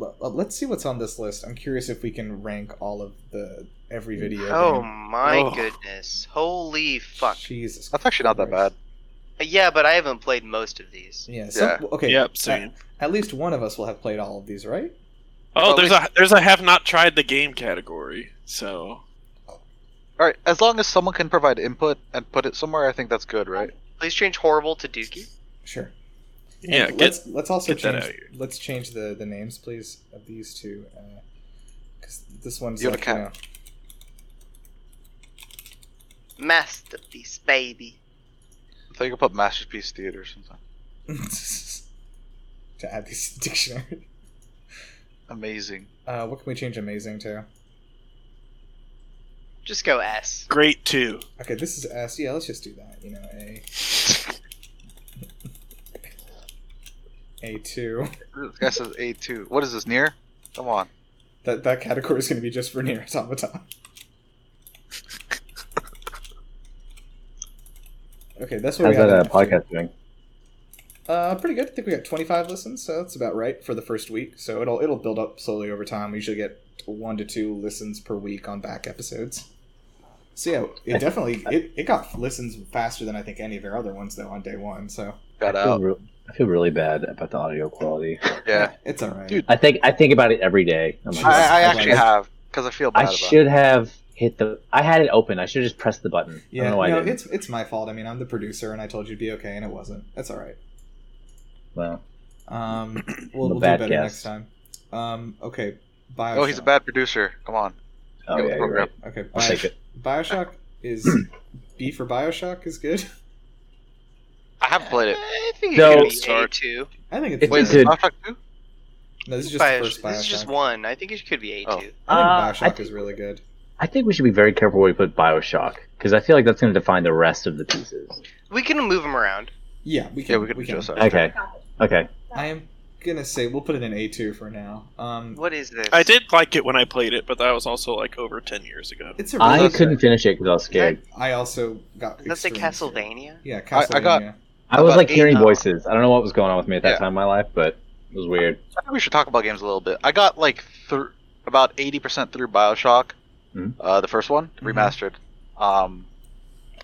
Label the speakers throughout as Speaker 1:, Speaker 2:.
Speaker 1: l- l- let's see what's on this list. I'm curious if we can rank all of the every video.
Speaker 2: Oh
Speaker 1: game.
Speaker 2: my
Speaker 3: Ugh.
Speaker 2: goodness. Holy fuck.
Speaker 1: Jesus.
Speaker 3: That's actually not that
Speaker 1: Christ.
Speaker 3: bad.
Speaker 2: Yeah, but I haven't played most of these.
Speaker 1: Yeah. Some,
Speaker 3: Yeah.
Speaker 1: Okay.
Speaker 4: Yep,
Speaker 1: At,
Speaker 4: same.
Speaker 1: at least one of us will have played all of these, right?
Speaker 4: Oh,
Speaker 2: Well,
Speaker 4: there's a there's a have not tried the game category. So
Speaker 3: All right, as long as someone can provide input and put it somewhere, I think that's good, right?
Speaker 2: Please change horrible to Dookie.
Speaker 1: Sure. And
Speaker 4: yeah, get
Speaker 1: let's let's also
Speaker 4: get that
Speaker 1: change
Speaker 4: out here.
Speaker 1: let's change the the names, please, of these two, because this one's
Speaker 3: You're
Speaker 1: like,
Speaker 3: the cat.
Speaker 1: you know,
Speaker 2: Masterpiece, baby.
Speaker 3: I thought you could put masterpiece theater or something.
Speaker 1: to add these to the dictionary.
Speaker 3: Amazing.
Speaker 1: Uh, what can we change amazing to?
Speaker 2: Just go S.
Speaker 4: great too.
Speaker 1: Okay, this is S. Yeah, let's just do that. You know, A. A2.
Speaker 3: This guy says A two. What is this near? Come on.
Speaker 1: That that category is going to be just for near automata. okay, that's what
Speaker 5: How's
Speaker 1: we
Speaker 5: that uh,
Speaker 1: got. left.
Speaker 5: podcast doing?
Speaker 1: Uh, pretty good. I think we got 25 listens, so that's about right for the first week. So it'll it'll build up slowly over time. We usually get one to two listens per week on back episodes. So yeah, it definitely it, it got listens faster than I think any of our other ones though on day one. So
Speaker 3: Got
Speaker 5: I feel,
Speaker 3: out.
Speaker 5: re- I feel really bad about the audio quality.
Speaker 3: Yeah.
Speaker 1: it's all right.
Speaker 3: Dude,
Speaker 5: I think I think about it every day. I'm like,
Speaker 3: I, I
Speaker 1: I'd
Speaker 3: actually
Speaker 1: like-
Speaker 3: have because I feel bad
Speaker 5: I
Speaker 3: about it.
Speaker 5: should have hit the. I had it open. I should have just pressed the button. I
Speaker 1: yeah,
Speaker 5: don't know why I
Speaker 1: no,
Speaker 5: didn't.
Speaker 1: it's it's my fault. I mean, I'm the producer, and I told you to be okay, and it wasn't. That's all right.
Speaker 5: Well,
Speaker 1: Um, we'll,
Speaker 5: The
Speaker 1: we'll do
Speaker 5: bad
Speaker 1: better next
Speaker 5: guess.
Speaker 1: time. Um, okay, Bioshock.
Speaker 3: Oh, he's a bad producer. Come on.
Speaker 5: oh
Speaker 3: Go
Speaker 5: yeah,
Speaker 3: with the
Speaker 5: you're
Speaker 3: program.
Speaker 5: right.
Speaker 1: Okay,
Speaker 5: I'll
Speaker 1: Bioshock,
Speaker 5: take it.
Speaker 1: Bioshock is B for Bioshock is good.
Speaker 3: I haven't played it.
Speaker 2: I think it
Speaker 5: No.
Speaker 2: could be A2.
Speaker 1: I think it's,
Speaker 5: It's
Speaker 3: Wait, is
Speaker 5: good.
Speaker 3: it Bioshock two?
Speaker 1: No, this is just
Speaker 2: Bios-
Speaker 1: the first Bioshock.
Speaker 2: this is just one. I think it could be A2.
Speaker 4: Oh.
Speaker 1: I
Speaker 5: Uh,
Speaker 1: think
Speaker 5: I
Speaker 1: Bioshock
Speaker 5: think-
Speaker 1: is really good.
Speaker 5: I think we should be very careful where we put Bioshock because I feel like that's going to define the rest of the pieces.
Speaker 2: We can move them around.
Speaker 1: Yeah, we can.
Speaker 3: Yeah, we could adjust that.
Speaker 5: Okay. Okay.
Speaker 1: I am gonna say we'll put it in A two for now. Um,
Speaker 2: What is this?
Speaker 4: I did like it when I played it, but that was also like over ten years ago.
Speaker 1: It's a really
Speaker 5: I
Speaker 1: good-
Speaker 5: couldn't finish it because I was scared.
Speaker 1: I also got.
Speaker 2: That's a
Speaker 1: extremely scared.
Speaker 2: Castlevania.
Speaker 1: Yeah,
Speaker 3: I-
Speaker 1: Castlevania.
Speaker 3: I got-
Speaker 5: I was
Speaker 3: About
Speaker 5: like hearing
Speaker 3: eight-
Speaker 5: voices. I don't know what was going on with me at that
Speaker 3: Yeah.
Speaker 5: time in my life, but it was weird.
Speaker 3: I think we should talk about games a little bit. I got like thr about eighty percent through Bioshock,
Speaker 5: Mhm.
Speaker 3: uh, the first one
Speaker 1: Mhm.
Speaker 3: remastered. Um,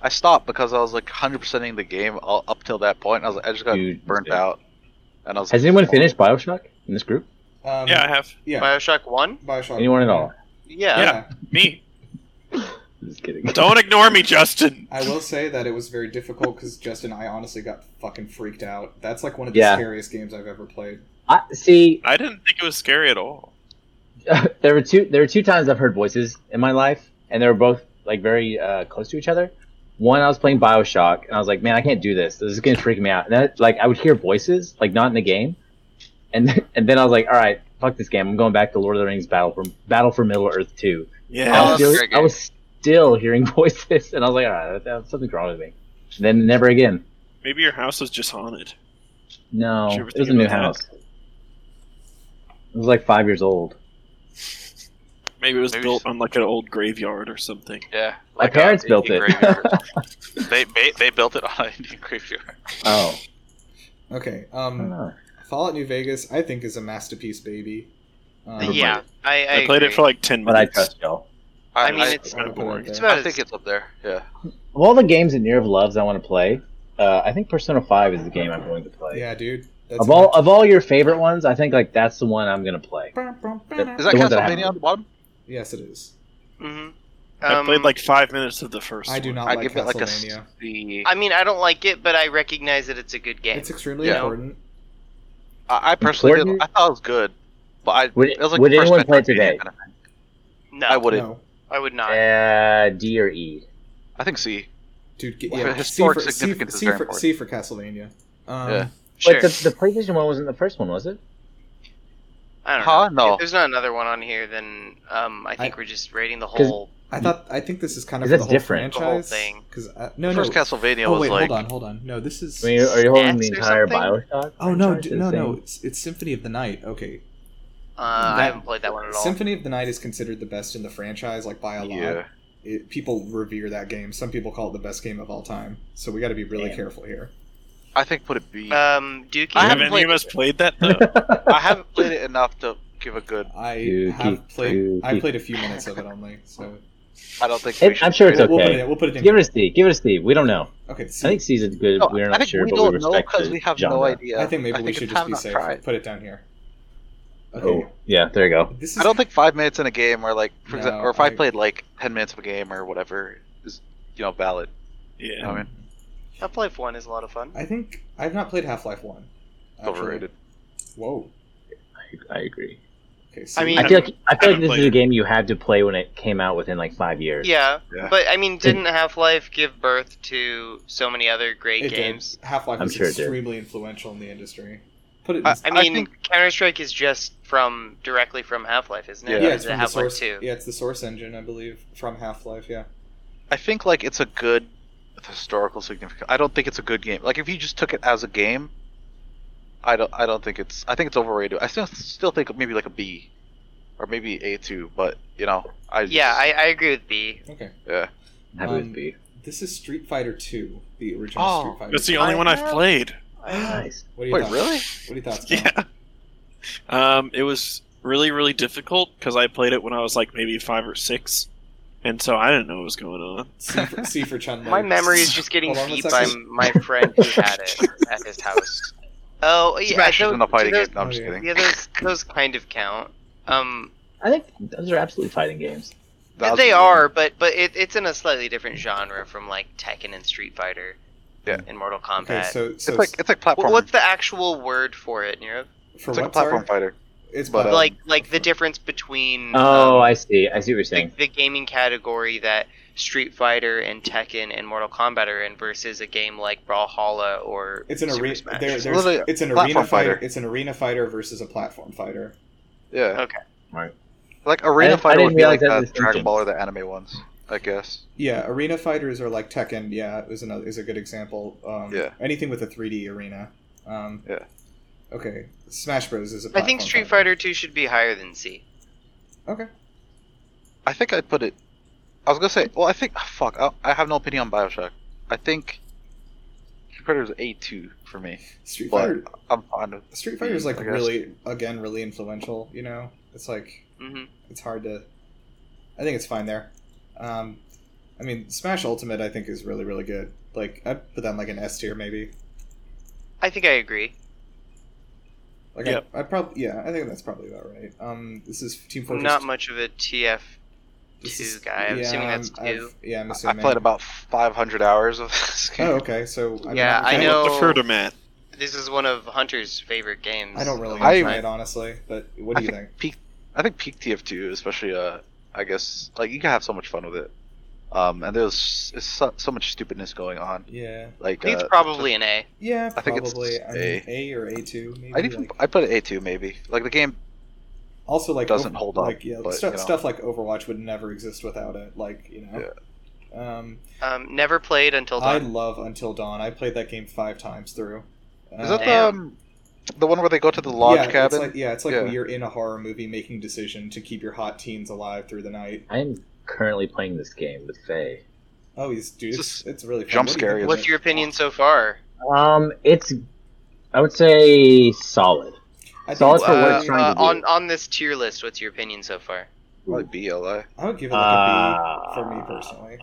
Speaker 3: I stopped because I was like hundred percenting the game all, up till that point. I was like, I just got
Speaker 5: Dude,
Speaker 3: burnt
Speaker 5: mistake.
Speaker 3: out, and I was.
Speaker 5: Has
Speaker 3: like, "Oh."
Speaker 5: anyone finished Bioshock in this group?
Speaker 1: Um,
Speaker 4: yeah, I have
Speaker 1: yeah.
Speaker 2: Bioshock 1?
Speaker 1: Bioshock.
Speaker 5: Anyone at all?
Speaker 2: Yeah.
Speaker 4: Yeah. me.
Speaker 5: Just kidding.
Speaker 4: Don't ignore me, Justin.
Speaker 1: I will say that it was very difficult because Justin, I honestly got fucking freaked out. That's like one of the
Speaker 5: Yeah.
Speaker 1: scariest games I've ever played.
Speaker 5: I, see,
Speaker 4: I didn't think it was scary at all.
Speaker 5: there were two there were two times I've heard voices in my life, and they were both like very uh, close to each other. One, I was playing Bioshock, and I was like, "Man, I can't do this. This is gonna freak me out." And then, like, I would hear voices, like not in the game, and then, and then I was like, "All right, fuck this game. I'm going back to Lord of the Rings Battle for Battle for Middle Earth 2."
Speaker 4: Yeah.
Speaker 5: I was,
Speaker 3: Oh, that's a
Speaker 5: still,
Speaker 3: great
Speaker 5: I was still hearing voices, and I was like, "All right, that- something's wrong with me." And then never again.
Speaker 4: Maybe your house was just haunted.
Speaker 5: No,
Speaker 4: Did you ever
Speaker 5: it was a
Speaker 4: think
Speaker 5: new
Speaker 4: about that?
Speaker 5: house. It was like five years old.
Speaker 4: Maybe it was
Speaker 6: Maybe
Speaker 4: built on like an old graveyard or something.
Speaker 6: Yeah.
Speaker 5: My
Speaker 6: a
Speaker 5: parents built
Speaker 6: Indian
Speaker 5: it.
Speaker 6: graveyard. they, ba- they built it on an Indian graveyard.
Speaker 5: Oh,
Speaker 1: Okay.
Speaker 5: I don't
Speaker 1: Um,
Speaker 5: know.
Speaker 1: Fallout New Vegas, I think, is a masterpiece, baby. Um,
Speaker 2: Yeah, I, I,
Speaker 4: I, played it for
Speaker 2: agree.
Speaker 4: like ten
Speaker 5: But I
Speaker 4: minutes.
Speaker 5: trust y'all.
Speaker 2: I mean,
Speaker 3: I,
Speaker 2: it's,
Speaker 1: I'm gonna put it
Speaker 4: boring.
Speaker 1: there.
Speaker 2: it's about
Speaker 3: I
Speaker 2: as
Speaker 3: think it's up there. Yeah.
Speaker 5: Of all the games that Nerve loves, I want to play. Uh, I think Persona Five is the game I'm going to play.
Speaker 1: Yeah, dude. That's
Speaker 5: of all of all your favorite ones, I think like that's the one I'm gonna play.
Speaker 3: Is that
Speaker 5: The one that I haven't-
Speaker 3: Castlevania on the bottom?
Speaker 1: Yes, it is.
Speaker 2: hmm
Speaker 4: I played like five minutes of the first.
Speaker 1: I do
Speaker 4: one.
Speaker 1: not
Speaker 3: I
Speaker 1: like
Speaker 3: give it like a
Speaker 1: Castlevania.
Speaker 3: C.
Speaker 2: I mean, I don't like it, but I recognize that it's a good game.
Speaker 1: it's extremely
Speaker 3: Yeah.
Speaker 1: important.
Speaker 3: I, I personally, did,
Speaker 5: Important?
Speaker 3: I thought it was good, but I
Speaker 5: Would,
Speaker 3: it was like
Speaker 5: would
Speaker 3: the first
Speaker 5: anyone play
Speaker 3: Metroidvania
Speaker 5: today?
Speaker 3: kind of thing.
Speaker 2: no,
Speaker 3: I wouldn't.
Speaker 1: No,
Speaker 2: I would not.
Speaker 5: Uh, D or E?
Speaker 3: I think C.
Speaker 1: dude. Get,
Speaker 3: Well,
Speaker 1: yeah,
Speaker 3: historic
Speaker 1: C for, C for,
Speaker 3: significance is
Speaker 1: C
Speaker 3: very
Speaker 1: for, C for Castlevania. Um,
Speaker 3: Yeah.
Speaker 2: Sure.
Speaker 5: But the, the PlayStation one wasn't the first one, was it?
Speaker 2: I don't know.
Speaker 3: Huh?
Speaker 6: Oh.
Speaker 3: No.
Speaker 2: If there's not another one on here, then um, I think
Speaker 1: I-
Speaker 2: we're just rating the
Speaker 5: 'Cause-
Speaker 2: whole.
Speaker 1: I thought. I think this is kind of
Speaker 5: Is
Speaker 1: for
Speaker 5: this
Speaker 1: the whole
Speaker 5: different?
Speaker 2: The whole
Speaker 1: franchise.
Speaker 2: thing.
Speaker 1: Because uh, no, no.
Speaker 3: First Castlevania
Speaker 1: oh
Speaker 3: was
Speaker 1: wait,
Speaker 3: like
Speaker 1: hold on, hold on. No, this is.
Speaker 5: I mean, are you holding the
Speaker 2: Snacks or
Speaker 5: entire
Speaker 2: something?
Speaker 5: Bioshock?
Speaker 1: Oh no,
Speaker 5: franchise
Speaker 1: d-
Speaker 5: to the
Speaker 1: no,
Speaker 5: same-
Speaker 1: no! It's, it's Symphony of the Night. Okay,
Speaker 2: Uh, I haven't played that one at all.
Speaker 1: Symphony of the Night is considered the best in the franchise, like by a lot.
Speaker 3: yeah.
Speaker 1: It, people revere that game. Some people call it the best game of all time. So we got to be really
Speaker 5: Damn.
Speaker 1: careful here.
Speaker 3: I think put it B. I
Speaker 2: um, Dookie.
Speaker 3: I
Speaker 4: Have
Speaker 3: haven't
Speaker 4: any of us played that though?
Speaker 3: haven't played it enough to
Speaker 6: give a good.
Speaker 1: I
Speaker 5: You
Speaker 1: have
Speaker 5: keep-
Speaker 1: played.
Speaker 5: you
Speaker 1: I
Speaker 5: keep-
Speaker 1: played a few minutes of it only, so
Speaker 6: I don't think. we
Speaker 5: It,
Speaker 6: should
Speaker 5: I'm sure it's
Speaker 6: trade
Speaker 1: we'll put it.
Speaker 5: okay.
Speaker 1: in- We'll put it in.
Speaker 5: Give it a C. Give it a C. We don't know.
Speaker 1: okay,
Speaker 5: I think C's is good.
Speaker 6: No,
Speaker 5: We're
Speaker 6: I
Speaker 5: not
Speaker 6: think
Speaker 5: sure,
Speaker 6: we
Speaker 5: but we
Speaker 6: don't know
Speaker 5: respect
Speaker 6: because
Speaker 5: the
Speaker 6: we have
Speaker 5: genre.
Speaker 6: no idea.
Speaker 1: I think maybe we
Speaker 6: think
Speaker 1: should
Speaker 6: it's
Speaker 1: just
Speaker 6: time
Speaker 1: be
Speaker 6: not
Speaker 1: safe.
Speaker 6: tried.
Speaker 1: Put it down here. Okay.
Speaker 5: Oh, yeah. There you go.
Speaker 1: This is
Speaker 6: I don't think five minutes in a game, or like, for
Speaker 1: No,
Speaker 6: example, or if
Speaker 1: I-
Speaker 6: I played like ten minutes of a game or whatever, is you know valid. You know
Speaker 4: Yeah.
Speaker 6: what I mean,
Speaker 2: Half Life One is a lot of fun.
Speaker 1: I think I've not played Half Life One. actually.
Speaker 6: overrated.
Speaker 1: Whoa.
Speaker 5: I agree.
Speaker 1: Okay. So
Speaker 2: I mean,
Speaker 5: I feel like I feel like
Speaker 4: haven't
Speaker 5: this is
Speaker 4: played
Speaker 5: a
Speaker 4: it.
Speaker 5: game you had to play when it came out within like five years.
Speaker 2: yeah,
Speaker 6: Yeah.
Speaker 2: but I mean, didn't Half Life give birth to so many other great games?
Speaker 1: Half Life
Speaker 5: I'm
Speaker 1: is
Speaker 5: sure it did.
Speaker 1: extremely influential in the industry. Put it. In,
Speaker 6: I-
Speaker 2: I mean,
Speaker 6: think-
Speaker 2: Counter Strike is just from directly from Half Life, isn't
Speaker 1: yeah,
Speaker 2: it? Or
Speaker 1: it's
Speaker 2: is it
Speaker 1: from the
Speaker 2: Half Life
Speaker 1: source.
Speaker 2: Two.
Speaker 1: Yeah, it's the source engine, I believe, from Half Life. Yeah.
Speaker 6: I think like it's a good historical significance. I don't think it's a good game. Like if you just took it as a game, I don't. I don't think it's. I think it's overrated. I still still think maybe like a B, or maybe A two. But you know, I
Speaker 2: Yeah,
Speaker 6: just-
Speaker 2: I, I agree with B.
Speaker 1: Okay.
Speaker 5: I'm happy
Speaker 1: Um,
Speaker 5: with B.
Speaker 1: This is Street Fighter Two, the original
Speaker 6: Oh,
Speaker 1: Street Fighter.
Speaker 4: That's
Speaker 1: 2.
Speaker 4: the only
Speaker 2: I
Speaker 4: one I've
Speaker 2: have-
Speaker 4: played.
Speaker 5: Nice.
Speaker 1: What do you
Speaker 6: wait
Speaker 1: thoughts?
Speaker 6: really?
Speaker 1: What do you thoughts? Tom?
Speaker 4: Yeah. Um, it was really, really difficult because I played it when I was like maybe five or six, and so I didn't know what was going on.
Speaker 1: C for, C for Chun.
Speaker 2: My memory is just getting
Speaker 1: Hold on one
Speaker 2: beat by
Speaker 1: second.
Speaker 2: my friend who had it at his house. Oh, yeah.
Speaker 6: Smash
Speaker 2: those-
Speaker 6: isn't a fighting
Speaker 2: those-
Speaker 6: game. No, I'm just
Speaker 1: Oh, yeah.
Speaker 6: kidding.
Speaker 2: Yeah, those those kind of count. Um,
Speaker 5: I think those are absolutely fighting games.
Speaker 6: That was-
Speaker 2: they are, but but it, it's in a slightly different genre from like Tekken and Street Fighter,
Speaker 6: Yeah.
Speaker 2: and Mortal
Speaker 1: Okay,
Speaker 2: Kombat.
Speaker 1: so so
Speaker 6: It's like it's like platform.
Speaker 2: Wh- What's the actual word for it, Nero?
Speaker 1: for
Speaker 6: it's like a
Speaker 1: what? sorry?
Speaker 6: platform fighter.
Speaker 1: It's
Speaker 6: but,
Speaker 1: platform.
Speaker 6: um,
Speaker 2: like like the difference between
Speaker 5: Oh,
Speaker 2: um,
Speaker 5: I see. I see what you're
Speaker 2: the,
Speaker 5: saying.
Speaker 2: the gaming category that Street Fighter and Tekken and Mortal Kombat are in versus a game like Brawlhalla or
Speaker 1: It's an
Speaker 2: Super
Speaker 1: arena.
Speaker 2: Smash.
Speaker 1: There,
Speaker 6: It's
Speaker 1: there's,
Speaker 6: literally
Speaker 1: it's an
Speaker 6: platform
Speaker 1: arena fighter.
Speaker 6: fighter.
Speaker 1: It's an arena fighter versus a platform fighter.
Speaker 6: Yeah.
Speaker 2: Okay.
Speaker 5: Right.
Speaker 6: Like arena
Speaker 5: didn't- I
Speaker 6: fighter
Speaker 5: didn't
Speaker 6: would be like
Speaker 5: realize that
Speaker 6: the
Speaker 5: distinction.
Speaker 6: Dragon Ball or the anime ones, I guess.
Speaker 1: Yeah, arena fighters are like Tekken. Yeah, is another is a good example. Um,
Speaker 6: Yeah.
Speaker 1: Anything with a 3D arena. Um,
Speaker 6: Yeah.
Speaker 1: Okay, Smash Bros is a.
Speaker 2: I think
Speaker 1: platform
Speaker 2: Street Fighter Two should be higher than C.
Speaker 1: Okay.
Speaker 6: I think I put it. I was gonna say. Well, I think ah, fuck. I, I have no opinion on Bioshock. I think Street Fighter is A two for me,
Speaker 1: Street
Speaker 6: but
Speaker 1: Fighter.
Speaker 6: I'm fine with.
Speaker 1: Street Fighter is like
Speaker 6: I guess.
Speaker 1: really again really influential. You know, it's like
Speaker 2: hmm
Speaker 1: it's hard to. I think it's fine there. Um, I mean, Smash Ultimate I think is really really good. Like I'd put that in like an S tier maybe.
Speaker 2: I think I agree.
Speaker 1: Like
Speaker 4: Yep.
Speaker 1: I, I probably yeah I think that's probably about right. Um, this is Team Fortress.
Speaker 2: Not much of a TF.
Speaker 1: this
Speaker 2: two
Speaker 1: is-
Speaker 2: guy. I'm assuming that's
Speaker 1: I've-
Speaker 2: two.
Speaker 1: yeah, I'm
Speaker 6: I
Speaker 1: assuming.
Speaker 6: played about 500 hours of this game.
Speaker 1: Oh, okay. So I mean,
Speaker 2: Yeah,
Speaker 1: I'm-
Speaker 2: I know-
Speaker 4: would prefer to Matt.
Speaker 2: This is one of Hunter's favorite games.
Speaker 1: I don't really
Speaker 6: I-
Speaker 1: enjoy it honestly, but what do
Speaker 6: I
Speaker 1: you
Speaker 6: think-
Speaker 1: think?
Speaker 6: I think peak TF2, especially. Uh, I guess like you can have so much fun with it. Um, and there's it's so, so much stupidness going on.
Speaker 1: Yeah,
Speaker 6: Like
Speaker 2: It's
Speaker 6: uh,
Speaker 2: probably an A.
Speaker 1: yeah,
Speaker 6: I think it's
Speaker 1: probably I mean, A or A two. Maybe.
Speaker 6: I think
Speaker 1: like-
Speaker 6: I put it A two maybe. Like the game
Speaker 1: also like
Speaker 6: doesn't
Speaker 1: Over-
Speaker 6: hold up,
Speaker 1: Like yeah,
Speaker 6: but,
Speaker 1: stuff,
Speaker 6: you know.
Speaker 1: stuff like Overwatch would never exist without it. Like you know. Um,
Speaker 2: Um, never played until
Speaker 1: I
Speaker 2: dawn.
Speaker 1: love Until Dawn. I played that game five times through. Uh,
Speaker 6: is that the
Speaker 2: Damn.
Speaker 6: um, the one where they go to the lodge
Speaker 1: yeah,
Speaker 6: cabin?
Speaker 1: It's like, yeah, it's like
Speaker 6: Yeah.
Speaker 1: when you're in a horror movie making decision to keep your hot teens alive through the night.
Speaker 5: I'm currently playing this game with Faye.
Speaker 1: Oh, he's dude,
Speaker 6: It's
Speaker 1: it's, it's really fun.
Speaker 6: jump
Speaker 1: What do you
Speaker 6: scare,
Speaker 1: think?
Speaker 6: isn't
Speaker 2: What's your opinion so far?
Speaker 5: Um, it's I would say solid.
Speaker 1: I think
Speaker 5: Solid
Speaker 1: it's uh,
Speaker 5: for what
Speaker 1: really-
Speaker 5: it's trying to do.
Speaker 2: Uh, on on this tier list, what's your opinion so far?
Speaker 6: Probably B, although.
Speaker 1: I would give it like a B
Speaker 5: Uh,
Speaker 1: for me personally.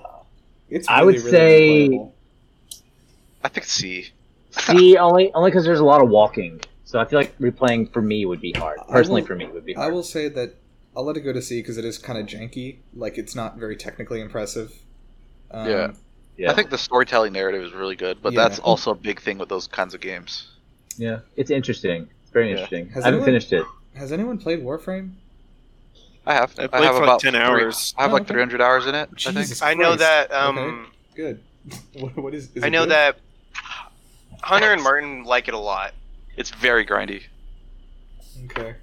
Speaker 1: It's
Speaker 5: I would
Speaker 1: really, really
Speaker 5: say-
Speaker 1: enjoyable.
Speaker 6: I think C.
Speaker 5: C only only because there's a lot of walking, so I feel like replaying for me would be hard.
Speaker 1: I
Speaker 5: Personally,
Speaker 1: will-
Speaker 5: for me would be
Speaker 1: I
Speaker 5: hard.
Speaker 1: will say that I'll let it go to C because it is kind of janky. Like it's not very technically impressive. Um,
Speaker 6: Yeah.
Speaker 5: Yeah,
Speaker 6: I think the storytelling narrative is really good, but
Speaker 1: Yeah.
Speaker 6: that's also a big thing with those kinds of games.
Speaker 5: yeah, it's interesting. It's very
Speaker 6: Yeah.
Speaker 5: interesting.
Speaker 1: Has
Speaker 5: I haven't
Speaker 1: anyone-
Speaker 5: finished it.
Speaker 1: Has anyone played Warframe?
Speaker 6: I have.
Speaker 4: I
Speaker 6: I,
Speaker 4: played
Speaker 6: have
Speaker 4: for like
Speaker 6: about
Speaker 4: 10
Speaker 6: three-
Speaker 4: hours.
Speaker 6: I have
Speaker 1: Oh,
Speaker 6: like
Speaker 1: okay.
Speaker 6: 300 hours in it. I think.
Speaker 1: Jesus
Speaker 2: I know
Speaker 1: Christ.
Speaker 2: that um,
Speaker 1: Okay. Good. what, what is? is
Speaker 2: I
Speaker 1: it
Speaker 2: know
Speaker 1: good?
Speaker 2: that Hunter and Martin like it a lot.
Speaker 6: It's very grindy.
Speaker 1: Okay.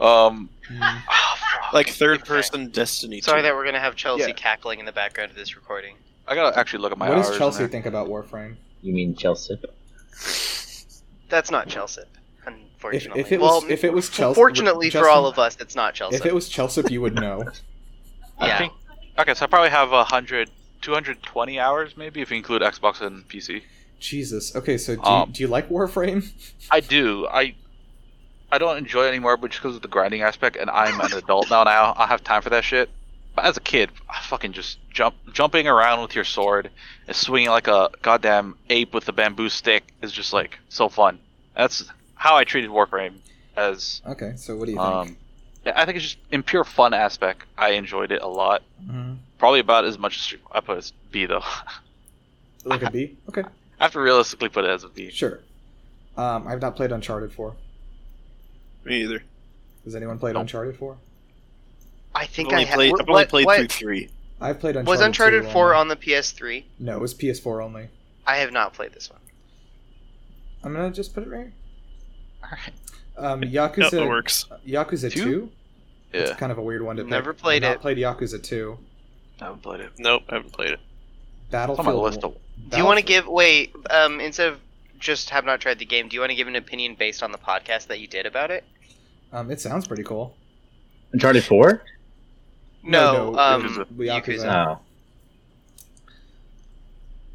Speaker 6: Um.
Speaker 1: Hmm.
Speaker 4: Like third person Destiny.
Speaker 2: Oh, Sorry
Speaker 4: 2.
Speaker 2: that we're gonna have Chelsea
Speaker 6: Yeah.
Speaker 2: cackling in the background of this recording.
Speaker 6: I gotta actually look at my
Speaker 1: What
Speaker 6: hours.
Speaker 1: does
Speaker 6: in
Speaker 1: Chelsea
Speaker 6: there.
Speaker 1: think about Warframe?
Speaker 5: You mean Chelsea?
Speaker 2: That's not Chelsea,
Speaker 1: If,
Speaker 2: unfortunately.
Speaker 1: if it was,
Speaker 2: well,
Speaker 1: if it was Chelsea,
Speaker 2: fortunately for
Speaker 1: Justin,
Speaker 2: all of us, it's not Chelsea.
Speaker 1: if it was Chelsea, you would know.
Speaker 6: I
Speaker 2: yeah.
Speaker 6: think- okay, so I probably have 100, 220 hours maybe if you include Xbox and PC.
Speaker 1: Jesus. Okay, so do,
Speaker 6: Um,
Speaker 1: you, do you like Warframe?
Speaker 6: I do. I I don't enjoy it anymore, but just because of the grinding aspect, and I'm an adult now, and I I have time for that shit. But as a kid, I fucking just jump jumping around with your sword and swinging like a goddamn ape with a bamboo stick is just like so fun. That's how I treated Warframe as
Speaker 1: Okay, so what do you think?
Speaker 6: um, yeah, I think it's just in pure fun aspect. I enjoyed it a lot,
Speaker 1: Mhm.
Speaker 6: probably about as much as Street- I put it as B though.
Speaker 1: Like a B? Okay,
Speaker 6: I have to realistically put it as a B.
Speaker 1: sure. Um, I've not played Uncharted 4.
Speaker 4: Me either.
Speaker 1: Has anyone played
Speaker 6: Nope.
Speaker 1: Uncharted 4?
Speaker 2: I think
Speaker 4: I've only
Speaker 2: I had.
Speaker 4: played,
Speaker 2: what,
Speaker 4: I've only
Speaker 2: what-
Speaker 4: played
Speaker 2: what-
Speaker 4: through three.
Speaker 1: I've played Uncharted
Speaker 2: was Uncharted 4
Speaker 1: only.
Speaker 2: on the PS3?
Speaker 1: No, it was PS4 only.
Speaker 2: I have not played this one.
Speaker 1: I'm gonna just put it right.
Speaker 6: Alright.
Speaker 1: Um,
Speaker 4: Yep, Oh, it
Speaker 1: Yakuza,
Speaker 4: works.
Speaker 1: Yakuza
Speaker 6: Two?
Speaker 1: 2? It's
Speaker 6: Yeah,
Speaker 1: kind of a weird one to pick.
Speaker 2: Never played
Speaker 1: I've not
Speaker 2: it.
Speaker 1: played Yakuza 2.
Speaker 6: I haven't played it.
Speaker 4: Nope, I haven't played it.
Speaker 6: It's
Speaker 1: Battlefield.
Speaker 6: on my list. Of,
Speaker 2: Do you want to
Speaker 1: Battlefield-
Speaker 2: give wait um, instead of just have not tried the game? Do you want to give an opinion based on the podcast that you did about it?
Speaker 1: Um, it sounds pretty cool.
Speaker 5: Uncharted Four.
Speaker 2: No, um,
Speaker 1: Yakuza.
Speaker 2: Yakuza.
Speaker 5: Oh,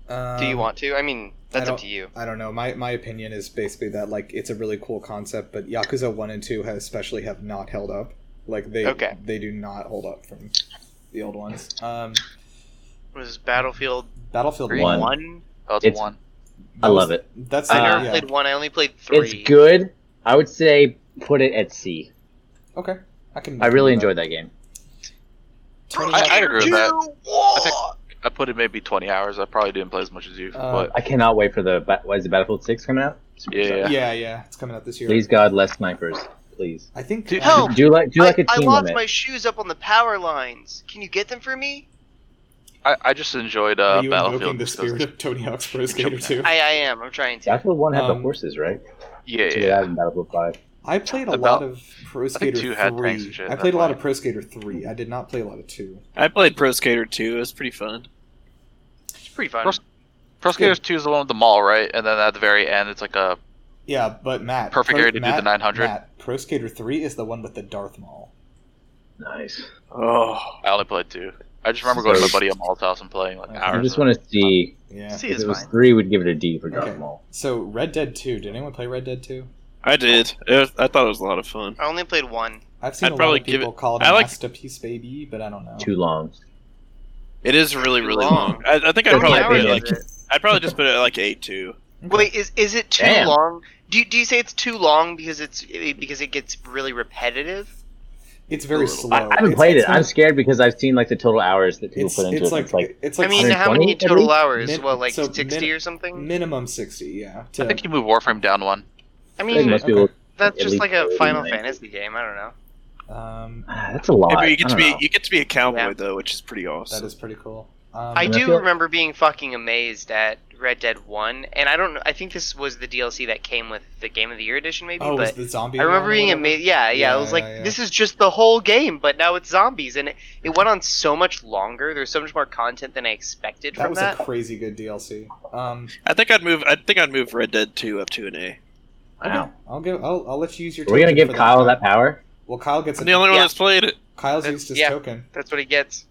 Speaker 1: Um,
Speaker 2: Do you want to? I mean, that's
Speaker 1: I
Speaker 2: up
Speaker 1: don't-
Speaker 2: to you.
Speaker 1: Um, I don't know. My my opinion is basically that like it's a really cool concept, but Yakuza one and two have, especially have not held up. Like they
Speaker 2: Okay.
Speaker 1: they do not hold up from the old ones. Um,
Speaker 2: Was Battlefield
Speaker 1: Battlefield
Speaker 5: Three.
Speaker 1: one.
Speaker 5: One.
Speaker 2: one?
Speaker 6: oh, it's,
Speaker 5: It's-
Speaker 6: one.
Speaker 5: I love it.
Speaker 1: That's
Speaker 2: I
Speaker 5: Uh,
Speaker 2: never
Speaker 1: yeah.
Speaker 2: played one. I only played three.
Speaker 5: It's good. I would say put it at C.
Speaker 1: Okay, I can.
Speaker 5: I really enjoyed that game.
Speaker 6: I, I agree with that.
Speaker 2: I
Speaker 6: think- I put it maybe 20 hours. I probably didn't play as much as you,
Speaker 1: Uh,
Speaker 6: but
Speaker 5: I cannot wait for the. Ba- Why is the Battlefield Six coming out?
Speaker 6: yeah, yeah.
Speaker 1: Yeah. yeah, It's coming out this year.
Speaker 5: Please, God, less snipers, please.
Speaker 1: I think.
Speaker 6: Dude,
Speaker 2: Help!
Speaker 5: Do like do like a
Speaker 2: I, I
Speaker 5: team
Speaker 2: lost
Speaker 5: limit.
Speaker 2: my shoes up on the power lines. Can you get them for me?
Speaker 6: I, I just enjoyed
Speaker 1: Are
Speaker 6: uh,
Speaker 1: you invoking
Speaker 6: Battlefield.
Speaker 1: the
Speaker 6: just 'cause-
Speaker 1: spirit of Tony Hawk's Pro Skater
Speaker 6: Jumping
Speaker 1: two? I,
Speaker 2: I, I am. I'm trying to.
Speaker 5: Battlefield One had the
Speaker 1: Um,
Speaker 5: horses, right?
Speaker 6: Yeah,
Speaker 5: So
Speaker 6: yeah.
Speaker 5: that in Battlefield Five.
Speaker 1: played a
Speaker 6: About-
Speaker 1: lot of Pro
Speaker 6: think
Speaker 1: Skater
Speaker 6: two had tanks
Speaker 1: three.
Speaker 6: and shit
Speaker 1: I
Speaker 6: at
Speaker 1: played
Speaker 6: that
Speaker 1: a lot
Speaker 6: point.
Speaker 1: of Pro Skater three. I did not play a lot of two.
Speaker 4: I played Pro Skater 2. It was pretty fun.
Speaker 2: It's pretty fun.
Speaker 6: First- Pro Skaters 2 is the one with the mall, right? And then at the very end, it's like a.
Speaker 1: Yeah, but Matt,
Speaker 6: Perfect
Speaker 1: Pro-
Speaker 6: area to do the
Speaker 1: Matt,
Speaker 6: 900.
Speaker 1: Matt, Pro Skater Three is the one with the Darth Maul.
Speaker 5: Nice.
Speaker 4: Oh,
Speaker 6: I only played two. I just remember going to my buddy at Mall's house and playing like
Speaker 1: Okay.
Speaker 5: I
Speaker 6: hours.
Speaker 5: just
Speaker 6: of
Speaker 5: want to see
Speaker 1: Yeah.
Speaker 2: See,
Speaker 5: if
Speaker 2: it's
Speaker 5: it was
Speaker 2: fine.
Speaker 5: three, would give it a D for Darth
Speaker 1: Okay.
Speaker 5: Maul.
Speaker 1: So Red Dead Two. Did anyone play Red Dead Two?
Speaker 4: I did. It was, I thought it was a lot of fun.
Speaker 2: I only played one.
Speaker 1: I've seen
Speaker 4: I'd
Speaker 1: a lot
Speaker 4: probably
Speaker 1: of
Speaker 4: give
Speaker 1: people call it a
Speaker 4: I like-
Speaker 1: masterpiece, baby, but I don't know.
Speaker 5: Too long.
Speaker 4: It is really, really
Speaker 2: Long.
Speaker 4: long. I, I think
Speaker 2: How
Speaker 4: I'd
Speaker 2: many
Speaker 4: probably,
Speaker 5: hours
Speaker 4: put it
Speaker 2: hours
Speaker 4: like,
Speaker 2: is it?
Speaker 4: I'd probably just put it at like A2.
Speaker 1: Okay.
Speaker 2: Wait, is is it too
Speaker 5: Damn.
Speaker 2: long? Do you, do you say it's too long because it's because it gets really repetitive?
Speaker 1: it's very
Speaker 6: Brutal.
Speaker 1: slow.
Speaker 5: I, I haven't
Speaker 1: It's-
Speaker 5: played
Speaker 1: it's
Speaker 5: it. I'm
Speaker 1: not-
Speaker 5: scared because I've seen like the total hours that people
Speaker 1: It's,
Speaker 5: put into
Speaker 1: it's
Speaker 5: it.
Speaker 1: like,
Speaker 5: it's like
Speaker 1: it's
Speaker 2: I
Speaker 1: like
Speaker 2: mean, how
Speaker 5: 120
Speaker 2: many
Speaker 5: at
Speaker 2: total
Speaker 5: least?
Speaker 2: hours?
Speaker 1: Min-
Speaker 2: well, like
Speaker 1: so min-
Speaker 2: sixty or something.
Speaker 1: minimum sixty. Yeah.
Speaker 6: I
Speaker 1: to-
Speaker 6: think you move Warframe down one.
Speaker 2: I
Speaker 5: I think
Speaker 2: mean,
Speaker 5: most people.
Speaker 2: that's
Speaker 5: at
Speaker 2: just
Speaker 5: least
Speaker 2: like a
Speaker 5: 30,
Speaker 2: Final
Speaker 5: 90.
Speaker 2: Fantasy game. I don't know.
Speaker 1: um,
Speaker 5: Ah, that's a lot.
Speaker 4: Maybe you get to
Speaker 5: I don't
Speaker 4: be
Speaker 5: know.
Speaker 4: you get to be a cowboy
Speaker 2: Yeah.
Speaker 4: though, which is pretty awesome.
Speaker 1: that is pretty cool. Um,
Speaker 2: I
Speaker 5: mean, I
Speaker 2: do
Speaker 5: feel-
Speaker 2: remember being fucking amazed at Red Dead One, and I don't. know. I think this was the DLC that came with the Game of the Year edition, maybe.
Speaker 1: Oh, it was
Speaker 2: but
Speaker 1: the zombie.
Speaker 2: I remember
Speaker 1: one or
Speaker 2: being
Speaker 1: whatever?
Speaker 2: amazed. Yeah, yeah,
Speaker 1: Yeah,
Speaker 2: I was like,
Speaker 1: yeah, yeah.
Speaker 2: this is just the whole game, but now it's zombies, and it, it went on so much longer. There's so much more content than I expected
Speaker 1: That
Speaker 2: from
Speaker 1: was
Speaker 2: that.
Speaker 1: a crazy good DLC. Um,
Speaker 4: I think I'd move. I think I'd move Red Dead 2 up to an A.
Speaker 5: Wow.
Speaker 1: I'll give. I'll, I'll let you use your.
Speaker 5: Are we gonna
Speaker 1: token
Speaker 5: give
Speaker 1: for
Speaker 5: Kyle that power?
Speaker 1: Well, Kyle gets.
Speaker 4: I'm
Speaker 1: A,
Speaker 4: the only one
Speaker 2: Yeah.
Speaker 4: that's played it.
Speaker 1: Kyle's
Speaker 2: That's-
Speaker 1: used his
Speaker 2: yeah.
Speaker 1: token.
Speaker 2: That's what it gets.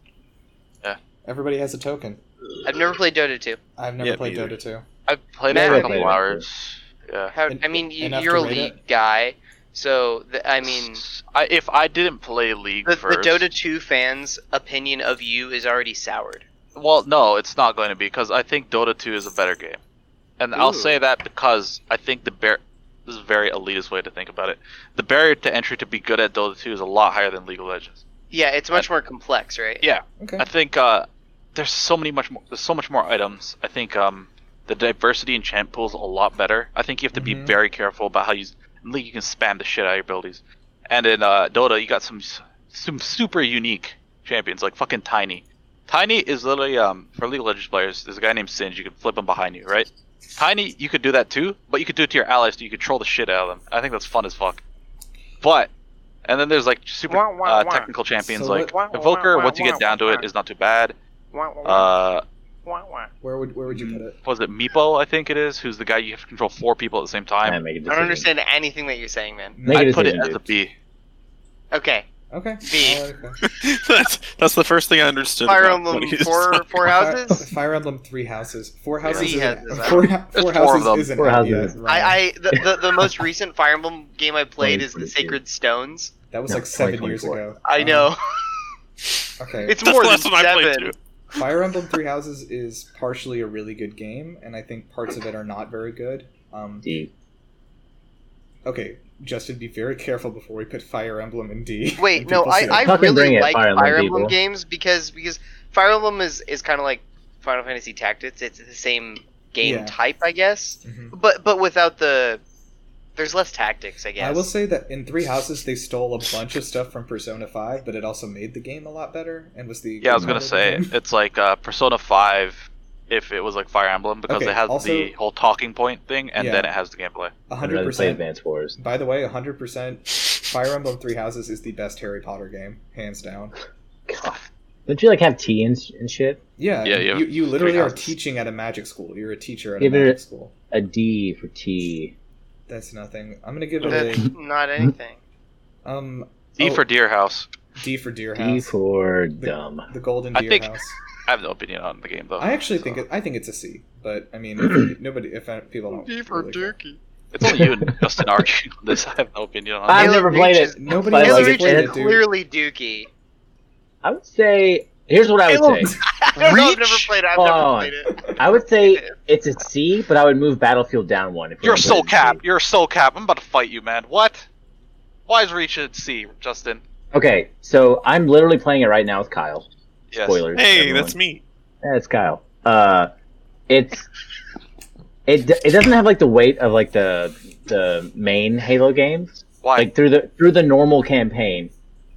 Speaker 1: Everybody has a token.
Speaker 2: I've never played Dota 2.
Speaker 1: I've never
Speaker 4: Yeah,
Speaker 1: played
Speaker 4: me either.
Speaker 1: Dota 2.
Speaker 6: I played
Speaker 2: Man,
Speaker 6: it for
Speaker 2: I
Speaker 6: a
Speaker 5: played it.
Speaker 6: couple hours. Yeah.
Speaker 2: How,
Speaker 1: En-
Speaker 2: I mean, you,
Speaker 1: enough
Speaker 2: you're a
Speaker 1: to rate
Speaker 2: League
Speaker 1: it?
Speaker 2: guy, so the, I mean,
Speaker 6: I, if I didn't play League
Speaker 2: the, the
Speaker 6: first,
Speaker 2: Dota 2 fans' opinion of you is already soured.
Speaker 6: well, no, it's not going to be because I think Dota 2 is a better game, and
Speaker 2: Ooh.
Speaker 6: I'll say that because I think the bar This is a very elitist way to think about it. The barrier to entry to be good at Dota 2 is a lot higher than League of Legends.
Speaker 2: Yeah, it's
Speaker 1: Uh,
Speaker 2: much more complex, right?
Speaker 6: Yeah.
Speaker 1: Okay.
Speaker 6: I think uh, there's so many much more. There's so much more items. I think um, the diversity in champ pools a lot better. I think you have to be
Speaker 1: Mhm.
Speaker 6: very careful about how you. In League, you can spam the shit out of your abilities, and in uh, Dota, you got some s- some super unique champions like fucking Tiny. Tiny is literally um for League of Legends players. There's a guy named Singe. You can flip him behind you, right? Tiny, you could do that too, but you could do it to your allies. So you could troll the shit out of them. I think that's fun as fuck. But and then there's like super
Speaker 2: Wah, wah,
Speaker 6: uh,
Speaker 2: wah.
Speaker 6: technical champions
Speaker 1: So
Speaker 6: like
Speaker 2: what-
Speaker 6: Evoker.
Speaker 2: wah, wah,
Speaker 6: once you
Speaker 2: wah,
Speaker 6: get down to
Speaker 2: wah.
Speaker 6: it, is not too bad.
Speaker 2: Wah, wah, wah,
Speaker 6: Uh,
Speaker 2: wah, wah.
Speaker 1: Where would where would you
Speaker 4: Mm-hmm.
Speaker 1: put it?
Speaker 6: was it Meepo? I think it is. Who's the guy you have to control four people at the same
Speaker 5: I
Speaker 6: time?
Speaker 5: make a
Speaker 2: I
Speaker 5: decision.
Speaker 2: don't understand anything that you're saying, man.
Speaker 5: Make a
Speaker 6: I put it
Speaker 5: decision,
Speaker 6: as a
Speaker 5: dude.
Speaker 6: B.
Speaker 2: Okay,
Speaker 1: Okay.
Speaker 2: B.
Speaker 1: I like that.
Speaker 4: that's that's the first thing I understood.
Speaker 2: Fire
Speaker 4: about what
Speaker 2: Emblem
Speaker 4: he
Speaker 2: four
Speaker 4: said.
Speaker 2: four houses.
Speaker 1: Fire Emblem three houses. Four
Speaker 2: Three
Speaker 1: houses. isn't-
Speaker 2: houses, I
Speaker 1: Four, hou-
Speaker 3: There's
Speaker 1: four
Speaker 3: four of
Speaker 1: houses
Speaker 3: them.
Speaker 1: isn't
Speaker 5: Four
Speaker 1: out
Speaker 5: houses.
Speaker 1: yet, right?
Speaker 2: I, I the, the the most recent Fire Emblem game I played is the
Speaker 5: 2022.
Speaker 2: Sacred Stones.
Speaker 1: that was
Speaker 5: No,
Speaker 1: like seven years
Speaker 5: 2024.
Speaker 1: ago.
Speaker 2: I
Speaker 1: Um,
Speaker 2: know
Speaker 1: okay.
Speaker 2: it's
Speaker 4: That's
Speaker 2: more
Speaker 4: the
Speaker 2: than
Speaker 4: last one I played
Speaker 2: seven.
Speaker 4: too.
Speaker 1: Fire Emblem Three Houses is partially a really good game, and I think parts of it are not very good. Um,
Speaker 5: D.
Speaker 1: okay, Justin, be very careful before we put Fire Emblem in D.
Speaker 2: Wait,
Speaker 1: And
Speaker 2: no,
Speaker 1: people
Speaker 2: I,
Speaker 1: see it.
Speaker 2: I
Speaker 5: Fucking bring
Speaker 2: really
Speaker 5: it,
Speaker 2: like
Speaker 5: Fire
Speaker 2: Fire
Speaker 5: Emblem
Speaker 2: Emblem,
Speaker 5: people.
Speaker 2: games because because Fire Emblem is, is kind of like Final Fantasy Tactics. It's the same game
Speaker 1: Yeah.
Speaker 2: type, I guess,
Speaker 1: Mhm.
Speaker 2: but but without the there's less tactics, I guess.
Speaker 1: I will say that in Three Houses they stole a bunch of stuff from Persona Five, but it also made the game a lot better and was the
Speaker 3: Yeah, I was
Speaker 1: game
Speaker 3: gonna
Speaker 1: mode of
Speaker 3: say
Speaker 1: the game.
Speaker 3: it's like uh, Persona Five, if it was like Fire Emblem, because
Speaker 1: Okay,
Speaker 3: it has
Speaker 1: also-
Speaker 3: the whole talking point thing, and
Speaker 1: Yeah. Oh.
Speaker 3: then it has the gameplay.
Speaker 1: A
Speaker 5: I'd
Speaker 1: hundred
Speaker 5: rather play
Speaker 1: percent.
Speaker 5: Advance Wars.
Speaker 1: By the way, a hundred percent. Fire Emblem Three Houses is the best Harry Potter game, hands down.
Speaker 5: Don't you like have tea and, sh- and shit?
Speaker 1: Yeah,
Speaker 3: Yeah,
Speaker 1: you,
Speaker 3: yeah.
Speaker 1: you, literally
Speaker 3: Three
Speaker 1: are
Speaker 3: houses.
Speaker 1: teaching at a magic school. You're a teacher at
Speaker 5: Give
Speaker 1: a
Speaker 5: it
Speaker 1: magic
Speaker 5: a-
Speaker 1: school.
Speaker 5: A D for tea.
Speaker 1: That's nothing. I'm gonna give it
Speaker 2: That's
Speaker 1: a
Speaker 2: not anything.
Speaker 1: um
Speaker 3: D
Speaker 1: oh,
Speaker 3: for Deer House.
Speaker 1: D for Deer
Speaker 5: D
Speaker 1: House.
Speaker 5: for dumb.
Speaker 1: The Golden
Speaker 3: I
Speaker 1: Deer
Speaker 3: think-
Speaker 1: House.
Speaker 3: I have no opinion on the game though.
Speaker 1: I actually think
Speaker 3: so.
Speaker 1: it, I think it's a C, but I mean if nobody if uh, people don't really care.
Speaker 3: it's only you and Justin arguing on this. I have no opinion
Speaker 5: I've
Speaker 3: on it.
Speaker 2: Halo
Speaker 5: never
Speaker 2: Reach
Speaker 5: played it.
Speaker 2: is-
Speaker 1: Nobody
Speaker 5: But I
Speaker 2: Halo
Speaker 5: like
Speaker 1: has
Speaker 2: Reach
Speaker 5: it.
Speaker 1: played
Speaker 2: is
Speaker 1: it, dude.
Speaker 2: clearly dookie.
Speaker 5: I would say here's what I would say.
Speaker 2: I don't know, I've never
Speaker 3: Reach?
Speaker 2: played it. I've
Speaker 5: Hold
Speaker 2: never
Speaker 5: on.
Speaker 2: played it.
Speaker 5: I would say it's a C, but I would move Battlefield down one. If we're
Speaker 3: You're a
Speaker 5: gonna
Speaker 3: soul
Speaker 5: put it as a
Speaker 3: cap.
Speaker 5: C.
Speaker 3: You're a soul cap. I'm about to fight you, man. What? Why is Reach at C, Justin?
Speaker 5: Okay, so I'm literally playing it right now with Kyle.
Speaker 3: Yes.
Speaker 5: Spoilers.
Speaker 4: Hey,
Speaker 5: everyone.
Speaker 4: that's me.
Speaker 5: Yeah, it's Kyle. Uh, it's it d- it doesn't have like the weight of like the the main Halo games.
Speaker 3: Why?
Speaker 5: Like through the through the normal campaign,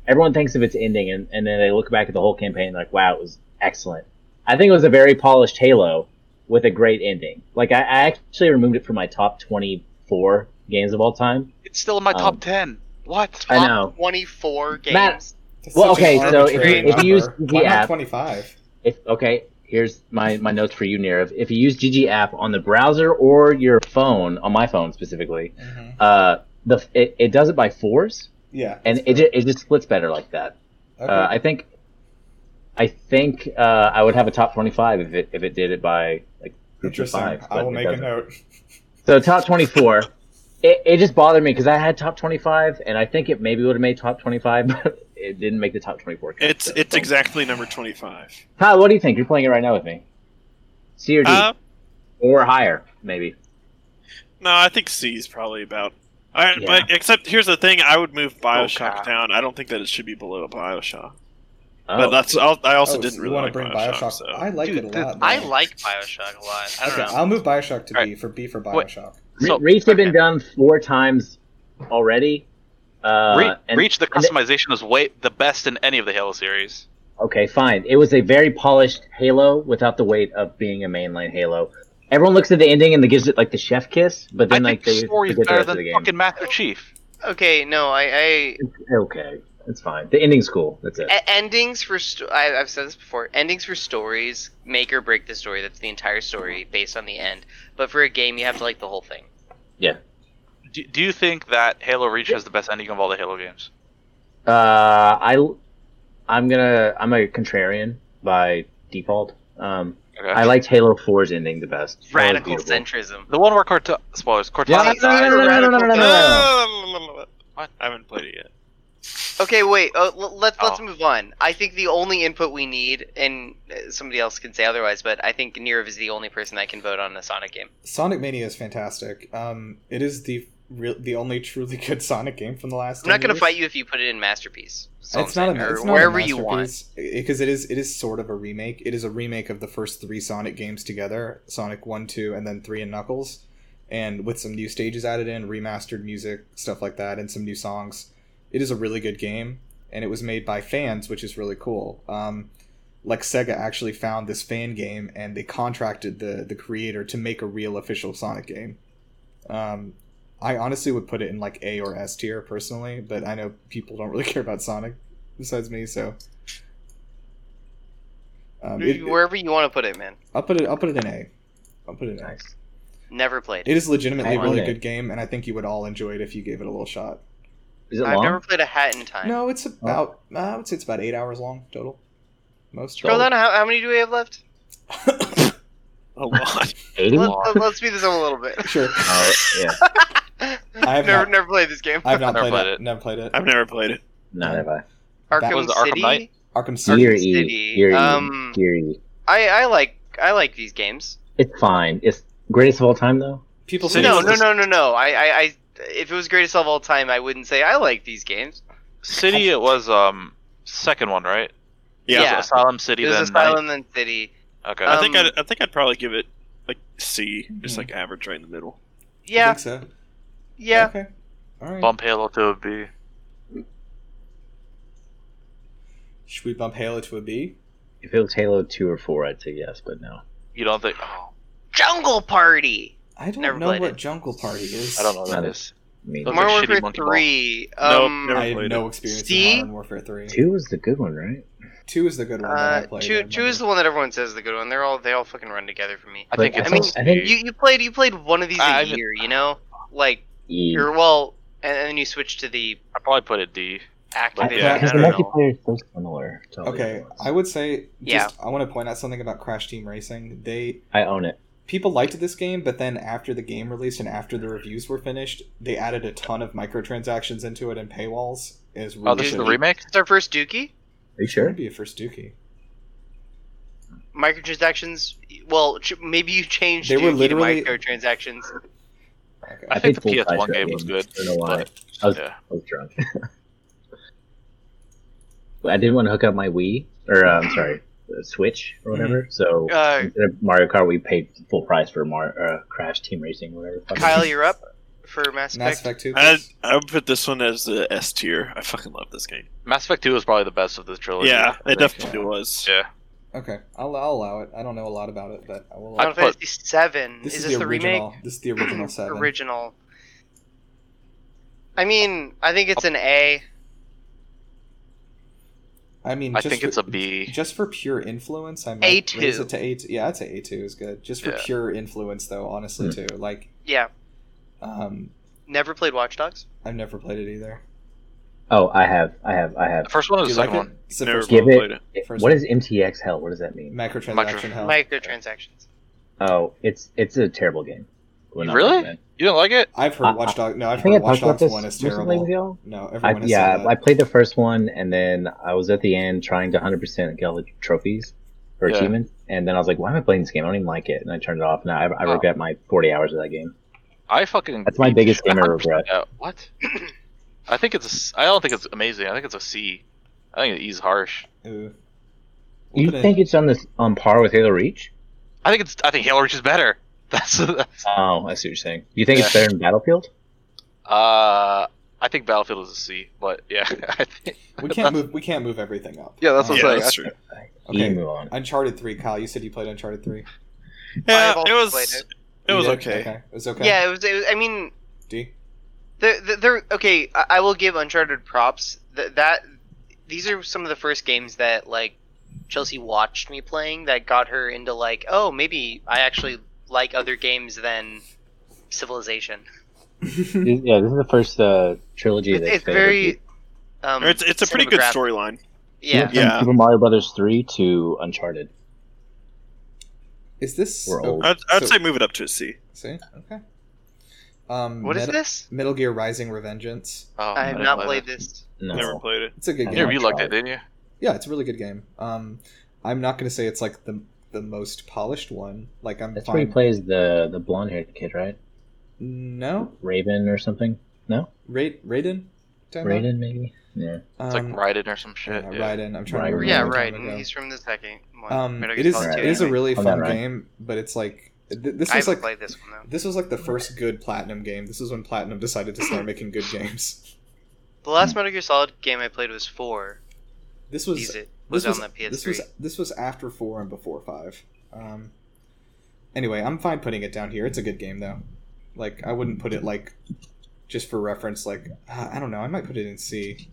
Speaker 5: everyone thinks of its ending, and, and then they look back at the whole campaign and like, wow, it was excellent. I think it was a very polished Halo with a great ending. Like I, I actually removed it from my top twenty four games of all time.
Speaker 3: it's still in my
Speaker 5: um,
Speaker 3: top ten. What?
Speaker 5: I know.
Speaker 2: Twenty four games.
Speaker 5: Matt-
Speaker 1: That's
Speaker 5: Well,
Speaker 1: such an
Speaker 5: okay, so if
Speaker 1: arbitrary
Speaker 2: you-
Speaker 5: if you use
Speaker 1: number.
Speaker 5: the
Speaker 1: Why not
Speaker 5: app-
Speaker 1: 25?
Speaker 5: If okay, here's my my notes for you, Nirav. If you use GG app on the browser or your phone, on my phone specifically,
Speaker 1: Mhm.
Speaker 5: uh, the it, it does it by fours,
Speaker 1: Yeah.
Speaker 5: and it, ju- it just splits better like that.
Speaker 1: Okay.
Speaker 5: Uh, I think, I think uh, I would have a top twenty five if it if it did it by like groups of
Speaker 1: Interesting.
Speaker 5: five.
Speaker 1: I
Speaker 5: but
Speaker 1: will
Speaker 5: it
Speaker 1: make a
Speaker 5: doesn't.
Speaker 1: note.
Speaker 5: So top twenty four. It, it just bothered me because I had top twenty five, and I think it maybe would have made top twenty five, but it didn't make the top twenty four.
Speaker 4: It's it's exactly number twenty five.
Speaker 5: Kyle, what do you think? You're playing it right now with me. C or D
Speaker 3: Um,
Speaker 4: Uh,
Speaker 5: or higher, maybe.
Speaker 4: no, I think C is probably about. I,
Speaker 5: Yeah.
Speaker 4: But except here's the thing: I would move Bioshock
Speaker 3: crap.
Speaker 4: down. I don't think that it should be below Bioshock.
Speaker 5: Oh,
Speaker 4: But that's I'll, I also
Speaker 1: Oh,
Speaker 4: didn't
Speaker 1: you
Speaker 4: really
Speaker 1: wanna
Speaker 4: like
Speaker 1: bring
Speaker 4: Bioshock.
Speaker 1: Bioshock?
Speaker 4: so.
Speaker 1: I like
Speaker 3: Dude,
Speaker 1: it a
Speaker 3: the-
Speaker 1: lot.
Speaker 2: I
Speaker 1: though.
Speaker 2: like Bioshock a lot. I don't
Speaker 1: Okay,
Speaker 2: know.
Speaker 1: I'll move Bioshock to
Speaker 3: All
Speaker 1: B
Speaker 3: right.
Speaker 1: for B for
Speaker 3: Wait.
Speaker 1: Bioshock.
Speaker 5: Re-
Speaker 3: So-
Speaker 5: Reach had been
Speaker 3: okay.
Speaker 5: done four times already. Uh,
Speaker 3: Re-
Speaker 5: and-
Speaker 3: Reach the
Speaker 5: and it-
Speaker 3: customization is way the best in any of the Halo series.
Speaker 5: Okay, fine. It was a very polished Halo without the weight of being a mainline Halo. Everyone looks at the ending and they gives it like the chef kiss, but then
Speaker 3: I
Speaker 5: like
Speaker 3: think
Speaker 5: they
Speaker 3: the story's
Speaker 5: forget the
Speaker 3: better
Speaker 5: rest of the
Speaker 3: than
Speaker 5: game.
Speaker 3: fucking Master Chief.
Speaker 2: Okay, no, I, I
Speaker 5: Okay, that's fine. The ending's cool. That's it.
Speaker 2: E- endings for sto- I, I've said this before. Endings for stories make or break the story. That's the entire story based on the end. But for a game, you have to like the whole thing.
Speaker 3: Do, do you think that Halo Reach has the best ending of all the Halo games?
Speaker 5: Uh, I, I'm gonna, I'm a contrarian by default. Um,
Speaker 3: Okay.
Speaker 5: I liked Halo 4's ending the best. That was
Speaker 2: Radical
Speaker 5: beautiful.
Speaker 2: centrism.
Speaker 3: the one where Corta spoilers
Speaker 5: Yeah,
Speaker 3: Cortana.
Speaker 5: no, no, no, no, no, no, no, no, no, no.
Speaker 4: I haven't played it yet.
Speaker 2: Okay, wait. Uh, l- let's let's
Speaker 3: Oh.
Speaker 2: move on. I think the only input we need, and uh, somebody else can say otherwise, but I think Nirav is the only person that can vote on a Sonic game.
Speaker 1: Sonic Mania is fantastic. Um, it is the real, the only truly good Sonic game from the last.
Speaker 2: I'm
Speaker 1: 10
Speaker 2: not gonna
Speaker 1: years.
Speaker 2: fight you if you put it in masterpiece. That's all
Speaker 1: It's
Speaker 2: I'm
Speaker 1: not, a, ma-
Speaker 2: saying, or
Speaker 1: it's not
Speaker 2: wherever you want.
Speaker 1: because it is it is sort of a remake. It is a remake of the first three Sonic games together: Sonic One, Two, and then Three and Knuckles, and with some new stages added in, remastered music, stuff like that, and some new songs. It is a really good game, and it was made by fans, which is really cool. Um, like Sega actually found this fan game, and they contracted the the creator to make a real official Sonic game. Um, I honestly would put it in like A or S tier personally, but I know people don't really care about Sonic besides me, so um, it-
Speaker 2: wherever you want to put it, man.
Speaker 1: I'll put it. I'll put it in A. I'll put it in A.
Speaker 5: Nice.
Speaker 2: Never played.
Speaker 1: It is legitimately a
Speaker 5: I
Speaker 1: really
Speaker 5: own it.
Speaker 1: good game, and I think you would all enjoy it if you gave it a little shot.
Speaker 5: Is it
Speaker 2: I've
Speaker 5: long?
Speaker 2: never played a hat in time.
Speaker 1: No, it's about uh, I would say it's about eight hours long total. Most.
Speaker 2: Scroll down. How, how many do we have left?
Speaker 4: A lot.
Speaker 5: Eighty?
Speaker 2: Let, us speed this up a little bit.
Speaker 1: Sure.
Speaker 5: Oh, yeah.
Speaker 1: I have
Speaker 2: never
Speaker 1: not-
Speaker 2: never played this game.
Speaker 1: I've not
Speaker 6: Never
Speaker 1: played,
Speaker 6: played
Speaker 1: it.
Speaker 6: it.
Speaker 1: Never played it.
Speaker 4: I've never played it.
Speaker 5: Not have I. E.
Speaker 1: That
Speaker 2: Arkham
Speaker 1: was
Speaker 6: the Arkham
Speaker 2: City.
Speaker 6: Knight?
Speaker 1: Arkham City.
Speaker 5: Eerie,
Speaker 2: City.
Speaker 5: eerie,
Speaker 2: Um,
Speaker 5: eerie.
Speaker 2: I I like I like these games.
Speaker 5: It's fine. It's greatest of all time though.
Speaker 1: People
Speaker 6: City
Speaker 2: no,
Speaker 1: think
Speaker 2: no,
Speaker 1: it's-
Speaker 2: no, no, no. I, I, I, if it was greatest of all time, I wouldn't say I like these games.
Speaker 6: City it was um second one, right?
Speaker 4: Yeah.
Speaker 2: Yeah.
Speaker 6: Asylum City
Speaker 2: It was
Speaker 6: then
Speaker 2: Asylum and City.
Speaker 6: Night. Okay.
Speaker 2: Uh,
Speaker 4: I think
Speaker 2: Um,
Speaker 4: I'd, I think I'd probably give it like C, just like average right in the middle.
Speaker 1: I
Speaker 2: Yeah,
Speaker 1: think so.
Speaker 2: yeah.
Speaker 1: Okay. All right.
Speaker 6: Bump Halo to a B.
Speaker 1: Should we bump Halo to a B?
Speaker 5: If it was Halo two or four, I'd say yes, but no.
Speaker 6: You don't think oh,
Speaker 2: Jungle Party.
Speaker 1: I don't
Speaker 2: Never
Speaker 1: know
Speaker 2: played
Speaker 1: what
Speaker 2: it.
Speaker 1: Jungle Party is.
Speaker 6: I don't know what that
Speaker 5: Not a-
Speaker 6: is.
Speaker 5: I mean,
Speaker 6: Those are
Speaker 2: Modern
Speaker 6: shitty
Speaker 2: Warfare
Speaker 6: monkey balls.
Speaker 2: Three.
Speaker 4: Nope,
Speaker 2: Um,
Speaker 4: never
Speaker 1: I have
Speaker 4: played
Speaker 1: no experience
Speaker 2: See?
Speaker 1: in Modern Warfare Three.
Speaker 5: two was the good one, right?
Speaker 1: Two is the good one. that
Speaker 2: uh,
Speaker 1: I played, I
Speaker 2: two, two is the
Speaker 1: remember.
Speaker 2: one that everyone says is the good one. They're all they all fucking run together for me.
Speaker 6: I
Speaker 5: But
Speaker 6: think
Speaker 5: I
Speaker 6: it's
Speaker 5: mean,
Speaker 6: a C.
Speaker 5: I think-
Speaker 2: You you played you played one of these a
Speaker 6: I- I-
Speaker 2: year, you know, like
Speaker 5: E.
Speaker 2: you're well, and, and then you switch to the
Speaker 6: I probably put it D.
Speaker 5: I-
Speaker 2: active.
Speaker 5: yeah,
Speaker 2: I
Speaker 5: because
Speaker 2: don't
Speaker 5: the
Speaker 2: know.
Speaker 5: multiplayer is so similar. To all the
Speaker 1: Okay,
Speaker 5: other ones.
Speaker 1: I would say.
Speaker 2: Yeah.
Speaker 1: Just, I want to point out something about Crash Team Racing. They
Speaker 5: I own it.
Speaker 1: people liked this game, but then after the game released and after the reviews were finished, they added a ton of microtransactions into it and paywalls. Is really
Speaker 6: Oh, this is the
Speaker 1: shitty.
Speaker 6: remake?
Speaker 2: It's our first Dookie.
Speaker 5: Are
Speaker 1: It would
Speaker 5: you sure?
Speaker 1: be a first Dookie.
Speaker 2: Microtransactions. Well, ch- maybe you changed
Speaker 1: They
Speaker 2: Dookie
Speaker 1: were literally-
Speaker 2: to microtransactions.
Speaker 1: Okay.
Speaker 6: I think the
Speaker 5: paid full price
Speaker 6: PS1
Speaker 5: for that
Speaker 6: game was good,
Speaker 5: I don't know why.
Speaker 6: but-
Speaker 5: I was,
Speaker 6: Yeah.
Speaker 5: I was drunk. I didn't want to hook up my Wii or um, sorry, the Switch or
Speaker 1: Mm-hmm.
Speaker 5: whatever. So
Speaker 2: Uh,
Speaker 5: instead of Mario Kart, we paid full price for Mar- uh, Crash Team Racing, whatever. the fuck it
Speaker 2: Kyle,
Speaker 5: is.
Speaker 2: you're up for Mass Effect.
Speaker 1: Mass Effect Two.
Speaker 4: I
Speaker 1: please.
Speaker 4: I would put this one as the S tier. I fucking love this game.
Speaker 6: Mass Effect 2 is probably the best of the trilogy.
Speaker 4: Yeah,
Speaker 6: I
Speaker 4: it
Speaker 6: think.
Speaker 4: definitely was.
Speaker 6: Yeah.
Speaker 1: Okay, I'll, I'll allow it. I don't know a lot about it, but I will.
Speaker 2: Final
Speaker 6: I'd put-
Speaker 2: Fantasy Seven.
Speaker 1: this
Speaker 2: is
Speaker 1: is,
Speaker 2: this
Speaker 1: the,
Speaker 2: the, remake?
Speaker 1: original. This is the original seven.
Speaker 2: Original. I mean, I think it's an A.
Speaker 1: I mean,
Speaker 6: I
Speaker 1: just
Speaker 6: think
Speaker 1: for,
Speaker 6: it's a B.
Speaker 1: just for pure influence. I might
Speaker 2: A2.
Speaker 1: raise it to A two. Yeah, I'd say A two is good. Just for
Speaker 6: Yeah.
Speaker 1: pure influence, though, honestly, too. Like,
Speaker 2: Yeah.
Speaker 1: um,
Speaker 2: Never played Watch Dogs.
Speaker 1: I've never played it either.
Speaker 5: Oh, I have, I have, I
Speaker 6: The
Speaker 5: have.
Speaker 6: first one or
Speaker 1: Do
Speaker 6: the
Speaker 1: you
Speaker 6: second
Speaker 1: like
Speaker 6: Oh, one?
Speaker 1: it? It's the
Speaker 4: Never
Speaker 1: first
Speaker 5: Give
Speaker 4: played
Speaker 5: it.
Speaker 4: it.
Speaker 1: First
Speaker 5: What
Speaker 1: one.
Speaker 5: is MTX hell? What does that mean?
Speaker 1: microtransaction
Speaker 6: Micro-
Speaker 1: hell.
Speaker 2: Microtransactions.
Speaker 5: Oh, it's it's a terrible game. Would not
Speaker 6: Really?
Speaker 5: recommend.
Speaker 6: You didn't like it?
Speaker 1: I've
Speaker 5: I-
Speaker 1: heard Watch Dog. No,
Speaker 5: I
Speaker 1: I've
Speaker 5: think I
Speaker 1: heard Watch
Speaker 5: talked about
Speaker 1: Dogs
Speaker 5: this
Speaker 1: one is
Speaker 5: recently with
Speaker 1: terrible.
Speaker 5: y'all.
Speaker 1: No,
Speaker 5: I,
Speaker 1: everyone has said
Speaker 5: yeah,
Speaker 1: that.
Speaker 5: I played the first one, and then I was at the end trying to 100% get all the trophies or
Speaker 6: Yeah.
Speaker 5: achievements, and then I was like, "Why am I playing this game? I don't even like it." And I turned it off, and I, I
Speaker 6: Oh.
Speaker 5: regret my 40 hours of that game.
Speaker 6: I fucking.
Speaker 5: That's my
Speaker 6: beat
Speaker 5: biggest
Speaker 6: the shit
Speaker 5: gamer
Speaker 6: out of
Speaker 5: regret.
Speaker 6: that. What? I think it's. A, s- I don't think it's amazing. I think it's a C. I think it is harsh.
Speaker 1: Ooh.
Speaker 5: You
Speaker 1: We'll put
Speaker 5: think
Speaker 1: it,
Speaker 5: it's on this on par with Halo Reach?
Speaker 6: I think it's. I think Halo Reach is better. That's. uh, that's
Speaker 5: Oh, I see what you're saying. You think it's better than Battlefield?
Speaker 6: uh, I think Battlefield is a C, but yeah, I think.
Speaker 1: we can't move. We can't move everything up.
Speaker 6: Yeah, that's what
Speaker 4: Yeah,
Speaker 6: I'm
Speaker 4: that's
Speaker 6: saying.
Speaker 4: true.
Speaker 5: You
Speaker 1: Okay.
Speaker 5: move on.
Speaker 1: Uncharted three. Kyle, you said you played Uncharted three.
Speaker 4: Yeah,
Speaker 2: I've also
Speaker 4: it was.
Speaker 2: played
Speaker 4: It.
Speaker 2: it.
Speaker 1: You
Speaker 4: was
Speaker 1: did?
Speaker 4: okay.
Speaker 1: Okay, it was okay.
Speaker 2: Yeah, it was, it was. I mean,
Speaker 1: D.
Speaker 2: they're, they're- they're okay. I, I will give Uncharted props. That, that these are some of the first games that like Chelsea watched me playing that got her into like, oh, maybe I actually like other games than Civilization.
Speaker 5: yeah, this is the first uh, trilogy.
Speaker 2: It's,
Speaker 5: that's
Speaker 2: it's
Speaker 5: Halo Reach.
Speaker 2: very. Um,
Speaker 4: It's it's a pretty good
Speaker 2: cinematographic.
Speaker 4: storyline.
Speaker 5: You
Speaker 2: Yeah.
Speaker 5: went from
Speaker 4: Yeah.
Speaker 5: Super Mario Brothers three to Uncharted.
Speaker 1: Is this?
Speaker 5: We're old.
Speaker 4: I'd, I'd
Speaker 1: So-
Speaker 4: say move it up to a C.
Speaker 1: See. Okay. Um,
Speaker 2: What is
Speaker 1: Meta-
Speaker 2: this?
Speaker 1: Metal Gear Rising: Revengeance.
Speaker 6: Oh,
Speaker 2: I have
Speaker 6: didn't
Speaker 2: not
Speaker 6: play
Speaker 2: played this.
Speaker 5: No,
Speaker 4: Never played it.
Speaker 1: It's a good
Speaker 5: Yeah,
Speaker 1: game.
Speaker 6: that. Yeah,
Speaker 5: we
Speaker 6: you liked it,
Speaker 5: tried.
Speaker 6: didn't you?
Speaker 1: Yeah, it's a really good game. Um, I'm not gonna say it's like the the most polished one. Like I'm
Speaker 5: that's where he
Speaker 1: fine.
Speaker 5: plays the the blonde haired kid, right?
Speaker 1: No,
Speaker 5: Raven or something. No,
Speaker 1: Ra- Raiden. Down there?
Speaker 5: Raiden maybe. Yeah.
Speaker 6: It's
Speaker 1: Um,
Speaker 6: like Raiden or some shit.
Speaker 1: yeah,
Speaker 6: Yeah,
Speaker 1: Raiden. I'm trying
Speaker 5: Raiden.
Speaker 1: to remember.
Speaker 2: Yeah,
Speaker 1: how long
Speaker 2: right.
Speaker 1: ago.
Speaker 2: and He's from the second one.
Speaker 1: Um,
Speaker 2: Metal
Speaker 1: it
Speaker 2: Gear
Speaker 1: is
Speaker 2: Solid
Speaker 5: Right.
Speaker 1: it
Speaker 2: 2.
Speaker 1: is a really
Speaker 5: I'm
Speaker 1: fun
Speaker 5: not right.
Speaker 1: game, but it's like th- this
Speaker 2: I
Speaker 1: is like
Speaker 2: haven't played this one though.
Speaker 1: this was like the first good platinum game. This is when platinum decided to start making good games.
Speaker 2: The last Metal Gear Solid game I played was four.
Speaker 1: This was
Speaker 2: Easy.
Speaker 1: this
Speaker 2: Was
Speaker 1: was
Speaker 2: on the PS3.
Speaker 1: this was this was after four and before five. Um, anyway, I'm fine putting it down here. It's a good game though. Like I wouldn't put it like just for reference. Like uh, I don't know. I might put it in C.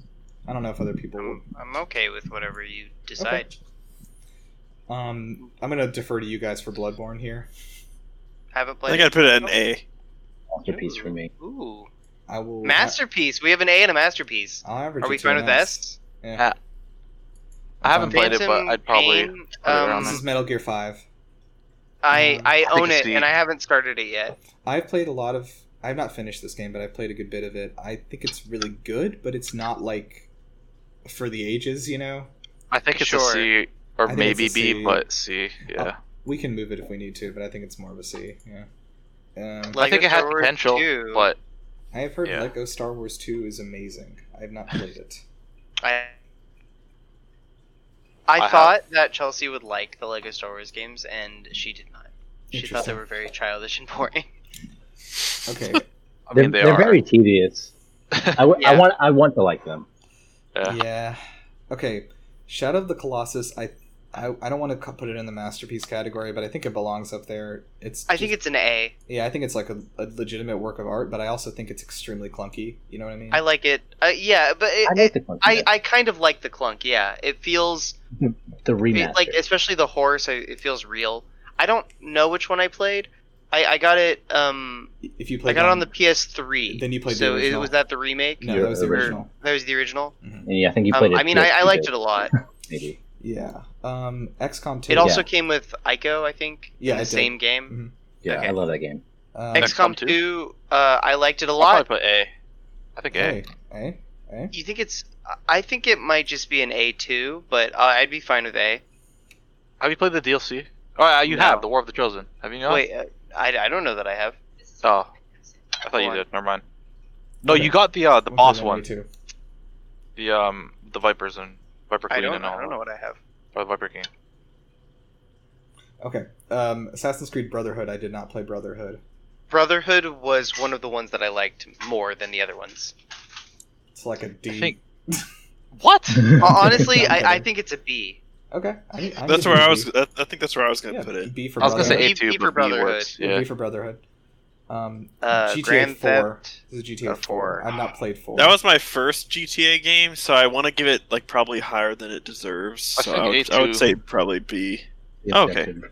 Speaker 1: I don't know if other people would.
Speaker 2: I'm, I'm okay with whatever you decide.
Speaker 1: Um, I'm gonna defer to you guys for Bloodborne here.
Speaker 2: Haven't
Speaker 4: I
Speaker 2: played.
Speaker 4: think I'd put it at an A.
Speaker 5: masterpiece for me.
Speaker 2: Ooh,
Speaker 1: I will.
Speaker 2: Masterpiece. We have an A and a masterpiece.
Speaker 1: I'll average.
Speaker 2: Are
Speaker 1: it
Speaker 2: we
Speaker 1: to
Speaker 2: fine
Speaker 1: an
Speaker 2: with
Speaker 1: S.
Speaker 2: S?
Speaker 1: Yeah.
Speaker 6: I haven't
Speaker 1: Fine.
Speaker 6: played it, but I'd probably-
Speaker 2: Pain,
Speaker 6: put it
Speaker 2: um,
Speaker 6: around
Speaker 1: This is Metal Gear Five.
Speaker 2: I I
Speaker 6: think
Speaker 2: own
Speaker 6: it's
Speaker 2: it
Speaker 6: the-
Speaker 2: and I haven't started it yet.
Speaker 1: I've played a lot of. I've not finished this game, but I've played a good bit of it. I think it's really good, but it's not like for the ages. You know,
Speaker 6: I think it's
Speaker 2: Sure.
Speaker 6: a C
Speaker 1: I
Speaker 6: or
Speaker 1: think
Speaker 6: maybe
Speaker 1: it's a
Speaker 6: B,
Speaker 1: C.
Speaker 6: but C. Yeah,
Speaker 1: we can move it if we need to, but I think it's more of a C. Yeah. Um,
Speaker 2: Lego
Speaker 6: I think it had
Speaker 2: Star Wars
Speaker 6: potential,
Speaker 2: 2.
Speaker 6: but
Speaker 1: I have heard
Speaker 6: yeah.
Speaker 1: Lego Star Wars Two is amazing. I have not played it.
Speaker 2: I I,
Speaker 6: have-
Speaker 2: thought that Chelsea would like the Lego Star Wars games, and she did not. She thought they
Speaker 1: Interesting.
Speaker 2: were very childish and boring.
Speaker 1: Okay.
Speaker 6: I
Speaker 5: They're,
Speaker 6: mean they
Speaker 5: they're
Speaker 6: are.
Speaker 5: very tedious. I, w- I
Speaker 2: Yeah.
Speaker 5: want I want to like them.
Speaker 6: Yeah.
Speaker 1: yeah. Okay. Shadow of the Colossus. I, I, I don't want to put it in the masterpiece category, but I think it belongs up there. It's.
Speaker 2: I think it's an A.
Speaker 1: it's. Yeah, I think it's like a, a legitimate work of art, but I also think it's extremely clunky. You know what I mean?
Speaker 2: I like it. Uh, yeah, but it,
Speaker 5: I
Speaker 2: it-
Speaker 5: like the clunkiness.
Speaker 2: I, I kind of like the clunk. Yeah, it feels
Speaker 5: the
Speaker 2: it-
Speaker 5: remaster.
Speaker 2: like especially the horse. I, it feels real. I don't know which one I played. I, I got it. Um,
Speaker 1: if you
Speaker 2: I
Speaker 1: played
Speaker 2: got it on
Speaker 1: on-
Speaker 2: the PS3.
Speaker 1: Then you played the
Speaker 2: So it,
Speaker 1: original.
Speaker 2: was that the remake?
Speaker 1: No,
Speaker 5: Your
Speaker 1: that was the
Speaker 5: original.
Speaker 1: original.
Speaker 2: That was the original.
Speaker 5: And yeah, I think you played
Speaker 2: Um,
Speaker 5: it.
Speaker 2: I mean, I, I liked it a lot.
Speaker 5: Maybe.
Speaker 1: Yeah. Um, XCOM 2.
Speaker 2: It also came with Ico, I think.
Speaker 1: Yeah,
Speaker 2: in
Speaker 1: it
Speaker 2: the
Speaker 1: did. Mm-hmm.
Speaker 2: same game.
Speaker 5: Yeah,
Speaker 6: Okay.
Speaker 5: I love that game.
Speaker 1: Um,
Speaker 2: XCOM
Speaker 6: XCOM
Speaker 2: 2,
Speaker 6: 2?
Speaker 2: uh, I liked it a
Speaker 6: I'll
Speaker 2: lot.
Speaker 6: probably put A. I think A.
Speaker 1: Hey, hey, hey.
Speaker 2: You think it's? I think it might just be an A two, but uh, I'd be fine with A.
Speaker 6: Have you played the DLC? Oh, uh, you
Speaker 2: No.
Speaker 6: have the War of the Chosen. Have you not?
Speaker 2: Wait, uh, I, I don't know that I have.
Speaker 6: Oh, I thought you
Speaker 2: Hold
Speaker 6: did. Never mind. No,
Speaker 1: Okay.
Speaker 6: you got the uh, the
Speaker 1: We'll
Speaker 6: boss
Speaker 1: put it
Speaker 6: one,
Speaker 1: too.
Speaker 6: the um the Vipers and Viper
Speaker 2: I
Speaker 6: Queen
Speaker 2: don't.
Speaker 6: and all.
Speaker 2: I don't know what I have.
Speaker 6: Or the Viper King.
Speaker 1: Okay. Um, Assassin's Creed Brotherhood. I did not play Brotherhood.
Speaker 2: Brotherhood was one of the ones that I liked more than the other ones.
Speaker 1: It's like a D.
Speaker 6: I think- What?
Speaker 2: Ho- Honestly, I, I think it's a B.
Speaker 1: Okay. I, need- I need
Speaker 4: That's
Speaker 1: to
Speaker 4: where
Speaker 1: do
Speaker 4: I
Speaker 1: B.
Speaker 4: was. That, I think that's where I was gonna
Speaker 1: Yeah,
Speaker 4: put it.
Speaker 1: B for
Speaker 6: I was gonna say
Speaker 1: Brotherhood.
Speaker 6: A two,
Speaker 2: B
Speaker 6: but
Speaker 2: for
Speaker 6: B
Speaker 2: Brotherhood.
Speaker 6: works.
Speaker 1: Would
Speaker 6: Yeah.
Speaker 1: be for Brotherhood. Um,
Speaker 2: Uh,
Speaker 1: GTA
Speaker 2: Grand
Speaker 1: 4.
Speaker 2: Theft.
Speaker 1: This is GTA
Speaker 2: uh,
Speaker 1: 4.
Speaker 2: four.
Speaker 1: I've not played 4.
Speaker 4: That was my first GTA game, so I want to give it like probably higher than it deserves.
Speaker 6: I
Speaker 4: So
Speaker 6: think
Speaker 4: I would, I
Speaker 6: A2.
Speaker 4: would say probably B.
Speaker 5: Yeah,
Speaker 4: Okay.
Speaker 5: definitely.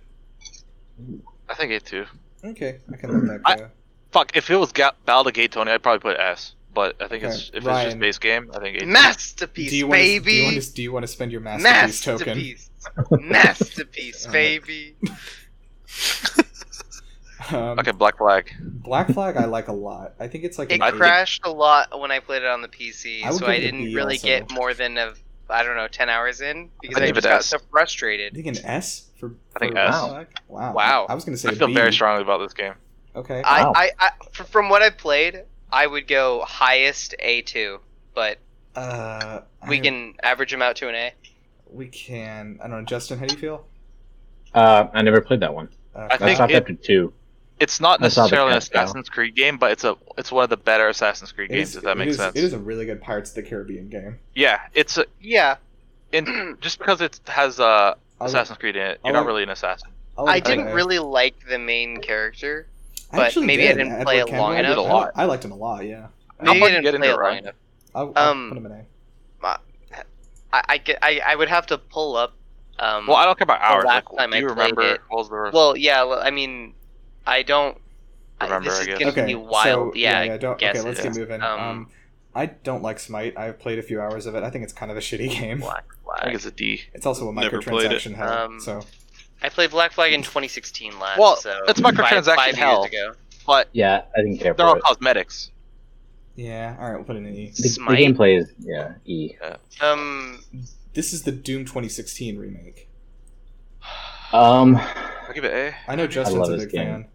Speaker 6: I think A too.
Speaker 1: Okay, I can let that
Speaker 6: I-
Speaker 1: go.
Speaker 6: Fuck, if it was Ga- Battle of Gate Tony, I'd probably put S. But I think it's
Speaker 1: Okay,
Speaker 6: if it's
Speaker 1: Ryan.
Speaker 6: just base game, I think A.
Speaker 2: Masterpiece,
Speaker 1: do you wanna-
Speaker 2: baby.
Speaker 1: Do you, want to, do you want to spend your masterpiece, token?
Speaker 2: masterpiece, masterpiece,
Speaker 1: Uh,
Speaker 2: baby.
Speaker 1: Um,
Speaker 6: Okay, Black Flag.
Speaker 1: Black Flag, I like a lot. I think it's like
Speaker 2: It
Speaker 1: an
Speaker 6: I
Speaker 1: eight.
Speaker 6: think-
Speaker 2: crashed a lot when I played it on the PC,
Speaker 1: I would
Speaker 2: so
Speaker 1: give
Speaker 2: I
Speaker 1: it a
Speaker 2: didn't
Speaker 1: B
Speaker 2: really
Speaker 1: also.
Speaker 2: get more than a, I don't know, ten hours in because
Speaker 6: I'd
Speaker 2: I
Speaker 6: give it
Speaker 2: just got
Speaker 6: S.
Speaker 2: so
Speaker 1: I
Speaker 2: frustrated.
Speaker 1: think an S for.
Speaker 6: I think
Speaker 1: for
Speaker 6: S.
Speaker 1: Black Flag? Wow.
Speaker 2: Wow.
Speaker 1: I was gonna say
Speaker 6: I feel
Speaker 1: B.
Speaker 6: very Uh, strongly about this game.
Speaker 1: Okay.
Speaker 2: I,
Speaker 5: Wow.
Speaker 2: I, I, f- from what I played, I would go highest A two, but
Speaker 1: uh,
Speaker 2: we
Speaker 1: I-
Speaker 2: can average them out to an A.
Speaker 1: We can. I don't know, Justin. How do you feel?
Speaker 5: Uh, I never played that one.
Speaker 1: Uh,
Speaker 6: I
Speaker 5: I,
Speaker 6: think
Speaker 5: stopped
Speaker 6: it-
Speaker 5: after two.
Speaker 6: It's not
Speaker 5: I saw the
Speaker 6: necessarily an
Speaker 5: cast, though.
Speaker 6: Assassin's Creed game, but it's a it's one of the better Assassin's Creed
Speaker 1: it
Speaker 6: games.
Speaker 1: is-
Speaker 6: if that
Speaker 1: it
Speaker 6: makes
Speaker 1: is-
Speaker 6: sense.
Speaker 1: It is a really good Pirates of the Caribbean game.
Speaker 6: Yeah, it's a,
Speaker 2: Yeah,
Speaker 6: in, just because it has uh,
Speaker 1: I'll-
Speaker 6: Assassin's Creed in it,
Speaker 1: I'll
Speaker 6: you're not
Speaker 1: let-
Speaker 6: really an assassin.
Speaker 1: I'll
Speaker 2: I
Speaker 1: let
Speaker 2: didn't
Speaker 1: that-
Speaker 2: really like the main character.
Speaker 1: I
Speaker 2: but
Speaker 1: actually
Speaker 2: maybe I
Speaker 1: did.
Speaker 2: didn't
Speaker 1: Edward
Speaker 2: play it long
Speaker 1: Kenway.
Speaker 6: enough. I did a lot.
Speaker 1: I, liked him a lot. Yeah.
Speaker 6: How
Speaker 2: Maybe
Speaker 6: much
Speaker 2: I didn't
Speaker 6: you get in
Speaker 2: play
Speaker 6: there,
Speaker 2: it long
Speaker 6: Ryan?
Speaker 2: enough.
Speaker 1: I'll, I'll
Speaker 2: Um,
Speaker 1: put him in A.
Speaker 2: I, I, get- I, I would have to pull up. Um,
Speaker 6: Well, I don't care about hours.
Speaker 2: last
Speaker 6: Like,
Speaker 2: time
Speaker 6: do
Speaker 2: I
Speaker 6: you
Speaker 2: played
Speaker 6: remember
Speaker 2: it-
Speaker 6: what was the
Speaker 2: Well, yeah. well, I mean, I don't. I,
Speaker 6: Remember,
Speaker 2: this
Speaker 6: I
Speaker 2: is
Speaker 6: guess.
Speaker 2: gonna
Speaker 1: Okay.
Speaker 2: be wild.
Speaker 1: So,
Speaker 2: yeah,
Speaker 1: yeah. Don't, okay.
Speaker 2: guess
Speaker 1: Let's
Speaker 6: it
Speaker 1: get
Speaker 2: is.
Speaker 1: moving. Um,
Speaker 2: Um,
Speaker 1: I don't like Smite. I've played a few hours of it. I think it's kind of a shitty game.
Speaker 2: Black
Speaker 6: I think
Speaker 2: Flag.
Speaker 6: it's a D.
Speaker 1: It's also a
Speaker 4: Never played it.
Speaker 1: microtransaction hell.
Speaker 2: Um,
Speaker 1: so
Speaker 2: I played Black Flag in 2016 last.
Speaker 6: Hmm. Well,
Speaker 2: uh, so
Speaker 6: it's
Speaker 2: five-
Speaker 6: microtransaction
Speaker 2: five years
Speaker 6: hell.
Speaker 2: ago.
Speaker 6: But
Speaker 5: Yeah, I didn't care
Speaker 6: they're
Speaker 5: for
Speaker 6: all
Speaker 5: it.
Speaker 2: oh,
Speaker 6: cosmetics.
Speaker 1: yeah. All right. We'll put in an E.
Speaker 5: The, the
Speaker 2: Smite.
Speaker 5: gameplay is yeah E.
Speaker 2: Um,
Speaker 1: This is the Doom 2016 remake.
Speaker 5: Um,
Speaker 6: I'll give it A.
Speaker 1: I know Justin's
Speaker 5: love
Speaker 1: a
Speaker 5: this
Speaker 1: big
Speaker 5: game.
Speaker 1: fan.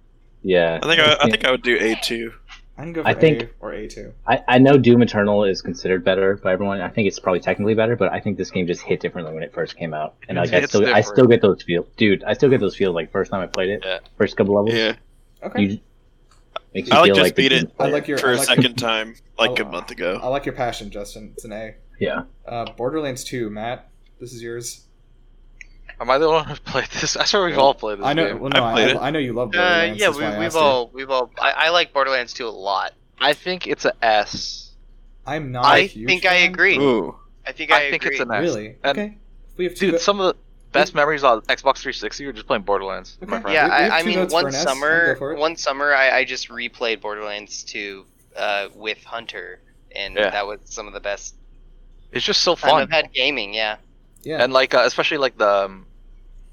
Speaker 5: yeah.
Speaker 4: I think I, I think I would do A two.
Speaker 1: I can go for
Speaker 5: I
Speaker 1: A
Speaker 5: think-
Speaker 1: or A two.
Speaker 5: I, I know Doom Eternal is considered better by everyone. I think it's probably technically better, but I think this game just hit differently when it first came out. And like I
Speaker 6: It's
Speaker 5: still I
Speaker 6: different.
Speaker 5: still get those feel, dude. I still get those feels like first time I played it,
Speaker 6: Yeah.
Speaker 5: first couple levels.
Speaker 4: Yeah,
Speaker 1: Okay.
Speaker 5: You makes you
Speaker 4: I, like,
Speaker 5: feel
Speaker 4: just
Speaker 5: like the
Speaker 4: beat
Speaker 5: Doom
Speaker 4: it.
Speaker 1: I
Speaker 5: player.
Speaker 1: like your
Speaker 4: for
Speaker 1: I
Speaker 4: a
Speaker 1: like
Speaker 4: second time, like a
Speaker 1: Oh.
Speaker 4: month
Speaker 1: Your, I
Speaker 4: ago.
Speaker 1: like your passion, Justin. It's an A.
Speaker 5: Yeah.
Speaker 1: Uh, Borderlands 2, Matt. This is yours.
Speaker 6: Am I the one who played this? I swear we've all played this
Speaker 1: I know.
Speaker 6: game.
Speaker 1: Well, no,
Speaker 4: I
Speaker 1: I,
Speaker 4: played
Speaker 1: I,
Speaker 4: it.
Speaker 1: I know you love
Speaker 2: uh,
Speaker 1: Borderlands.
Speaker 2: yeah,
Speaker 1: that's why I
Speaker 2: we, we've
Speaker 1: asked you.
Speaker 2: all, we've all. I, I like Borderlands 2 a lot.
Speaker 6: I think it's a S.
Speaker 1: I'm not. a
Speaker 2: I
Speaker 1: huge
Speaker 2: think I
Speaker 1: fan.
Speaker 2: agree.
Speaker 4: Ooh,
Speaker 2: I think I,
Speaker 6: I think
Speaker 2: agree.
Speaker 6: it's an S.
Speaker 1: Really?
Speaker 6: And-
Speaker 1: okay. We have two.
Speaker 6: Dude,
Speaker 1: vo-
Speaker 6: some of the best memories on Xbox 360 were just playing Borderlands. with My
Speaker 1: Okay.
Speaker 6: friend.
Speaker 2: Yeah,
Speaker 1: We- we have
Speaker 2: I, I
Speaker 1: two
Speaker 2: mean,
Speaker 1: votes for
Speaker 2: one
Speaker 1: an S. I'll go
Speaker 2: summer,
Speaker 1: for it.
Speaker 2: one summer, I, I just replayed Borderlands 2 uh, with Hunter, and
Speaker 6: Yeah.
Speaker 2: that was some of the best
Speaker 6: It's just so
Speaker 2: time
Speaker 6: fun.
Speaker 2: I've had gaming. Yeah,
Speaker 1: Yeah.
Speaker 6: and like uh, especially like the um,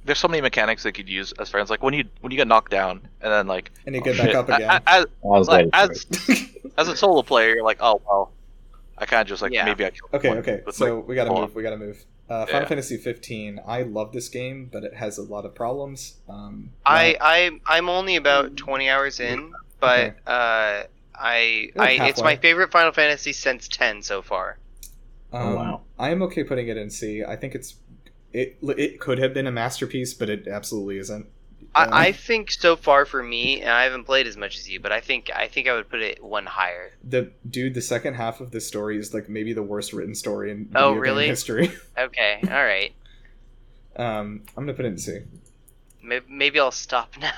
Speaker 6: there's so many mechanics they could use as friends like when you when you get knocked down and then like
Speaker 1: And you
Speaker 6: oh,
Speaker 1: get back
Speaker 6: shit.
Speaker 1: up
Speaker 6: A-
Speaker 1: again.
Speaker 6: a- as,
Speaker 5: was
Speaker 6: like,
Speaker 5: waiting for it.
Speaker 6: as, as a solo player you're like oh well i kind of just like
Speaker 2: Yeah.
Speaker 6: maybe i killed
Speaker 1: Okay,
Speaker 6: one
Speaker 1: okay.
Speaker 6: with
Speaker 1: So
Speaker 6: my-
Speaker 1: we gotta
Speaker 6: hold
Speaker 1: move. We gotta move. Uh, Final
Speaker 6: Yeah.
Speaker 1: Fantasy 15. I love this game, but it has a lot of problems. Um,
Speaker 2: I I I'm only about 20 hours in, but uh, I
Speaker 1: You're like
Speaker 2: I it's my
Speaker 1: halfway.
Speaker 2: favorite Final Fantasy since 10 so far.
Speaker 1: Um,
Speaker 5: wow.
Speaker 1: I am okay putting it in C. I think it's it. It could have been a masterpiece, but it absolutely isn't. Um,
Speaker 2: I, I think so far for me, and I haven't played as much as you, but I think I think I would put it one higher.
Speaker 1: the dude, the second half of this story is like maybe the worst written story in video
Speaker 2: Oh,
Speaker 1: game
Speaker 2: really?
Speaker 1: history.
Speaker 2: Okay, all right,
Speaker 1: Um, I'm gonna put it in C.
Speaker 2: maybe, maybe I'll stop now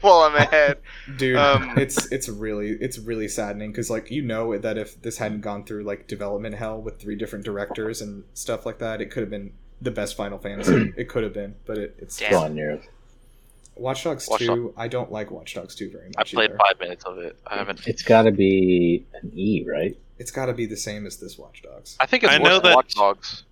Speaker 2: while I'm ahead.
Speaker 1: Dude,
Speaker 2: Um,
Speaker 1: it's it's really it's really saddening because like you know that if this hadn't gone through like development hell with three different directors and stuff like that, it could have been the best Final Fantasy. it could have been, but it, it's
Speaker 2: Damn.
Speaker 5: Go on, Nero.
Speaker 1: Watch Dogs
Speaker 6: Watch
Speaker 1: Two. I don't like Watch Dogs Two very much.
Speaker 6: i played
Speaker 1: either.
Speaker 6: five minutes of it i haven't
Speaker 5: It's got to be an E, right?
Speaker 1: It's got to be the same as this Watch Dogs.
Speaker 6: i think it's
Speaker 4: I
Speaker 6: worse
Speaker 4: know
Speaker 6: than
Speaker 4: that-
Speaker 6: watch dogs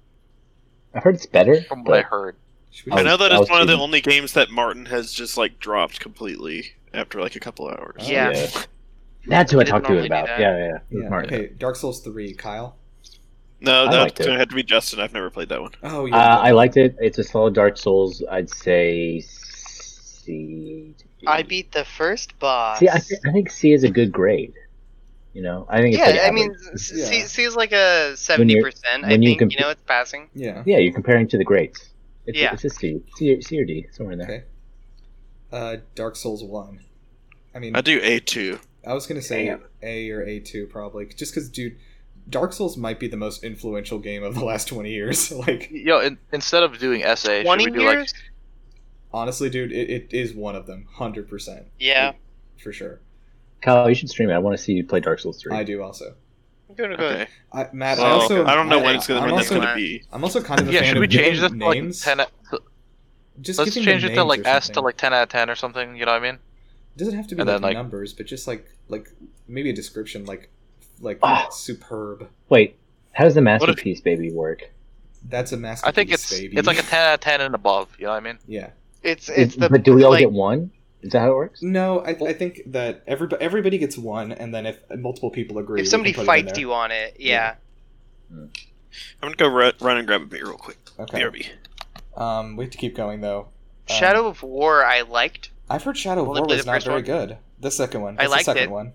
Speaker 5: I heard it's better.
Speaker 6: from what i
Speaker 5: but
Speaker 6: heard
Speaker 1: Should we
Speaker 5: I
Speaker 4: I know that
Speaker 5: was- I
Speaker 4: it's one of the
Speaker 5: was-
Speaker 4: only games that Martin has just like dropped completely after like a couple hours.
Speaker 2: Yeah.
Speaker 5: That's who I
Speaker 2: Didn't
Speaker 5: talked to
Speaker 2: normally
Speaker 5: it
Speaker 2: do
Speaker 5: about.
Speaker 2: that.
Speaker 5: Yeah, yeah. yeah.
Speaker 1: Yeah.
Speaker 5: Mark.
Speaker 1: Okay, Dark Souls Three, Kyle.
Speaker 4: No,
Speaker 5: I
Speaker 4: that's
Speaker 5: liked it.
Speaker 4: gonna have to be Justin. I've never played that one.
Speaker 1: Oh yeah.
Speaker 5: Uh, I liked it. It's a solid Dark Souls. I'd say C. to B.
Speaker 2: I beat the first boss.
Speaker 5: See, I, th- I think C is a good grade. You know, I think. It's
Speaker 2: yeah,
Speaker 5: like
Speaker 2: I mean,
Speaker 5: average.
Speaker 2: s-
Speaker 1: Yeah.
Speaker 2: C, C is like a seventy percent. I
Speaker 5: when you
Speaker 2: think
Speaker 5: comp-
Speaker 2: you know it's passing.
Speaker 1: yeah.
Speaker 5: yeah, you're comparing to the grades. It's,
Speaker 2: Yeah.
Speaker 5: it's a C, C, C or D, somewhere in there.
Speaker 1: Okay. Uh, Dark Souls One. I mean,
Speaker 4: I do A two.
Speaker 1: I was gonna say
Speaker 5: Damn.
Speaker 1: A or A two probably, just because dude, Dark Souls might be the most influential game of the last twenty years. like
Speaker 6: yo in, instead of doing sa should we
Speaker 2: Twenty
Speaker 6: do like
Speaker 2: years?
Speaker 1: honestly, dude, it, it is one of them, hundred percent
Speaker 2: Yeah,
Speaker 1: for sure.
Speaker 5: Kyle, you should stream it. I want to see you play Dark Souls three.
Speaker 1: I do also.
Speaker 2: good, good.
Speaker 4: Okay.
Speaker 1: I, Matt,
Speaker 4: So,
Speaker 1: I also
Speaker 4: I don't know when
Speaker 2: I-
Speaker 4: it's gonna
Speaker 1: I'm
Speaker 4: when that's
Speaker 1: also-
Speaker 4: gonna be.
Speaker 1: I'm also kind of a
Speaker 6: yeah
Speaker 1: fan
Speaker 6: should
Speaker 1: of
Speaker 6: we change this
Speaker 1: giving
Speaker 6: to like
Speaker 1: names.
Speaker 6: 10 out-
Speaker 1: just
Speaker 6: let's
Speaker 1: giving them
Speaker 6: change it to
Speaker 1: names
Speaker 6: like
Speaker 1: or
Speaker 6: s to
Speaker 1: something.
Speaker 6: like 10 out of 10 or something you know what i mean
Speaker 1: doesn't have to be
Speaker 6: and
Speaker 1: like,
Speaker 6: then, like-
Speaker 1: numbers, but just like like maybe a description like like
Speaker 5: Ah.
Speaker 1: superb.
Speaker 5: Wait, how does the
Speaker 4: if-
Speaker 5: masterpiece baby work?
Speaker 1: That's a masterpiece.
Speaker 6: i think it's
Speaker 1: baby.
Speaker 6: it's like a 10 out of 10 and above you know what i mean
Speaker 1: yeah.
Speaker 2: It's it's
Speaker 5: Is-
Speaker 2: the
Speaker 5: but do we all
Speaker 2: like,
Speaker 5: get one? Is that how it works?
Speaker 1: No, I, I think that everybody everybody gets one, and then if multiple people agree,
Speaker 2: if somebody fights you on it, yeah.
Speaker 4: I'm gonna go ru- run and grab a beer real quick.
Speaker 1: Okay.
Speaker 4: BRB.
Speaker 1: Um, we have to keep going though. Um,
Speaker 2: Shadow of War, I liked.
Speaker 1: I've heard Shadow of
Speaker 2: Only
Speaker 1: War
Speaker 2: play
Speaker 1: was
Speaker 2: the
Speaker 1: not
Speaker 2: first
Speaker 1: very
Speaker 2: one?
Speaker 1: good. The second one.
Speaker 2: I
Speaker 1: That's
Speaker 2: liked
Speaker 1: the second
Speaker 2: it.
Speaker 1: one.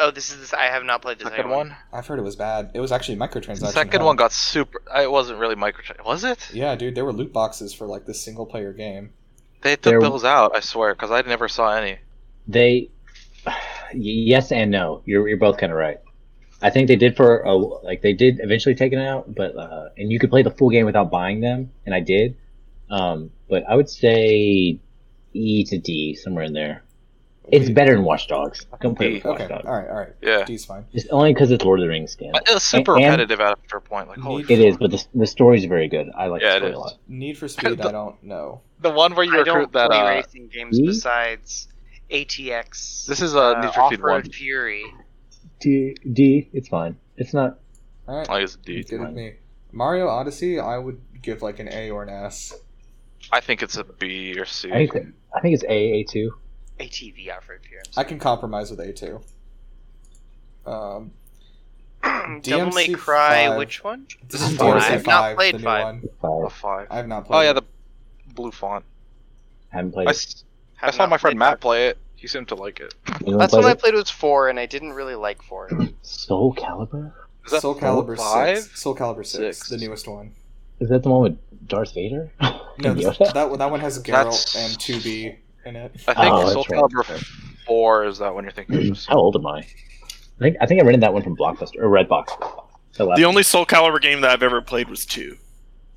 Speaker 2: Oh, this is this. I have not played the second,
Speaker 6: second one
Speaker 1: I've heard it was bad. It was actually microtransactions.
Speaker 6: The second one got super. It wasn't really micro. Was it?
Speaker 1: Yeah, dude, there were loot boxes for like this single player game.
Speaker 6: They took
Speaker 5: There-
Speaker 6: those out. I swear, because I never saw any.
Speaker 5: They, y- yes and no. You're you're both kind of right. I think they did for a, like they did eventually take it out, but uh, and you could play the full game without buying them, and I did. Um, but I would say E to D somewhere in there. It's better than Watch Dogs. Don't play with Watch
Speaker 1: Okay,
Speaker 5: Dogs.
Speaker 1: all right, all right.
Speaker 6: Yeah,
Speaker 1: D's fine.
Speaker 5: It's only because it's Lord of the Rings game.
Speaker 6: But it was super
Speaker 5: And-
Speaker 6: repetitive after a point. Like holy.
Speaker 5: It
Speaker 6: fuck.
Speaker 5: is, but the, the story's very good. I like
Speaker 6: Yeah,
Speaker 5: the
Speaker 6: it
Speaker 5: story
Speaker 6: is.
Speaker 5: a lot.
Speaker 1: Need for Speed,
Speaker 6: the-
Speaker 1: I don't know.
Speaker 6: the one where you
Speaker 2: I don't
Speaker 6: recruit that.
Speaker 2: play
Speaker 6: Uh,
Speaker 2: racing games
Speaker 5: Hmm?
Speaker 2: besides ATX.
Speaker 6: this is a uh, Need for Speed
Speaker 2: Off-Road
Speaker 6: one.
Speaker 2: Fury.
Speaker 5: D, D, it's fine. It's not.
Speaker 1: All right,
Speaker 6: I guess Oh, D.
Speaker 1: good with
Speaker 5: fine.
Speaker 1: me. Mario Odyssey, I would give like an A or an S.
Speaker 6: I think it's a B or C.
Speaker 5: I think, it's- I think it's A, A2.
Speaker 2: ATV Off-Road Fury. I'm
Speaker 1: I can compromise with A two. Um,
Speaker 2: sorry. Devil May
Speaker 1: DMC5.
Speaker 2: Cry, which one?
Speaker 1: this is DLC
Speaker 6: Five.
Speaker 2: I've not
Speaker 1: five,
Speaker 2: played
Speaker 1: the new
Speaker 2: five.
Speaker 1: one.
Speaker 6: A
Speaker 5: Five.
Speaker 6: five.
Speaker 1: I have not played.
Speaker 6: Oh yeah,
Speaker 1: it.
Speaker 6: the blue font.
Speaker 5: haven't
Speaker 6: I,
Speaker 5: played it.
Speaker 6: s- I
Speaker 2: Have
Speaker 6: saw
Speaker 2: not
Speaker 6: my friend
Speaker 2: played
Speaker 6: Matt play it. He seemed to like it.
Speaker 5: Anyone
Speaker 2: That's when
Speaker 5: played
Speaker 2: I
Speaker 5: it?
Speaker 2: played was four, and I didn't really like four.
Speaker 5: Soul Calibur?
Speaker 6: Is that
Speaker 1: Soul Calibur
Speaker 6: five?
Speaker 1: six. Soul Calibur six,
Speaker 6: Six.
Speaker 1: the newest one.
Speaker 5: Is that the one with Darth Vader?
Speaker 1: No,
Speaker 5: And
Speaker 1: this,
Speaker 5: Yoda?
Speaker 1: that one- that one has Geralt
Speaker 6: That's-
Speaker 1: and two B in it.
Speaker 6: I think
Speaker 5: Oh,
Speaker 6: Soul
Speaker 5: that's right.
Speaker 6: Calibur four is that one you're thinking of.
Speaker 5: How old am I? I think I think I rented that one from Blockbuster or Redbox. The last
Speaker 4: The only Soul Calibur game that I've ever played was two.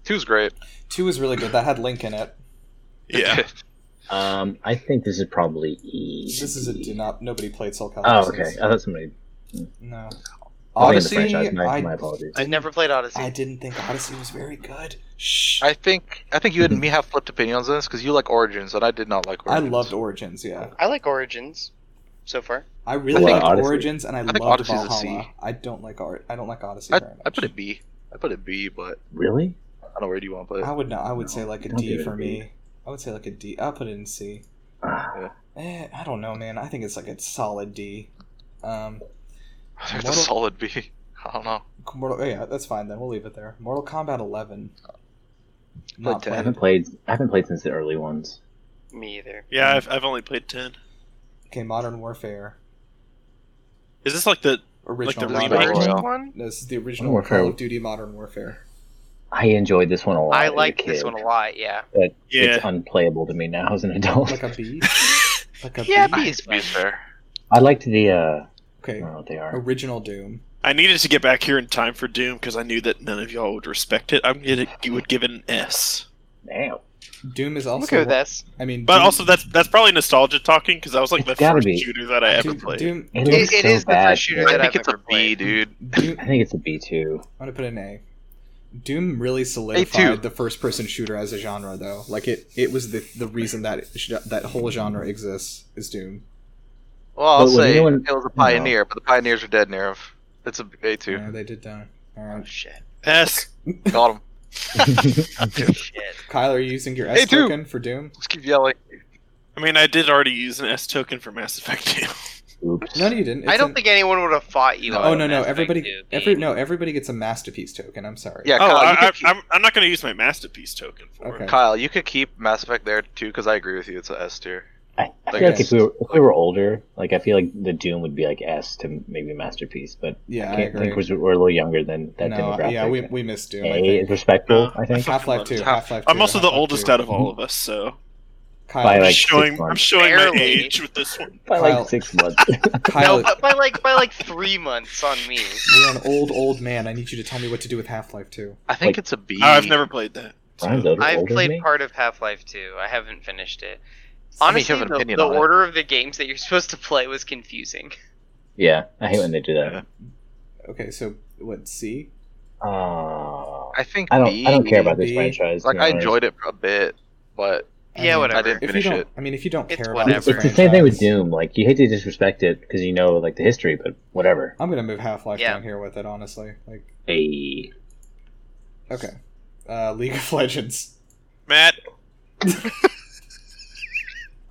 Speaker 6: Two's great.
Speaker 1: Two is really good. That had Link in it.
Speaker 4: Yeah.
Speaker 5: one. Um, I think this is probably E. to
Speaker 1: This is a
Speaker 5: D.
Speaker 1: do not nobody played Soul Calibur.
Speaker 5: Oh, okay.
Speaker 1: six.
Speaker 5: I thought somebody.
Speaker 1: No.
Speaker 5: Probably in
Speaker 1: Odyssey.
Speaker 5: the franchise. My,
Speaker 1: I,
Speaker 5: my apologies.
Speaker 2: I never played Odyssey.
Speaker 1: I didn't think Odyssey was very good. Shh. I,
Speaker 6: I think I think you
Speaker 5: Mm-hmm.
Speaker 6: and me have flipped opinions on this because you like Origins and I did not like Origins.
Speaker 1: loved Origins. Yeah.
Speaker 2: I like Origins, so far.
Speaker 1: I really
Speaker 5: Well,
Speaker 1: like
Speaker 5: Odyssey.
Speaker 1: Origins, and I,
Speaker 6: think
Speaker 1: love
Speaker 6: Odyssey's a C.
Speaker 1: Valhalla. I don't like art. I don't like Odyssey
Speaker 6: I,
Speaker 1: very much.
Speaker 6: I put a B. I put a B, but
Speaker 5: Really?
Speaker 6: I don't know where do you want to put it.
Speaker 1: I would not. I would
Speaker 5: No,
Speaker 1: say like a
Speaker 5: don't give
Speaker 1: D
Speaker 5: it a
Speaker 1: for
Speaker 5: B.
Speaker 1: me. I would say like a D. I'll put it in C.
Speaker 5: Ah,
Speaker 1: Eh, I don't know, man. I think it's like a solid D. Um,
Speaker 7: I think it's a
Speaker 1: Mortal-
Speaker 7: solid B. I don't know.
Speaker 1: Mortal, oh, yeah, that's fine then. We'll leave it there. Mortal Kombat 11. Not
Speaker 5: I
Speaker 1: played.
Speaker 5: haven't played. I haven't played since the early ones.
Speaker 2: Me either.
Speaker 4: Yeah, I've, I've only played ten.
Speaker 1: Okay, Modern Warfare.
Speaker 4: Is this like the
Speaker 1: Original. Modern
Speaker 4: Like the
Speaker 2: Modern
Speaker 4: remake?
Speaker 1: Warfare.
Speaker 6: Royale.
Speaker 2: one?
Speaker 1: No, This is the original
Speaker 5: Modern Warfare.
Speaker 1: Call of Duty Modern Warfare.
Speaker 5: I enjoyed this one a lot.
Speaker 2: I
Speaker 5: as a
Speaker 2: like this
Speaker 5: kid.
Speaker 2: one a lot. Yeah.
Speaker 5: It's
Speaker 4: yeah?
Speaker 5: unplayable to me now as an adult.
Speaker 1: Like a B? like a B.
Speaker 2: Yeah,
Speaker 7: B
Speaker 2: B is
Speaker 7: is
Speaker 2: fine.
Speaker 7: fair.
Speaker 5: I liked the. uh I
Speaker 1: Okay,
Speaker 5: don't know what they are.
Speaker 1: original Doom.
Speaker 4: I needed to get back here in time for Doom because I knew that none of y'all would respect it. I'm gonna you would give it an S.
Speaker 5: Damn.
Speaker 1: Doom is
Speaker 2: I'm
Speaker 1: also.
Speaker 2: okay with this.
Speaker 1: I mean,
Speaker 4: But
Speaker 1: Doom-
Speaker 4: also that's that's probably nostalgia talking because that was like
Speaker 5: It's
Speaker 4: the
Speaker 5: gotta
Speaker 4: first
Speaker 5: be.
Speaker 4: shooter that I ever
Speaker 1: Doom,
Speaker 4: played.
Speaker 1: Doom,
Speaker 5: It
Speaker 2: It-
Speaker 5: looks
Speaker 2: it
Speaker 5: so
Speaker 2: is the
Speaker 5: bad,
Speaker 2: first shooter
Speaker 5: dude.
Speaker 7: I
Speaker 2: that
Speaker 7: think
Speaker 2: I've
Speaker 7: it's a
Speaker 2: ever
Speaker 7: B,
Speaker 2: played.
Speaker 7: dude.
Speaker 1: Doom,
Speaker 5: I think it's a B two.
Speaker 1: I'm gonna put an A. Doom really solidified the first-person shooter as a genre, though. Like it, it was the the reason that it sh- that whole genre exists is Doom.
Speaker 6: Well, I'll
Speaker 5: But was
Speaker 6: say
Speaker 5: anyone-
Speaker 6: it was a
Speaker 5: Oh.
Speaker 6: pioneer, but the pioneers are dead, Nerv. It's a A two.
Speaker 1: Yeah, they did die. All
Speaker 2: Oh
Speaker 1: right,
Speaker 2: shit.
Speaker 4: S.
Speaker 6: Got him.
Speaker 2: shit.
Speaker 1: Kyle, are you using your S
Speaker 6: A2.
Speaker 1: token for Doom?
Speaker 6: Let's keep yelling.
Speaker 4: I mean, I did already use an S token for Mass Effect 2.
Speaker 5: Oops.
Speaker 1: No, no, you didn't.
Speaker 2: I
Speaker 1: It's
Speaker 2: don't
Speaker 1: an-
Speaker 2: think anyone would have fought you.
Speaker 1: Oh
Speaker 2: on
Speaker 1: no, no,
Speaker 2: Mass Effect
Speaker 1: everybody,
Speaker 2: 2 being-
Speaker 1: every no, everybody gets a masterpiece token. I'm sorry.
Speaker 6: Yeah,
Speaker 4: Oh,
Speaker 6: Kyle, you
Speaker 4: I, I,
Speaker 6: could keep,
Speaker 4: I'm, I'm not going to use my masterpiece token for
Speaker 1: Okay.
Speaker 4: it.
Speaker 6: Kyle, you could keep Mass Effect there too, because I agree with you. It's an S tier.
Speaker 5: I, I
Speaker 6: Like
Speaker 5: feel like
Speaker 1: S.
Speaker 5: if we were if we were older, like I feel like the Doom would be like S to maybe masterpiece, but
Speaker 1: yeah,
Speaker 5: I
Speaker 1: I
Speaker 5: can't
Speaker 1: agree.
Speaker 5: think we're, we're a little younger than that
Speaker 1: no,
Speaker 5: demographic.
Speaker 1: yeah, we, we missed Doom. I
Speaker 5: A is
Speaker 1: think.
Speaker 5: respectful, I think.
Speaker 1: Half Life
Speaker 4: love
Speaker 1: Two.
Speaker 4: it.
Speaker 1: Half Life.
Speaker 4: I'm also the oldest out of all of us, so
Speaker 1: Kyle,
Speaker 5: By,
Speaker 4: I'm
Speaker 5: like, six
Speaker 4: showing I'm
Speaker 5: months.
Speaker 4: showing my
Speaker 2: Barely.
Speaker 4: age with this one.
Speaker 5: By
Speaker 1: Kyle-
Speaker 5: like six months.
Speaker 1: Kyle,
Speaker 2: No, but by like by like three months on me.
Speaker 1: you're an old old man. I need you to tell me what to do with Half Life Two.
Speaker 7: I think
Speaker 5: Like-
Speaker 7: it's a B.
Speaker 4: Oh, I've never played that. so-
Speaker 5: Brian's older,
Speaker 2: I've
Speaker 5: older than
Speaker 2: played
Speaker 5: me?
Speaker 2: part of Half Life 2. I haven't finished it.
Speaker 7: I mean, you
Speaker 2: Honestly,
Speaker 7: have an
Speaker 2: the,
Speaker 7: opinion
Speaker 2: the
Speaker 7: on it.
Speaker 2: order of the games that you're supposed to play was confusing.
Speaker 5: Yeah, I hate when they do that.
Speaker 1: Okay, so what C?
Speaker 5: Uh,
Speaker 6: I think
Speaker 5: I don't.
Speaker 6: B.
Speaker 5: I don't care about this
Speaker 1: B.
Speaker 5: franchise. to
Speaker 6: Like
Speaker 5: be
Speaker 6: I
Speaker 5: honest.
Speaker 6: enjoyed it for a bit, but
Speaker 1: I
Speaker 2: Yeah,
Speaker 1: mean,
Speaker 2: whatever.
Speaker 6: I didn't
Speaker 1: If you
Speaker 6: finish
Speaker 1: don't,
Speaker 6: it.
Speaker 1: I mean, if you don't
Speaker 2: It's
Speaker 1: care about
Speaker 2: whatever.
Speaker 5: It's, it's the same thing with
Speaker 1: franchise,
Speaker 5: Doom. Like you hate to disrespect it because you know like the history, but whatever.
Speaker 1: I'm gonna move Half Life
Speaker 2: Yeah.
Speaker 1: down here with it, honestly. Like,
Speaker 5: Hey,
Speaker 1: okay, uh, League of Legends.
Speaker 4: Matt,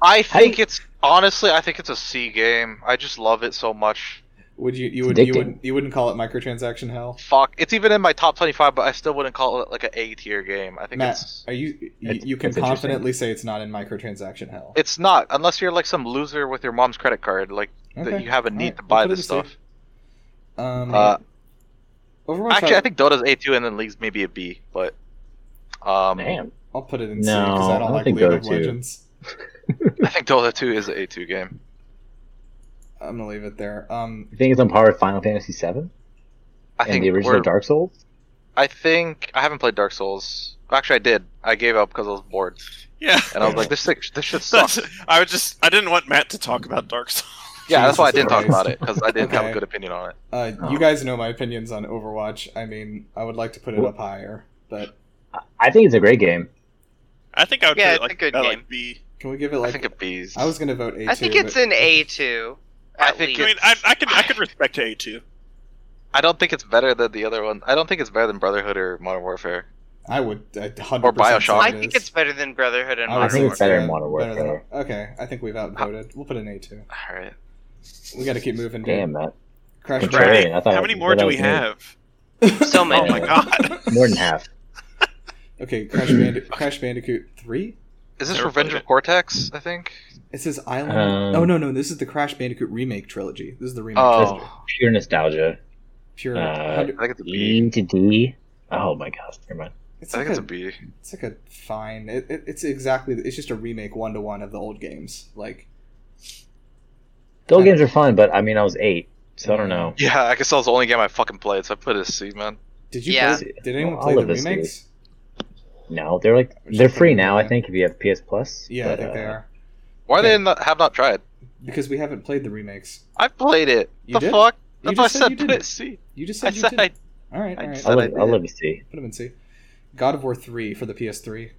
Speaker 6: I think it's honestly, I think it's a C game. I just love it so much.
Speaker 1: Would you you
Speaker 5: It's
Speaker 1: would you
Speaker 5: addicting.
Speaker 1: would you wouldn't call it microtransaction hell?
Speaker 6: Fuck, it's even in my top twenty-five, but I still wouldn't call it like an A tier game. I think
Speaker 1: Matt,
Speaker 6: it's
Speaker 1: Are you you,
Speaker 5: That's-
Speaker 1: you can
Speaker 5: that's interesting.
Speaker 1: confidently say it's not in microtransaction hell?
Speaker 6: it's not unless you're like some loser with your mom's credit card, like that you have a need
Speaker 1: alright,
Speaker 6: to
Speaker 1: we'll
Speaker 6: buy
Speaker 1: put it
Speaker 6: this
Speaker 1: in
Speaker 6: stuff.
Speaker 1: C. Um,
Speaker 6: Uh,
Speaker 1: Overwatch.
Speaker 6: actually,
Speaker 1: I,
Speaker 6: I think Dota's A two, and then League's maybe a B. But um,
Speaker 5: man,
Speaker 1: will put it in C
Speaker 5: No,
Speaker 1: because I
Speaker 5: I
Speaker 1: don't
Speaker 5: don't
Speaker 1: like
Speaker 5: think
Speaker 1: League of
Speaker 5: Dota two.
Speaker 1: Legends.
Speaker 6: I think Dota two is an A two game.
Speaker 1: I'm gonna leave it there. Um,
Speaker 5: you think it's on par with Final Fantasy VII
Speaker 6: I
Speaker 5: and
Speaker 6: think
Speaker 5: the original
Speaker 6: we're-
Speaker 5: Dark Souls?
Speaker 6: I think I haven't played Dark Souls. Actually, I did. I gave up because I was bored,
Speaker 4: yeah,
Speaker 6: and I was like, "This shit, this shit
Speaker 4: that's,
Speaker 6: sucks."
Speaker 4: I was just I didn't want Matt to talk about Dark Souls.
Speaker 6: yeah, that's why I
Speaker 1: Jesus
Speaker 6: didn't talk
Speaker 1: Christ.
Speaker 6: about it because I didn't have
Speaker 1: Okay.
Speaker 6: a good opinion on it.
Speaker 1: uh, you
Speaker 5: Oh.
Speaker 1: guys know my opinions on Overwatch. I mean, I would like to put it
Speaker 5: Wh-
Speaker 1: up higher, but
Speaker 5: I- I think it's a great game.
Speaker 4: I think I would
Speaker 2: Yeah,
Speaker 4: put
Speaker 2: it's
Speaker 4: it like
Speaker 2: a good
Speaker 4: at,
Speaker 2: game.
Speaker 4: Like B.
Speaker 1: can we give it
Speaker 6: I
Speaker 1: like?
Speaker 6: think it B's.
Speaker 1: I was gonna vote A2.
Speaker 2: I think it's
Speaker 1: but-
Speaker 2: an A2.
Speaker 6: I
Speaker 2: at
Speaker 6: think
Speaker 4: I
Speaker 2: least.
Speaker 4: mean, I, I could I could respect A two.
Speaker 6: I don't think it's better than the other one. I don't think it's better than Brotherhood or Modern Warfare.
Speaker 1: I would. I hundred
Speaker 6: Or Bioshock.
Speaker 2: I think it's better than Brotherhood and
Speaker 5: I
Speaker 2: Modern
Speaker 5: think it's
Speaker 2: Warfare.
Speaker 5: better in Modern Warfare.
Speaker 1: okay, I think we've outvoted. We'll put an A two.
Speaker 6: All right.
Speaker 1: We got to keep moving. Dude.
Speaker 5: Damn, Matt.
Speaker 1: Crash
Speaker 5: Contrarian.
Speaker 1: Bandicoot.
Speaker 5: I thought-
Speaker 4: How many
Speaker 5: I
Speaker 4: more
Speaker 5: thought
Speaker 4: do
Speaker 5: that
Speaker 4: we
Speaker 5: was me.
Speaker 4: have?
Speaker 2: So
Speaker 4: Oh
Speaker 2: many.
Speaker 4: my god!
Speaker 5: More than half.
Speaker 1: Okay, Crash, Bandi- Crash Bandicoot three.
Speaker 6: Is this
Speaker 4: Never
Speaker 6: Revenge
Speaker 4: played
Speaker 6: of
Speaker 4: it.
Speaker 6: Cortex? I think.
Speaker 1: It says Island.
Speaker 5: Um,
Speaker 1: oh no, no, this is the Crash Bandicoot remake trilogy. This is the remake.
Speaker 6: Oh,
Speaker 1: trilogy.
Speaker 5: Pure nostalgia.
Speaker 1: pure.
Speaker 5: uh,
Speaker 1: 100
Speaker 6: I think it's a B.
Speaker 1: Mm.
Speaker 5: E to D. Oh my gosh, never mind.
Speaker 1: it's
Speaker 6: I
Speaker 1: like
Speaker 6: think it's a
Speaker 1: a,
Speaker 6: B.
Speaker 1: it's like a fine. It, it, it's exactly. It's just a remake one to one of the old games. Like
Speaker 5: The old
Speaker 1: Yeah.
Speaker 5: games are fun, but I mean, I was eight, so I don't know.
Speaker 6: Yeah, I guess that was the only game I fucking played, so I put it a C, man.
Speaker 1: Did you?
Speaker 2: Yeah.
Speaker 1: Play, did anyone
Speaker 5: Well,
Speaker 1: play
Speaker 5: all
Speaker 1: the
Speaker 5: of us did.
Speaker 1: remakes?
Speaker 5: No, they're like
Speaker 1: Which
Speaker 5: they're
Speaker 1: is
Speaker 5: free
Speaker 1: pretty
Speaker 5: now.
Speaker 1: good.
Speaker 5: I think if you have PS Plus.
Speaker 1: Yeah, I
Speaker 5: but,
Speaker 1: think they
Speaker 5: uh,
Speaker 1: are
Speaker 6: Why
Speaker 1: Okay.
Speaker 6: they not, have not tried?
Speaker 1: because we haven't played the remakes.
Speaker 6: I played it.
Speaker 1: You
Speaker 6: the
Speaker 1: did?
Speaker 6: fuck?
Speaker 1: You
Speaker 6: That's why I
Speaker 1: just said you
Speaker 6: said put
Speaker 1: didn't.
Speaker 6: it C.
Speaker 1: You just
Speaker 6: I
Speaker 1: said you
Speaker 6: said
Speaker 1: did.
Speaker 6: I.
Speaker 1: All right,
Speaker 6: I
Speaker 1: all right.
Speaker 6: said-
Speaker 5: I'll
Speaker 6: that
Speaker 5: let,
Speaker 6: I
Speaker 5: I'll
Speaker 6: did.
Speaker 5: let you see.
Speaker 1: Put them in C. God of War three for the PS3.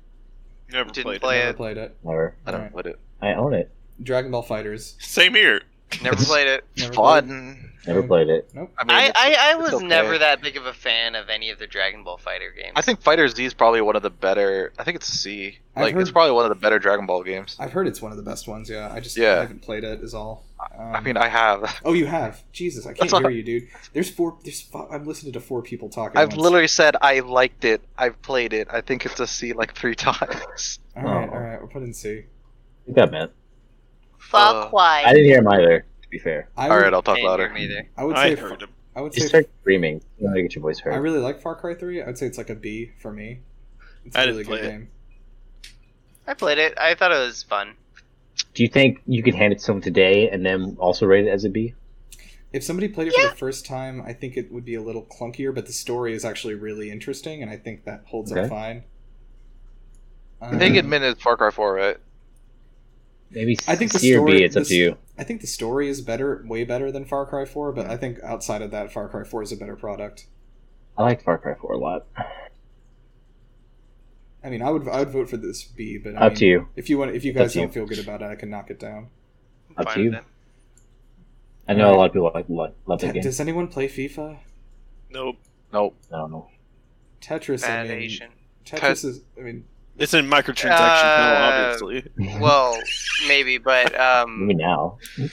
Speaker 4: Never
Speaker 2: Didn't
Speaker 4: played.
Speaker 2: play
Speaker 4: it.
Speaker 1: Never
Speaker 2: it.
Speaker 1: played it.
Speaker 5: Or
Speaker 6: I don't
Speaker 1: Alright.
Speaker 6: put it.
Speaker 5: I own it.
Speaker 1: Dragon Ball Fighters.
Speaker 4: Same here.
Speaker 2: Never played it.
Speaker 1: Never played it.
Speaker 6: Fun.
Speaker 5: Never played it.
Speaker 1: Nope.
Speaker 6: I mean,
Speaker 2: I,
Speaker 6: it's-
Speaker 2: I, I
Speaker 6: it's
Speaker 2: was
Speaker 6: okay.
Speaker 2: never that big of a fan of any of the Dragon Ball Fighter games.
Speaker 6: I think Fighter Z is probably one of the better. I think it's C.
Speaker 1: I've
Speaker 6: Like it's
Speaker 1: heard-
Speaker 6: probably one of the better Dragon Ball games.
Speaker 1: I've heard it's one of the best ones. Yeah, I just
Speaker 6: Yeah.
Speaker 1: haven't played it. Is all. Um,
Speaker 6: I mean, I have.
Speaker 1: oh, you have. Jesus, I can't
Speaker 6: That's all-
Speaker 1: hear you, dude. There's four. There's. Five, I'm listening to four people talking.
Speaker 6: I've
Speaker 1: once.
Speaker 6: literally said I liked it. I've played it. I think it's a C like three times.
Speaker 1: All right,
Speaker 5: Oh.
Speaker 1: all right. We'll put in C.
Speaker 5: I think that meant.
Speaker 6: Fuck
Speaker 5: I didn't hear him either. To be fair,
Speaker 1: I
Speaker 6: All
Speaker 1: would,
Speaker 6: right, Uh, I'll talk
Speaker 2: Can't hear
Speaker 6: louder.
Speaker 2: me either.
Speaker 1: I would
Speaker 4: I
Speaker 1: say.
Speaker 4: heard him.
Speaker 1: I would
Speaker 5: just
Speaker 1: say.
Speaker 5: start screaming. You know, to get your voice
Speaker 1: I
Speaker 5: heard.
Speaker 1: really like Far Cry Three. I'd say it's like a B for me. It's a
Speaker 4: I didn't
Speaker 1: really good
Speaker 4: play it.
Speaker 1: game.
Speaker 2: I played it. I thought it was fun.
Speaker 5: Do you think you could hand it to someone today and then also rate it as a B?
Speaker 1: If somebody played it for the first time, I think it would be a little clunkier, but the story is actually really interesting, and I think that holds
Speaker 5: Okay.
Speaker 1: up fine.
Speaker 6: I think
Speaker 1: Um,
Speaker 6: admit it's Far Cry 4, right?
Speaker 5: Maybe
Speaker 1: I think the
Speaker 5: C or B.
Speaker 1: story-
Speaker 5: It's up
Speaker 1: this-
Speaker 5: to you.
Speaker 1: I think the story is better, way better than Far Cry 4, but I think outside of that, Far Cry 4 is a better product.
Speaker 5: I liked Far Cry 4 a lot.
Speaker 1: I mean, I would I would vote for this B, but I
Speaker 5: Up
Speaker 1: mean,
Speaker 5: to you.
Speaker 1: If you want, if you guys
Speaker 5: to you.
Speaker 1: don't feel good about it, I can knock it down.
Speaker 2: I'm
Speaker 5: Up to
Speaker 2: fine
Speaker 5: you.
Speaker 2: with it.
Speaker 5: I know a lot of people like love, love that
Speaker 1: Te-
Speaker 5: game.
Speaker 1: does anyone play FIFA?
Speaker 4: Nope.
Speaker 6: Nope.
Speaker 5: I don't know.
Speaker 1: Tetris. I
Speaker 2: Bad
Speaker 1: mean,
Speaker 2: Asian.
Speaker 1: Tetris is. I mean,
Speaker 4: It's in microtransaction
Speaker 2: Uh,
Speaker 4: hell, obviously.
Speaker 2: Well, maybe, but um,
Speaker 5: Maybe now.
Speaker 2: yeah,
Speaker 5: some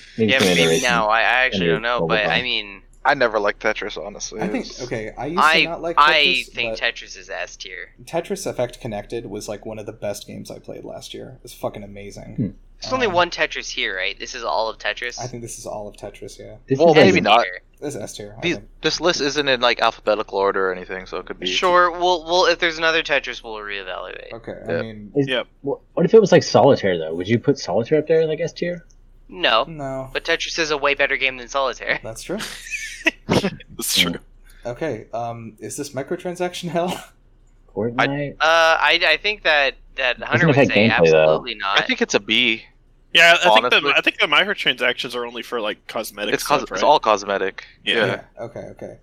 Speaker 2: maybe
Speaker 5: iteration.
Speaker 2: now. I, I actually
Speaker 5: Maybe
Speaker 2: don't know,
Speaker 5: mobile
Speaker 2: but I
Speaker 5: phone.
Speaker 2: mean,
Speaker 6: I never liked Tetris, honestly.
Speaker 1: I think
Speaker 6: It's-
Speaker 1: okay. I used to
Speaker 2: I
Speaker 1: not like. Tetris,
Speaker 2: I think
Speaker 1: but-
Speaker 2: Tetris is S tier.
Speaker 1: Tetris Effect Connected was like one of the best games I played last year. It was fucking amazing.
Speaker 5: Hmm.
Speaker 2: There's only
Speaker 1: Um,
Speaker 2: one Tetris here, right? This is all of Tetris.
Speaker 1: I think this is all of Tetris. Yeah,
Speaker 5: This
Speaker 6: Well,
Speaker 5: is
Speaker 6: maybe
Speaker 5: a-
Speaker 6: not.
Speaker 1: this is S tier. I
Speaker 6: These,
Speaker 1: think.
Speaker 6: this list isn't in like alphabetical order or anything, so it could be.
Speaker 2: Sure. Well, well, if there's another Tetris, we'll reevaluate.
Speaker 1: Okay, I
Speaker 6: Yeah.
Speaker 1: mean,
Speaker 5: Is-
Speaker 4: Yep.
Speaker 5: What what if it was like Solitaire though? Would you put Solitaire up there like S tier?
Speaker 2: No,
Speaker 1: no,
Speaker 2: but Tetris is a way better game than Solitaire.
Speaker 1: that's true.
Speaker 4: That's true.
Speaker 1: Okay, um, is this microtransaction hell?
Speaker 5: Fortnite.
Speaker 2: Uh, I, I think that that Hunter would
Speaker 5: affect
Speaker 2: say
Speaker 5: gameplay, though.
Speaker 2: absolutely not.
Speaker 6: I think it's a B.
Speaker 4: Yeah, I think
Speaker 6: Honestly.
Speaker 4: the I think the microtransactions are only for like cosmetic
Speaker 6: It's, cos-
Speaker 4: stuff,
Speaker 6: it's
Speaker 4: right?
Speaker 6: all cosmetic.
Speaker 4: Yeah.
Speaker 1: Okay, okay.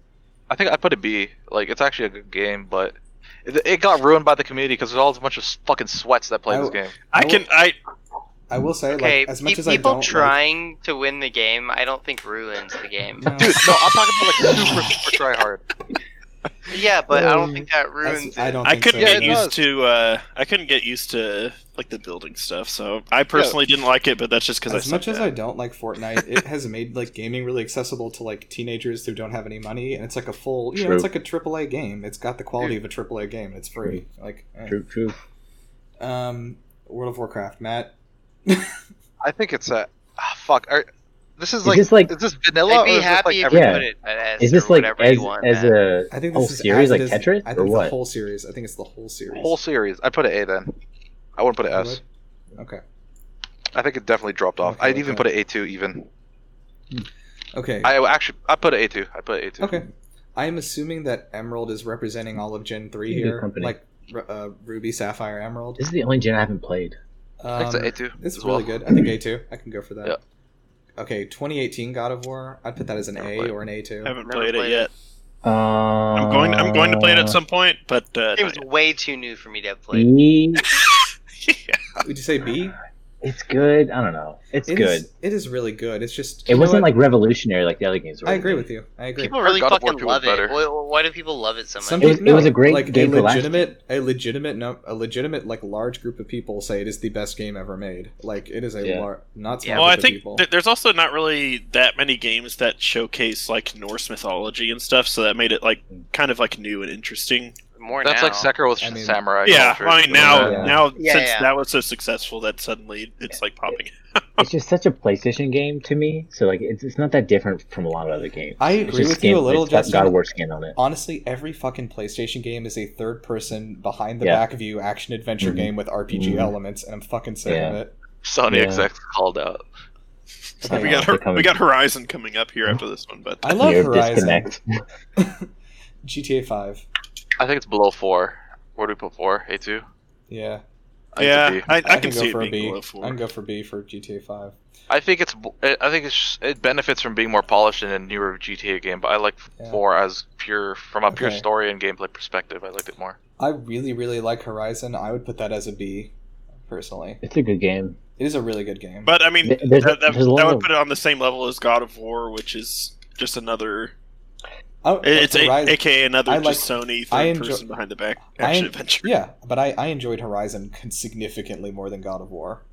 Speaker 6: I think I put a B. Like it's actually a good game, but it, it got ruined by the community because there's all a bunch of s- fucking sweats that play
Speaker 1: I
Speaker 6: this
Speaker 1: w-
Speaker 6: game.
Speaker 4: I can I
Speaker 1: I will say,
Speaker 2: okay,
Speaker 1: like, as much
Speaker 2: pe-
Speaker 1: as I
Speaker 2: people
Speaker 1: don't like,
Speaker 2: trying to win the game, I don't think ruins the game.
Speaker 1: No.
Speaker 6: Dude, no, I'm talking about like super super try hard.
Speaker 2: Yeah, but I don't
Speaker 1: Mm,
Speaker 2: think that
Speaker 1: that's-
Speaker 2: ruins
Speaker 1: I
Speaker 2: it.
Speaker 1: don't.
Speaker 4: I
Speaker 1: Think
Speaker 4: couldn't
Speaker 1: so,
Speaker 4: get
Speaker 6: it
Speaker 1: no.
Speaker 4: used
Speaker 6: does.
Speaker 4: to uh I couldn't get used to like the building stuff, so I personally didn't like it, but that's just because I
Speaker 1: As much
Speaker 4: sucked
Speaker 1: as
Speaker 4: at
Speaker 1: I
Speaker 4: it.
Speaker 1: don't like Fortnite, it has made like gaming really accessible to like teenagers who don't have any money, and it's like a full, you know,
Speaker 5: True.
Speaker 1: it's like a AAA game. It's got the quality of a AAA game. It's free. Like, eh.
Speaker 5: True, true.
Speaker 1: um, World of Warcraft, Matt.
Speaker 6: I think it's a ah, fuck. Are, this is
Speaker 5: Is
Speaker 6: like
Speaker 5: this, like-
Speaker 6: is this vanilla
Speaker 2: I'd
Speaker 6: or
Speaker 2: be
Speaker 6: is this like
Speaker 2: happy if
Speaker 6: every
Speaker 2: you
Speaker 5: Yeah.
Speaker 2: put it at S
Speaker 5: Is this
Speaker 2: or
Speaker 5: like
Speaker 2: whatever
Speaker 5: as,
Speaker 2: you want.
Speaker 5: as
Speaker 2: Matt.
Speaker 5: a
Speaker 1: I think this
Speaker 5: whole
Speaker 1: is
Speaker 5: series
Speaker 1: as
Speaker 5: like
Speaker 1: it is-
Speaker 5: Tetris
Speaker 1: I
Speaker 5: or
Speaker 1: think it's the
Speaker 5: what?
Speaker 1: whole series. I think it's the whole series.
Speaker 6: whole series? I put an A then. I wouldn't put an
Speaker 1: You
Speaker 6: S.
Speaker 1: would? Okay.
Speaker 6: I think it definitely dropped off.
Speaker 1: Okay,
Speaker 6: I'd even
Speaker 1: okay.
Speaker 6: put an A two even.
Speaker 1: Okay.
Speaker 6: I actually I put an A two. I put an A two.
Speaker 1: okay. I am assuming that Emerald is representing all of Gen three
Speaker 5: Good
Speaker 1: here,
Speaker 5: company.
Speaker 1: like Ru- uh, Ruby, Sapphire, Emerald.
Speaker 5: This is the only gen I haven't played.
Speaker 6: I think
Speaker 1: Um,
Speaker 6: it's an A two.
Speaker 1: It's
Speaker 6: as
Speaker 1: really
Speaker 6: well.
Speaker 1: good. I think A two. I can go for that.
Speaker 6: Yeah.
Speaker 1: Okay, 2018 God of War. I'd put that as an
Speaker 6: Never
Speaker 1: A
Speaker 6: played.
Speaker 1: or an A two.
Speaker 4: I haven't
Speaker 2: Never
Speaker 4: played it
Speaker 2: played
Speaker 4: yet.
Speaker 5: Uh,
Speaker 4: I'm going I'm going to play it at some point, but uh,
Speaker 2: It
Speaker 4: not
Speaker 2: was way too new for me to have played.
Speaker 5: B.
Speaker 4: yet. Yeah.
Speaker 1: Would you say B?
Speaker 5: It's good. I don't know. It's
Speaker 1: It
Speaker 5: good.
Speaker 1: is- it is really good. It's just
Speaker 5: it
Speaker 1: you know
Speaker 5: wasn't
Speaker 1: what?
Speaker 5: like revolutionary like the other games. were.
Speaker 1: I agree with you. I agree.
Speaker 2: People really
Speaker 6: God of War
Speaker 2: fucking
Speaker 6: two was
Speaker 2: love it.
Speaker 6: better.
Speaker 2: Why, why do people love it so much?
Speaker 1: Some
Speaker 5: It was-
Speaker 1: people-
Speaker 5: it was a great
Speaker 1: like
Speaker 5: game
Speaker 1: a
Speaker 5: for last year.
Speaker 1: legitimate, a legitimate, num- a legitimate, like large group of people say it is the best game ever made. Like it is a
Speaker 5: Yeah.
Speaker 1: lar- not small
Speaker 2: Yeah,
Speaker 4: well, I
Speaker 1: group of
Speaker 4: think
Speaker 1: people.
Speaker 4: th- there's also not really that many games that showcase like Norse mythology and stuff, so that made it like kind of like new and interesting.
Speaker 2: More
Speaker 6: That's
Speaker 2: now.
Speaker 6: like Sekiro with
Speaker 1: I mean-
Speaker 6: Samurai.
Speaker 4: yeah,
Speaker 6: culture.
Speaker 4: I mean now
Speaker 1: Yeah.
Speaker 4: now
Speaker 2: Yeah,
Speaker 4: since
Speaker 2: yeah.
Speaker 4: that was so successful that suddenly it's like popping.
Speaker 5: It's just such a PlayStation game to me. So like, it's, it's not that different from a lot of other games.
Speaker 1: I
Speaker 5: It's
Speaker 1: agree
Speaker 5: just
Speaker 1: with you a
Speaker 5: skin-
Speaker 1: little,
Speaker 5: it's got-
Speaker 1: Justin.
Speaker 5: Got a word skin on it.
Speaker 1: Honestly, every fucking PlayStation game is a third person behind the
Speaker 5: Yeah.
Speaker 1: back view action adventure
Speaker 5: Mhm.
Speaker 1: game with RPG
Speaker 5: Mhm.
Speaker 1: elements, and I'm fucking sick of
Speaker 5: Yeah.
Speaker 1: it.
Speaker 6: Sony
Speaker 5: Yeah.
Speaker 6: execs called out.
Speaker 1: Okay.
Speaker 4: we got
Speaker 5: they're
Speaker 4: Hor-
Speaker 5: coming.
Speaker 4: we got Horizon coming up here after this one, but
Speaker 1: I love
Speaker 5: Weird
Speaker 1: Horizon.
Speaker 5: disconnect.
Speaker 1: GTA Five.
Speaker 6: I think it's below four. Where do we put four? A two.
Speaker 1: Yeah,
Speaker 4: uh, yeah, I, I, can
Speaker 1: go
Speaker 4: see it
Speaker 1: for a
Speaker 4: being
Speaker 1: B.
Speaker 4: below
Speaker 1: I can go
Speaker 4: four.
Speaker 1: for B for GTA Five.
Speaker 6: I think it's b- I think it's it benefits from being more polished in a newer GTA game, but I like
Speaker 1: Yeah.
Speaker 6: four as pure from a pure
Speaker 1: Okay.
Speaker 6: story and gameplay perspective. I liked it more.
Speaker 1: I really, really like Horizon. I would put that as a B, personally.
Speaker 5: It's a good game.
Speaker 1: It is a really good game.
Speaker 4: But I mean,
Speaker 5: There- there's-
Speaker 4: that, that,
Speaker 5: there's a
Speaker 4: that
Speaker 5: lot
Speaker 4: would
Speaker 5: of-
Speaker 4: put it on the same level as God of War, which is just another.
Speaker 1: I don't-
Speaker 4: It's a,
Speaker 1: Oh, Horizon-
Speaker 4: aka another
Speaker 1: I
Speaker 4: just Sony third
Speaker 1: I enjoy-
Speaker 4: person behind the back
Speaker 1: I
Speaker 4: action
Speaker 1: en-
Speaker 4: adventure.
Speaker 1: yeah, but I, I enjoyed Horizon significantly more than God of War.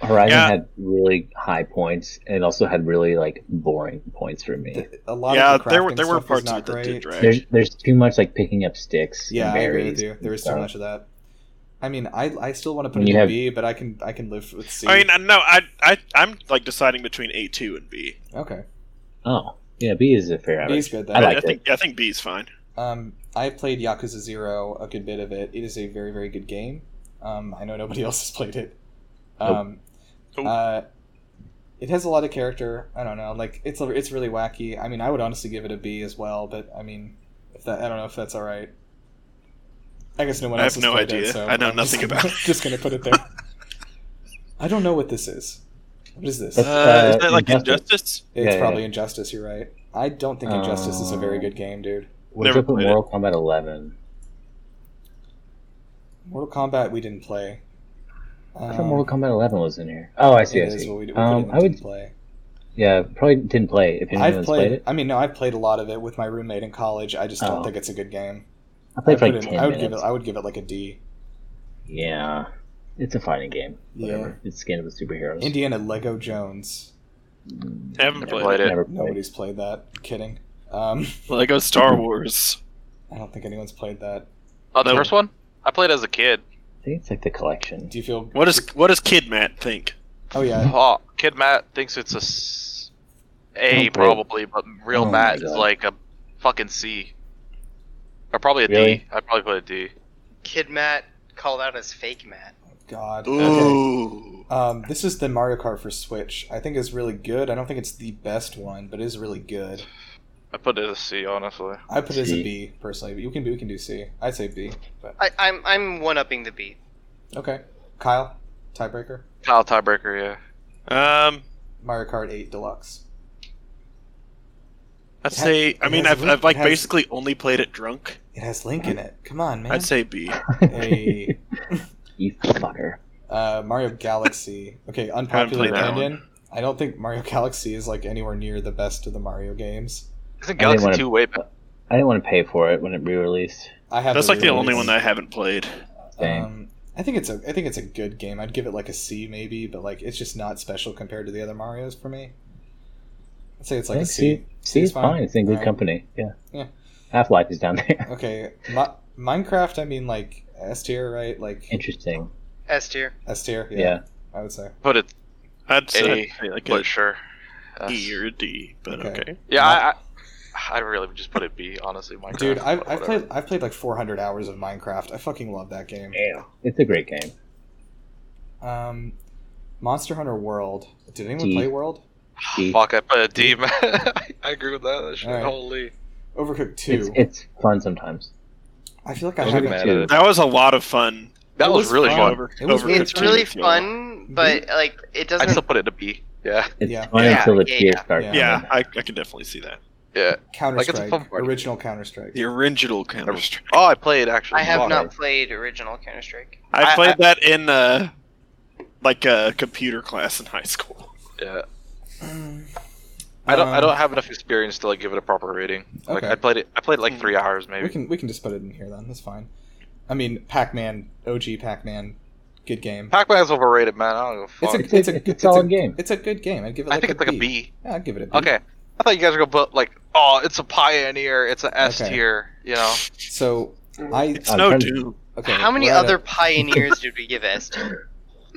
Speaker 5: Horizon
Speaker 4: Yeah.
Speaker 5: had really high points, and it also had really like boring points for me.
Speaker 1: A lot
Speaker 4: yeah,
Speaker 1: of the
Speaker 4: there were
Speaker 1: crafting
Speaker 4: there were
Speaker 1: stuff was
Speaker 4: parts of
Speaker 1: not
Speaker 4: it that
Speaker 1: great.
Speaker 4: did drag.
Speaker 5: There's there's too much like picking up sticks.
Speaker 1: Yeah,
Speaker 5: and
Speaker 1: I agree
Speaker 5: berries
Speaker 1: with you. There is too
Speaker 5: and stuff.
Speaker 1: much of that. I mean, I I still want to put
Speaker 5: And
Speaker 1: it
Speaker 5: you
Speaker 1: in
Speaker 5: have-
Speaker 1: B, but I can I can live with C.
Speaker 4: I mean, I- no, I I I'm like deciding between A two and B.
Speaker 1: okay,
Speaker 5: Oh, yeah, B is a fair
Speaker 1: B
Speaker 5: average.
Speaker 1: is good. Though.
Speaker 5: I like it.
Speaker 4: think I think B is fine.
Speaker 1: Um, I played Yakuza Zero a good bit of it. It is a very very good game. Um, I know nobody else has played it. Um,
Speaker 4: Nope.
Speaker 1: uh, it has a lot of character. I don't know, like it's a- it's really wacky. I mean, I would honestly give it a B as well, but I mean, if that I don't know if that's all right. I guess no one
Speaker 4: I
Speaker 1: else
Speaker 4: have
Speaker 1: has
Speaker 4: no
Speaker 1: played
Speaker 4: idea.
Speaker 1: It, so
Speaker 4: I know
Speaker 1: I'm just
Speaker 4: nothing
Speaker 1: gonna-
Speaker 4: about it.
Speaker 1: Just gonna put it there. I don't know what this is. What is this?
Speaker 5: That's,
Speaker 4: Uh, is
Speaker 5: uh,
Speaker 4: that like
Speaker 5: Injustice.
Speaker 4: Injustice?
Speaker 1: It's
Speaker 5: Yeah, yeah,
Speaker 1: probably
Speaker 5: yeah.
Speaker 1: Injustice. You're right. I don't think Injustice is a very
Speaker 5: Um,
Speaker 1: good game, dude.
Speaker 5: What's
Speaker 4: Never
Speaker 5: up with
Speaker 4: played it.
Speaker 5: Mortal Kombat 11?
Speaker 1: Mortal Kombat we didn't play.
Speaker 5: I
Speaker 1: Um,
Speaker 5: thought Mortal Kombat 11 was in here. Oh, I see,
Speaker 1: it
Speaker 5: I
Speaker 1: is
Speaker 5: see.
Speaker 1: what we, we
Speaker 5: um,
Speaker 1: put it
Speaker 5: I
Speaker 1: in
Speaker 5: would,
Speaker 1: didn't play.
Speaker 5: yeah, probably didn't play. If
Speaker 1: I've
Speaker 5: anyone's
Speaker 1: played,
Speaker 5: played, it,
Speaker 1: I mean, no, I've played a lot of it with my roommate in college. I just don't
Speaker 5: Oh.
Speaker 1: think it's a good game.
Speaker 5: I played
Speaker 1: I
Speaker 5: for
Speaker 1: put
Speaker 5: like
Speaker 1: in-
Speaker 5: 10
Speaker 1: I would
Speaker 5: minutes.
Speaker 1: give it. I would give it like a D.
Speaker 5: Yeah, it's a fighting game. Whatever. It's a game with superheroes.
Speaker 1: Indiana Lego Jones.
Speaker 5: Mm,
Speaker 4: I haven't
Speaker 5: never
Speaker 4: played
Speaker 6: it.
Speaker 5: Never played.
Speaker 1: Nobody's played that. Kidding. Um,
Speaker 4: Lego Star Wars.
Speaker 1: I don't think anyone's played that.
Speaker 6: Oh, the
Speaker 4: No.
Speaker 6: first one? I played as a kid.
Speaker 5: I think it's like the collection.
Speaker 1: Do you feel?
Speaker 4: What does what does Kid Matt think?
Speaker 1: Oh yeah.
Speaker 6: Oh, kid Matt thinks it's a s- A
Speaker 5: Don't play.
Speaker 6: probably, but real
Speaker 5: Oh my
Speaker 6: Matt is
Speaker 5: God.
Speaker 6: like a fucking C. Or probably a D. I
Speaker 5: Really?
Speaker 6: I'd probably put a D.
Speaker 2: Kid Matt called out as fake Matt.
Speaker 1: God. Okay.
Speaker 4: Ooh.
Speaker 1: Um, this is the Mario Kart for Switch. I think is really good. I don't think it's the best one, but it is really good.
Speaker 6: I put it as a C, honestly.
Speaker 1: I put it as a
Speaker 5: C.
Speaker 1: B personally. But you can we can do C. I'd say B. But
Speaker 2: I, I'm I'm one upping the beat.
Speaker 1: okay, Kyle, tiebreaker.
Speaker 6: Kyle tiebreaker, yeah.
Speaker 4: Um,
Speaker 1: Mario Kart 8 Deluxe.
Speaker 4: I'd
Speaker 1: It ha-
Speaker 4: say. I
Speaker 1: it
Speaker 4: mean,
Speaker 1: has
Speaker 4: I've,
Speaker 1: Link-
Speaker 4: I've like
Speaker 1: it has-
Speaker 4: basically only played it drunk.
Speaker 1: It has Link in it. Come on, man.
Speaker 4: I'd say B.
Speaker 1: Hey.
Speaker 5: you fucker.
Speaker 1: uh, Mario Galaxy. Okay, unpopular
Speaker 4: played that
Speaker 1: opinion. I don't think Mario Galaxy is like anywhere near the best of the Mario games.
Speaker 6: Isn't
Speaker 5: I didn't
Speaker 6: Galaxy
Speaker 5: wanna-
Speaker 6: 2 way better?
Speaker 5: I didn't want to pay for it when it re-released.
Speaker 1: I have.
Speaker 4: That's like the only
Speaker 1: re-release.
Speaker 4: one that I haven't played.
Speaker 5: Dang.
Speaker 1: Um, I think it's a. I think it's a good game. I'd give it like a C maybe, but like it's just not special compared to the other Mario's for me. I'd say it's like
Speaker 5: Yeah,
Speaker 1: a C.
Speaker 5: C, C is fine. It's in good
Speaker 1: Alright.
Speaker 5: company. Yeah.
Speaker 1: Yeah.
Speaker 5: Half Life is down there.
Speaker 1: Okay, Mi- Minecraft. I mean, like S tier, right? Like
Speaker 5: Interesting.
Speaker 2: S tier.
Speaker 1: S tier.
Speaker 5: Yeah.
Speaker 1: I would say.
Speaker 6: Put it,
Speaker 4: I'd say,
Speaker 6: A,
Speaker 4: I'd say like a
Speaker 6: but sure. That's-
Speaker 4: E or a D, but
Speaker 1: Okay.
Speaker 4: okay.
Speaker 6: Yeah, I, I, I really would just put it B, honestly. Minecraft,
Speaker 1: Dude, I've,
Speaker 6: but
Speaker 1: I've
Speaker 6: whatever.
Speaker 1: played I've played like 400 hours of Minecraft. I fucking love that game.
Speaker 5: Yeah. It's a great game.
Speaker 1: Um, Monster Hunter World. Did anyone
Speaker 5: D.
Speaker 1: play World?
Speaker 5: D.
Speaker 6: Fuck, I put a D, man. I I agree with that. that shit,
Speaker 1: Alright.
Speaker 6: Holy.
Speaker 1: Overcooked 2.
Speaker 5: It's, it's fun sometimes.
Speaker 1: I feel like I
Speaker 5: Overcooked
Speaker 1: haven't.
Speaker 6: mad at
Speaker 5: two.
Speaker 6: it.
Speaker 4: That was a lot of fun.
Speaker 6: That
Speaker 4: It
Speaker 6: was, really
Speaker 1: fun.
Speaker 6: fun.
Speaker 4: Over,
Speaker 1: It Mm-hmm. was
Speaker 4: over
Speaker 1: really
Speaker 2: It's
Speaker 4: 15
Speaker 2: really
Speaker 4: minutes ago.
Speaker 2: fun, but like it
Speaker 6: I
Speaker 2: doesn't.
Speaker 6: still put it a B. Yeah.
Speaker 5: It's
Speaker 1: Yeah.
Speaker 5: fun
Speaker 2: Yeah,
Speaker 5: until the
Speaker 2: yeah,
Speaker 5: tears start
Speaker 1: yeah.
Speaker 5: coming.
Speaker 4: Yeah, I, I can definitely see that.
Speaker 6: Yeah.
Speaker 1: Counter
Speaker 6: Like, it's a
Speaker 1: Strike.
Speaker 6: fun party.
Speaker 1: original Counter Strike.
Speaker 4: The original Counter Strike.
Speaker 6: Oh, I played actually.
Speaker 2: I have
Speaker 6: Fuck.
Speaker 2: not played original Counter Strike.
Speaker 4: I
Speaker 6: I-
Speaker 4: played
Speaker 6: I-
Speaker 4: that in uh, like a computer class in high school.
Speaker 6: Yeah. I don't. I don't have enough experience to like give it a proper rating. Like
Speaker 1: Um, Okay.
Speaker 6: I played it. I played like
Speaker 4: Hmm.
Speaker 6: three hours maybe.
Speaker 1: We can we can just put it in here then. That's fine. I mean, Pac Man, OG Pac Man, good game.
Speaker 6: Pac-Man's overrated, man. I don't give a fuck.
Speaker 1: It's a,
Speaker 5: It's a-
Speaker 1: it's a,
Speaker 5: it's a solid
Speaker 1: a-
Speaker 5: game.
Speaker 1: It's a good game. I'd give it.
Speaker 6: I
Speaker 1: Like
Speaker 6: think it's like a B.
Speaker 1: Yeah, I'd give it a B.
Speaker 6: Okay. I thought you guys were gonna put like, oh, it's a pioneer. It's an S
Speaker 1: Okay.
Speaker 6: tier. You know.
Speaker 1: So I
Speaker 4: It's
Speaker 5: I'm
Speaker 4: no
Speaker 5: trying to-
Speaker 4: Doom.
Speaker 1: okay.
Speaker 2: How many
Speaker 1: we're at
Speaker 2: other
Speaker 1: a-
Speaker 2: pioneers did we give S tier?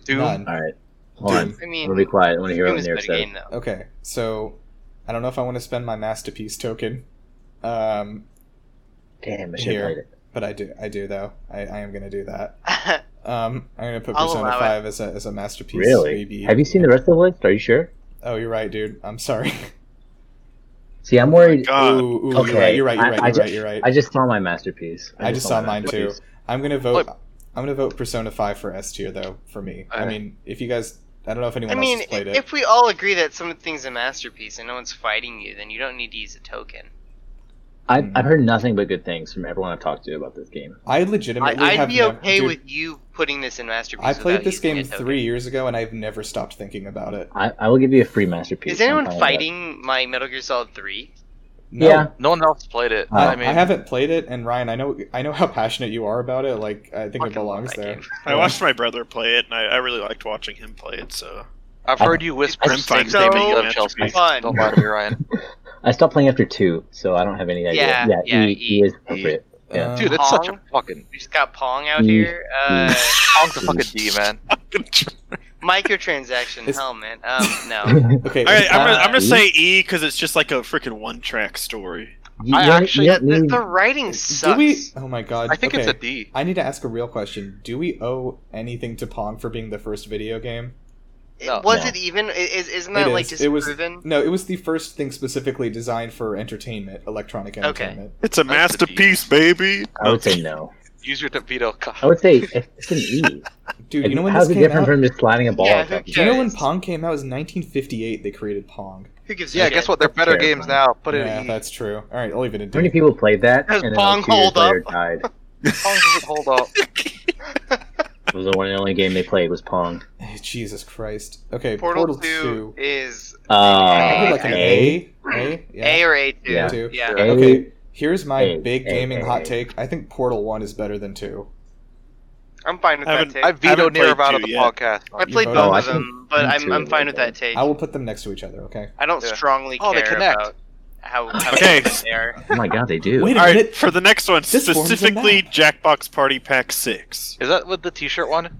Speaker 6: Dude,
Speaker 1: none?
Speaker 5: All right. Hold on.
Speaker 2: I
Speaker 5: I'm
Speaker 2: mean,
Speaker 5: gonna be quiet. I want to hear
Speaker 2: Doom
Speaker 5: what
Speaker 2: is a
Speaker 5: Nair
Speaker 2: better
Speaker 5: says.
Speaker 2: game though.
Speaker 1: Okay, so I don't know if I want to spend my masterpiece token. Um,
Speaker 5: Damn, I should
Speaker 1: Here.
Speaker 5: have played it.
Speaker 1: But I do, I do though. I, I am gonna do that. Um, I'm gonna put
Speaker 2: I'll
Speaker 1: Persona
Speaker 2: allow it.
Speaker 1: Five as a as a masterpiece.
Speaker 5: Really?
Speaker 1: Maybe.
Speaker 5: Have you seen the rest of the list? Are you sure?
Speaker 1: Oh, you're right, dude. I'm sorry.
Speaker 5: See,
Speaker 2: Oh
Speaker 5: I'm worried.
Speaker 2: Uh,
Speaker 4: God.
Speaker 1: ooh, ooh,
Speaker 5: okay.
Speaker 1: you're right. You're right. You're right. You're
Speaker 5: I- I
Speaker 1: right.
Speaker 5: ju-
Speaker 1: you're right.
Speaker 5: I just saw my masterpiece.
Speaker 1: I just saw
Speaker 5: my
Speaker 1: mine too.
Speaker 5: masterpiece.
Speaker 1: I'm gonna vote. I'm gonna vote Persona Five for S tier though. For me. I
Speaker 6: Okay.
Speaker 1: mean, if you guys, I don't know if
Speaker 2: I
Speaker 1: anyone
Speaker 2: mean,
Speaker 1: else has played it.
Speaker 2: if we all agree that something's a masterpiece and no one's fighting you, then you don't need to use a token.
Speaker 1: Mm.
Speaker 5: I've, I've heard nothing but good things from everyone I've talked to about this game.
Speaker 1: I
Speaker 2: I,
Speaker 1: legitimately
Speaker 2: I'd
Speaker 1: have
Speaker 2: be
Speaker 1: nev-
Speaker 2: okay
Speaker 1: dude,
Speaker 2: with you putting this in masterpiece.
Speaker 1: I played
Speaker 2: without
Speaker 1: this
Speaker 2: using
Speaker 1: game
Speaker 2: a token.
Speaker 1: three years ago, and I've never stopped thinking about it.
Speaker 5: I, I will give you a free masterpiece.
Speaker 2: Is
Speaker 5: I'm fine
Speaker 2: anyone
Speaker 5: with that.
Speaker 2: fighting my Metal Gear Solid Three?
Speaker 1: No,
Speaker 5: Yeah.
Speaker 6: No one else played it.
Speaker 5: Uh,
Speaker 1: I,
Speaker 6: I mean,
Speaker 1: I haven't played it, and Ryan, I know I know how passionate you are about it. Like I think it
Speaker 2: Fucking love
Speaker 1: belongs
Speaker 2: that
Speaker 1: there.
Speaker 2: game.
Speaker 4: I watched my brother play it, and I, I really liked watching him play it. So
Speaker 6: I've heard you whisper
Speaker 4: I'm fine
Speaker 6: things
Speaker 4: with
Speaker 6: that
Speaker 4: naming
Speaker 6: you
Speaker 4: it
Speaker 6: love
Speaker 4: Masterpiece.
Speaker 6: Chelsea.
Speaker 2: Fun.
Speaker 6: Don't lie to me, Ryan.
Speaker 5: I stopped playing after two, so I don't have any idea.
Speaker 2: Yeah, yeah,
Speaker 5: E,
Speaker 2: E.
Speaker 5: is appropriate. Yeah.
Speaker 1: Uh,
Speaker 6: Dude, it's such a
Speaker 2: Pong?
Speaker 6: fucking
Speaker 2: We just got Pong out
Speaker 5: Mm.
Speaker 2: here. Uh,
Speaker 6: Pong's a fucking D, man.
Speaker 2: microtransaction,
Speaker 1: It's-
Speaker 2: hell, man. Um, no.
Speaker 1: okay,
Speaker 4: All right, I'm gonna, I'm
Speaker 2: Uh,
Speaker 4: gonna say E because it's just like a freaking one track story.
Speaker 5: You-
Speaker 6: I
Speaker 5: you don't-
Speaker 6: actually-
Speaker 5: you
Speaker 2: The,
Speaker 5: don't need-
Speaker 2: the writing
Speaker 1: do
Speaker 2: sucks.
Speaker 1: we? Oh my god!
Speaker 6: I think
Speaker 1: okay.
Speaker 6: it's a D.
Speaker 1: I need to ask a real question. Do we owe anything to Pong for being the first video game?
Speaker 6: No.
Speaker 2: Was
Speaker 5: No.
Speaker 2: it even? i- Is isn't
Speaker 1: It
Speaker 2: that like
Speaker 1: is. It was-
Speaker 2: disproven?
Speaker 1: No, it was the first thing specifically designed for entertainment, electronic entertainment.
Speaker 4: It's a
Speaker 6: That's a D.
Speaker 4: masterpiece, baby.
Speaker 5: I would say no.
Speaker 6: Use your veto.
Speaker 5: I would say it's it's an E.
Speaker 1: Dude, you know when
Speaker 5: How's
Speaker 1: this
Speaker 5: it
Speaker 1: came
Speaker 5: different
Speaker 1: out?
Speaker 5: from just sliding a ball?
Speaker 2: Yeah,
Speaker 5: up?
Speaker 2: who
Speaker 1: do you know when
Speaker 2: Yes.
Speaker 1: Pong came out? It was 1958. They created Pong.
Speaker 2: Who gives a
Speaker 6: Yeah,
Speaker 2: shit?
Speaker 6: guess what? They're better
Speaker 5: Terrifying.
Speaker 6: games now. Put it
Speaker 1: yeah,
Speaker 6: in E.
Speaker 1: that's true. All right, I'll leave it in
Speaker 5: How many
Speaker 1: D.
Speaker 5: people played that
Speaker 2: Does
Speaker 5: and then
Speaker 2: Pong
Speaker 5: like, two years
Speaker 2: hold up?
Speaker 5: later died?
Speaker 6: Pong doesn't hold up.
Speaker 5: It was the one and only game they played was Pong.
Speaker 1: Eh, Jesus Christ. Okay,
Speaker 2: Portal,
Speaker 1: Portal,
Speaker 2: Two is
Speaker 1: I
Speaker 5: Uh,
Speaker 1: give like an
Speaker 5: A.
Speaker 1: A. A. Yeah.
Speaker 2: A or A two.
Speaker 5: Yeah.
Speaker 1: Two.
Speaker 2: yeah.
Speaker 6: Sure.
Speaker 1: Okay, here's my
Speaker 5: A,
Speaker 1: big
Speaker 5: A,
Speaker 1: gaming
Speaker 5: A,
Speaker 1: hot
Speaker 5: A.
Speaker 1: take. I think Portal One is better than two.
Speaker 2: I'm fine with
Speaker 4: I
Speaker 2: that
Speaker 4: haven't-
Speaker 2: take.
Speaker 6: I
Speaker 2: I,
Speaker 6: vetoed
Speaker 4: haven't played
Speaker 6: Nerve out of
Speaker 4: two
Speaker 6: the
Speaker 4: yet.
Speaker 6: podcast.
Speaker 1: you
Speaker 2: played
Speaker 1: voted?
Speaker 2: both
Speaker 1: Oh, I
Speaker 2: of them, but
Speaker 5: me
Speaker 2: I'm,
Speaker 5: too,
Speaker 2: I'm fine with that take.
Speaker 1: I will put them next to each other. Okay.
Speaker 2: I don't
Speaker 6: Yeah.
Speaker 2: strongly
Speaker 6: Oh, they
Speaker 2: care
Speaker 6: connect.
Speaker 2: about how, how
Speaker 4: Okay.
Speaker 2: good they are.
Speaker 5: Oh my god, they do.
Speaker 1: Wait a
Speaker 4: All right,
Speaker 1: minute.
Speaker 4: for the next one,
Speaker 1: This forms a
Speaker 4: specifically
Speaker 1: map.
Speaker 4: Jackbox Party Pack Six.
Speaker 6: Is that with the T-shirt one?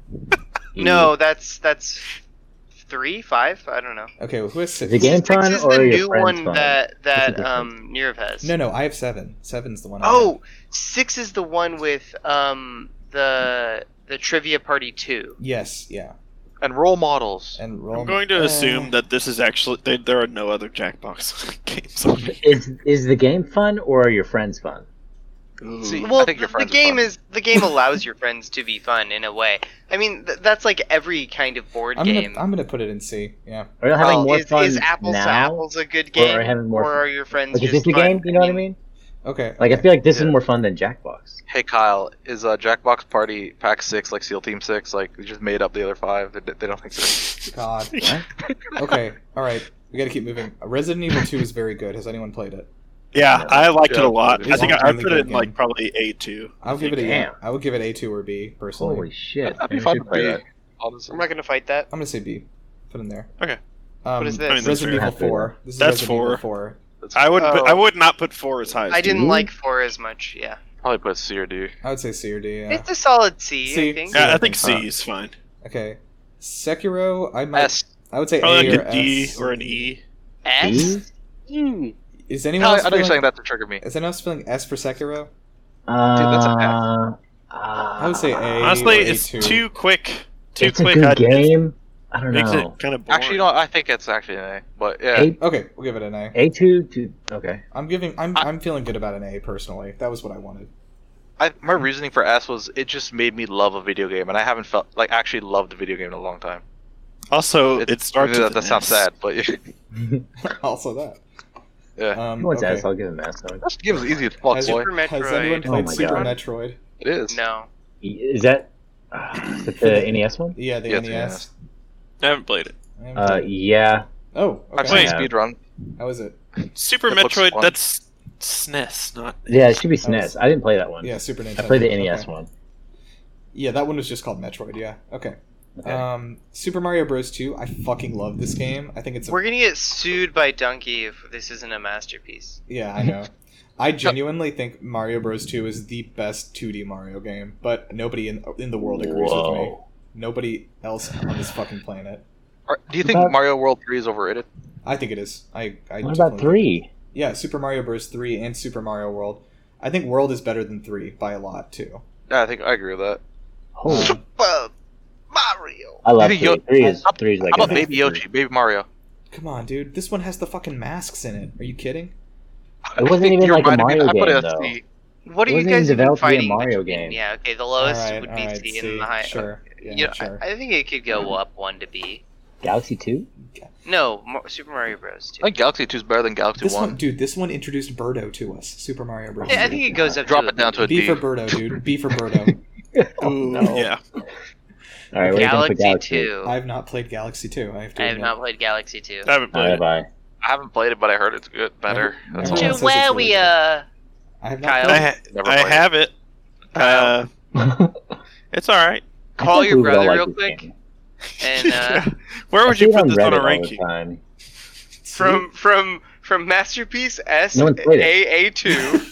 Speaker 5: E.
Speaker 2: No, that's that's three, five. I don't know.
Speaker 1: Okay, who has six?
Speaker 5: Is it game
Speaker 2: Six
Speaker 5: fun
Speaker 2: is
Speaker 5: or
Speaker 2: the
Speaker 5: your
Speaker 2: new
Speaker 5: friend's
Speaker 2: one
Speaker 5: fun?
Speaker 2: that that
Speaker 5: different.
Speaker 2: um Nerve has.
Speaker 1: No, no, I have seven. Seven's the one. I have.
Speaker 2: Oh, six is the one with um the the trivia party two.
Speaker 1: Yes. Yeah.
Speaker 6: And role models.
Speaker 1: And roll.
Speaker 4: I'm going to
Speaker 5: Uh,
Speaker 4: assume that this is actually they, there are no other Jackbox games. On here.
Speaker 5: Is is the game fun or are your friends fun?
Speaker 6: See, I
Speaker 2: Well,
Speaker 6: think your
Speaker 2: the
Speaker 6: friends are
Speaker 2: game
Speaker 6: fun.
Speaker 2: is the game allows your friends to be fun in a way. I mean, th- that's like every kind of board
Speaker 1: I'm
Speaker 2: game.
Speaker 1: gonna, I'm gonna put it in C. Yeah.
Speaker 5: Are you having
Speaker 2: Well,
Speaker 5: more
Speaker 2: Oh, is,
Speaker 5: fun
Speaker 2: is apples
Speaker 5: now?
Speaker 2: to apples a good
Speaker 5: Or are
Speaker 2: game,
Speaker 5: having more
Speaker 2: or
Speaker 5: fun?
Speaker 2: are your friends
Speaker 5: Like, is
Speaker 2: just
Speaker 5: this a
Speaker 2: fun?
Speaker 5: game? You know what I mean?
Speaker 1: Okay.
Speaker 5: Like, I feel like this is
Speaker 6: Yeah.
Speaker 5: more fun than Jackbox.
Speaker 6: Hey Kyle, is uh, Jackbox Party Pack Six like SEAL Team Six? Like we just made up the other five. They, they don't think so.
Speaker 1: God. okay. All right. We gotta keep moving. Resident Evil Two is very good. Has anyone played it?
Speaker 4: Yeah, I liked it
Speaker 6: Yeah,
Speaker 4: a lot.
Speaker 6: it
Speaker 4: I
Speaker 1: is
Speaker 4: think
Speaker 1: one
Speaker 4: I, I
Speaker 1: really
Speaker 4: put
Speaker 1: good
Speaker 4: it in like
Speaker 1: game.
Speaker 4: probably A two.
Speaker 1: I'll give it a.
Speaker 5: Damn.
Speaker 1: I would give it A two or B personally.
Speaker 5: Holy shit!
Speaker 6: That'd be
Speaker 5: Maybe I
Speaker 6: fun
Speaker 5: should
Speaker 6: to
Speaker 5: play
Speaker 6: be-
Speaker 5: that.
Speaker 6: honestly.
Speaker 2: I'm not gonna fight that.
Speaker 1: I'm gonna say B. Put in there.
Speaker 4: Okay.
Speaker 1: Um,
Speaker 2: What is this? I mean,
Speaker 4: that's
Speaker 1: Resident
Speaker 5: fair.
Speaker 1: Evil Four. This is
Speaker 4: That's
Speaker 1: Resident Evil
Speaker 4: four.
Speaker 1: Four.
Speaker 4: I would
Speaker 2: Oh.
Speaker 4: I would not put four as high. As
Speaker 2: I
Speaker 4: two.
Speaker 2: didn't
Speaker 5: D?
Speaker 2: like four as much. Yeah,
Speaker 6: Probably put C or D.
Speaker 1: I would say C or D. Yeah.
Speaker 2: it's a solid C. I
Speaker 1: C.
Speaker 2: think.
Speaker 4: Yeah, I
Speaker 1: Yeah,
Speaker 4: think C
Speaker 6: huh.
Speaker 4: is fine.
Speaker 1: Okay. Sekiro. I might.
Speaker 6: S.
Speaker 1: I would say
Speaker 4: Probably
Speaker 1: A
Speaker 4: Oh, like
Speaker 1: or
Speaker 4: a D
Speaker 1: S.
Speaker 4: or an E.
Speaker 5: E?
Speaker 2: S. Mm.
Speaker 1: Is anyone?
Speaker 6: Kyle,
Speaker 1: else
Speaker 6: I know you're
Speaker 1: feeling-
Speaker 6: saying that to trigger me.
Speaker 1: Is anyone else feeling S for Sekiro?
Speaker 6: that's a pass.
Speaker 5: Uh, I
Speaker 1: would say A.
Speaker 4: Honestly,
Speaker 1: or
Speaker 4: it's
Speaker 1: A2.
Speaker 4: too quick. Too
Speaker 5: it's
Speaker 4: quick.
Speaker 5: a good
Speaker 4: I'd-
Speaker 5: game. I don't
Speaker 4: Makes
Speaker 5: know.
Speaker 4: it kind of boring.
Speaker 6: Actually, no. I think it's actually an A. But yeah,
Speaker 5: A
Speaker 1: Okay, we'll give it an A.
Speaker 5: A two to okay.
Speaker 1: I'm giving. I'm.
Speaker 6: I-
Speaker 1: I'm feeling good about an A personally. That was what I wanted.
Speaker 6: I, my reasoning for S was it just made me love a video game, and I haven't felt like actually loved a video game in a long time.
Speaker 4: Also, it, starts.
Speaker 6: That,
Speaker 4: with
Speaker 6: that
Speaker 4: an
Speaker 6: sounds
Speaker 4: S.
Speaker 6: sad, but yeah.
Speaker 1: also that.
Speaker 6: yeah.
Speaker 1: Um,
Speaker 5: He wants
Speaker 1: okay.
Speaker 5: S. I'll give him S. I'll-
Speaker 6: This game is easy as fuck,
Speaker 1: Has,
Speaker 6: boy.
Speaker 2: Super
Speaker 1: has anyone
Speaker 2: Metroid.
Speaker 1: played
Speaker 5: Oh my
Speaker 1: Super
Speaker 5: God.
Speaker 1: Metroid?
Speaker 6: It is.
Speaker 2: No.
Speaker 5: E, Is that uh, is that the NES one?
Speaker 1: Yeah, the E
Speaker 6: Yes,
Speaker 1: NES.
Speaker 4: I haven't played it.
Speaker 6: E
Speaker 1: I haven't
Speaker 5: Uh,
Speaker 1: played-
Speaker 5: yeah.
Speaker 1: oh,
Speaker 6: I've
Speaker 1: okay.
Speaker 6: seen
Speaker 5: Wait.
Speaker 6: speedrun.
Speaker 1: How is it?
Speaker 4: Super
Speaker 6: It looks
Speaker 4: Metroid.
Speaker 6: fun.
Speaker 4: That's SNES, not. E
Speaker 5: Yeah, it should be
Speaker 1: That was-
Speaker 5: SNES. I didn't play that one.
Speaker 1: Yeah, Super Nintendo.
Speaker 5: I played the NES
Speaker 1: Okay.
Speaker 5: one.
Speaker 1: Yeah, that one was just called Metroid. Yeah. Okay.
Speaker 5: Okay.
Speaker 1: Um, Super Mario Bros. 2. I fucking love this game. I think it's. A,
Speaker 2: We're gonna get sued by Donkey if this isn't a masterpiece.
Speaker 1: yeah, I know. I genuinely think Mario Bros. 2 is the best 2D Mario game, but nobody in in the world agrees with me.
Speaker 5: Whoa.
Speaker 1: Nobody else on this fucking planet.
Speaker 6: Are- Do you think
Speaker 5: About-
Speaker 6: Mario World 3 is overrated?
Speaker 1: I think it is. I. I
Speaker 5: What
Speaker 1: definitely
Speaker 5: about
Speaker 1: think-
Speaker 5: three?
Speaker 1: Yeah, Super Mario Bros. 3 and Super Mario World. I think World is better than 3 by a lot, too.
Speaker 6: Yeah, I think I agree with that.
Speaker 5: Oh,
Speaker 2: Super Mario.
Speaker 5: I love
Speaker 6: Maybe
Speaker 5: three.
Speaker 6: Yo-
Speaker 5: Three is
Speaker 6: I'm-
Speaker 5: three is like
Speaker 6: How
Speaker 5: a
Speaker 6: about Baby
Speaker 5: masterpiece.
Speaker 6: Yoshi, Baby Mario?
Speaker 1: Come on, dude. This one has the fucking masks in it. Are you kidding?
Speaker 5: It wasn't
Speaker 6: I think
Speaker 5: even
Speaker 6: you're
Speaker 5: like a
Speaker 6: reminding me-
Speaker 5: Mario
Speaker 6: I put it
Speaker 5: game,
Speaker 6: as
Speaker 5: though.
Speaker 6: C.
Speaker 2: What are you
Speaker 5: Wasn't
Speaker 2: guys
Speaker 5: even
Speaker 2: even
Speaker 5: developed to be a
Speaker 2: fighting
Speaker 5: Mario
Speaker 2: between?
Speaker 5: game.
Speaker 2: Yeah, okay. The lowest Oh, would be
Speaker 1: alright,
Speaker 2: C, and the highest.
Speaker 1: Sure. Yeah,
Speaker 2: you know,
Speaker 1: sure.
Speaker 2: I, I think it could go up one to B.
Speaker 5: Galaxy two.
Speaker 2: No, Mar- Super Mario Bros.
Speaker 6: I
Speaker 2: Two.
Speaker 6: think Galaxy 2 is better than Galaxy
Speaker 1: this
Speaker 6: 1.
Speaker 1: one, dude, this one introduced Birdo to us. Super Mario Bros.
Speaker 2: Yeah, I think it goes up.
Speaker 6: Drop
Speaker 2: to
Speaker 6: it down to a
Speaker 1: B
Speaker 6: D.
Speaker 1: for Birdo, dude. B for Birdo.
Speaker 5: Oh, no.
Speaker 4: Yeah.
Speaker 5: All right, we're gonna
Speaker 2: Galaxy
Speaker 5: put Galaxy.
Speaker 2: Two.
Speaker 1: I've not played Galaxy 2. I have to.
Speaker 2: I have
Speaker 1: admit.
Speaker 2: not played Galaxy Two.
Speaker 4: I haven't
Speaker 5: All
Speaker 4: played
Speaker 5: right,
Speaker 4: it.
Speaker 5: bye.
Speaker 6: I haven't played it, but I heard it's good, better. That's
Speaker 1: Everyone
Speaker 6: all.
Speaker 1: says it's really good.
Speaker 2: Chihuahua.
Speaker 1: I have not.
Speaker 2: Kyle.
Speaker 4: I,
Speaker 1: played it.
Speaker 4: ha-
Speaker 6: Never
Speaker 4: I
Speaker 6: played it.
Speaker 4: have it. Uh, it's all right.
Speaker 5: I
Speaker 2: Call
Speaker 5: think
Speaker 2: your
Speaker 5: we would all
Speaker 2: brother
Speaker 5: like
Speaker 2: real
Speaker 5: this
Speaker 2: quick.
Speaker 5: game.
Speaker 2: And uh,
Speaker 4: Where
Speaker 5: I
Speaker 4: would
Speaker 5: see
Speaker 4: you
Speaker 5: it
Speaker 4: put this on
Speaker 5: Reddit
Speaker 4: a
Speaker 5: all the
Speaker 4: ranking?
Speaker 5: time.
Speaker 2: from from from masterpiece S
Speaker 5: No
Speaker 2: A
Speaker 5: one's played it.
Speaker 2: A two.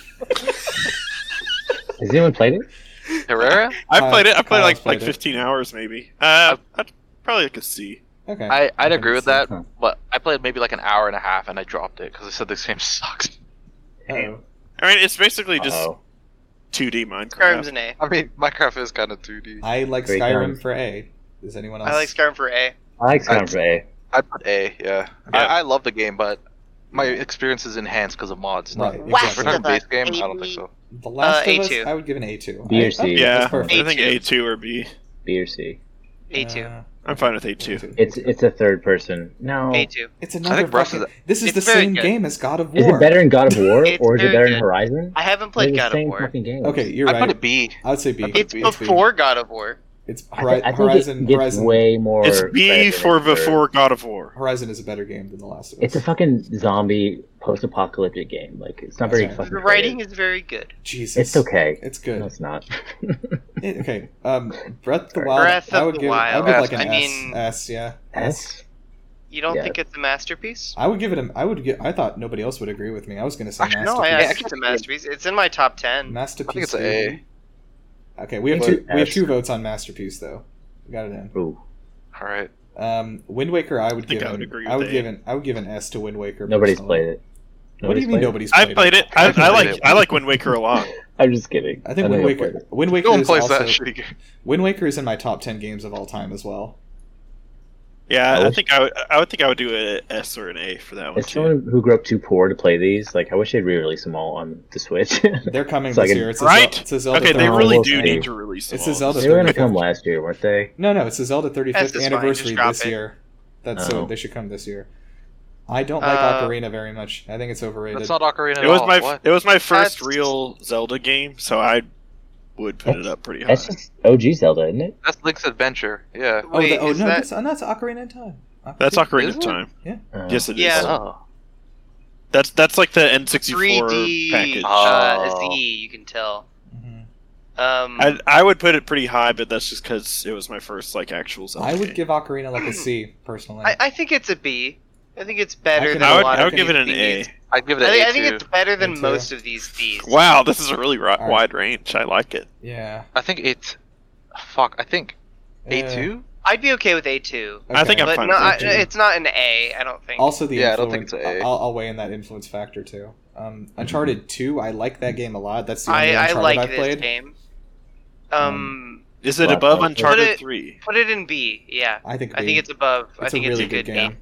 Speaker 5: Has anyone played it?
Speaker 6: Herrera?
Speaker 4: I
Speaker 1: Uh,
Speaker 4: played it. I played
Speaker 1: Kyle's
Speaker 4: like
Speaker 1: played
Speaker 4: like
Speaker 1: it.
Speaker 4: 15 hours maybe. Uh, I'd probably like a C.
Speaker 1: Okay.
Speaker 6: I, I'd
Speaker 1: I
Speaker 6: agree with
Speaker 1: didn't
Speaker 6: that,
Speaker 5: see it.
Speaker 6: but I played maybe like an hour and a half and I dropped it because I said this game sucks.
Speaker 1: Oh.
Speaker 4: I mean, it's basically just
Speaker 5: Uh-oh.
Speaker 4: 2D
Speaker 2: Skyrim's
Speaker 4: Minecraft.
Speaker 2: an A.
Speaker 6: I mean, Minecraft is kind of 2D.
Speaker 1: I like
Speaker 5: Great
Speaker 1: Skyrim
Speaker 5: times.
Speaker 1: for A. Is anyone else?
Speaker 2: I like Skyrim for A.
Speaker 5: I like Skyrim for A.
Speaker 6: I put A, yeah.
Speaker 4: Yeah.
Speaker 6: I, I love the game, but my experience is enhanced because of mods. Not,
Speaker 1: Right.
Speaker 6: if
Speaker 1: West
Speaker 6: we're
Speaker 1: of
Speaker 6: talking
Speaker 2: the
Speaker 6: base game, I don't think so.
Speaker 1: The Last
Speaker 2: Uh,
Speaker 1: of Us.
Speaker 2: A2.
Speaker 1: I would give an A two.
Speaker 5: B or
Speaker 1: I-
Speaker 5: C.
Speaker 1: that's
Speaker 4: Yeah,
Speaker 1: perfect.
Speaker 4: I think A2 or B.
Speaker 5: B or C.
Speaker 2: A two.
Speaker 1: Uh,
Speaker 4: I'm fine with A2.
Speaker 5: It's it's a third person. No.
Speaker 2: A two.
Speaker 1: It's another.
Speaker 6: think Russ
Speaker 1: Fucking,
Speaker 6: is-
Speaker 1: this is
Speaker 2: It's
Speaker 1: the
Speaker 2: very
Speaker 1: same
Speaker 2: good.
Speaker 1: game as God of War.
Speaker 5: Is it better in God of War
Speaker 2: It's
Speaker 5: or is it
Speaker 2: very
Speaker 5: better in
Speaker 2: good.
Speaker 5: Horizon?
Speaker 2: I haven't
Speaker 5: They're
Speaker 2: played
Speaker 5: the
Speaker 2: God of
Speaker 5: same
Speaker 2: War.
Speaker 5: fucking game.
Speaker 1: Okay, you're
Speaker 6: I put a
Speaker 1: right.
Speaker 6: B.
Speaker 1: I would say B.
Speaker 6: put
Speaker 2: It's
Speaker 6: It's B.
Speaker 2: before God of War.
Speaker 1: It's
Speaker 5: I think,
Speaker 1: Hori-
Speaker 5: I think
Speaker 1: Horizon.
Speaker 5: it gets
Speaker 1: Horizon.
Speaker 5: way more.
Speaker 4: It's B
Speaker 5: credit than
Speaker 4: for
Speaker 5: it deserves.
Speaker 4: before God of War.
Speaker 1: Horizon is a better game than The Last of Us.
Speaker 5: It's a fucking zombie post-apocalyptic game. Like it's not very
Speaker 1: That's right.
Speaker 5: fucking.
Speaker 2: The writing is very good.
Speaker 1: Jesus.
Speaker 5: It's okay.
Speaker 1: It's
Speaker 5: No,
Speaker 1: good.
Speaker 5: it's not.
Speaker 1: It- okay. Um, Breath of the Wild.
Speaker 2: Breath
Speaker 1: I
Speaker 2: of
Speaker 1: would
Speaker 2: the
Speaker 1: give. I would
Speaker 2: Wild.
Speaker 1: give like an
Speaker 2: I
Speaker 1: S.
Speaker 2: mean-
Speaker 1: S. Yeah.
Speaker 5: S.
Speaker 2: You don't
Speaker 5: Yeah.
Speaker 2: think it's a masterpiece?
Speaker 1: I would give it a. I would. Give, I thought nobody else would agree with me. I was gonna say masterpiece.
Speaker 2: No, I
Speaker 6: Yeah,
Speaker 2: asked Oh, it's a masterpiece. It's in my top ten.
Speaker 1: masterpiece.
Speaker 6: I think it's an
Speaker 1: baby.
Speaker 6: A.
Speaker 1: Okay, we have
Speaker 5: But-
Speaker 1: two. We have two
Speaker 5: Yes.
Speaker 1: votes on masterpiece though. We got it in.
Speaker 5: Ooh,
Speaker 6: Alright.
Speaker 1: Um, Wind Waker, I would
Speaker 4: think
Speaker 1: give.
Speaker 4: I would
Speaker 1: an-
Speaker 4: agree
Speaker 1: I would
Speaker 4: with A.
Speaker 1: give an. I would give an S to Wind Waker.
Speaker 5: nobody's
Speaker 1: personally.
Speaker 5: played it.
Speaker 1: What do you mean nobody's played
Speaker 4: I've played it. I, I like I like Wind Waker a lot.
Speaker 5: I'm just kidding.
Speaker 1: I think
Speaker 5: know
Speaker 1: Wind
Speaker 5: you'll play
Speaker 1: Waker. Wind Waker
Speaker 6: No one
Speaker 1: is
Speaker 6: plays
Speaker 1: also.
Speaker 6: that shitty game.
Speaker 1: Wind Waker is in my top ten games of all time as well.
Speaker 4: Yeah,
Speaker 5: Oh.
Speaker 4: I think I would I would think I would do an S or an A for that one
Speaker 5: As
Speaker 4: too.
Speaker 5: someone who grew up too poor to play these, like I wish they'd re-release them all on the Switch. they
Speaker 1: They're coming
Speaker 5: It's like
Speaker 1: this
Speaker 5: a-
Speaker 1: year. It's a
Speaker 4: Right?
Speaker 1: Zel- it's a Zelda
Speaker 4: Okay, they
Speaker 5: they're
Speaker 1: 30
Speaker 4: really
Speaker 5: almost
Speaker 4: do
Speaker 5: A.
Speaker 4: need to release them
Speaker 1: It's a
Speaker 4: all.
Speaker 1: Zelda.
Speaker 5: were gonna
Speaker 1: 35th.
Speaker 5: come last year, weren't they?
Speaker 1: No, no, it's a Zelda
Speaker 2: That's
Speaker 1: 35th
Speaker 2: fine,
Speaker 1: anniversary
Speaker 2: just drop
Speaker 1: this
Speaker 2: it.
Speaker 1: year. That's
Speaker 5: Oh.
Speaker 1: so they should come this year. I don't like
Speaker 2: Uh,
Speaker 1: Ocarina very much. I think it's overrated.
Speaker 6: That's not Ocarina
Speaker 4: It was my
Speaker 6: Oh, What?
Speaker 4: it was my first
Speaker 2: That's-
Speaker 4: real Zelda game, so I would put it up pretty high.
Speaker 5: That's just OG Zelda, isn't it?
Speaker 6: That's Link's Adventure, yeah.
Speaker 1: oh,
Speaker 2: Wait,
Speaker 1: the- oh
Speaker 2: is
Speaker 1: no,
Speaker 2: that-
Speaker 1: that's, oh, no, that's Ocarina of Time. Ocarina-
Speaker 4: That's Ocarina
Speaker 6: Is
Speaker 4: of
Speaker 6: it?
Speaker 4: Time.
Speaker 5: Uh,
Speaker 4: Yes, it is.
Speaker 2: Yeah.
Speaker 6: Oh.
Speaker 4: That's that's like the N64
Speaker 2: 3D
Speaker 4: package.
Speaker 2: uh,
Speaker 6: Oh.
Speaker 2: SE, you can tell.
Speaker 1: Mhm.
Speaker 2: Um,
Speaker 4: I I would put it pretty high, but that's just because it was my first like actual Zelda.
Speaker 1: I would
Speaker 4: game.
Speaker 1: give Ocarina like a C personally.
Speaker 2: I, I think it's a B. I think it's better
Speaker 1: I
Speaker 2: than
Speaker 1: can-
Speaker 2: a
Speaker 4: I would,
Speaker 2: lot
Speaker 4: I
Speaker 2: of
Speaker 4: would give it an A.
Speaker 2: these.
Speaker 6: I'd give it
Speaker 2: I
Speaker 6: an
Speaker 2: think,
Speaker 6: A
Speaker 2: I think
Speaker 6: too.
Speaker 2: it's better than
Speaker 1: Me too.
Speaker 2: most of these Ds.
Speaker 4: Wow, this is a really ri-
Speaker 1: right.
Speaker 4: wide range. I like it.
Speaker 1: yeah. Uh,
Speaker 6: I think it's. Fuck, I think A2?
Speaker 2: I'd be okay with A two,
Speaker 4: I think I'm
Speaker 2: but
Speaker 4: fine
Speaker 2: no,
Speaker 4: with
Speaker 2: I,
Speaker 4: A2.
Speaker 2: it's not an A. I don't think.
Speaker 1: also the
Speaker 6: Yeah, I don't think
Speaker 1: influence.
Speaker 6: it's a A.
Speaker 1: I'll, I'll weigh in that influence factor too. Um, Uncharted Two, I like that game a lot. That's the only
Speaker 2: I, I
Speaker 1: Uncharted
Speaker 2: like
Speaker 1: I've
Speaker 2: this
Speaker 1: played.
Speaker 2: game.
Speaker 1: Um,
Speaker 2: um,
Speaker 4: Is it
Speaker 5: Well,
Speaker 4: above
Speaker 5: I'll-
Speaker 4: Uncharted
Speaker 2: Put it-
Speaker 4: 3?
Speaker 2: put it in B. Yeah,
Speaker 1: I think.
Speaker 2: I
Speaker 1: B.
Speaker 2: think it's above. I
Speaker 1: It's
Speaker 2: think
Speaker 1: a really
Speaker 2: it's a good, game.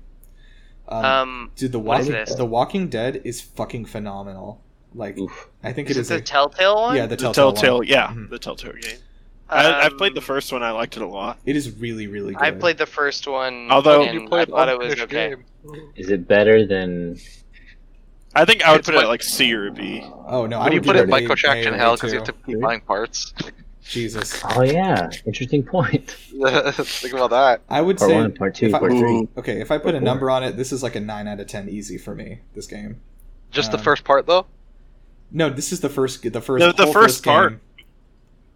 Speaker 1: Um,
Speaker 2: Um,
Speaker 1: dude, the
Speaker 2: what
Speaker 5: is
Speaker 1: Walking
Speaker 5: this?
Speaker 1: the Walking Dead is fucking phenomenal. Like,
Speaker 5: Oof.
Speaker 1: I think
Speaker 2: is
Speaker 1: it
Speaker 2: it
Speaker 1: is.
Speaker 2: the
Speaker 1: a-
Speaker 2: Telltale one?
Speaker 1: yeah, the
Speaker 4: The
Speaker 1: Telltale.
Speaker 4: Telltale,
Speaker 1: one.
Speaker 4: yeah,
Speaker 1: Mhm.
Speaker 4: the Telltale game. I, I've played the
Speaker 2: Um,
Speaker 4: first one. I liked it a lot.
Speaker 1: It is really, really good.
Speaker 2: I played the first one.
Speaker 4: Although-
Speaker 2: and I thought it was okay.
Speaker 5: Is it better than?
Speaker 4: I think I would
Speaker 6: It's
Speaker 4: put it
Speaker 6: like-
Speaker 4: at like C or B.
Speaker 1: Oh no! I
Speaker 6: When you
Speaker 1: would
Speaker 6: put
Speaker 1: give
Speaker 6: it in
Speaker 1: a-
Speaker 6: microtransaction
Speaker 1: a-
Speaker 6: hell
Speaker 1: a
Speaker 6: because you have to
Speaker 1: too.
Speaker 6: keep buying parts.
Speaker 1: Jesus,
Speaker 5: Oh yeah, interesting point.
Speaker 6: Think about that.
Speaker 1: I would
Speaker 5: Part
Speaker 1: say.
Speaker 5: one, part two,
Speaker 1: if I-
Speaker 5: part three.
Speaker 1: Okay, if I put a
Speaker 5: Four.
Speaker 1: number on it, this is like a nine out of ten, easy for me. This game.
Speaker 6: Just
Speaker 1: Um,
Speaker 6: the first part though.
Speaker 1: No, this is the first. The first.
Speaker 4: No, the
Speaker 1: whole
Speaker 4: first part.
Speaker 1: Game,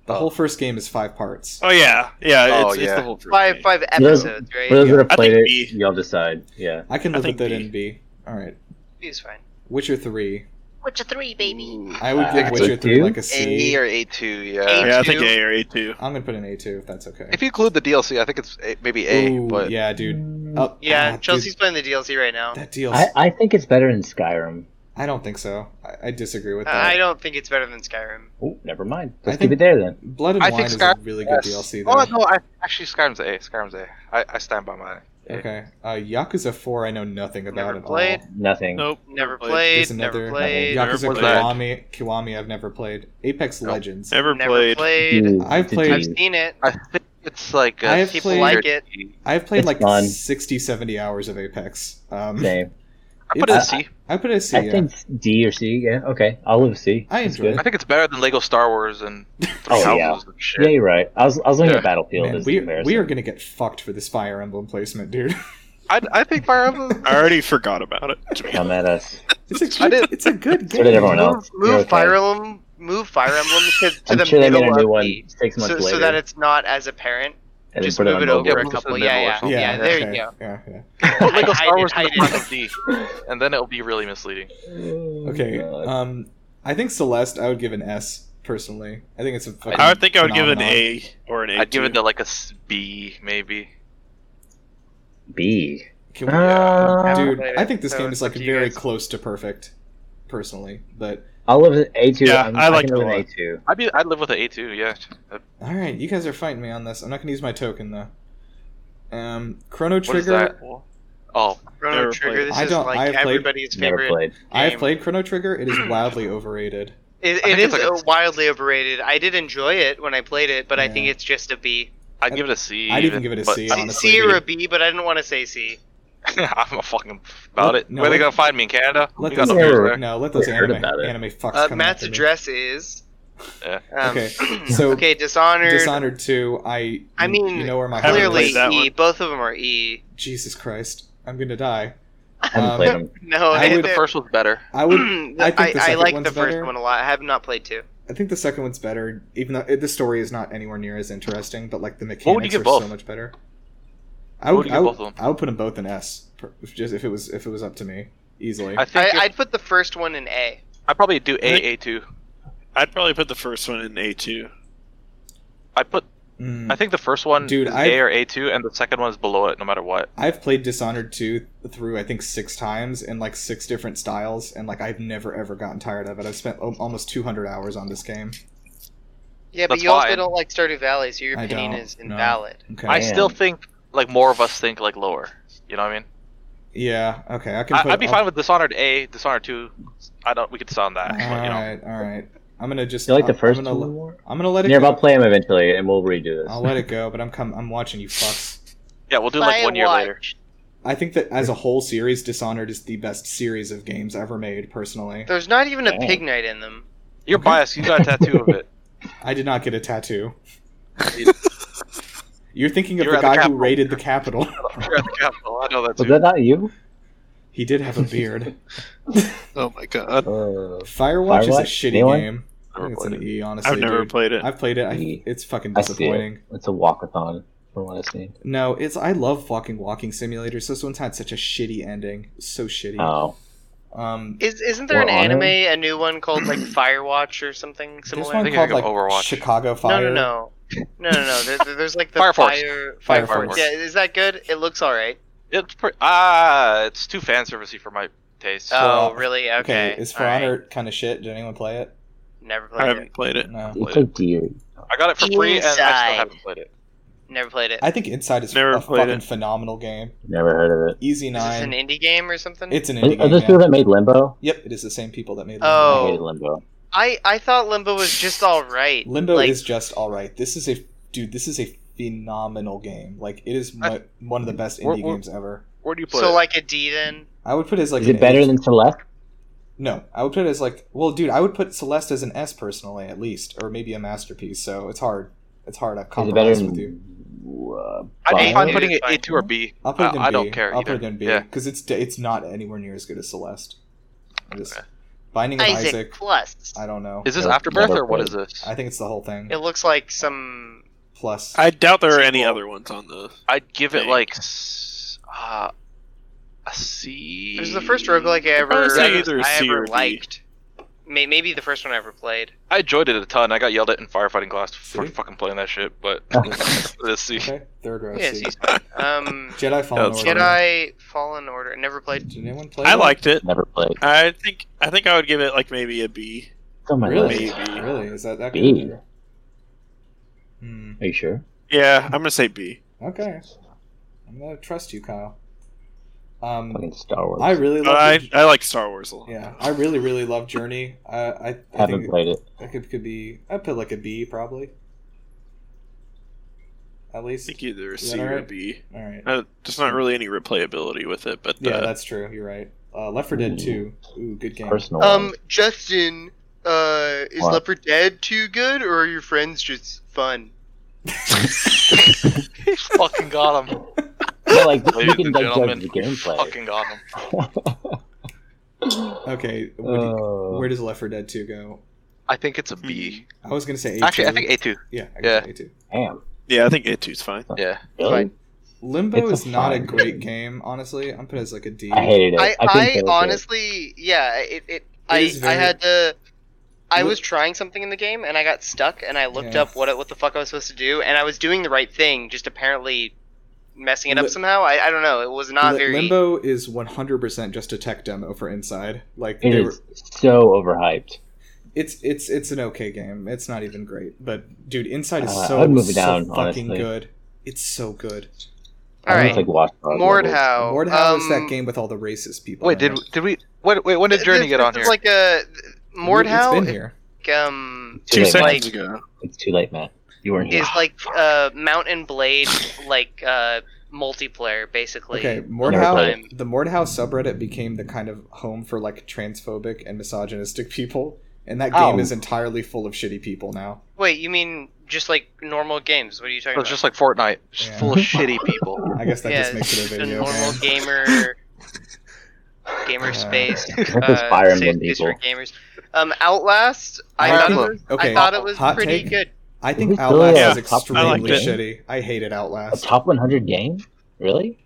Speaker 1: the
Speaker 6: Oh.
Speaker 1: whole first game is five parts.
Speaker 4: Oh yeah, yeah. It's,
Speaker 6: Oh,
Speaker 4: it's
Speaker 6: yeah.
Speaker 4: the whole first
Speaker 2: Five
Speaker 4: game.
Speaker 2: five
Speaker 5: those-
Speaker 2: episodes,
Speaker 5: For
Speaker 2: right?
Speaker 5: those that
Speaker 4: I
Speaker 5: have played
Speaker 4: think
Speaker 5: it,
Speaker 4: B.
Speaker 5: y'all decide. Yeah.
Speaker 1: I can
Speaker 4: I
Speaker 1: live with that
Speaker 4: think B.
Speaker 1: in B. All right,
Speaker 2: It's fine.
Speaker 1: Witcher three.
Speaker 2: Witcher three, baby.
Speaker 1: I would
Speaker 5: Uh,
Speaker 1: give
Speaker 5: so
Speaker 1: Witcher three
Speaker 5: two?
Speaker 1: like a C.
Speaker 6: or A two, yeah.
Speaker 2: A2.
Speaker 4: Yeah, I think A or A two.
Speaker 1: I'm gonna put an A two if that's okay.
Speaker 6: If you include the DLC, I think it's a, maybe A.
Speaker 1: Ooh,
Speaker 6: but
Speaker 1: yeah, dude.
Speaker 5: Mm,
Speaker 1: Oh, ah,
Speaker 2: Yeah,
Speaker 1: dude,
Speaker 2: Chelsea's playing the DLC right now.
Speaker 1: that deals.
Speaker 5: I,
Speaker 1: I,
Speaker 5: I think it's better than Skyrim.
Speaker 1: don't think so. I, I disagree with that.
Speaker 2: I I don't think it's better than Skyrim.
Speaker 5: Oh, never mind.
Speaker 1: I
Speaker 5: Let's
Speaker 1: think-
Speaker 5: keep it there then.
Speaker 1: Blood and
Speaker 6: I
Speaker 1: Wine
Speaker 6: think
Speaker 1: is a
Speaker 6: Sky-
Speaker 1: really good
Speaker 6: yes.
Speaker 1: DLC though.
Speaker 6: Oh no, I, actually Skyrim's A. Skyrim's A. I, I stand by my.
Speaker 1: Okay, uh, Yakuza four. I know nothing about
Speaker 2: Never
Speaker 1: it
Speaker 2: played.
Speaker 1: all.
Speaker 5: Nothing.
Speaker 4: Nope.
Speaker 2: Never
Speaker 1: There's
Speaker 2: played.
Speaker 1: another
Speaker 2: Never played.
Speaker 5: Never
Speaker 1: Yakuza
Speaker 6: played.
Speaker 1: Kiwami. Kiwami, I've never played. Apex
Speaker 6: Nope.
Speaker 1: Legends.
Speaker 4: Never,
Speaker 2: Never
Speaker 4: played.
Speaker 2: played.
Speaker 5: Dude,
Speaker 1: I've
Speaker 5: did
Speaker 1: played-
Speaker 5: you-
Speaker 2: I've seen it.
Speaker 6: I think it's like uh,
Speaker 1: I have
Speaker 6: C
Speaker 1: played-
Speaker 6: tier
Speaker 2: like it.
Speaker 6: D.
Speaker 1: I've played
Speaker 5: It's
Speaker 1: like
Speaker 5: fun.
Speaker 1: 60, 70 hours of Apex. Um,
Speaker 5: Same.
Speaker 6: I put it
Speaker 1: I-
Speaker 6: in C.
Speaker 1: I put it as C. uh,
Speaker 5: I
Speaker 1: yeah.
Speaker 5: think D or C. Yeah, okay. I'll live with C.
Speaker 1: I
Speaker 5: That's
Speaker 1: enjoy
Speaker 5: good.
Speaker 6: I think it's better than Lego Star Wars and
Speaker 5: Oh,
Speaker 6: Houses
Speaker 5: yeah.
Speaker 6: and shit.
Speaker 5: Yeah, you're right. I was, I was looking
Speaker 6: Yeah.
Speaker 5: at Battlefield.
Speaker 1: Man,
Speaker 5: as
Speaker 1: we,
Speaker 5: the comparison.
Speaker 1: we are gonna get fucked for this Fire Emblem placement, dude.
Speaker 6: I, I think Fire Emblem.
Speaker 4: I already forgot about it. to be honest.
Speaker 5: Come at us.
Speaker 1: It's a
Speaker 6: I
Speaker 1: good, it's a good
Speaker 5: So
Speaker 1: game.
Speaker 5: did everyone
Speaker 1: dude.
Speaker 5: else.
Speaker 2: Move, move
Speaker 5: You're okay.
Speaker 2: Fire Emblem, move Fire Emblem to, to
Speaker 5: I'm
Speaker 2: the
Speaker 5: sure they
Speaker 2: middle
Speaker 5: made a
Speaker 2: of
Speaker 5: new one
Speaker 2: the,
Speaker 5: six months
Speaker 2: so,
Speaker 5: later.
Speaker 2: so that it's not as apparent.
Speaker 5: and
Speaker 2: just
Speaker 5: then put
Speaker 2: move it
Speaker 5: on
Speaker 6: Yeah,
Speaker 2: over a
Speaker 5: mobile.
Speaker 6: move it to
Speaker 2: couple.
Speaker 6: the
Speaker 2: Yeah,
Speaker 6: middle or
Speaker 2: yeah, Oh, yeah,
Speaker 6: something.
Speaker 1: Yeah,
Speaker 2: There
Speaker 1: okay,
Speaker 2: you go.
Speaker 1: Yeah, yeah.
Speaker 6: Put Lego
Speaker 2: I
Speaker 6: Star
Speaker 2: hide
Speaker 6: Wars
Speaker 2: it, hide
Speaker 6: in
Speaker 2: it.
Speaker 6: the front of D, and then it'll be really misleading.
Speaker 1: Okay.
Speaker 5: Oh, God.
Speaker 1: Um, I think Celeste. I would give an S personally. I think it's a. fucking
Speaker 4: I would think I would give an
Speaker 1: phenomenon.
Speaker 4: A or an A.
Speaker 6: I'd give it to like a s- B maybe.
Speaker 5: B.
Speaker 1: Can we-
Speaker 5: Uh,
Speaker 1: dude,
Speaker 2: Calculated.
Speaker 1: I think this
Speaker 2: So
Speaker 1: game
Speaker 2: it's
Speaker 1: is like
Speaker 2: up to you
Speaker 1: very
Speaker 2: guys.
Speaker 1: close to perfect, personally. But
Speaker 5: I'll live with A two.
Speaker 4: Yeah,
Speaker 5: I'm,
Speaker 4: I like
Speaker 5: can
Speaker 4: it
Speaker 5: live
Speaker 4: a
Speaker 5: with
Speaker 4: lot.
Speaker 5: A two.
Speaker 6: I'd be. I'd live with an A two. Yeah. What
Speaker 1: all right, you guys are fighting me on this. I'm not gonna use my token though. Um, Chrono
Speaker 6: is
Speaker 1: Trigger.
Speaker 6: that? Oh,
Speaker 2: Chrono
Speaker 4: Never
Speaker 2: Trigger.
Speaker 4: played.
Speaker 2: This
Speaker 1: I
Speaker 2: is
Speaker 1: don't- I have
Speaker 2: like
Speaker 1: played-
Speaker 2: everybody's
Speaker 5: Never
Speaker 2: favorite.
Speaker 5: played.
Speaker 1: I have
Speaker 2: game.
Speaker 1: played Chrono Trigger. It is wildly overrated.
Speaker 2: It,
Speaker 6: I
Speaker 2: it
Speaker 6: think
Speaker 2: is
Speaker 6: it's like a-
Speaker 2: uh, wildly overrated. I did enjoy it when I played it, but I
Speaker 1: Yeah.
Speaker 2: think it's just a B.
Speaker 6: I'd give it a C.
Speaker 1: I'd even give it a
Speaker 6: but
Speaker 1: C,
Speaker 6: I'm-
Speaker 2: C,
Speaker 1: honestly,
Speaker 2: C or a
Speaker 1: dude.
Speaker 2: B, but I didn't want to say C. Uh,
Speaker 6: I'm a fucking f- about
Speaker 1: Let-
Speaker 6: it.
Speaker 1: no,
Speaker 6: Where they
Speaker 1: let-
Speaker 6: gonna find me in Canada?
Speaker 1: Let
Speaker 6: You
Speaker 1: those
Speaker 6: got
Speaker 5: those-
Speaker 6: no there.
Speaker 1: no, let those
Speaker 5: I heard
Speaker 1: anime
Speaker 5: about it.
Speaker 1: anime fucks
Speaker 2: Uh,
Speaker 1: come
Speaker 2: Matt's
Speaker 1: after me.
Speaker 2: address is.
Speaker 6: Yeah.
Speaker 2: Um,
Speaker 1: Okay,
Speaker 2: okay.
Speaker 1: so-
Speaker 2: Dishonored.
Speaker 1: Dishonored two. I
Speaker 2: I mean,
Speaker 1: you know where my heart
Speaker 4: haven't
Speaker 2: Clearly,
Speaker 1: is.
Speaker 4: played that
Speaker 2: E.
Speaker 4: one.
Speaker 2: Both of them are E.
Speaker 1: Jesus Christ, I'm gonna die.
Speaker 5: I haven't
Speaker 1: Um,
Speaker 5: played them.
Speaker 2: No,
Speaker 1: I
Speaker 6: I
Speaker 2: they-
Speaker 6: think the
Speaker 2: they're-
Speaker 6: first was better.
Speaker 1: I would I
Speaker 2: The- I,
Speaker 1: think the
Speaker 2: I
Speaker 1: second
Speaker 2: like
Speaker 1: one's
Speaker 2: the first
Speaker 1: better.
Speaker 2: one a lot. I have not played two.
Speaker 1: I think the second one's better, even though it, the story is not anywhere near as interesting. But like the mechanics
Speaker 6: What would you
Speaker 1: are
Speaker 6: give both?
Speaker 1: so much better. I
Speaker 6: What
Speaker 1: would,
Speaker 6: would you
Speaker 1: I
Speaker 6: give
Speaker 1: would,
Speaker 6: both of
Speaker 1: I would put them both in S, per- if just if it was if it was up to me easily.
Speaker 6: I think
Speaker 2: I,
Speaker 6: I,
Speaker 2: I'd put the first one in A.
Speaker 6: I probably do
Speaker 4: I
Speaker 6: A
Speaker 4: think-
Speaker 6: A two.
Speaker 4: I'd probably put the first one in A two.
Speaker 6: I put.
Speaker 1: Mm.
Speaker 6: I think the first one
Speaker 1: Dude,
Speaker 6: is
Speaker 1: I've-
Speaker 6: A or A two, and the second one is below it, no matter what.
Speaker 1: I've played Dishonored two through I think six times in like six different styles, and like I've never ever gotten tired of it. I've spent al- almost 200 hours on this game.
Speaker 2: Yeah, but
Speaker 6: That's
Speaker 2: you also
Speaker 6: fine.
Speaker 2: don't like Stardew Valley, so your
Speaker 1: I
Speaker 2: opinion
Speaker 1: don't,
Speaker 2: is
Speaker 1: no.
Speaker 2: invalid.
Speaker 1: Okay.
Speaker 6: I
Speaker 5: Damn.
Speaker 6: still think like more of us think like lower. You know what I mean?
Speaker 1: yeah. Okay. I can.
Speaker 6: I,
Speaker 1: Put,
Speaker 6: I'd be
Speaker 1: I'll-
Speaker 6: fine with Dishonored A, Dishonored two. I don't. We could sound that.
Speaker 1: All
Speaker 6: but, you know.
Speaker 1: right. All right. I'm gonna just.
Speaker 5: You like the
Speaker 1: I'm-
Speaker 5: first
Speaker 1: I'm gonna,
Speaker 5: one
Speaker 1: le-
Speaker 5: more?
Speaker 1: I'm gonna let it.
Speaker 5: Yeah,
Speaker 1: go.
Speaker 5: I'll play them eventually, and we'll redo this.
Speaker 1: I'll let it go, but I'm com- I'm watching you fucks.
Speaker 6: Yeah, we'll do like one year later.
Speaker 1: I think that as a whole series, Dishonored is the best series of games ever made. Personally,
Speaker 2: There's not even a
Speaker 5: Dang.
Speaker 2: pig knight in them.
Speaker 6: You're biased. You got a tattoo of it.
Speaker 1: I did not get a tattoo. You're thinking of the
Speaker 6: You're at the
Speaker 1: guy who
Speaker 6: Capitol.
Speaker 1: raided the Capitol.
Speaker 6: You're at the Capitol. I know that
Speaker 5: Was
Speaker 6: too.
Speaker 5: that not you?
Speaker 1: he did have a beard.
Speaker 4: Oh my god,
Speaker 5: Uh,
Speaker 1: Firewatch, is a
Speaker 5: Firewatch?
Speaker 1: shitty
Speaker 5: Anyone?
Speaker 1: game. I
Speaker 6: Never
Speaker 1: think it's
Speaker 6: played
Speaker 1: an E, honestly.
Speaker 4: I've never
Speaker 1: dude.
Speaker 4: played it.
Speaker 1: I've played it. I,
Speaker 5: E.
Speaker 1: it's fucking
Speaker 5: I see it.
Speaker 1: disappointing.
Speaker 5: it's a walkathon, from what I've seen.
Speaker 1: No, it's I love fucking walking simulators. This one's had such a shitty ending. So shitty.
Speaker 5: Oh,
Speaker 1: um,
Speaker 2: Is isn't there
Speaker 5: Or
Speaker 2: an anime,
Speaker 5: Honor?
Speaker 2: a new one called like Firewatch or something
Speaker 1: there's
Speaker 2: similar?
Speaker 1: one
Speaker 6: think I
Speaker 1: called like
Speaker 6: got Overwatch.
Speaker 1: Chicago
Speaker 2: no,
Speaker 1: Fire.
Speaker 2: no, no, no, no, no. There, there- there's like the
Speaker 6: Fire Force.
Speaker 2: Fire,
Speaker 1: Fire
Speaker 2: Fire
Speaker 1: Force.
Speaker 2: Yeah, is that good? It looks all right.
Speaker 6: It's pre- ah, it's too fan servicey for my taste.
Speaker 2: Oh,
Speaker 1: Honor.
Speaker 2: really?
Speaker 1: Okay,
Speaker 2: Okay.
Speaker 1: is For
Speaker 2: all right.
Speaker 1: Honor kind of shit? Did anyone play it?
Speaker 2: Never
Speaker 4: I
Speaker 2: played it.
Speaker 4: haven't played it.
Speaker 1: No.
Speaker 5: it's like deer.
Speaker 6: I got it for free, and I
Speaker 2: Oh, Inside.
Speaker 6: still haven't played it.
Speaker 2: Never played it.
Speaker 1: I think Inside is
Speaker 4: Never
Speaker 1: a
Speaker 4: played
Speaker 1: fucking
Speaker 4: it.
Speaker 1: phenomenal game.
Speaker 5: Never heard of
Speaker 1: Easy
Speaker 2: Is this an
Speaker 1: nine.
Speaker 2: indie game or something?
Speaker 1: it's an
Speaker 5: it.
Speaker 1: indie
Speaker 5: Are, are
Speaker 1: game.
Speaker 5: those people
Speaker 1: yeah.
Speaker 5: that made Limbo?
Speaker 1: Yep, it is the same people that made Limbo.
Speaker 2: Oh.
Speaker 5: I hated Limbo.
Speaker 2: I I thought Limbo was just all right.
Speaker 1: Limbo
Speaker 2: like,
Speaker 1: is just all right. This is a dude. This is a phenomenal game. Like it is
Speaker 6: I-
Speaker 1: mu- one of the best
Speaker 6: Where-
Speaker 1: indie
Speaker 6: where-
Speaker 1: games ever.
Speaker 6: Where do you put
Speaker 2: so
Speaker 6: it?
Speaker 2: like a D then.
Speaker 1: I would put it as like
Speaker 5: Is
Speaker 1: an
Speaker 5: it better
Speaker 1: A.
Speaker 5: than Celeste?
Speaker 1: no. I would put it as like well, dude. I would put Celeste as an S personally, at least, or maybe a masterpiece. So it's hard. It's hard. I
Speaker 5: Is it better
Speaker 1: compromise
Speaker 5: than?
Speaker 1: with you.
Speaker 5: Uh,
Speaker 6: I'd
Speaker 2: Fine.
Speaker 6: be fine putting
Speaker 2: It is
Speaker 6: it
Speaker 2: fine.
Speaker 6: A two or B.
Speaker 1: I'll put it in
Speaker 6: I- I
Speaker 1: B.
Speaker 6: don't care
Speaker 1: I'll put it
Speaker 6: either.
Speaker 1: in B
Speaker 6: Yeah.
Speaker 1: because it's it's not anywhere near as good as Celeste. I just-
Speaker 6: Okay.
Speaker 1: Binding of
Speaker 2: Isaac,
Speaker 1: Isaac.
Speaker 2: plus.
Speaker 1: I don't know.
Speaker 6: Is this
Speaker 5: Nope,
Speaker 6: Afterbirth
Speaker 5: never
Speaker 6: or what
Speaker 5: played
Speaker 6: is this?
Speaker 1: I think it's the whole thing.
Speaker 2: It looks like some.
Speaker 1: Plus,
Speaker 4: I doubt there are any
Speaker 6: Sequel.
Speaker 4: other ones on the.
Speaker 6: I'd give it
Speaker 4: Dang.
Speaker 6: like s- uh, a C.
Speaker 2: It was the first roguelike I ever,
Speaker 4: Honestly, either
Speaker 2: I
Speaker 4: C or
Speaker 2: ever
Speaker 4: D.
Speaker 2: liked. May, maybe the first one I ever played.
Speaker 6: I enjoyed it a ton. I got yelled at in firefighting class for
Speaker 1: See?
Speaker 6: fucking playing that shit, but let's see.
Speaker 1: okay, third row.
Speaker 2: Yeah,
Speaker 1: C.
Speaker 2: it's Um,
Speaker 1: Jedi Fallen
Speaker 4: That's
Speaker 1: Order.
Speaker 2: Jedi Fallen Order. Never played.
Speaker 1: Did anyone play?
Speaker 4: Oh, I
Speaker 1: that?
Speaker 4: liked it.
Speaker 5: never played.
Speaker 4: I think I think I would give it like maybe a B.
Speaker 5: It's on my
Speaker 1: Really?
Speaker 5: list.
Speaker 4: Maybe.
Speaker 1: Really? Is that that
Speaker 5: B.
Speaker 1: good? Hmm.
Speaker 5: Are you sure?
Speaker 4: Yeah, I'm gonna say B.
Speaker 1: Okay. I'm gonna trust you, Kyle.
Speaker 5: Fucking
Speaker 1: Um,
Speaker 5: Star Wars.
Speaker 1: I really
Speaker 4: Uh, I
Speaker 1: love.
Speaker 4: I like Star Wars a lot.
Speaker 1: Yeah, I really, really love Journey. I, I, I
Speaker 5: haven't
Speaker 1: think
Speaker 5: played it.
Speaker 1: it could, could be. I put like a B probably. At
Speaker 4: I
Speaker 1: least.
Speaker 4: think either a
Speaker 1: Is
Speaker 4: C
Speaker 1: that
Speaker 4: or a
Speaker 1: alright?
Speaker 4: B.
Speaker 1: All right.
Speaker 4: Uh, there's not really any replayability with it, but
Speaker 1: Yeah,
Speaker 4: uh,
Speaker 1: that's true. You're right. Uh, Left 4 Dead 2. Ooh, good game.
Speaker 5: Personal.
Speaker 2: Um, Justin, uh, is
Speaker 5: What?
Speaker 2: Left 4 Dead too good, or are your friends just fun?
Speaker 6: fucking got him.
Speaker 5: Well, like you
Speaker 6: Ladies
Speaker 5: can
Speaker 6: and
Speaker 5: like judge
Speaker 6: gentlemen,
Speaker 5: the gameplay.
Speaker 6: Fucking got him.
Speaker 1: Okay, what do you-
Speaker 5: Uh,
Speaker 1: where does Left 4 Dead 2 go?
Speaker 6: I think it's a B.
Speaker 1: I was gonna say A2.
Speaker 6: Actually, I think A two.
Speaker 1: yeah, I
Speaker 6: yeah.
Speaker 1: yeah. A2.
Speaker 5: damn.
Speaker 4: Yeah, I think A2's fine.
Speaker 6: Yeah.
Speaker 5: Really?
Speaker 1: Limbo
Speaker 5: It's
Speaker 1: is
Speaker 5: a
Speaker 1: not a
Speaker 5: fun
Speaker 1: great game, honestly. I'm put as like a D.
Speaker 5: I hated it.
Speaker 2: I,
Speaker 5: couldn't play
Speaker 2: I,
Speaker 5: with it.
Speaker 2: honestly, yeah, it, it, I,
Speaker 1: is
Speaker 2: I
Speaker 1: very-
Speaker 2: had to. I
Speaker 1: Look-
Speaker 2: was trying something in the game and I got stuck and I looked
Speaker 1: Yeah.
Speaker 2: up what what the fuck I was supposed to do and I was doing the right thing, just apparently messing it up
Speaker 1: Li-
Speaker 2: somehow. I, I don't know. It was not
Speaker 1: Li-
Speaker 2: very.
Speaker 1: Limbo is 100% just a tech demo for Inside. Like
Speaker 5: It
Speaker 1: they were,
Speaker 5: is so overhyped.
Speaker 1: it's it's it's an okay game. It's not even great, but dude, Inside is
Speaker 5: Uh,
Speaker 1: so,
Speaker 5: I'd move it
Speaker 1: so
Speaker 5: down,
Speaker 1: fucking
Speaker 5: honestly.
Speaker 1: good. It's so good.
Speaker 2: All
Speaker 5: I
Speaker 2: right,
Speaker 5: was like Watchdog. levels.
Speaker 2: Mordhau.
Speaker 1: Mordhau
Speaker 2: um,
Speaker 1: is that game with all the racist people.
Speaker 3: Wait,
Speaker 1: in
Speaker 3: did
Speaker 1: it.
Speaker 3: did we? Wait, wait. When did
Speaker 2: th-
Speaker 3: Journey
Speaker 2: this-
Speaker 3: get on
Speaker 2: this
Speaker 3: here?
Speaker 2: is like a
Speaker 1: It's
Speaker 2: Mordhau.
Speaker 1: been
Speaker 2: is
Speaker 1: here.
Speaker 2: Like, um,
Speaker 5: Too
Speaker 4: Two
Speaker 5: late,
Speaker 4: seconds
Speaker 2: Mike.
Speaker 4: ago.
Speaker 5: It's too late, Matt. You weren't here.
Speaker 2: is like uh, Mountain Blade, like uh, multiplayer basically.
Speaker 1: Okay,
Speaker 5: played
Speaker 1: Mordhau. The Mordhau subreddit became the kind of home for like transphobic and misogynistic people, and that game
Speaker 5: Oh.
Speaker 1: is entirely full of shitty people now.
Speaker 2: Wait, you mean just like normal games? What are you talking
Speaker 6: It's
Speaker 2: about?
Speaker 6: just like Fortnite, just
Speaker 1: Yeah.
Speaker 6: full of shitty people.
Speaker 1: I guess that
Speaker 2: yeah,
Speaker 1: just makes it
Speaker 2: it's
Speaker 1: a
Speaker 2: a
Speaker 1: video
Speaker 2: normal
Speaker 1: game. Uh,
Speaker 2: gamer gamer
Speaker 1: Yeah.
Speaker 2: space. Uh,
Speaker 5: That's those Fire
Speaker 2: safe
Speaker 5: Emblem
Speaker 2: space for
Speaker 5: people.
Speaker 1: people.
Speaker 2: gamers. Um, Outlast. I
Speaker 1: Hot
Speaker 2: thought it
Speaker 1: take.
Speaker 2: was.
Speaker 1: Okay,
Speaker 2: I thought it was
Speaker 1: hot
Speaker 2: pretty
Speaker 1: take.
Speaker 2: good.
Speaker 1: I
Speaker 5: It was
Speaker 1: think
Speaker 5: good.
Speaker 1: Outlast
Speaker 5: Yeah,
Speaker 1: is
Speaker 5: I
Speaker 4: liked
Speaker 1: extremely
Speaker 4: it.
Speaker 1: shitty. I hated
Speaker 5: A
Speaker 1: Outlast.
Speaker 5: top 100 game? Really?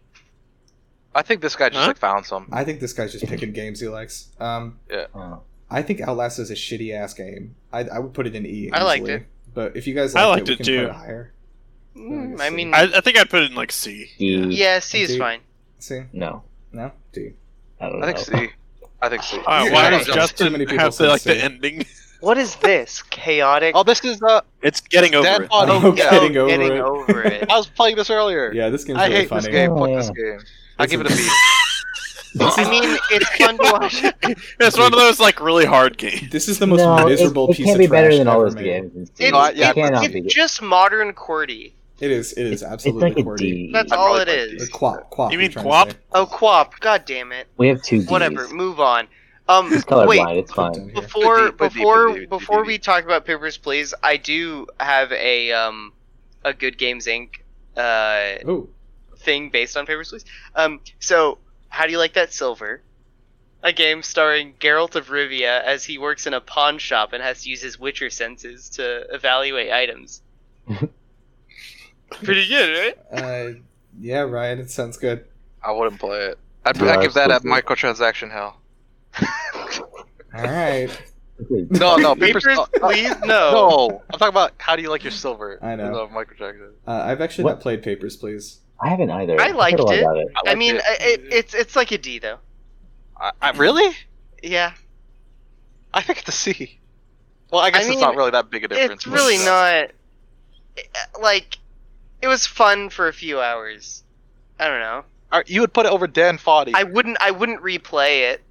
Speaker 6: I think this guy just
Speaker 4: Huh?
Speaker 6: like found some.
Speaker 1: I think this guy's just picking games he likes. Um,
Speaker 5: Oh.
Speaker 1: I think Outlast is a shitty ass game. I, I would put it in E.
Speaker 2: I liked
Speaker 1: easily.
Speaker 2: it.
Speaker 1: But if you guys
Speaker 4: I
Speaker 1: liked,
Speaker 4: liked
Speaker 1: it, we
Speaker 4: it
Speaker 1: can
Speaker 4: too.
Speaker 1: put it higher.
Speaker 2: Mm,
Speaker 1: guess
Speaker 2: I
Speaker 1: so.
Speaker 2: mean,
Speaker 4: I, I think I'd put it in like C.
Speaker 5: D.
Speaker 2: yeah, C is
Speaker 1: Indeed.
Speaker 2: fine.
Speaker 1: See?
Speaker 5: No.
Speaker 1: No? D.
Speaker 5: I don't know.
Speaker 6: I think C. I think C.
Speaker 4: Uh,
Speaker 2: Yeah,
Speaker 4: why
Speaker 2: I
Speaker 4: does
Speaker 2: don't-
Speaker 1: too
Speaker 4: Justin
Speaker 1: many people
Speaker 4: have to
Speaker 1: say
Speaker 4: like the
Speaker 1: C.
Speaker 4: ending?
Speaker 2: What is this chaotic?
Speaker 6: Oh, this is uh,
Speaker 4: It's getting over
Speaker 6: Dead
Speaker 2: Oh,
Speaker 4: it.
Speaker 6: Body.
Speaker 1: I'm
Speaker 6: Yeah,
Speaker 1: getting over
Speaker 2: getting
Speaker 1: it.
Speaker 2: over it.
Speaker 6: I was playing this earlier.
Speaker 1: Yeah, this game's
Speaker 6: I
Speaker 1: really
Speaker 6: hate
Speaker 1: funny.
Speaker 6: this game. Fuck
Speaker 5: Oh,
Speaker 6: this game. I give it a B.
Speaker 2: I mean, it's fun to watch.
Speaker 4: it's one of those like really hard games.
Speaker 1: This is the most
Speaker 5: no,
Speaker 1: miserable
Speaker 5: it, it
Speaker 1: piece
Speaker 5: can't
Speaker 1: of
Speaker 5: be
Speaker 1: trash
Speaker 5: better than all
Speaker 1: ever
Speaker 5: those
Speaker 1: made.
Speaker 5: games. in C.
Speaker 2: It's,
Speaker 6: No, yeah,
Speaker 2: it's-
Speaker 5: it cannot be
Speaker 2: it's
Speaker 5: good.
Speaker 2: just modern QWERTY.
Speaker 1: It is. It is
Speaker 5: It's
Speaker 1: absolutely
Speaker 5: like a
Speaker 1: corny.
Speaker 5: D.
Speaker 2: That's
Speaker 6: I'd
Speaker 2: all
Speaker 6: probably
Speaker 2: it
Speaker 6: put
Speaker 1: Or
Speaker 2: is.
Speaker 1: Quap, quap.
Speaker 4: You
Speaker 1: I'm
Speaker 4: mean
Speaker 1: trying to
Speaker 4: quap?
Speaker 1: say.
Speaker 2: Oh, Quap. God damn it.
Speaker 5: We have two Ds.
Speaker 2: Whatever. Move on. Um,
Speaker 5: It's colorblind.
Speaker 2: wait.
Speaker 5: It's
Speaker 1: Put
Speaker 5: fine.
Speaker 1: down here.
Speaker 2: Before
Speaker 6: Put the- put the- put
Speaker 2: before
Speaker 6: the- put the-
Speaker 2: before we talk about papers, please. I do have a um a good games Inc. Uh,
Speaker 1: Ooh.
Speaker 2: thing based on Papers, Please. Um, so how do you like that silver? A game starring Geralt of Rivia as he works in a pawn shop and has to use his Witcher senses to evaluate items. Pretty good, right?
Speaker 1: Uh, yeah, Ryan, it sounds good.
Speaker 6: I wouldn't play it. I'd,
Speaker 5: Yeah,
Speaker 6: I'd give that a
Speaker 5: absolutely.
Speaker 6: microtransaction hell.
Speaker 1: All right.
Speaker 6: No, no, papers. uh,
Speaker 2: Papers, please, no.
Speaker 6: No, I'm talking about how do you like your silver?
Speaker 1: I know.
Speaker 6: No, microtransaction.
Speaker 1: Uh, I've actually
Speaker 5: What?
Speaker 1: not played Papers, Please.
Speaker 5: I haven't either.
Speaker 2: I
Speaker 5: heard a
Speaker 2: liked
Speaker 5: lot
Speaker 2: it.
Speaker 5: about it.
Speaker 2: I mean,
Speaker 6: it.
Speaker 2: I- it, it's it's like a D though.
Speaker 6: I, I, really?
Speaker 2: Yeah,
Speaker 6: I think it's a C. Well, I guess
Speaker 2: mean,
Speaker 6: it's not really that big a difference.
Speaker 2: it's really
Speaker 6: but-
Speaker 2: not. Like, it was fun for a few hours. I don't know.
Speaker 6: Alright, Uh, you would put it over Dan Foddy.
Speaker 2: I wouldn't. I wouldn't replay it.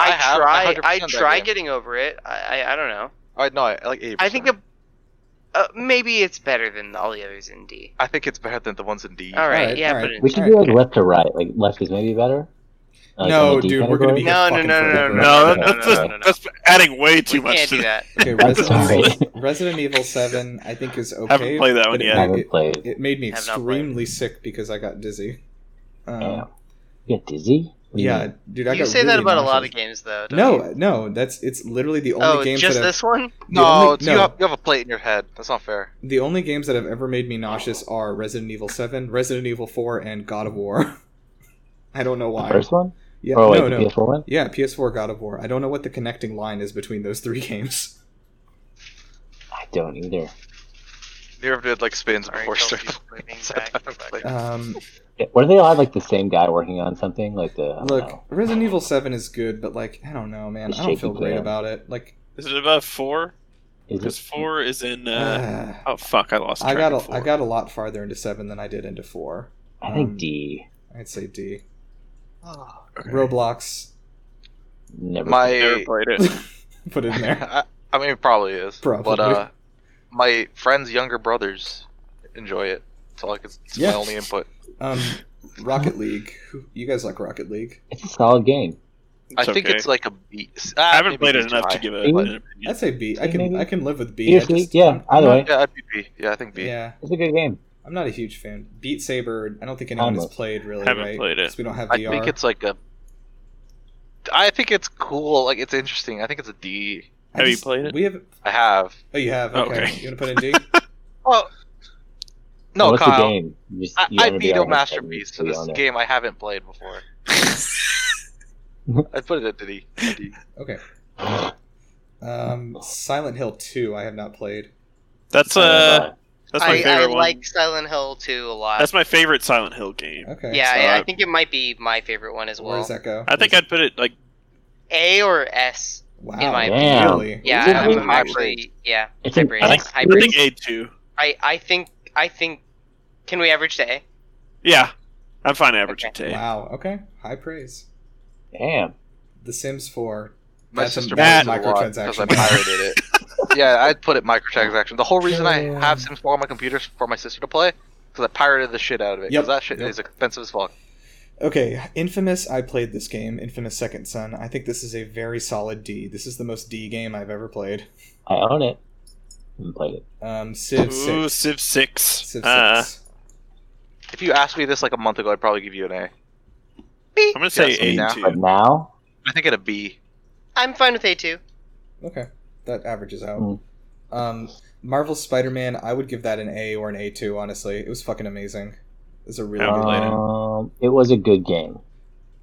Speaker 2: I,
Speaker 6: I have
Speaker 2: try.
Speaker 6: 100%
Speaker 2: I
Speaker 6: that
Speaker 2: try
Speaker 6: game.
Speaker 2: getting over it. I. I, I don't know.
Speaker 6: Alright, no, I like 80%.
Speaker 2: I think the. Uh, maybe it's better than all the others in D.
Speaker 6: I think it's better than the ones in D.
Speaker 2: All right.
Speaker 1: right,
Speaker 2: yeah.
Speaker 1: all right.
Speaker 2: Put it.
Speaker 5: We should do like left to right. Like left is maybe better. Like, on
Speaker 1: no,
Speaker 5: the D
Speaker 1: dude, we're gonna be
Speaker 5: category?
Speaker 1: here
Speaker 2: No, no,
Speaker 1: fucking
Speaker 2: no, no,
Speaker 1: forever.
Speaker 2: no,
Speaker 4: No,
Speaker 5: no,
Speaker 4: that's
Speaker 2: no,
Speaker 4: just
Speaker 2: no, no.
Speaker 4: that's adding way too
Speaker 2: We
Speaker 4: much
Speaker 2: can't
Speaker 4: to
Speaker 2: do
Speaker 4: that.
Speaker 2: that.
Speaker 1: Okay,
Speaker 5: I'm
Speaker 1: Resident,
Speaker 5: sorry.
Speaker 1: Resident Evil Seven, I think is okay.
Speaker 4: Haven't played that
Speaker 1: but
Speaker 4: one
Speaker 1: it-
Speaker 5: I
Speaker 4: yet.
Speaker 1: It,
Speaker 5: haven't played.
Speaker 1: it made me
Speaker 2: Have not played.
Speaker 1: extremely sick because I got dizzy. Um,
Speaker 5: Damn. You get dizzy? What do you
Speaker 1: yeah,
Speaker 5: mean?
Speaker 1: dude, I
Speaker 2: you
Speaker 1: got
Speaker 2: say that
Speaker 1: really
Speaker 2: about a lot
Speaker 1: nauseous.
Speaker 2: of games, though. don't
Speaker 1: No,
Speaker 2: you?
Speaker 1: no, that's it's literally the only
Speaker 2: Oh,
Speaker 1: games
Speaker 2: just
Speaker 1: that have,
Speaker 2: this one?
Speaker 1: the
Speaker 6: No,
Speaker 1: only-
Speaker 6: it's- You, have, you have a plate in your head. That's not fair.
Speaker 1: the only games that have ever made me nauseous are Resident Evil Seven, Resident Evil Four, and God of War. I don't know why.
Speaker 5: First one?
Speaker 1: Yeah,
Speaker 5: oh wait,
Speaker 1: no,
Speaker 5: the
Speaker 1: no.
Speaker 5: PS4 one?
Speaker 1: Yeah, PS4 God of War. I don't know what the connecting line is between those three games.
Speaker 5: I don't either.
Speaker 6: You ever did like spins
Speaker 2: Sorry,
Speaker 6: before
Speaker 2: Kelsey's
Speaker 6: start
Speaker 2: moving
Speaker 6: So
Speaker 2: back
Speaker 6: I
Speaker 2: to
Speaker 6: don't
Speaker 2: back.
Speaker 6: play.
Speaker 1: Um,
Speaker 5: Yeah, Were they all have like the same guy working on something? Like the I don't
Speaker 1: look,
Speaker 5: know.
Speaker 1: Resident Evil Seven is good, but like I don't know, man.
Speaker 5: It's
Speaker 1: I don't
Speaker 5: shaky
Speaker 1: feel great
Speaker 5: ground.
Speaker 1: about it. Like,
Speaker 4: Is it about four?
Speaker 5: Is
Speaker 4: Because
Speaker 5: it,
Speaker 4: four is in. Uh,
Speaker 1: uh,
Speaker 4: oh fuck! I lost.
Speaker 1: I
Speaker 4: Track
Speaker 1: got
Speaker 4: of
Speaker 1: a,
Speaker 4: four.
Speaker 1: I got a lot farther into Seven than I did into Four.
Speaker 5: I think
Speaker 1: um,
Speaker 5: D.
Speaker 1: I'd say D.
Speaker 5: Ah,
Speaker 4: Okay.
Speaker 1: Roblox,
Speaker 5: Never.
Speaker 4: Never
Speaker 6: My,
Speaker 4: played it.
Speaker 1: put it in there.
Speaker 6: I, I mean, it probably is. But
Speaker 1: Probably.
Speaker 6: uh, my friend's younger brothers enjoy it. That's all I can. It's
Speaker 1: Yeah.
Speaker 6: my only input.
Speaker 1: Um, Rocket League. Who- You guys like Rocket League?
Speaker 5: It's a solid game.
Speaker 8: I
Speaker 4: It's
Speaker 8: think
Speaker 4: okay.
Speaker 8: it's like a B. s-
Speaker 4: I
Speaker 8: ah,
Speaker 4: haven't
Speaker 8: maybe
Speaker 4: played it
Speaker 8: B's
Speaker 4: enough
Speaker 8: high.
Speaker 4: to give it
Speaker 5: Maybe.
Speaker 4: an opinion.
Speaker 1: I'd say B. I
Speaker 5: Hey,
Speaker 1: can
Speaker 5: maybe.
Speaker 1: I can live with B. I
Speaker 5: Either way,
Speaker 1: just-
Speaker 5: yeah, either way,
Speaker 6: Yeah, I'd be B. Yeah, I think B.
Speaker 1: Yeah,
Speaker 5: it's a good game.
Speaker 1: I'm not a huge fan. Beat Saber. I don't think anyone has
Speaker 5: Almost.
Speaker 1: played really.
Speaker 4: Haven't
Speaker 1: right?
Speaker 4: played it.
Speaker 1: 'Cause We don't have
Speaker 6: I
Speaker 1: VR.
Speaker 6: think it's like a. I think it's cool. Like it's interesting. I think it's a D.
Speaker 1: I
Speaker 4: Have you
Speaker 1: just-
Speaker 4: played it?
Speaker 1: We have.
Speaker 6: I have.
Speaker 1: Oh, you have.
Speaker 4: Oh,
Speaker 1: Okay.
Speaker 4: okay.
Speaker 1: You want to put in D?
Speaker 6: Well, no,
Speaker 5: what's the
Speaker 6: Kyle.
Speaker 5: game? You just-
Speaker 6: I,
Speaker 5: you
Speaker 6: I
Speaker 5: have a
Speaker 6: beat
Speaker 5: VR
Speaker 6: a
Speaker 5: headset,
Speaker 6: masterpiece
Speaker 5: you
Speaker 6: to this
Speaker 5: own it.
Speaker 6: game I haven't played before. I put it at D. A D.
Speaker 1: okay. Um, Silent Hill 2. I have not played.
Speaker 4: That's uh, that's my
Speaker 2: I, I
Speaker 4: favorite one.
Speaker 2: like uh, Silent Hill 2 a lot.
Speaker 4: That's my favorite Silent Hill game.
Speaker 1: Okay.
Speaker 2: yeah,
Speaker 4: so
Speaker 2: I, I
Speaker 4: I-
Speaker 2: think it might be my favorite one as
Speaker 1: Where
Speaker 2: well.
Speaker 1: does that go?
Speaker 4: I think I'd put it like
Speaker 2: A or S?
Speaker 1: Wow.
Speaker 2: in my
Speaker 5: Damn.
Speaker 1: Really?
Speaker 2: Yeah,
Speaker 5: Ooh,
Speaker 2: I'm
Speaker 5: hybrid.
Speaker 2: actually yeah.
Speaker 5: It's an
Speaker 2: Hybrid.
Speaker 4: I think
Speaker 5: S
Speaker 4: I
Speaker 2: Hybrid.
Speaker 4: think A two.
Speaker 2: I I think I think can we average to A?
Speaker 4: Yeah, I'm fine average at A.
Speaker 1: Wow. Okay. High praise.
Speaker 5: Damn.
Speaker 1: The Sims 4.
Speaker 6: My
Speaker 1: That's a
Speaker 6: sister
Speaker 1: bad
Speaker 6: plays it a lot because I
Speaker 1: microtransaction.
Speaker 6: pirated it. yeah, I'd put it microtransaction. The whole reason I
Speaker 1: Yeah.
Speaker 6: have Sims 4 on my computer is for my sister to play because I pirated the shit out of it.
Speaker 1: Yep.
Speaker 6: Because that shit
Speaker 1: Yep.
Speaker 6: is expensive as fuck.
Speaker 1: Okay, Infamous. I played this game, Infamous Second Son. I think this is a very solid D. This is the most D game I've ever played.
Speaker 5: I own it. Haven't played it.
Speaker 1: Um, Civ
Speaker 4: Ooh,
Speaker 1: Six.
Speaker 4: Civ six.
Speaker 1: Civ
Speaker 4: Uh,
Speaker 1: Six.
Speaker 6: If you asked me this like a month ago, I'd probably give you an A.
Speaker 4: I'm gonna say
Speaker 6: Yes,
Speaker 4: A
Speaker 6: now.
Speaker 5: But
Speaker 4: two.
Speaker 5: now,
Speaker 6: I think it a B.
Speaker 2: I'm fine with A two.
Speaker 1: Okay, that averages out.
Speaker 5: Mm.
Speaker 1: Um, Marvel Spider-Man. I would give that an A or an A two. Honestly, it was fucking amazing. It was a really
Speaker 4: Haven't
Speaker 1: good
Speaker 4: played it.
Speaker 1: game.
Speaker 5: um, it was a good game.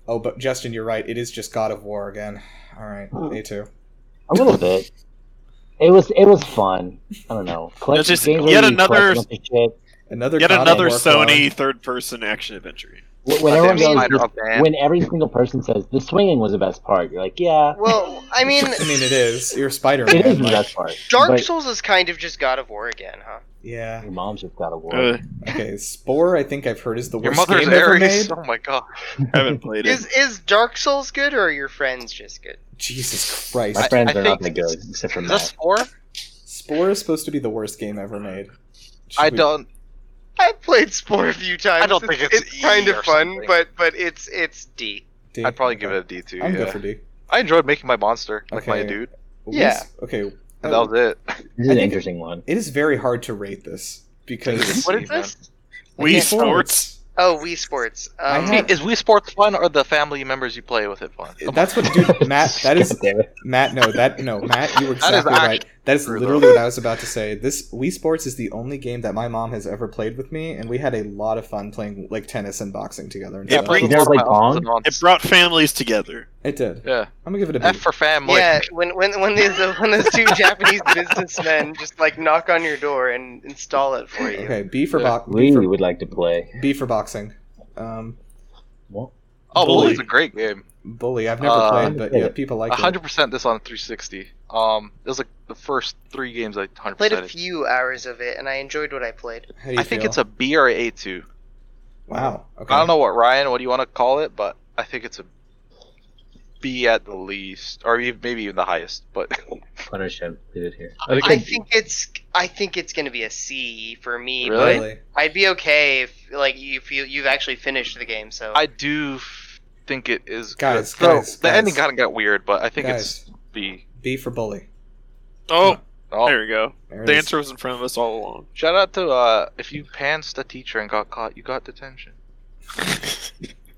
Speaker 1: Oh, but Justin, you're right. It is just God of War again. All right,
Speaker 5: Oh.
Speaker 1: A two.
Speaker 5: A little bit. It was it was fun. I don't know. Collect-
Speaker 4: just
Speaker 5: games where
Speaker 4: yet
Speaker 5: you
Speaker 4: another-
Speaker 5: collect a bunch of shit.
Speaker 1: Another
Speaker 4: Yet
Speaker 1: God of
Speaker 4: another
Speaker 1: War clone.
Speaker 4: Sony third person action adventure. game.
Speaker 5: Wh- When everyone
Speaker 6: Goddamn
Speaker 5: goes,
Speaker 6: spider man.
Speaker 5: when every single person says the swinging was the best part, you're like, yeah,
Speaker 2: Well, I mean,
Speaker 1: I mean, it is. You're Spider-Man.
Speaker 5: it is the
Speaker 1: like-
Speaker 5: best part.
Speaker 2: Dark
Speaker 5: but
Speaker 2: Souls is kind of just God of War again, huh?
Speaker 1: Yeah.
Speaker 5: Your mom's just got a war.
Speaker 4: Uh,
Speaker 1: Okay, Spore. I think I've heard is the
Speaker 6: Your
Speaker 1: worst
Speaker 6: mother's
Speaker 1: game ever
Speaker 6: Aries.
Speaker 1: made.
Speaker 6: Oh my god.
Speaker 4: I haven't played it.
Speaker 2: Is is Dark Souls good or are your friends just good?
Speaker 1: Jesus Christ.
Speaker 5: My friends
Speaker 6: I
Speaker 5: are not that
Speaker 6: think-
Speaker 5: good, except for
Speaker 6: Is
Speaker 5: Matt.
Speaker 6: this 4?
Speaker 1: Spore is supposed to be the worst game ever made. Should
Speaker 6: I
Speaker 1: we-
Speaker 6: don't.
Speaker 2: I played Spore a few times.
Speaker 6: I don't think it's E
Speaker 2: kind
Speaker 6: or
Speaker 2: of fun,
Speaker 6: something.
Speaker 2: but but it's it's D.
Speaker 1: D?
Speaker 6: I'd probably
Speaker 1: Okay.
Speaker 6: give it a D too.
Speaker 1: I'm good
Speaker 6: Yeah.
Speaker 1: for D.
Speaker 6: I enjoyed making my monster, like my
Speaker 1: Okay.
Speaker 6: dude.
Speaker 1: What
Speaker 2: Yeah.
Speaker 1: is- Okay.
Speaker 6: And that was it.
Speaker 5: This is an
Speaker 1: think-
Speaker 5: interesting one.
Speaker 1: It is very hard to rate this because
Speaker 6: What is
Speaker 2: What is this?
Speaker 1: I
Speaker 4: Wii
Speaker 1: can't-
Speaker 4: Sports?
Speaker 2: Oh, Wii Sports.
Speaker 1: I
Speaker 2: Um,
Speaker 1: have-
Speaker 6: Is Wii Sports fun or the family members you play with it fun?
Speaker 1: That's what, dude. Matt, that is
Speaker 5: God damn it.
Speaker 1: Matt. No, that no, Matt. You were
Speaker 6: That is
Speaker 1: exactly right. That is
Speaker 6: true,
Speaker 1: literally what I was about to say. This Wii Sports is the only game that my mom has ever played with me, and we had a lot of fun playing like tennis and boxing together. And
Speaker 4: It
Speaker 1: stuff.
Speaker 4: brings-
Speaker 5: You never played Pong?
Speaker 4: It brought families together.
Speaker 1: It did.
Speaker 6: Yeah.
Speaker 1: I'm gonna give it a
Speaker 6: F
Speaker 1: B.
Speaker 6: for family.
Speaker 2: yeah, when when when these when those two Japanese businessmen just like knock on your door and install it for you.
Speaker 1: Okay, B for,
Speaker 6: Yeah.
Speaker 1: bo- B,
Speaker 5: Really
Speaker 1: for
Speaker 5: would like to play.
Speaker 1: B for boxing. Um,
Speaker 5: Well,
Speaker 6: Oh,
Speaker 4: Bully.
Speaker 6: Bully's a great game.
Speaker 1: Bully. I've never
Speaker 6: Uh,
Speaker 1: played, but yeah, people like it.
Speaker 6: hundred percent this on 360. Um, it was like the first three games I hundred
Speaker 2: Played a
Speaker 6: percent.
Speaker 2: few hours of it and I enjoyed what I played.
Speaker 1: How do you
Speaker 6: I think
Speaker 1: feel?
Speaker 6: it's a B or a A2.
Speaker 1: wow. Okay.
Speaker 6: I don't know what Ryan, what do you want to call it, but I think it's a B at the least, or even, maybe even the highest. But
Speaker 5: punish him. Leave it here.
Speaker 6: I think
Speaker 2: I think it's I think it's gonna be a C for me,
Speaker 6: Really?
Speaker 1: Really?
Speaker 2: but I'd be okay if like you feel you've actually finished the game. So
Speaker 6: I do f- think it is.
Speaker 1: Guys,
Speaker 6: good. So,
Speaker 1: guys,
Speaker 6: the
Speaker 1: guys.
Speaker 6: ending kind of got weird, but I think
Speaker 1: Guys,
Speaker 6: it's B.
Speaker 1: B for bully.
Speaker 4: Oh,
Speaker 6: Oh,
Speaker 4: there we go.
Speaker 1: There it
Speaker 4: The
Speaker 1: is.
Speaker 4: answer was in front of us all along.
Speaker 6: Shout out to uh, if you pantsed a teacher and got caught, you got detention.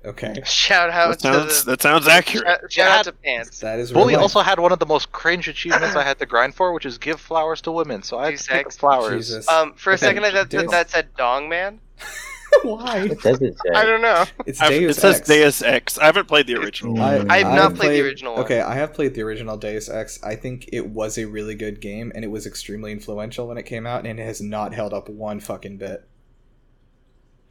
Speaker 1: Okay.
Speaker 2: shout out
Speaker 4: That sounds,
Speaker 2: to the,
Speaker 4: that sounds accurate.
Speaker 2: shout, shout out to Pants.
Speaker 1: That is
Speaker 6: Bully
Speaker 1: real life.
Speaker 6: also had one of the most cringe achievements I had to grind for, which is give flowers to women. So I had
Speaker 2: Do
Speaker 6: to pick
Speaker 2: sex.
Speaker 6: up flowers.
Speaker 1: Jesus.
Speaker 2: Um, for a
Speaker 1: Okay,
Speaker 2: second I thought
Speaker 1: Dave.
Speaker 2: that, that said Dong Man.
Speaker 1: Why?
Speaker 5: What does it
Speaker 2: I
Speaker 5: say?
Speaker 2: don't know.
Speaker 1: It's
Speaker 4: I've-
Speaker 1: Deus
Speaker 4: it says
Speaker 1: Ex.
Speaker 4: Deus Ex. I haven't played the original.
Speaker 5: I-
Speaker 4: one.
Speaker 5: I have not
Speaker 2: played the original one.
Speaker 1: Okay, I have played the original Deus Ex. I think it was a really good game, and it was extremely influential when it came out, and it has not held up one fucking bit.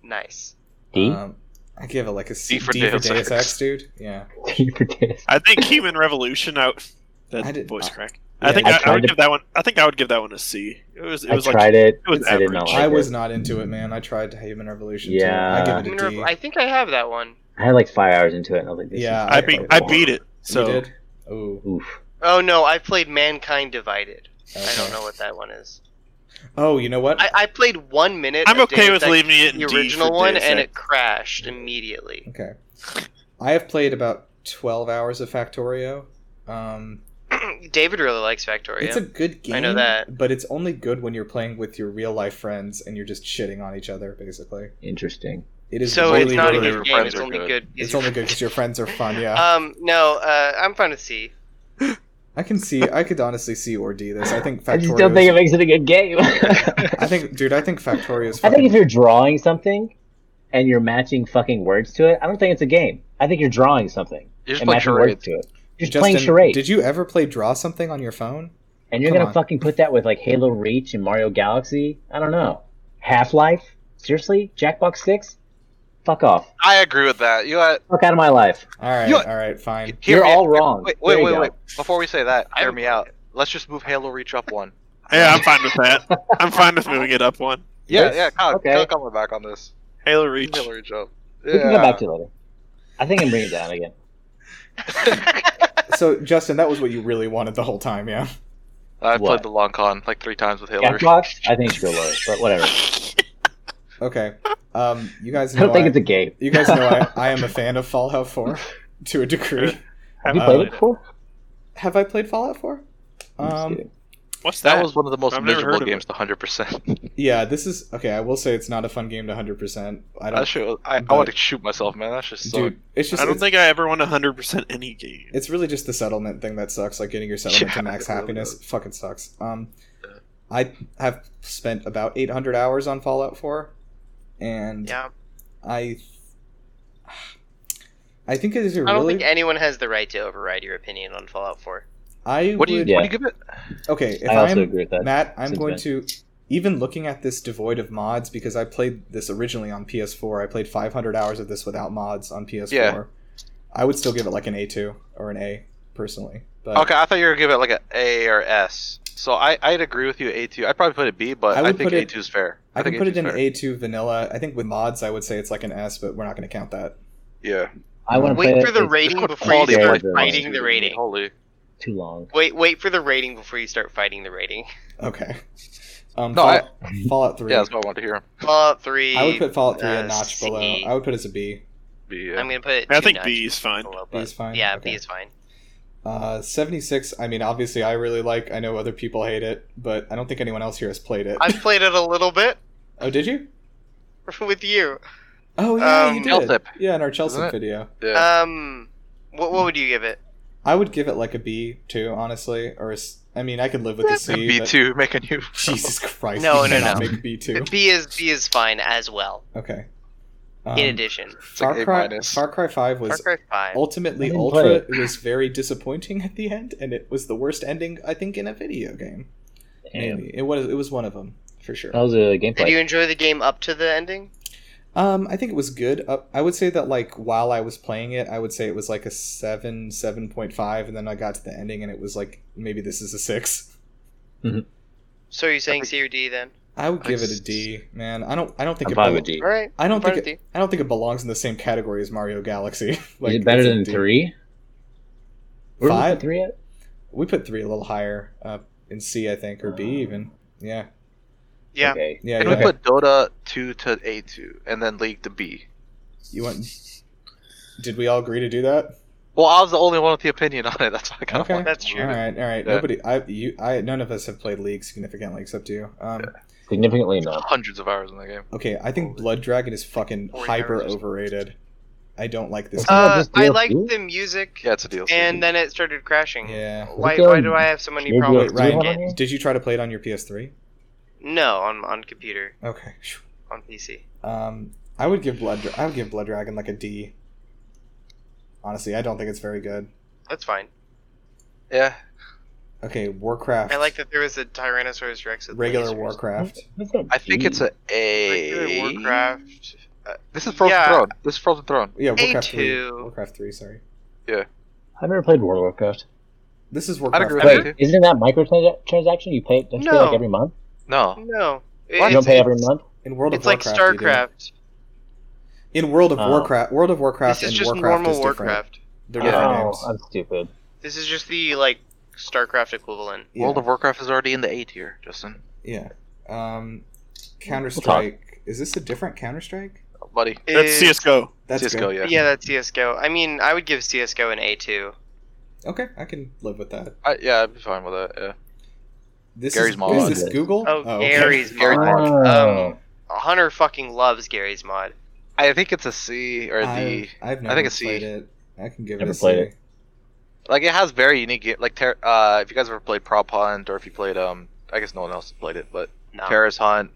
Speaker 2: Nice.
Speaker 5: D?
Speaker 1: Um, I give it like a C
Speaker 6: D for
Speaker 1: D for
Speaker 6: Deus
Speaker 1: Deus
Speaker 6: Ex.
Speaker 1: Ex, dude. Yeah.
Speaker 4: Uh,
Speaker 5: D for Dennis.
Speaker 4: I think Human Revolution out. That
Speaker 1: I did-
Speaker 4: voice crack.
Speaker 1: Yeah,
Speaker 4: I think
Speaker 5: I
Speaker 4: I, I,
Speaker 5: tried
Speaker 4: would
Speaker 5: to-
Speaker 4: give that one. I think I would give that one a C. It was. It
Speaker 5: I
Speaker 4: was
Speaker 5: tried
Speaker 4: like
Speaker 5: it.
Speaker 4: it was
Speaker 5: I did
Speaker 4: average.
Speaker 5: not like
Speaker 1: I
Speaker 5: it.
Speaker 1: was not into it, man. I tried Human Revolution. too.
Speaker 5: Yeah.
Speaker 1: I give
Speaker 2: Human
Speaker 1: it a D.
Speaker 2: Rev- I think I have that one.
Speaker 5: I had like five hours into it, and I was like, this
Speaker 1: Yeah,
Speaker 5: is
Speaker 4: I beat. I beat it.
Speaker 1: So,
Speaker 4: So
Speaker 1: you did? Ooh.
Speaker 5: Oof.
Speaker 2: Oh no, I played Mankind Divided. I
Speaker 1: okay.
Speaker 2: don't know what that one is.
Speaker 1: Oh, you know what?
Speaker 2: I, I played one minute.
Speaker 4: I'm
Speaker 2: of
Speaker 4: okay
Speaker 2: Deus
Speaker 4: with
Speaker 2: Ex,
Speaker 4: leaving it in
Speaker 2: the
Speaker 4: D
Speaker 2: original
Speaker 4: for
Speaker 2: one,
Speaker 4: Deus
Speaker 2: and
Speaker 4: Ex.
Speaker 2: it crashed immediately.
Speaker 1: Okay. I have played about 12 hours of Factorio. Um,
Speaker 2: David really likes Factorio.
Speaker 1: It's a good game.
Speaker 2: I know that.
Speaker 1: But it's only good when you're playing with your real life friends and you're just shitting on each other, basically.
Speaker 5: Interesting.
Speaker 1: It is
Speaker 2: so
Speaker 1: really,
Speaker 2: it's not a
Speaker 1: really,
Speaker 2: good game.
Speaker 6: friends
Speaker 2: It's
Speaker 6: are
Speaker 2: only
Speaker 6: good.
Speaker 2: good.
Speaker 1: It's only good because your friends are fun, yeah.
Speaker 2: Um, no, uh, I'm fine with C.
Speaker 1: I can see, I could honestly see or D this. I think Factorio.
Speaker 5: I just don't think it makes it a good game.
Speaker 1: I think, dude, I think Factorio is
Speaker 5: I think
Speaker 1: fucking.
Speaker 5: if you're drawing something and you're matching fucking words to it, I don't think it's a game. I think you're drawing something
Speaker 6: You're just
Speaker 5: and
Speaker 6: playing
Speaker 5: matching
Speaker 6: charades.
Speaker 5: words to it. Just
Speaker 1: Justin,
Speaker 5: playing charades.
Speaker 1: Did you ever play Draw Something on your phone?
Speaker 5: and you're
Speaker 1: come
Speaker 5: gonna
Speaker 1: on.
Speaker 5: fucking put that with like Halo Reach and Mario Galaxy? I don't know. Half Life? Seriously? Jackbox 6? Fuck off.
Speaker 3: I agree with that. You know
Speaker 5: Fuck out of my life.
Speaker 1: All right,
Speaker 3: You-
Speaker 1: all right, fine.
Speaker 3: what? Hear
Speaker 5: you're
Speaker 3: me
Speaker 5: all
Speaker 3: out.
Speaker 5: wrong.
Speaker 3: Wait,
Speaker 5: There
Speaker 3: wait,
Speaker 5: you
Speaker 3: wait,
Speaker 5: go.
Speaker 3: wait. Before we say that,
Speaker 2: I
Speaker 3: hear
Speaker 2: haven't
Speaker 3: me
Speaker 2: played
Speaker 3: out. Let's just move Halo Reach up one.
Speaker 4: Yeah, I'm fine with that. I'm fine with moving it up one.
Speaker 3: Yeah,
Speaker 5: Yes.
Speaker 3: yeah, Kyle,
Speaker 5: Okay.
Speaker 3: Kyle, come back on this.
Speaker 4: Halo Reach.
Speaker 3: Halo Reach up. Yeah.
Speaker 5: We can come back to it later. I think I'm bringing it down again.
Speaker 1: So, Justin, that was what you really wanted the whole time, yeah?
Speaker 6: I've
Speaker 5: What?
Speaker 6: played the long con like three times with Halo.
Speaker 5: Jackbox? I think it should go lower, but whatever. I
Speaker 1: Okay. Um, you guys know
Speaker 5: don't think
Speaker 1: I-
Speaker 5: it's a game.
Speaker 1: You guys know I, I am a fan of Fallout 4 to a degree.
Speaker 5: Have you
Speaker 1: Uh,
Speaker 5: played it before?
Speaker 1: Have I played Fallout 4?
Speaker 5: I'm just
Speaker 1: Um,
Speaker 5: kidding.
Speaker 4: What's that?
Speaker 6: That was one of the most
Speaker 4: I've never heard
Speaker 6: miserable
Speaker 4: of
Speaker 6: games to 100%.
Speaker 1: yeah, this is okay. I will say it's not a fun game to 100%. I
Speaker 6: that
Speaker 1: don't,
Speaker 6: shit, was- I, I
Speaker 1: but-
Speaker 6: want to shoot myself, man. That's just so.
Speaker 1: dude. It's just
Speaker 4: I don't
Speaker 1: it's,
Speaker 4: think I ever won 100% any game.
Speaker 1: it's really just the settlement thing that sucks. Like getting your settlement to
Speaker 6: Yeah,
Speaker 1: max
Speaker 6: it really
Speaker 1: happiness
Speaker 6: does.
Speaker 1: fucking sucks. Um, I have spent about 800 hours on Fallout 4, and
Speaker 2: Yeah,
Speaker 1: I, I think it is a
Speaker 2: I don't
Speaker 1: really.
Speaker 2: think anyone has the right to override your opinion on Fallout 4.
Speaker 1: I
Speaker 6: What do you
Speaker 1: would,
Speaker 5: Yeah.
Speaker 6: what do you give it?
Speaker 1: okay. If
Speaker 5: I also
Speaker 1: am
Speaker 5: agree with that.
Speaker 1: Matt, I'm
Speaker 5: Seems
Speaker 1: going
Speaker 5: bad.
Speaker 1: to even looking at this devoid of mods because I played this originally on PS4. I played 500 hours of this without mods on PS4.
Speaker 3: Yeah.
Speaker 1: I would still give it like an A2 or an A personally. But
Speaker 3: Okay, I thought you were gonna give it like an A or S. So I, I'd agree with you, A2. I'd probably put it B, but
Speaker 1: I
Speaker 3: I,
Speaker 1: would
Speaker 3: think
Speaker 1: put it-
Speaker 3: A2 is fair.
Speaker 1: I can
Speaker 3: think
Speaker 1: put it
Speaker 3: A2
Speaker 1: in
Speaker 3: is fair.
Speaker 1: A2 vanilla. I think with mods I would say it's like an S, but we're not going to count that.
Speaker 3: Yeah.
Speaker 5: I want to play
Speaker 2: Wait for
Speaker 5: it.
Speaker 2: the
Speaker 5: It's
Speaker 2: rating
Speaker 6: What
Speaker 2: before you
Speaker 6: quality of
Speaker 2: start
Speaker 5: life balance
Speaker 2: fighting the rating.
Speaker 6: Holy.
Speaker 5: too long.
Speaker 2: Wait, wait for the rating before you start fighting the rating.
Speaker 1: Okay. Um,
Speaker 3: No,
Speaker 1: Fallout, Fallout 3.
Speaker 6: Yeah, that's what I wanted to hear.
Speaker 2: Fallout 3.
Speaker 1: I would put Fallout 3
Speaker 2: uh,
Speaker 1: a notch
Speaker 2: C.
Speaker 1: below. I would put it as a B.
Speaker 6: B,
Speaker 2: I'm
Speaker 6: yeah.
Speaker 2: gonna put. It
Speaker 4: I
Speaker 2: two
Speaker 4: think
Speaker 2: notches
Speaker 4: B is fine.
Speaker 2: below,
Speaker 1: B
Speaker 2: but-
Speaker 1: is fine?
Speaker 2: Yeah,
Speaker 1: Okay.
Speaker 2: B is fine.
Speaker 1: Uh, 76, I mean, obviously I really like. I know other people hate it, but I don't think anyone else here has played it.
Speaker 2: I played it a little bit
Speaker 1: oh, did you?
Speaker 2: with you.
Speaker 1: Oh yeah,
Speaker 2: Um,
Speaker 1: you did.
Speaker 6: Chelsip,
Speaker 1: Yeah, in our Chelsea
Speaker 6: isn't it?
Speaker 1: video,
Speaker 6: Yeah.
Speaker 2: Um, what what would you give it?
Speaker 1: I would give it like a B too, honestly. Or a s- I mean, I could live with a C. but-
Speaker 6: B2, make a new.
Speaker 1: Jesus Christ!
Speaker 2: No,
Speaker 1: you
Speaker 2: no,
Speaker 1: cannot
Speaker 2: no.
Speaker 1: Make B two.
Speaker 2: B is B is fine as well.
Speaker 1: Okay. Um,
Speaker 2: in addition,
Speaker 6: It's like
Speaker 1: Far
Speaker 6: A
Speaker 1: Cry,
Speaker 6: minus.
Speaker 1: Far Cry Five was
Speaker 2: Far Cry Five.
Speaker 1: ultimately
Speaker 5: I didn't
Speaker 1: ultra.
Speaker 5: play
Speaker 1: It. was very disappointing at the end, and it was the worst ending I think in a video game.
Speaker 5: Damn.
Speaker 1: Maybe it was. It was one of them for sure.
Speaker 5: That was a
Speaker 2: Did you
Speaker 5: gameplay.
Speaker 2: enjoy the game up to the ending?
Speaker 1: Um, I think it was good. Uh, I would say that like while I was playing it, I would say it was like a seven, seven point five, and then I got to the ending, and it was like maybe this is a six.
Speaker 2: So are you saying C or D then?
Speaker 1: I would
Speaker 6: I
Speaker 1: give it a
Speaker 6: just-
Speaker 1: D, man. I don't. I don't think
Speaker 5: I'm
Speaker 1: it.
Speaker 5: fine with
Speaker 1: belo-
Speaker 5: D.
Speaker 2: All right.
Speaker 1: I don't
Speaker 2: I'm fine
Speaker 1: think.
Speaker 2: with
Speaker 1: It, I don't think it belongs in the same category as Mario Galaxy.
Speaker 5: Is it better
Speaker 1: it's a
Speaker 5: than
Speaker 1: D.
Speaker 5: three? Where was
Speaker 1: Five?
Speaker 5: the three at?
Speaker 1: We put three a little higher uh, in C, I think, or B even. Yeah,
Speaker 2: Yeah.
Speaker 5: Okay.
Speaker 1: yeah.
Speaker 3: Can
Speaker 1: yeah.
Speaker 3: we put Dota 2 to A2 and then League to B?
Speaker 1: You want? Did we all agree to do that?
Speaker 3: Well, I was the only one with the opinion on it. That's why I kind
Speaker 1: Okay.
Speaker 3: of
Speaker 2: That's true.
Speaker 1: All right, all right.
Speaker 3: Yeah.
Speaker 1: Nobody. I. You. I. None of us have played League significantly except you. Um.
Speaker 5: Significantly not.
Speaker 6: hundreds of hours in the game.
Speaker 1: Okay. I think Blood Dragon is fucking
Speaker 2: Forty
Speaker 1: hyper
Speaker 2: hours.
Speaker 1: overrated. I don't like this.
Speaker 5: Uh,
Speaker 2: Uh,
Speaker 5: just
Speaker 2: I
Speaker 5: DLC?
Speaker 2: liked the music,
Speaker 6: Yeah, it's a DLC.
Speaker 2: and then it started crashing.
Speaker 1: yeah.
Speaker 2: Why,
Speaker 5: Okay.
Speaker 2: why do I have so many
Speaker 5: Maybe
Speaker 2: problems
Speaker 1: Wait,
Speaker 5: Do you
Speaker 2: playing
Speaker 5: have
Speaker 2: it?
Speaker 5: any?
Speaker 1: Ryan. Did you try to play it on your PS3?
Speaker 2: No, on on computer,
Speaker 1: Okay. phew.
Speaker 2: on PC.
Speaker 1: Um, I would give Blood. Dra- I would give Blood Dragon like a D. Honestly, I don't think it's very good.
Speaker 2: That's fine.
Speaker 6: yeah.
Speaker 1: Okay, Warcraft.
Speaker 2: I like that there was a Tyrannosaurus Rex. With
Speaker 1: regular
Speaker 2: lasers.
Speaker 1: Warcraft.
Speaker 5: That's not
Speaker 3: I think
Speaker 5: D.
Speaker 3: it's a A.
Speaker 2: Regular Warcraft.
Speaker 6: This is Frozen
Speaker 2: Yeah.
Speaker 6: Throne. This is Frozen Throne.
Speaker 1: Yeah, Warcraft three.
Speaker 2: A2.
Speaker 1: Warcraft three. Sorry,
Speaker 5: I've never played World of Warcraft.
Speaker 1: this is Warcraft.
Speaker 6: agree with
Speaker 1: three.
Speaker 6: that.
Speaker 5: Wait, isn't that microtransaction? You pay, don't you pay
Speaker 2: No.
Speaker 5: like every month?
Speaker 6: No.
Speaker 2: No.
Speaker 5: You don't pay every month?
Speaker 1: In World of
Speaker 2: It's like
Speaker 1: Warcraft, you do.
Speaker 2: StarCraft.
Speaker 1: In World of
Speaker 5: Oh.
Speaker 1: Warcraft, World of Warcraft
Speaker 2: This is
Speaker 1: and
Speaker 2: just
Speaker 1: Warcraft
Speaker 2: normal
Speaker 1: is different.
Speaker 2: Warcraft.
Speaker 1: They're
Speaker 5: Oh,
Speaker 1: different names.
Speaker 5: I'm stupid.
Speaker 2: This is just the like StarCraft equivalent.
Speaker 1: Yeah.
Speaker 6: World of Warcraft is already in the A tier, Justin.
Speaker 1: yeah. Um, Counter Strike. Is this a different Counter Strike?
Speaker 6: buddy.
Speaker 4: That's
Speaker 2: It-
Speaker 4: CSGO.
Speaker 1: That's
Speaker 6: Cisco,
Speaker 1: good.
Speaker 6: yeah.
Speaker 2: Yeah, that's CS:GO. I mean, I would give CS:GO an A two.
Speaker 1: Okay, I can live with that.
Speaker 6: I, yeah, I'd be fine with that. Yeah.
Speaker 1: This
Speaker 6: Gary's
Speaker 1: is,
Speaker 6: mod.
Speaker 1: is this Google?
Speaker 2: Oh,
Speaker 1: okay.
Speaker 2: Gary's
Speaker 6: Gary's
Speaker 2: mod. Um,
Speaker 6: mod.
Speaker 5: Oh.
Speaker 2: Hunter fucking loves Gary's mod.
Speaker 6: I think it's a C or a D.
Speaker 1: I've, I've never
Speaker 6: I think it's
Speaker 1: played
Speaker 6: C.
Speaker 1: it. I can give it
Speaker 5: Never
Speaker 1: a C.
Speaker 5: played it.
Speaker 6: Like it has very unique game. Like ter- uh, if you guys ever played Prop Hunt, or if you played um, I guess no one else played it, but
Speaker 2: No.
Speaker 6: Terrorist Hunt,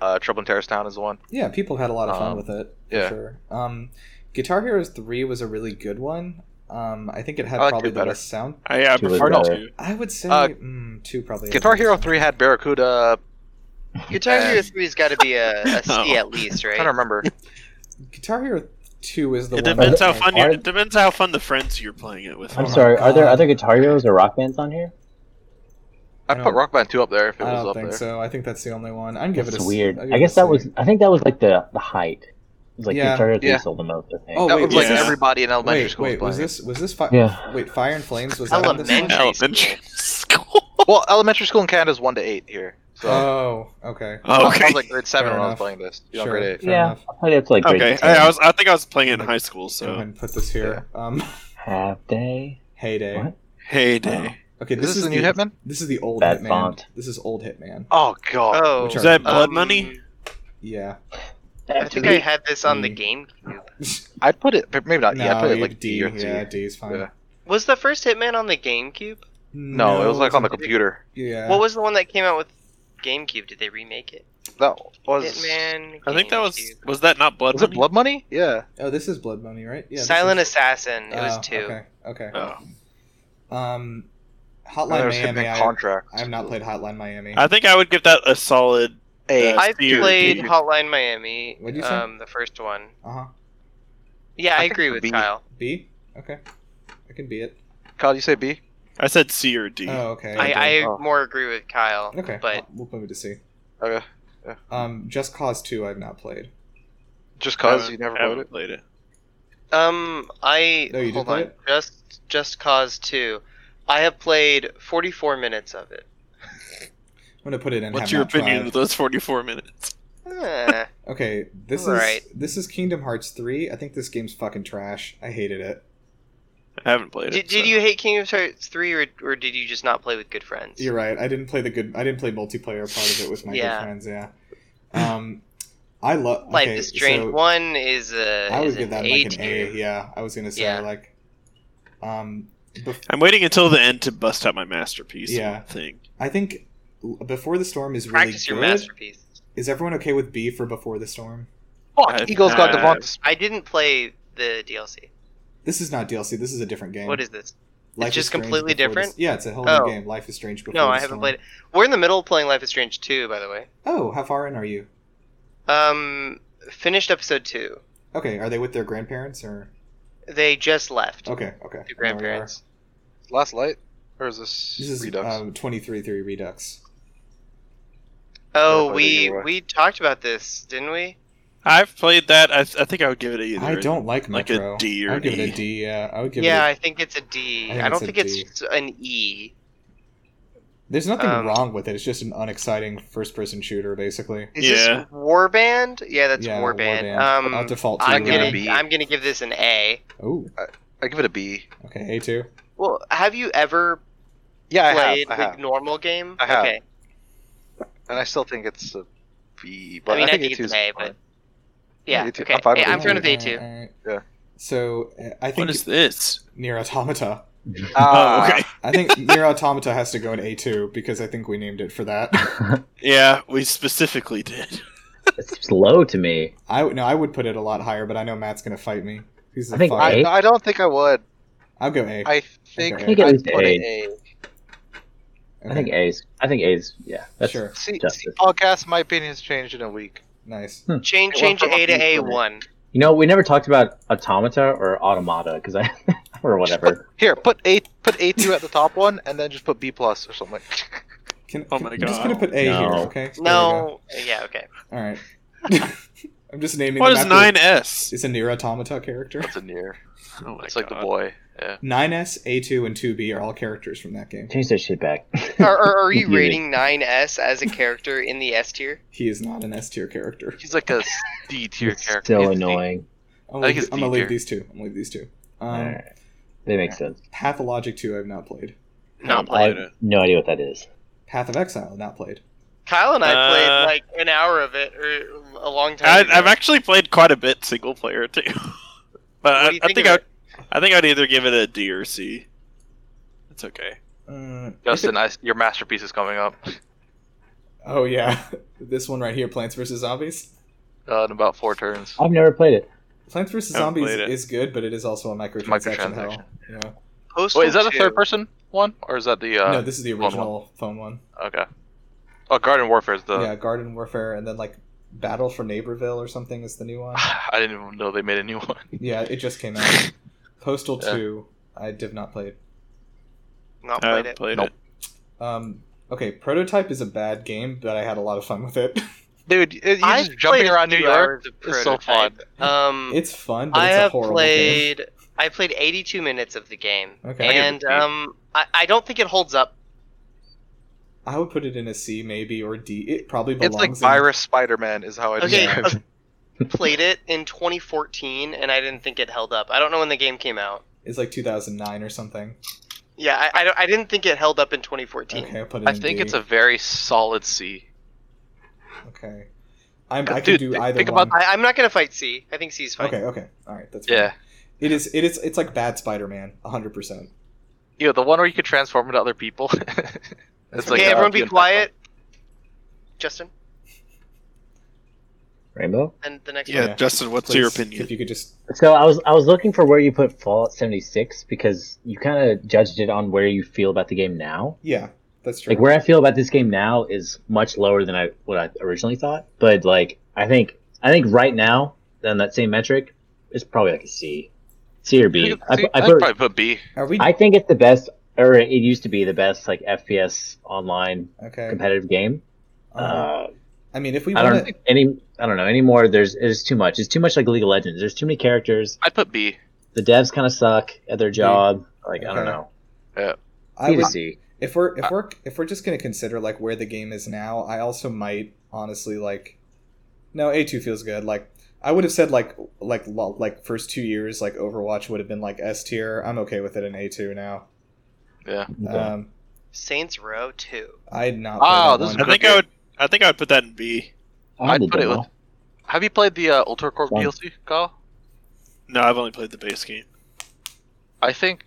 Speaker 6: uh, Trouble in Terrorist Town is one.
Speaker 1: Yeah, people had a lot of fun
Speaker 6: Um,
Speaker 1: with it. For
Speaker 6: yeah.
Speaker 1: Sure. Um, Guitar Hero Three was a really good one. Um, I think it had
Speaker 6: I liked
Speaker 1: probably
Speaker 6: it
Speaker 1: the
Speaker 6: better.
Speaker 1: best sound.
Speaker 4: I, yeah, I
Speaker 5: Two is
Speaker 4: prefer
Speaker 5: better.
Speaker 4: to.
Speaker 1: I would say
Speaker 6: Uh,
Speaker 1: mm, two probably. is
Speaker 6: Guitar
Speaker 1: the best
Speaker 6: Hero
Speaker 1: one.
Speaker 6: Three had Barracuda.
Speaker 2: Guitar Hero
Speaker 6: Yeah.
Speaker 2: three's got to be a, a C
Speaker 4: Oh.
Speaker 2: at least,
Speaker 6: I
Speaker 2: right?
Speaker 6: don't remember.
Speaker 1: Guitar Hero Two is the
Speaker 4: It
Speaker 1: one.
Speaker 4: depends
Speaker 1: that-
Speaker 4: how fun you.
Speaker 5: Are-
Speaker 4: It depends how fun the friends you're playing it with.
Speaker 5: I'm
Speaker 1: Oh my
Speaker 5: sorry. Are there
Speaker 1: God.
Speaker 5: other Guitar Heroes or Rock Bands on here?
Speaker 1: I
Speaker 6: I
Speaker 1: don't-
Speaker 6: put Rock Band Two up there if it
Speaker 1: Oh. I
Speaker 6: was
Speaker 1: don't
Speaker 6: up
Speaker 1: think
Speaker 6: there.
Speaker 1: so. I think that's the only one. I'm give it
Speaker 5: That's
Speaker 1: a C-
Speaker 5: weird.
Speaker 1: I'd give
Speaker 5: I
Speaker 1: it
Speaker 5: guess
Speaker 1: a
Speaker 5: that
Speaker 1: C.
Speaker 5: was. I think that was like the the height. It was like
Speaker 1: Yeah.
Speaker 5: Guitar Hero 3
Speaker 6: Yeah.
Speaker 5: sold the most. I think.
Speaker 1: Oh,
Speaker 6: that
Speaker 1: wait,
Speaker 6: was like
Speaker 4: yeah.
Speaker 6: everybody in elementary
Speaker 1: wait,
Speaker 6: school
Speaker 1: wait, was
Speaker 6: playing.
Speaker 1: this was this fi-
Speaker 5: Yeah.
Speaker 1: wait Fire and Flames was that on this one?
Speaker 2: Elementary.
Speaker 4: Elementary school.
Speaker 6: Well, elementary school in Canada is one to eight here. So
Speaker 1: Oh, okay.
Speaker 6: I,
Speaker 4: Oh,
Speaker 6: was, I
Speaker 4: okay.
Speaker 6: was like grade seven
Speaker 1: Fair
Speaker 6: when I
Speaker 1: enough.
Speaker 6: was playing this. You know,
Speaker 1: sure,
Speaker 6: grade eight.
Speaker 1: fair
Speaker 5: Yeah.
Speaker 1: enough.
Speaker 5: I played it to like grade
Speaker 4: Okay.
Speaker 5: 10.
Speaker 4: I, I was. I think I was playing it in high school.
Speaker 1: Go ahead
Speaker 4: So
Speaker 1: and put this here. Um,
Speaker 5: half day.
Speaker 1: heyday.
Speaker 5: What?
Speaker 4: heyday.
Speaker 1: Okay,
Speaker 6: Is
Speaker 1: this, is
Speaker 6: the new Hitman?
Speaker 1: This is the old
Speaker 5: Bad
Speaker 1: Hitman.
Speaker 5: font.
Speaker 1: This is old Hitman.
Speaker 6: Oh god.
Speaker 2: Oh,
Speaker 1: Which
Speaker 4: Is that
Speaker 1: Um,
Speaker 4: blood
Speaker 2: um,
Speaker 4: money?
Speaker 1: Yeah.
Speaker 2: I think I had this on the
Speaker 1: Mm.
Speaker 2: GameCube.
Speaker 6: I put it, but maybe not. Uh, yeah, I put it
Speaker 1: you-
Speaker 6: like D or T.
Speaker 1: Yeah, D is fine. Mm,
Speaker 6: Yeah.
Speaker 2: Was the first Hitman on the GameCube?
Speaker 6: No, it was like on the
Speaker 1: wasn't.
Speaker 6: computer.
Speaker 1: Yeah.
Speaker 2: What was the one that came out with GameCube? Did they remake it?
Speaker 6: That was.
Speaker 2: Hitman.
Speaker 4: I think that was.
Speaker 2: GameCube.
Speaker 4: Was that not blood
Speaker 6: Was it
Speaker 4: money?
Speaker 6: Blood Money? Yeah.
Speaker 1: Oh, this is Blood Money, right? Yeah. this
Speaker 2: Silent
Speaker 1: is-
Speaker 2: Assassin. It was
Speaker 1: Oh,
Speaker 2: two.
Speaker 1: Okay. Okay.
Speaker 4: Oh.
Speaker 1: Um,
Speaker 6: Like,
Speaker 1: Hotline
Speaker 6: there was
Speaker 1: Miami.
Speaker 6: Hitman
Speaker 1: I,
Speaker 6: Contract.
Speaker 1: I've not played Hotline Miami.
Speaker 4: I think I would give that a solid.
Speaker 6: A.
Speaker 4: Uh,
Speaker 2: I've
Speaker 4: C or
Speaker 2: played
Speaker 4: D.
Speaker 2: Hotline Miami.
Speaker 1: What'd you say?
Speaker 2: um, the first one.
Speaker 1: Uh huh.
Speaker 2: Yeah,
Speaker 6: I
Speaker 2: I,
Speaker 6: think
Speaker 2: agree
Speaker 6: the
Speaker 2: with
Speaker 6: B.
Speaker 2: Kyle.
Speaker 1: B. Okay. I can be it.
Speaker 6: Kyle, you say B?
Speaker 4: I said C or D.
Speaker 1: Oh, okay.
Speaker 2: I, I
Speaker 6: Oh.
Speaker 2: more agree with Kyle.
Speaker 1: okay.
Speaker 2: But
Speaker 1: we'll move it to C.
Speaker 6: Okay.
Speaker 1: Um, Just Cause Two, I've not played.
Speaker 6: Just
Speaker 4: I
Speaker 6: cause
Speaker 2: Uh,
Speaker 4: haven't-
Speaker 6: you never
Speaker 4: I haven't
Speaker 6: wrote it.
Speaker 4: played it.
Speaker 2: um, I
Speaker 1: No, you did
Speaker 2: hold
Speaker 1: play
Speaker 2: on.
Speaker 1: it?
Speaker 2: Just Just Cause Two. I have played 44 minutes of it.
Speaker 1: I'm gonna put it in.
Speaker 4: What's
Speaker 1: have
Speaker 4: your
Speaker 1: not
Speaker 4: opinion
Speaker 1: tried.
Speaker 4: of those 44 minutes?
Speaker 2: Eh,
Speaker 1: Okay, this is
Speaker 2: Alright.
Speaker 1: this is Kingdom Hearts three. I think this game's fucking trash. I hated it.
Speaker 4: I haven't played
Speaker 2: did,
Speaker 4: it.
Speaker 2: did
Speaker 4: so.
Speaker 2: you hate Kingdom Hearts three, or, or did you just not play with good friends?
Speaker 1: You're right. I didn't play the good. I didn't play multiplayer part of it with my
Speaker 2: Yeah.
Speaker 1: good friends. Yeah. Um, I love
Speaker 2: Life
Speaker 1: okay,
Speaker 2: is Strange
Speaker 1: so
Speaker 2: one is a
Speaker 1: I
Speaker 2: is
Speaker 1: would give that
Speaker 2: an A
Speaker 1: like an
Speaker 2: tier.
Speaker 1: A. Yeah, I was gonna say
Speaker 2: Yeah.
Speaker 1: like, um, bef-
Speaker 4: I'm waiting until the end to bust out my masterpiece.
Speaker 1: Yeah.
Speaker 4: Thing.
Speaker 1: I think L- Before the Storm is really
Speaker 2: Practice
Speaker 1: good.
Speaker 2: your masterpiece.
Speaker 1: Is everyone okay with B for Before the Storm?
Speaker 4: I-
Speaker 6: Fuck, Eagles got
Speaker 4: uh,
Speaker 6: Devonta.
Speaker 2: I didn't play the DLC.
Speaker 1: This is not DLC. This is a different game.
Speaker 2: What is this?
Speaker 1: Life
Speaker 2: just
Speaker 1: is Strange
Speaker 2: completely
Speaker 1: Before the-
Speaker 2: different?
Speaker 1: yeah, it's a whole
Speaker 2: Oh.
Speaker 1: new game. Life is Strange. Before
Speaker 2: No,
Speaker 1: the
Speaker 2: I haven't
Speaker 1: Storm.
Speaker 2: played it. We're in the middle of playing Life is Strange two, by the way.
Speaker 1: Oh, how far in are you?
Speaker 2: Um, finished episode two.
Speaker 1: Okay, are they with their grandparents or?
Speaker 2: They just left.
Speaker 1: Okay, okay. I know
Speaker 2: The
Speaker 1: where you are.
Speaker 2: grandparents.
Speaker 6: Last Light? Or is this,
Speaker 1: This is
Speaker 6: Redux?
Speaker 1: um, 23 3 Redux.
Speaker 2: Oh,
Speaker 6: Yeah, I
Speaker 2: we
Speaker 6: think you're right.
Speaker 2: we talked about this, didn't we?
Speaker 4: I've played that. I, th- I think I would give it a either.
Speaker 1: I don't like
Speaker 4: like a
Speaker 1: Metro.
Speaker 4: D or
Speaker 1: I would give it
Speaker 4: E.
Speaker 1: a D, yeah. I would give
Speaker 2: yeah,
Speaker 1: it a,
Speaker 2: I think it's a
Speaker 1: I
Speaker 2: D. I
Speaker 1: think
Speaker 2: don't
Speaker 1: it's a
Speaker 2: think it's an E.
Speaker 1: There's nothing
Speaker 2: um,
Speaker 1: wrong with it. It's just an unexciting first person shooter, basically.
Speaker 2: Is
Speaker 4: Yeah.
Speaker 2: this Warband? Yeah, that's
Speaker 1: yeah,
Speaker 2: Warband.
Speaker 1: I'll
Speaker 2: Um,
Speaker 1: default to
Speaker 2: I'm
Speaker 6: give it
Speaker 2: gonna
Speaker 6: a B.
Speaker 2: I'm gonna give this an A.
Speaker 1: Oh,
Speaker 6: I give it a B.
Speaker 1: okay, A2.
Speaker 2: Well, have you ever
Speaker 6: Yeah, I have.
Speaker 2: played
Speaker 6: I
Speaker 2: the
Speaker 6: have.
Speaker 2: normal game?
Speaker 6: I have.
Speaker 2: Okay.
Speaker 6: And I still think it's a B. But
Speaker 2: I mean, I
Speaker 6: think,
Speaker 2: think
Speaker 6: A2
Speaker 2: it's
Speaker 6: is
Speaker 2: an A,
Speaker 6: fine.
Speaker 2: but Yeah.
Speaker 6: A2.
Speaker 2: okay.
Speaker 6: I'm fine
Speaker 2: Yeah,
Speaker 6: with
Speaker 2: I'm
Speaker 6: A2.
Speaker 2: trying to be
Speaker 1: Alright,
Speaker 2: A2.
Speaker 1: alright, alright.
Speaker 6: Yeah.
Speaker 1: So uh, I think
Speaker 4: What is this?
Speaker 1: Near Automata.
Speaker 4: Oh,
Speaker 3: Uh,
Speaker 6: Ah,
Speaker 4: okay.
Speaker 1: I think Near Automata has to go in A2 because I think we named it for that.
Speaker 4: Yeah, we specifically did.
Speaker 5: it seems low to me.
Speaker 1: I no, I would put it a lot higher, but I know Matt's gonna fight me. He's a
Speaker 5: I think
Speaker 1: fuck.
Speaker 6: I, I don't think I would.
Speaker 1: I'll go A.
Speaker 6: I think
Speaker 1: Okay.
Speaker 5: I think at
Speaker 6: I'd
Speaker 5: least
Speaker 6: put
Speaker 5: A.
Speaker 6: it A.
Speaker 5: I think A's. I think A's. Yeah. That's
Speaker 1: sure.
Speaker 6: See, see
Speaker 5: Justice.
Speaker 6: podcast, my opinion's changed in a week.
Speaker 1: Nice.
Speaker 2: Change
Speaker 6: It went
Speaker 2: change
Speaker 6: from
Speaker 2: A to
Speaker 6: a B
Speaker 2: A
Speaker 6: for me.
Speaker 2: one.
Speaker 5: You know, we never talked about automata or automata because I or whatever.
Speaker 6: Here, put A put A two at the top one, and then just put B plus or something.
Speaker 1: Can,
Speaker 4: Oh
Speaker 1: can-
Speaker 4: my
Speaker 1: I'm just
Speaker 4: God.
Speaker 1: gonna put A
Speaker 5: No.
Speaker 1: here, okay? There we go.
Speaker 2: No. Yeah. Okay.
Speaker 1: All right. I'm just naming.
Speaker 4: What
Speaker 1: them
Speaker 4: is
Speaker 1: after-
Speaker 4: 9S?
Speaker 1: It's a near automata character.
Speaker 6: That's a near.
Speaker 4: Oh my
Speaker 6: It's
Speaker 4: god.
Speaker 6: like the boy.
Speaker 1: 9S, A2, and 2B are all characters from that game.
Speaker 5: Change that shit back.
Speaker 2: Are, are, are you
Speaker 5: Confusing.
Speaker 2: rating 9S as a character in the S tier?
Speaker 1: He is not an S tier character.
Speaker 6: He's like a D tier
Speaker 5: It's
Speaker 6: character.
Speaker 5: still
Speaker 6: He's D-
Speaker 5: annoying.
Speaker 1: I'm
Speaker 6: I
Speaker 1: gonna,
Speaker 6: think it's
Speaker 1: I'm gonna
Speaker 6: D
Speaker 1: leave
Speaker 6: tier.
Speaker 1: these two. I'm gonna leave these two. Um,
Speaker 5: Alright. That makes sense.
Speaker 1: Pathologic 2, I've not played.
Speaker 4: Not
Speaker 5: I
Speaker 4: played
Speaker 5: have
Speaker 4: it.
Speaker 5: no idea what that is.
Speaker 1: Path of Exile, not played.
Speaker 2: Kyle and I
Speaker 4: Uh,
Speaker 2: played like an hour of it or a long
Speaker 4: I,
Speaker 2: time. ago.
Speaker 4: I've actually played quite a bit single player too, but
Speaker 2: What
Speaker 4: I,
Speaker 2: do you
Speaker 4: I
Speaker 2: think
Speaker 4: think
Speaker 2: of
Speaker 4: I,
Speaker 2: it?
Speaker 4: I think I'd either give it a D or C. It's okay.
Speaker 1: Uh,
Speaker 6: Justin, I, your masterpiece is coming up
Speaker 1: oh yeah, this one right here, Plants vs Zombies.
Speaker 6: uh, in about four turns.
Speaker 5: I've never played it.
Speaker 1: Plants vs
Speaker 4: Haven't
Speaker 1: Zombies
Speaker 4: played it. Uh,
Speaker 1: is good, but it is also a microtransaction hell.
Speaker 6: Microtransaction.
Speaker 1: Yeah.
Speaker 2: Postal
Speaker 6: Wait, is that a
Speaker 2: 2.
Speaker 6: third person one or is that the? Uh,
Speaker 1: no, this is the
Speaker 6: phone one.
Speaker 1: original phone one.
Speaker 6: Okay. Oh, Garden Warfare is
Speaker 4: Uh,
Speaker 6: the.
Speaker 1: yeah, Garden Warfare, and then like Battle for Neighborville or something is the new one.
Speaker 6: I didn't even know they made a new one.
Speaker 1: yeah, it just came out. Postal
Speaker 6: Yeah.
Speaker 1: Two, I did not play. it.
Speaker 2: Not
Speaker 4: I
Speaker 2: played
Speaker 4: haven't
Speaker 2: it.
Speaker 4: played
Speaker 6: Nope.
Speaker 4: it.
Speaker 1: Um, okay, Prototype is a bad game, but I had a lot of fun with it.
Speaker 6: Mm. Dude, Uh, you- you're
Speaker 2: I've
Speaker 6: just jumping
Speaker 2: played
Speaker 6: around New
Speaker 2: a few
Speaker 6: York.
Speaker 2: hours of
Speaker 6: It's so fun.
Speaker 2: Prototype. Um,
Speaker 1: it's fun, but
Speaker 2: I
Speaker 1: it's a
Speaker 2: have
Speaker 1: horrible game.
Speaker 2: played. I played 82 minutes of the game,
Speaker 1: Okay. I give
Speaker 6: it a
Speaker 2: and
Speaker 6: C.
Speaker 2: um, I, I don't think it holds up.
Speaker 1: I would put it in a C maybe or D. It probably belongs.
Speaker 6: It's like
Speaker 1: in-
Speaker 6: Virus Spider Man is how I
Speaker 2: Okay,
Speaker 6: describe. it.
Speaker 2: I played it in 2014, and I didn't think it held up. I don't know when the game came out.
Speaker 1: It's like 2009 or something.
Speaker 2: Yeah, I, I, don't- I didn't think it held up in 2014.
Speaker 1: Okay, I'll put it.
Speaker 6: I
Speaker 1: in
Speaker 6: think
Speaker 1: D.
Speaker 6: it's a very solid C.
Speaker 1: Okay. I'm, I
Speaker 6: Dude,
Speaker 1: can do
Speaker 6: th-
Speaker 1: either
Speaker 6: think
Speaker 1: one.
Speaker 6: about
Speaker 2: I, I'm not gonna fight C. I think C's fine.
Speaker 1: okay, okay. All right, that's fine.
Speaker 6: Yeah.
Speaker 1: It is it is it's like bad Spider-Man, 100%.
Speaker 6: You know, the one where you could transform into other people. it's
Speaker 2: Okay,
Speaker 6: uh,
Speaker 2: everyone be
Speaker 6: Beautiful.
Speaker 2: quiet. Justin,
Speaker 5: Rainbow?
Speaker 2: and the next
Speaker 4: Yeah,
Speaker 2: one.
Speaker 1: Yeah.
Speaker 4: Justin, what's your
Speaker 1: Please,
Speaker 4: opinion?
Speaker 1: If you could just
Speaker 5: So I was I was looking for where you put Fallout 76 because you kind of judged it on where you feel about the game now.
Speaker 1: Yeah, that's true.
Speaker 5: Like where I feel about this game now is much lower than I what I originally thought. But like I think I think right now on that same metric, it's probably like a C, C or B.
Speaker 6: I'd,
Speaker 5: I, pu- I
Speaker 6: I'd
Speaker 5: put
Speaker 6: probably put B.
Speaker 1: Are we
Speaker 5: I think it's the best, or it used to be the best, like FPS online
Speaker 1: Okay.
Speaker 5: competitive game.
Speaker 1: Uh,
Speaker 5: Uh,
Speaker 1: I mean, if we
Speaker 5: I
Speaker 1: want
Speaker 5: don't
Speaker 1: to
Speaker 5: any, I don't know anymore. There's it's too much. It's too much like League of Legends. There's too many characters.
Speaker 6: I'd put B.
Speaker 5: The devs kind of suck at their job. Like I
Speaker 1: Okay.
Speaker 5: don't know.
Speaker 1: I
Speaker 5: I
Speaker 1: would,
Speaker 5: see.
Speaker 1: if we're if we're if we're just going to consider like where the game is now, I also might honestly like No, A2 feels good. Like I would have said like like lo- like first 2 years like Overwatch would have been like S tier. I'm okay with it in A2 now. Um
Speaker 2: Saints Row Two.
Speaker 1: I had not.
Speaker 6: Oh,
Speaker 1: played that
Speaker 6: this is
Speaker 1: one.
Speaker 4: I think I would. I think I would put that in B.
Speaker 6: I'd put it with. Have you played the uh, Ultra Corp
Speaker 5: One.
Speaker 6: DLC, Kyle?
Speaker 4: No, I've only played the base game.
Speaker 6: I think.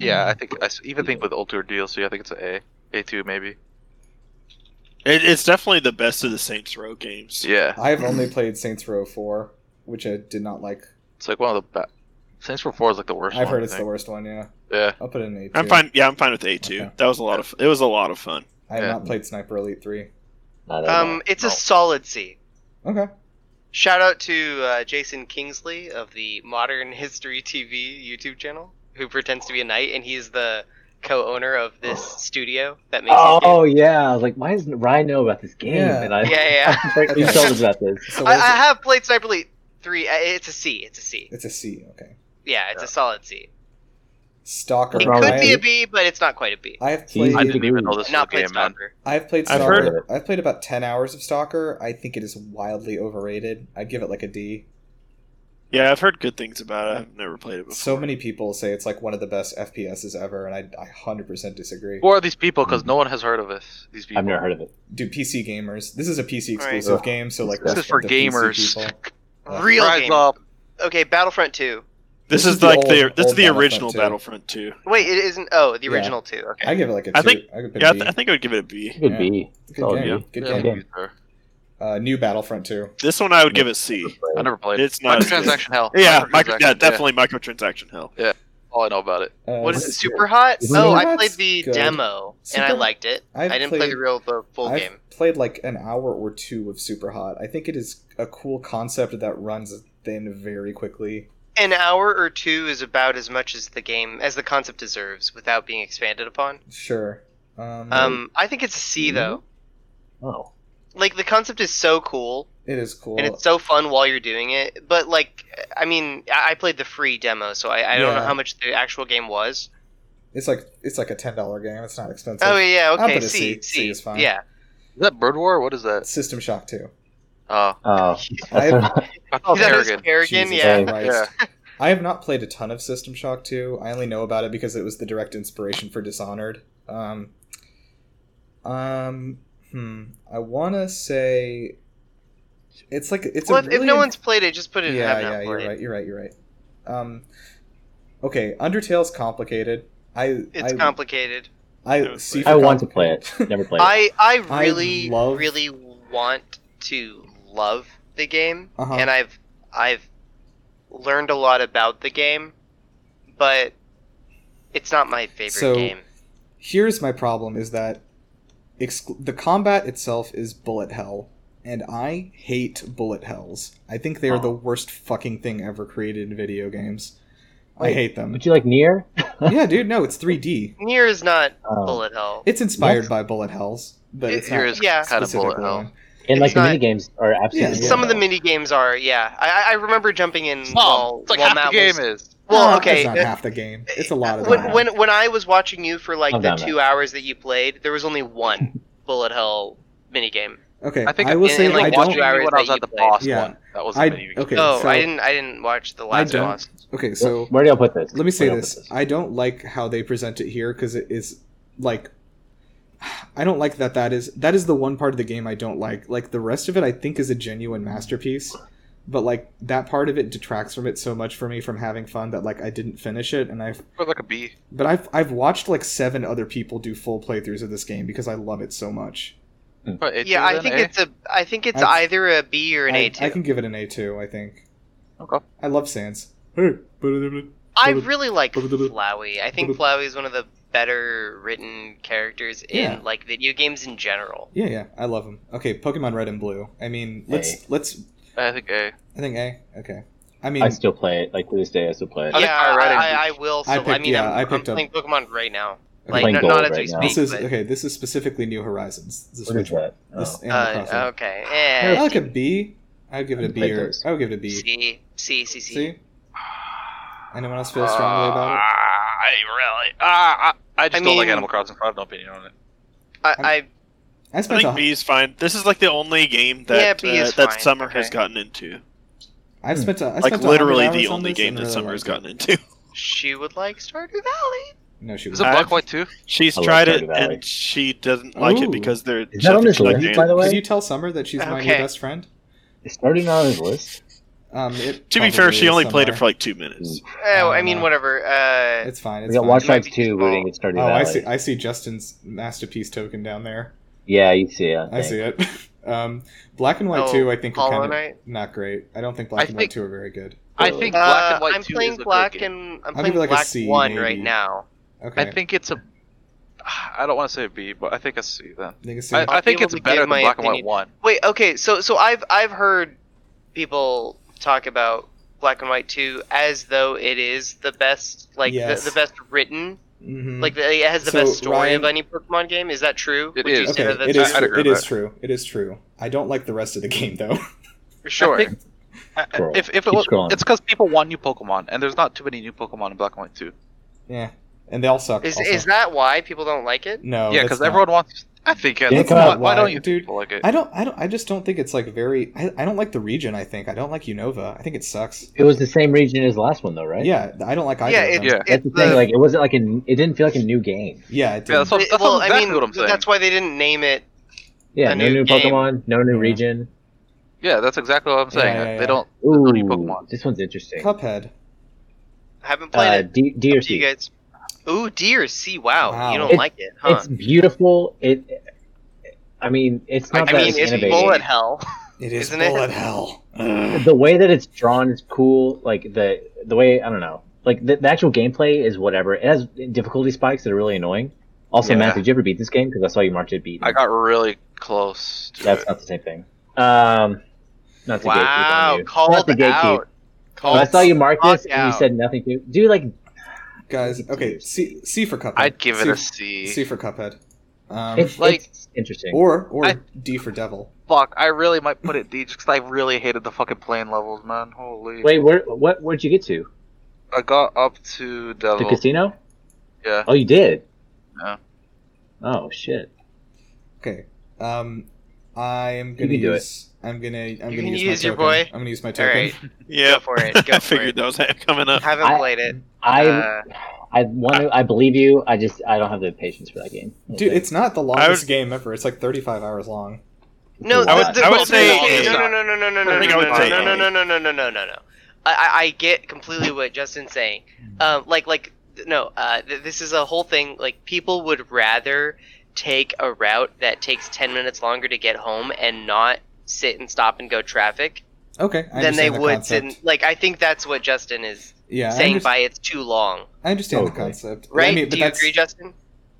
Speaker 6: Yeah, I think. I s- even think with Ultra DLC, I think it's a A. A2, maybe.
Speaker 4: It, it's definitely the best of the Saints Row games.
Speaker 6: Yeah.
Speaker 1: I've only played Saints Row 4, which I did not like.
Speaker 6: It's like one of the best. Saints Row 4 is like the worst
Speaker 1: I've
Speaker 6: one,
Speaker 1: heard
Speaker 6: I
Speaker 1: it's the
Speaker 6: think.
Speaker 1: worst one, yeah.
Speaker 6: Yeah.
Speaker 1: I'll put it in 8.
Speaker 4: I'm fine. Yeah, I'm fine with A two.
Speaker 1: Okay.
Speaker 4: That was a lot of. It was a lot of fun.
Speaker 1: I have
Speaker 6: Yeah.
Speaker 1: not played Sniper Elite 3.
Speaker 2: Um, it's a
Speaker 1: Oh.
Speaker 6: No.
Speaker 2: solid C.
Speaker 1: Okay.
Speaker 2: Shout out to uh, Jason Kingsley of the Modern History TV YouTube channel, who pretends to be a knight, and he's the co-owner of this
Speaker 1: Oh.
Speaker 2: studio that makes. these
Speaker 5: oh yeah. I was like, why doesn't Ryan know about this game?
Speaker 1: Yeah.
Speaker 5: And I,
Speaker 2: games. yeah, yeah.
Speaker 5: I was like, you
Speaker 1: Okay.
Speaker 5: told us about this.
Speaker 1: So
Speaker 2: I,
Speaker 1: where's
Speaker 2: I
Speaker 1: it?
Speaker 2: have played Sniper Elite Three. Uh, It's a C. It's a C.
Speaker 1: It's a C, okay.
Speaker 2: Yeah, it's a solid C.
Speaker 1: Stalker.
Speaker 2: It
Speaker 5: Wrong
Speaker 2: could
Speaker 1: I,
Speaker 2: be a B, but it's not quite a B.
Speaker 1: I have
Speaker 5: It's easy
Speaker 1: played.
Speaker 6: I
Speaker 5: to
Speaker 6: didn't even
Speaker 5: do.
Speaker 6: know this was
Speaker 2: not
Speaker 6: a game,
Speaker 2: played
Speaker 6: man.
Speaker 2: Stalker.
Speaker 1: I've played
Speaker 4: I've
Speaker 1: Stalker.
Speaker 4: heard
Speaker 5: of
Speaker 1: I've played about 10 hours of Stalker. I think it is wildly overrated. I'd give it like a D.
Speaker 4: Yeah, I've heard good things about it. I've never played it before.
Speaker 1: So many people say it's like one of the best FPSs ever, and I, I 100% disagree.
Speaker 6: Who are these people? Because no one has heard of this. These people.
Speaker 5: I've never heard of it.
Speaker 1: Do PC gamers. This is a PC
Speaker 2: Right.
Speaker 1: exclusive
Speaker 5: Ugh.
Speaker 1: game, so like.
Speaker 5: This
Speaker 6: This is for
Speaker 1: the PC
Speaker 6: gamers.
Speaker 1: people. Uh,
Speaker 2: Real
Speaker 6: Rise
Speaker 2: game.
Speaker 6: up.
Speaker 2: Okay, Battlefront Two.
Speaker 4: This,
Speaker 1: This
Speaker 4: is,
Speaker 1: is the
Speaker 4: like the
Speaker 1: old-
Speaker 4: this is
Speaker 1: old
Speaker 4: the
Speaker 1: Battlefront
Speaker 4: original
Speaker 1: two.
Speaker 4: Battlefront two.
Speaker 2: Wait, it isn't. Oh, the
Speaker 1: Yeah.
Speaker 2: original two. Okay.
Speaker 1: I give it like a two.
Speaker 4: I think-
Speaker 1: I could put
Speaker 4: Yeah, I,
Speaker 1: a
Speaker 4: th-
Speaker 1: B.
Speaker 4: I think I would give it a B.
Speaker 5: It could
Speaker 1: Yeah.
Speaker 5: be.
Speaker 1: Good
Speaker 5: Solid
Speaker 1: game. Good
Speaker 6: Yeah,
Speaker 1: game.
Speaker 5: game.
Speaker 1: Uh, new Battlefront 2.
Speaker 4: This one I would give a C.
Speaker 6: I never played.
Speaker 4: It's not as good.
Speaker 6: microtransaction hell.
Speaker 4: Yeah,
Speaker 6: Microtransaction,
Speaker 4: micro, yeah, definitely microtransaction hell.
Speaker 6: All I know about it.
Speaker 1: Uh,
Speaker 2: What is it?
Speaker 1: s-
Speaker 2: Super Hot?
Speaker 1: Isn't
Speaker 2: Oh,
Speaker 1: it-
Speaker 2: I
Speaker 1: That's
Speaker 2: played the
Speaker 1: good.
Speaker 2: demo and
Speaker 1: Super-
Speaker 2: I liked it.
Speaker 1: I've
Speaker 2: I did not play
Speaker 1: played-
Speaker 2: the real the full
Speaker 1: I've
Speaker 2: game.
Speaker 1: played like an hour or two of Super Hot. I think it is a cool concept that runs thin very quickly.
Speaker 2: An hour or two is about as much as the game as the concept deserves without being expanded upon.
Speaker 1: Sure. Um, Mm-hmm.
Speaker 2: Um, I think it's a C though.
Speaker 5: Oh.
Speaker 2: Like the concept is so cool
Speaker 1: It is cool.
Speaker 2: and it's so fun while you're doing it. But like, I mean, I I played the free demo, so I, I don't know
Speaker 1: Yeah.
Speaker 2: how much the actual game was.
Speaker 1: It's like it's like a ten dollar game. It's not expensive.
Speaker 2: Oh yeah,
Speaker 1: I'll
Speaker 2: okay,
Speaker 1: put a
Speaker 2: C,
Speaker 1: C. C is fine.
Speaker 2: yeah.
Speaker 6: Is that Bird War? What is that?
Speaker 1: System Shock Two.
Speaker 6: Oh,
Speaker 5: Oh,
Speaker 1: I
Speaker 5: that's
Speaker 1: have-
Speaker 5: what-
Speaker 6: I thought
Speaker 2: that is
Speaker 6: Kerrigan.
Speaker 2: Kerrigan,
Speaker 1: Jesus
Speaker 2: yeah.
Speaker 1: Christ.
Speaker 6: Yeah.
Speaker 1: I have not played a ton of System Shock 2. I only know about it because it was the direct inspiration for Dishonored. Um, um, hmm. I want to say it's like it's
Speaker 2: well,
Speaker 1: a
Speaker 2: if,
Speaker 1: really
Speaker 2: if no one's played it, just put it in
Speaker 1: yeah,
Speaker 2: Have Not
Speaker 1: yeah. You're
Speaker 2: Played.
Speaker 1: right. You're right. You're right. Um, okay. Undertale's complicated. I
Speaker 2: It's
Speaker 1: I,
Speaker 2: complicated.
Speaker 1: I,
Speaker 4: Don't
Speaker 1: see
Speaker 4: play
Speaker 5: I
Speaker 1: for
Speaker 5: want to
Speaker 1: compli-
Speaker 5: play it. Never played it.
Speaker 2: I I
Speaker 1: I
Speaker 2: really
Speaker 1: love-
Speaker 2: really want to love the game,
Speaker 1: Uh-huh.
Speaker 2: and I've I've learned a lot about the game, but it's not my favorite
Speaker 1: So-
Speaker 2: game.
Speaker 1: here's my problem is that exclu- the combat itself is bullet hell and i hate bullet hells i think they are the worst fucking thing ever created in video games i
Speaker 5: Wait,
Speaker 1: hate them
Speaker 5: Would you like near?
Speaker 1: yeah dude no it's 3d
Speaker 2: Nier is not
Speaker 1: Oh.
Speaker 5: Um,
Speaker 2: bullet hell.
Speaker 1: it's inspired by bullet hells but
Speaker 2: It-
Speaker 1: it's
Speaker 2: here
Speaker 1: not
Speaker 2: is Yeah.
Speaker 6: kind of
Speaker 1: specific
Speaker 6: bullet hell.
Speaker 1: one.
Speaker 5: and like
Speaker 2: it's
Speaker 5: the
Speaker 2: not-
Speaker 5: mini games are absolutely
Speaker 1: Yeah.
Speaker 2: Some of the
Speaker 5: horrible.
Speaker 2: mini games are, yeah. I, I- I remember jumping in while,
Speaker 6: it's like
Speaker 2: while
Speaker 6: half
Speaker 2: Matt
Speaker 6: the game
Speaker 2: was.
Speaker 6: is.
Speaker 2: Well,
Speaker 1: Uh,
Speaker 2: okay.
Speaker 1: it's not
Speaker 2: uh,
Speaker 1: half the game it's a lot of
Speaker 2: when,
Speaker 1: that.
Speaker 2: when when I was watching you for like
Speaker 5: I've
Speaker 2: the
Speaker 5: done that.
Speaker 2: two hours that you played, there was only one bullet hell minigame.
Speaker 1: okay
Speaker 6: I think
Speaker 1: i will
Speaker 2: in-
Speaker 1: say
Speaker 2: in, like,
Speaker 1: i
Speaker 2: watching
Speaker 1: don't
Speaker 2: you hours
Speaker 6: when I was at
Speaker 2: that
Speaker 6: the
Speaker 2: you played.
Speaker 6: boss
Speaker 1: Yeah.
Speaker 6: one. That was
Speaker 1: I-
Speaker 6: the mini game.
Speaker 1: okay
Speaker 2: oh,
Speaker 1: so,
Speaker 2: I didn't I didn't watch the
Speaker 1: I
Speaker 2: last
Speaker 1: don't-
Speaker 2: boss.
Speaker 1: okay so
Speaker 5: where do I put this?
Speaker 1: Let me say
Speaker 5: Where do I put
Speaker 1: this. I don't like how they present it here because it is like I don't like that that is that is the one part of the game I don't like. Like the rest of it I think is a genuine masterpiece, but like that part of it detracts from it so much for me from having fun that like I didn't finish it and I've
Speaker 6: Put like a B.
Speaker 1: but I've I've watched like seven other people do full playthroughs of this game because I love it so much.
Speaker 6: Put A
Speaker 2: Yeah,
Speaker 6: two
Speaker 2: I
Speaker 6: then,
Speaker 2: think
Speaker 6: eh?
Speaker 2: it's a I think it's
Speaker 1: I-
Speaker 2: either a B or an
Speaker 1: I-
Speaker 2: A two.
Speaker 1: I
Speaker 2: I,
Speaker 1: can give it an A two, I think.
Speaker 6: Okay.
Speaker 1: I love Sans. Hey,
Speaker 2: really like
Speaker 1: Blub-blub-blub.
Speaker 2: Flowey. I think
Speaker 1: Blub-blub.
Speaker 2: Flowey is one of the better written characters in
Speaker 1: Yeah.
Speaker 2: like video games in general.
Speaker 1: Yeah, yeah, I love them. Okay, Pokemon Red and Blue. I mean, let's
Speaker 5: Hey.
Speaker 1: let's
Speaker 6: I think A.
Speaker 1: I think A. Okay. I mean,
Speaker 5: I still play it. Like to this day, I still play it.
Speaker 6: I think
Speaker 2: yeah,
Speaker 6: I read it.
Speaker 2: I, I, I will.
Speaker 1: I
Speaker 2: Still, I,
Speaker 1: picked-
Speaker 2: mean,
Speaker 1: yeah,
Speaker 2: I'm,
Speaker 1: I
Speaker 2: I'm
Speaker 1: picked up-
Speaker 2: playing Pokemon right now.
Speaker 1: I'm
Speaker 2: Like,
Speaker 5: playing
Speaker 2: not,
Speaker 5: gold
Speaker 2: not as we
Speaker 5: right now.
Speaker 2: speak.
Speaker 1: this is
Speaker 2: but,
Speaker 1: okay. This is specifically New Horizons. This is
Speaker 5: What is
Speaker 1: which one?
Speaker 5: that? Oh.
Speaker 1: This Animal Crossing.
Speaker 2: uh, okay.
Speaker 1: I
Speaker 2: Eh,
Speaker 1: like a B. I would give it a B
Speaker 5: Like
Speaker 1: or
Speaker 5: those.
Speaker 1: I would give it a B.
Speaker 2: C, C, C, Uh, C.
Speaker 1: See? Anyone else feel strongly about it?
Speaker 6: Uh, I really. Ah, I, I just
Speaker 2: I
Speaker 6: don't like
Speaker 2: mean-
Speaker 6: Animal Crossing. so I have no opinion on it.
Speaker 2: I,
Speaker 1: I'm-
Speaker 2: I
Speaker 1: I
Speaker 4: I
Speaker 1: spent a,
Speaker 4: think B is fine. This is like the only game that
Speaker 2: Yeah, B is
Speaker 4: uh, that
Speaker 2: fine.
Speaker 4: Summer
Speaker 2: Okay.
Speaker 4: has gotten into.
Speaker 5: Hmm.
Speaker 1: I've spent a, I
Speaker 4: Like
Speaker 1: spent a
Speaker 4: literally
Speaker 1: hundred
Speaker 4: the
Speaker 1: hours on
Speaker 4: only
Speaker 1: this
Speaker 4: game
Speaker 1: and
Speaker 4: that
Speaker 1: really
Speaker 4: Summer has
Speaker 1: liked
Speaker 4: gotten into.
Speaker 2: she would like Stardew Valley.
Speaker 1: it. No, she
Speaker 6: Is
Speaker 1: was.
Speaker 6: it
Speaker 4: I-
Speaker 6: Black White too?
Speaker 4: She's
Speaker 5: I love
Speaker 4: tried
Speaker 5: Stardew
Speaker 4: it
Speaker 5: Valley.
Speaker 4: and she doesn't like
Speaker 1: Ooh.
Speaker 4: it because they're.
Speaker 5: Is that on this
Speaker 4: like
Speaker 5: list,
Speaker 4: games.
Speaker 5: by the way?
Speaker 1: Can you tell Summer that she's my new
Speaker 2: Okay.
Speaker 1: best friend?
Speaker 5: It's starting on his list.
Speaker 1: Um, it
Speaker 4: To be fair,
Speaker 1: probably
Speaker 4: she
Speaker 1: is
Speaker 4: only played it for
Speaker 1: somewhere.
Speaker 4: like two minutes.
Speaker 2: Oh, I
Speaker 1: don't
Speaker 2: mean,
Speaker 1: know.
Speaker 2: whatever. Uh,
Speaker 1: It's fine. It's
Speaker 5: We got
Speaker 1: fine.
Speaker 5: Watch
Speaker 2: It might
Speaker 5: Dogs
Speaker 2: be
Speaker 5: 2. We
Speaker 2: small.
Speaker 5: didn't get Stardew
Speaker 1: Oh,
Speaker 5: Valley.
Speaker 1: I see. I see Justin's masterpiece token down there.
Speaker 5: Yeah, you see it.
Speaker 1: I see it. Um, Black and White
Speaker 2: Oh,
Speaker 1: Two, I think, are
Speaker 2: Hollow
Speaker 1: kind of
Speaker 2: Knight.
Speaker 1: not great. I don't think Black
Speaker 6: I
Speaker 1: and White
Speaker 6: think-
Speaker 1: Two are very good.
Speaker 6: I
Speaker 5: Really?
Speaker 6: think
Speaker 2: Uh,
Speaker 6: Black and White
Speaker 2: I'm
Speaker 6: 2
Speaker 2: playing
Speaker 6: is a
Speaker 2: Black
Speaker 6: great game.
Speaker 2: and I'm
Speaker 1: I'll
Speaker 2: playing
Speaker 1: give it like a
Speaker 2: Black
Speaker 1: C,
Speaker 2: One
Speaker 1: maybe.
Speaker 2: right now.
Speaker 1: Okay,
Speaker 6: I think it's a. I don't want to say a B, but I think a C then.
Speaker 1: I think it's
Speaker 6: I, I
Speaker 2: I'll be
Speaker 6: think
Speaker 2: able
Speaker 6: it's
Speaker 2: to
Speaker 6: better
Speaker 2: give
Speaker 6: than
Speaker 2: my
Speaker 6: Black and White
Speaker 2: opinion.
Speaker 6: One.
Speaker 2: Wait, okay, so so I've I've heard people talk about Black and White Two as though it is the best, like
Speaker 1: Yes.
Speaker 2: the, the best written,
Speaker 1: Mhm.
Speaker 2: like the, it has the
Speaker 1: So,
Speaker 2: best story
Speaker 1: Ryan-
Speaker 2: of any Pokemon game. Is that true?
Speaker 6: It
Speaker 2: Would you
Speaker 6: is.
Speaker 1: okay,
Speaker 2: say that that's
Speaker 1: it is.
Speaker 6: I'd
Speaker 2: true?
Speaker 1: True.
Speaker 6: agree
Speaker 1: It
Speaker 6: with
Speaker 1: is
Speaker 6: that.
Speaker 1: true. It is true. I don't like the rest of the game though.
Speaker 6: For sure.
Speaker 2: I
Speaker 5: Scroll.
Speaker 6: If, if it
Speaker 5: Keep
Speaker 6: was,
Speaker 5: scrolling.
Speaker 6: it's because people want new Pokemon, and there's not too many new Pokemon in Black and White Two.
Speaker 1: yeah, and they all suck.
Speaker 2: Is
Speaker 1: also.
Speaker 2: is that why people don't like it?
Speaker 1: no?
Speaker 6: yeah,
Speaker 1: Oh, that's
Speaker 6: because
Speaker 1: not-
Speaker 6: everyone wants. I think. Yeah,
Speaker 5: Yeah,
Speaker 6: that's
Speaker 5: come
Speaker 6: why,
Speaker 1: on,
Speaker 6: why
Speaker 1: why-
Speaker 6: don't you
Speaker 1: dude,
Speaker 6: people like it?
Speaker 1: I don't. I don't. I just don't think it's like very. I, I don't like the region. I think I don't like Unova. I think it sucks.
Speaker 5: It was the same region as the last one, though, right?
Speaker 1: Yeah, I don't like either.
Speaker 2: Yeah,
Speaker 1: of
Speaker 2: it's,
Speaker 1: them.
Speaker 6: Yeah.
Speaker 5: That's
Speaker 2: it's
Speaker 5: the thing. Like, it wasn't like a. n- It didn't feel like a new game.
Speaker 1: yeah. It
Speaker 6: Yeah,
Speaker 1: didn't.
Speaker 6: that's what, that's
Speaker 2: well,
Speaker 6: exactly
Speaker 2: I mean,
Speaker 6: what I'm saying.
Speaker 2: that's why they didn't name it.
Speaker 5: Yeah,
Speaker 2: A
Speaker 5: no
Speaker 2: new
Speaker 5: new
Speaker 2: game.
Speaker 5: Pokemon, no new
Speaker 1: Yeah.
Speaker 5: region.
Speaker 6: Yeah, that's exactly what I'm saying.
Speaker 1: Yeah, yeah, yeah.
Speaker 6: They don't.
Speaker 5: Ooh,
Speaker 6: new Pokemon.
Speaker 5: this one's interesting.
Speaker 1: Cuphead.
Speaker 2: I haven't played
Speaker 5: Uh,
Speaker 2: it.
Speaker 5: D, D or
Speaker 2: Up to
Speaker 5: C.
Speaker 2: you guys. Ooh, D or C? Wow,
Speaker 1: Wow.
Speaker 2: you don't
Speaker 5: It's-
Speaker 2: like it, huh?
Speaker 5: It's beautiful. It. I mean, it's not
Speaker 2: I
Speaker 5: that
Speaker 2: mean,
Speaker 5: it's
Speaker 2: it's
Speaker 5: innovative.
Speaker 2: bullet hell.
Speaker 1: It is
Speaker 2: Isn't it?
Speaker 1: bullet hell.
Speaker 5: the way that it's drawn is cool. Like the the way I don't know. Like the, the actual gameplay is whatever. It has difficulty spikes that are really annoying. Also,
Speaker 6: Yeah.
Speaker 5: Matt, did you ever beat this game? Because I saw you marked it beat.
Speaker 6: I got really close. To
Speaker 5: That's
Speaker 6: it.
Speaker 5: not the same thing. Um, not to gatekeep on
Speaker 2: Wow,
Speaker 5: you. Not
Speaker 2: called
Speaker 5: to gatekeep.
Speaker 2: out.
Speaker 5: But I
Speaker 2: Called
Speaker 5: saw you mark this and
Speaker 2: out.
Speaker 5: you said nothing to. Do like
Speaker 1: Guys, okay. C C for Cuphead.
Speaker 6: I'd give it
Speaker 1: C,
Speaker 6: a C.
Speaker 1: C for Cuphead. Um,
Speaker 5: It's,
Speaker 6: Like-
Speaker 5: it's interesting.
Speaker 1: or or
Speaker 6: I-
Speaker 1: D for devil.
Speaker 6: Fuck, I really might put it D just 'cause I really hated the fucking plane levels, man. Holy.
Speaker 5: Wait, where what where'd you get to?
Speaker 6: I got up to
Speaker 5: The
Speaker 2: Oh.
Speaker 6: Devil.
Speaker 5: casino?
Speaker 6: yeah.
Speaker 5: Oh, you did.
Speaker 6: No.
Speaker 5: Oh shit.
Speaker 1: Okay. Um, I am gonna
Speaker 5: can do
Speaker 1: use. I'm gonna. I'm gonna
Speaker 2: can
Speaker 1: use,
Speaker 2: use
Speaker 1: my
Speaker 2: your
Speaker 1: token.
Speaker 2: boy.
Speaker 1: I'm gonna use my
Speaker 2: All
Speaker 1: token.
Speaker 2: right,
Speaker 4: Yeah,
Speaker 2: go for it. Go
Speaker 4: I
Speaker 2: for
Speaker 4: figured
Speaker 2: it.
Speaker 4: that was coming up.
Speaker 2: Haven't
Speaker 5: I-
Speaker 2: played it.
Speaker 5: I
Speaker 2: Uh,
Speaker 5: I want to. I believe you. I just I don't have the patience for that game.
Speaker 1: Dude, it's not the longest
Speaker 4: would-
Speaker 1: game ever. It's like 35 hours long.
Speaker 2: No,
Speaker 5: I
Speaker 2: the,
Speaker 5: would-
Speaker 2: the,
Speaker 4: I would
Speaker 2: but-
Speaker 4: say-
Speaker 2: okay, no, no, no, no, no, no,
Speaker 4: I
Speaker 2: no,
Speaker 4: think I
Speaker 2: no,
Speaker 4: would
Speaker 2: no,
Speaker 4: say
Speaker 2: no, no,
Speaker 4: eight.
Speaker 2: no, no, no, no, no, no, no. I, I, I get completely what Justin's saying. Um, like, like, th- no, uh, th- this is a whole thing. Like, people would rather take a route that takes ten minutes longer to get home and not sit and stop and go traffic
Speaker 1: Okay. I
Speaker 2: than they
Speaker 1: understand the
Speaker 2: would sit.
Speaker 1: concept.
Speaker 2: And, like, I think that's what Justin is
Speaker 1: yeah, I,
Speaker 2: saying
Speaker 1: underst-
Speaker 2: by it's too long,
Speaker 1: I understand the
Speaker 5: Okay.
Speaker 1: concept.
Speaker 2: right?
Speaker 1: I mean,
Speaker 2: Do
Speaker 1: but
Speaker 2: you
Speaker 1: that's
Speaker 2: agree, Justin?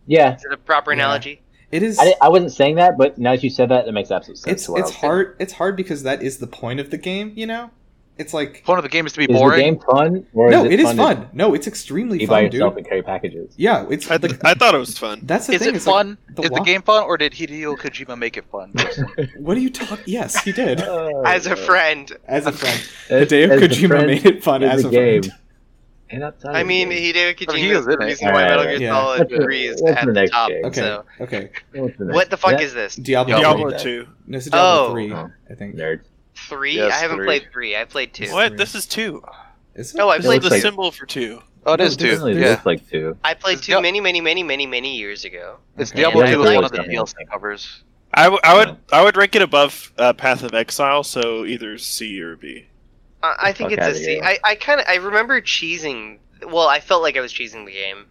Speaker 5: yeah.
Speaker 2: Is it a proper
Speaker 1: Yeah.
Speaker 2: analogy?
Speaker 1: it is.
Speaker 5: I, di- I wasn't saying that, but now that you said that, it makes absolute sense.
Speaker 1: it's
Speaker 5: to what I
Speaker 1: it's
Speaker 5: was saying.
Speaker 1: hard. It's hard because that is the point of the game. You know, it's like
Speaker 6: Point of the game is to be
Speaker 5: Is
Speaker 6: boring.
Speaker 5: the game fun? Or
Speaker 1: no,
Speaker 5: is it,
Speaker 1: it is
Speaker 5: fun
Speaker 1: fun.
Speaker 5: to
Speaker 1: No, it's extremely
Speaker 5: Be by
Speaker 1: fun,
Speaker 5: yourself
Speaker 1: dude.
Speaker 5: and carry packages.
Speaker 1: Yeah, it's
Speaker 4: I, th- I thought it was fun.
Speaker 1: that's the
Speaker 6: Is
Speaker 1: thing.
Speaker 6: it
Speaker 1: is like,
Speaker 6: fun?
Speaker 1: the
Speaker 6: is the
Speaker 1: wa-
Speaker 6: game fun, or did Hideo Kojima make it fun?
Speaker 1: What do you talk? Yes, he did.
Speaker 2: As a friend,
Speaker 1: As a friend,
Speaker 5: Oh. As-
Speaker 1: Hideo
Speaker 5: as the
Speaker 1: Kojima
Speaker 5: friend
Speaker 1: made it fun
Speaker 5: is
Speaker 1: as
Speaker 5: the
Speaker 1: a
Speaker 5: game.
Speaker 1: friend.
Speaker 5: And outside
Speaker 2: I
Speaker 5: of the
Speaker 2: mean,
Speaker 5: game.
Speaker 2: Hideo
Speaker 6: I mean,
Speaker 2: Kojima
Speaker 6: he
Speaker 2: is
Speaker 6: was
Speaker 2: the
Speaker 6: in it.
Speaker 2: reason why Metal Gear
Speaker 1: Yeah.
Speaker 2: Solid
Speaker 5: That's the-
Speaker 2: 3 is
Speaker 5: that's
Speaker 2: at
Speaker 5: the
Speaker 2: the
Speaker 5: next
Speaker 2: top.
Speaker 5: game.
Speaker 1: Okay,
Speaker 2: So,
Speaker 1: okay.
Speaker 5: What's the next-
Speaker 2: what the fuck
Speaker 5: that-
Speaker 2: is this?
Speaker 1: Diablo,
Speaker 4: Diablo
Speaker 1: three.
Speaker 4: two.
Speaker 1: No, it's Diablo
Speaker 2: Oh.
Speaker 1: three.
Speaker 5: Oh.
Speaker 1: I think.
Speaker 5: Nerd.
Speaker 2: Three?
Speaker 6: Yes,
Speaker 2: I haven't
Speaker 6: three.
Speaker 2: played three. I played two.
Speaker 1: What?
Speaker 4: What?
Speaker 1: Three. This
Speaker 4: This is two.
Speaker 1: Is it?
Speaker 2: No, I
Speaker 4: This
Speaker 2: played
Speaker 4: is the
Speaker 2: like-
Speaker 4: symbol for two.
Speaker 6: oh, it
Speaker 1: No,
Speaker 6: is
Speaker 1: it doesn't
Speaker 6: too.
Speaker 5: It
Speaker 1: really
Speaker 6: Yeah,
Speaker 5: looks like two.
Speaker 2: I played
Speaker 6: It's
Speaker 2: two
Speaker 6: Diab-
Speaker 2: many, many, many, many, many years ago.
Speaker 6: it's
Speaker 1: Okay.
Speaker 6: Diablo
Speaker 2: Yeah,
Speaker 6: Two
Speaker 2: I
Speaker 6: is one
Speaker 2: liked
Speaker 6: of the
Speaker 5: it.
Speaker 6: DLC covers.
Speaker 4: I, w- I would I would rank it above uh, Path of Exile, so either C or B.
Speaker 2: I, I think
Speaker 5: Fuck
Speaker 2: it's a
Speaker 5: outta
Speaker 2: C.
Speaker 5: here.
Speaker 2: I, I kind of I remember cheesing. Well, I felt like I was cheesing the game.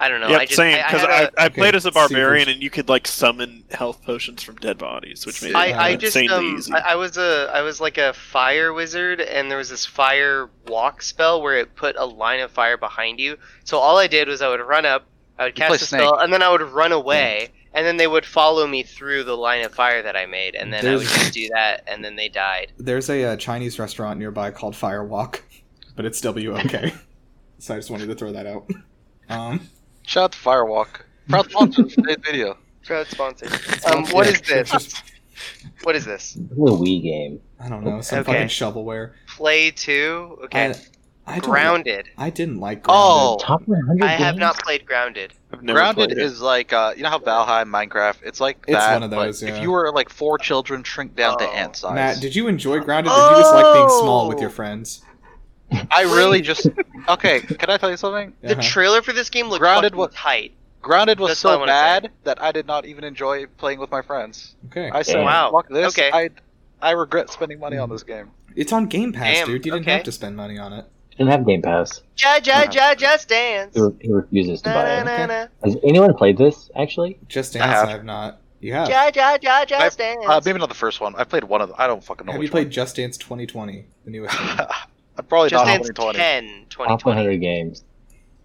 Speaker 2: I don't know.
Speaker 4: yep,
Speaker 2: I just,
Speaker 4: same.
Speaker 2: I- I
Speaker 4: Because
Speaker 2: had
Speaker 4: I, I,
Speaker 2: a-
Speaker 4: played as a
Speaker 1: C for-
Speaker 4: barbarian, and you could like summon health potions from dead bodies, which made it
Speaker 2: I,
Speaker 1: Yeah.
Speaker 2: I just
Speaker 4: insanely
Speaker 2: um,
Speaker 4: easy.
Speaker 2: I, I was a I was like a fire wizard, and there was this fire walk spell where it put a line of fire behind you. So all I did was I would run up, I would
Speaker 6: You play
Speaker 2: cast a spell, and then I would run away, and then they would follow me through the line of fire that I made, and then I would
Speaker 1: There's-
Speaker 2: just do that, and then they died.
Speaker 1: There's a, uh Chinese restaurant nearby called Firewalk, but it's WOK. so I just wanted to throw that out. Um,
Speaker 6: Shout out to Firewalk. Proud sponsor of today's video.
Speaker 2: Crowd sponsored. Um, what
Speaker 1: yeah,
Speaker 2: is
Speaker 1: it's
Speaker 2: this?
Speaker 1: just-
Speaker 2: What is this?
Speaker 5: This is a Wii game.
Speaker 1: I don't know. Some
Speaker 2: Okay.
Speaker 1: fucking shovelware.
Speaker 2: Play two. Okay.
Speaker 1: I, I don't.
Speaker 2: Grounded.
Speaker 1: I didn't like. Grounded.
Speaker 6: Oh,
Speaker 5: Top 100
Speaker 2: I have
Speaker 5: games?
Speaker 2: not played Grounded.
Speaker 4: I've never
Speaker 6: Grounded
Speaker 4: played it.
Speaker 6: is like uh, you know how Valheim, Minecraft. It's like
Speaker 1: It's
Speaker 6: that.
Speaker 1: one of
Speaker 6: but
Speaker 1: those, yeah.
Speaker 6: If you were like four children, shrink down
Speaker 2: Oh.
Speaker 6: to ant size. Oh.
Speaker 1: Matt, did you enjoy Grounded? Or did you just like being small with your friends?
Speaker 6: I really just okay. Can I tell you something?
Speaker 2: The
Speaker 1: Uh-huh.
Speaker 2: trailer for this game looked
Speaker 6: Grounded
Speaker 2: fucking
Speaker 6: wa-
Speaker 2: tight.
Speaker 6: Grounded was
Speaker 2: That's what I
Speaker 6: so
Speaker 2: wanna
Speaker 6: bad that I did not even enjoy playing with my friends.
Speaker 1: okay.
Speaker 6: I said,
Speaker 2: Wow.
Speaker 6: "Fuck this!
Speaker 2: Okay.
Speaker 6: I, I regret spending money on this game."
Speaker 1: It's on Game Pass,
Speaker 2: Damn,
Speaker 1: dude. You didn't
Speaker 2: okay.
Speaker 1: have to spend money on it.
Speaker 5: Didn't have Game Pass.
Speaker 2: Ja ja ja just dance.
Speaker 5: He, re- he refuses to buy
Speaker 2: Na, na,
Speaker 5: it.
Speaker 2: na,
Speaker 5: Has anyone played this actually?
Speaker 1: Just
Speaker 6: I
Speaker 1: Dance, I have,
Speaker 6: have.
Speaker 1: not. You
Speaker 2: na.
Speaker 1: have.
Speaker 2: Ja ja ja
Speaker 6: I-
Speaker 2: just dance.
Speaker 6: Uh, maybe not the first one. I played one of them. I don't fucking know.
Speaker 1: have you
Speaker 6: which
Speaker 1: played Just Dance 2020, the newest one?
Speaker 6: One. I probably
Speaker 2: just
Speaker 6: not
Speaker 2: dance
Speaker 6: 2020.
Speaker 2: 10,
Speaker 5: Top 100
Speaker 2: 2020.
Speaker 5: games.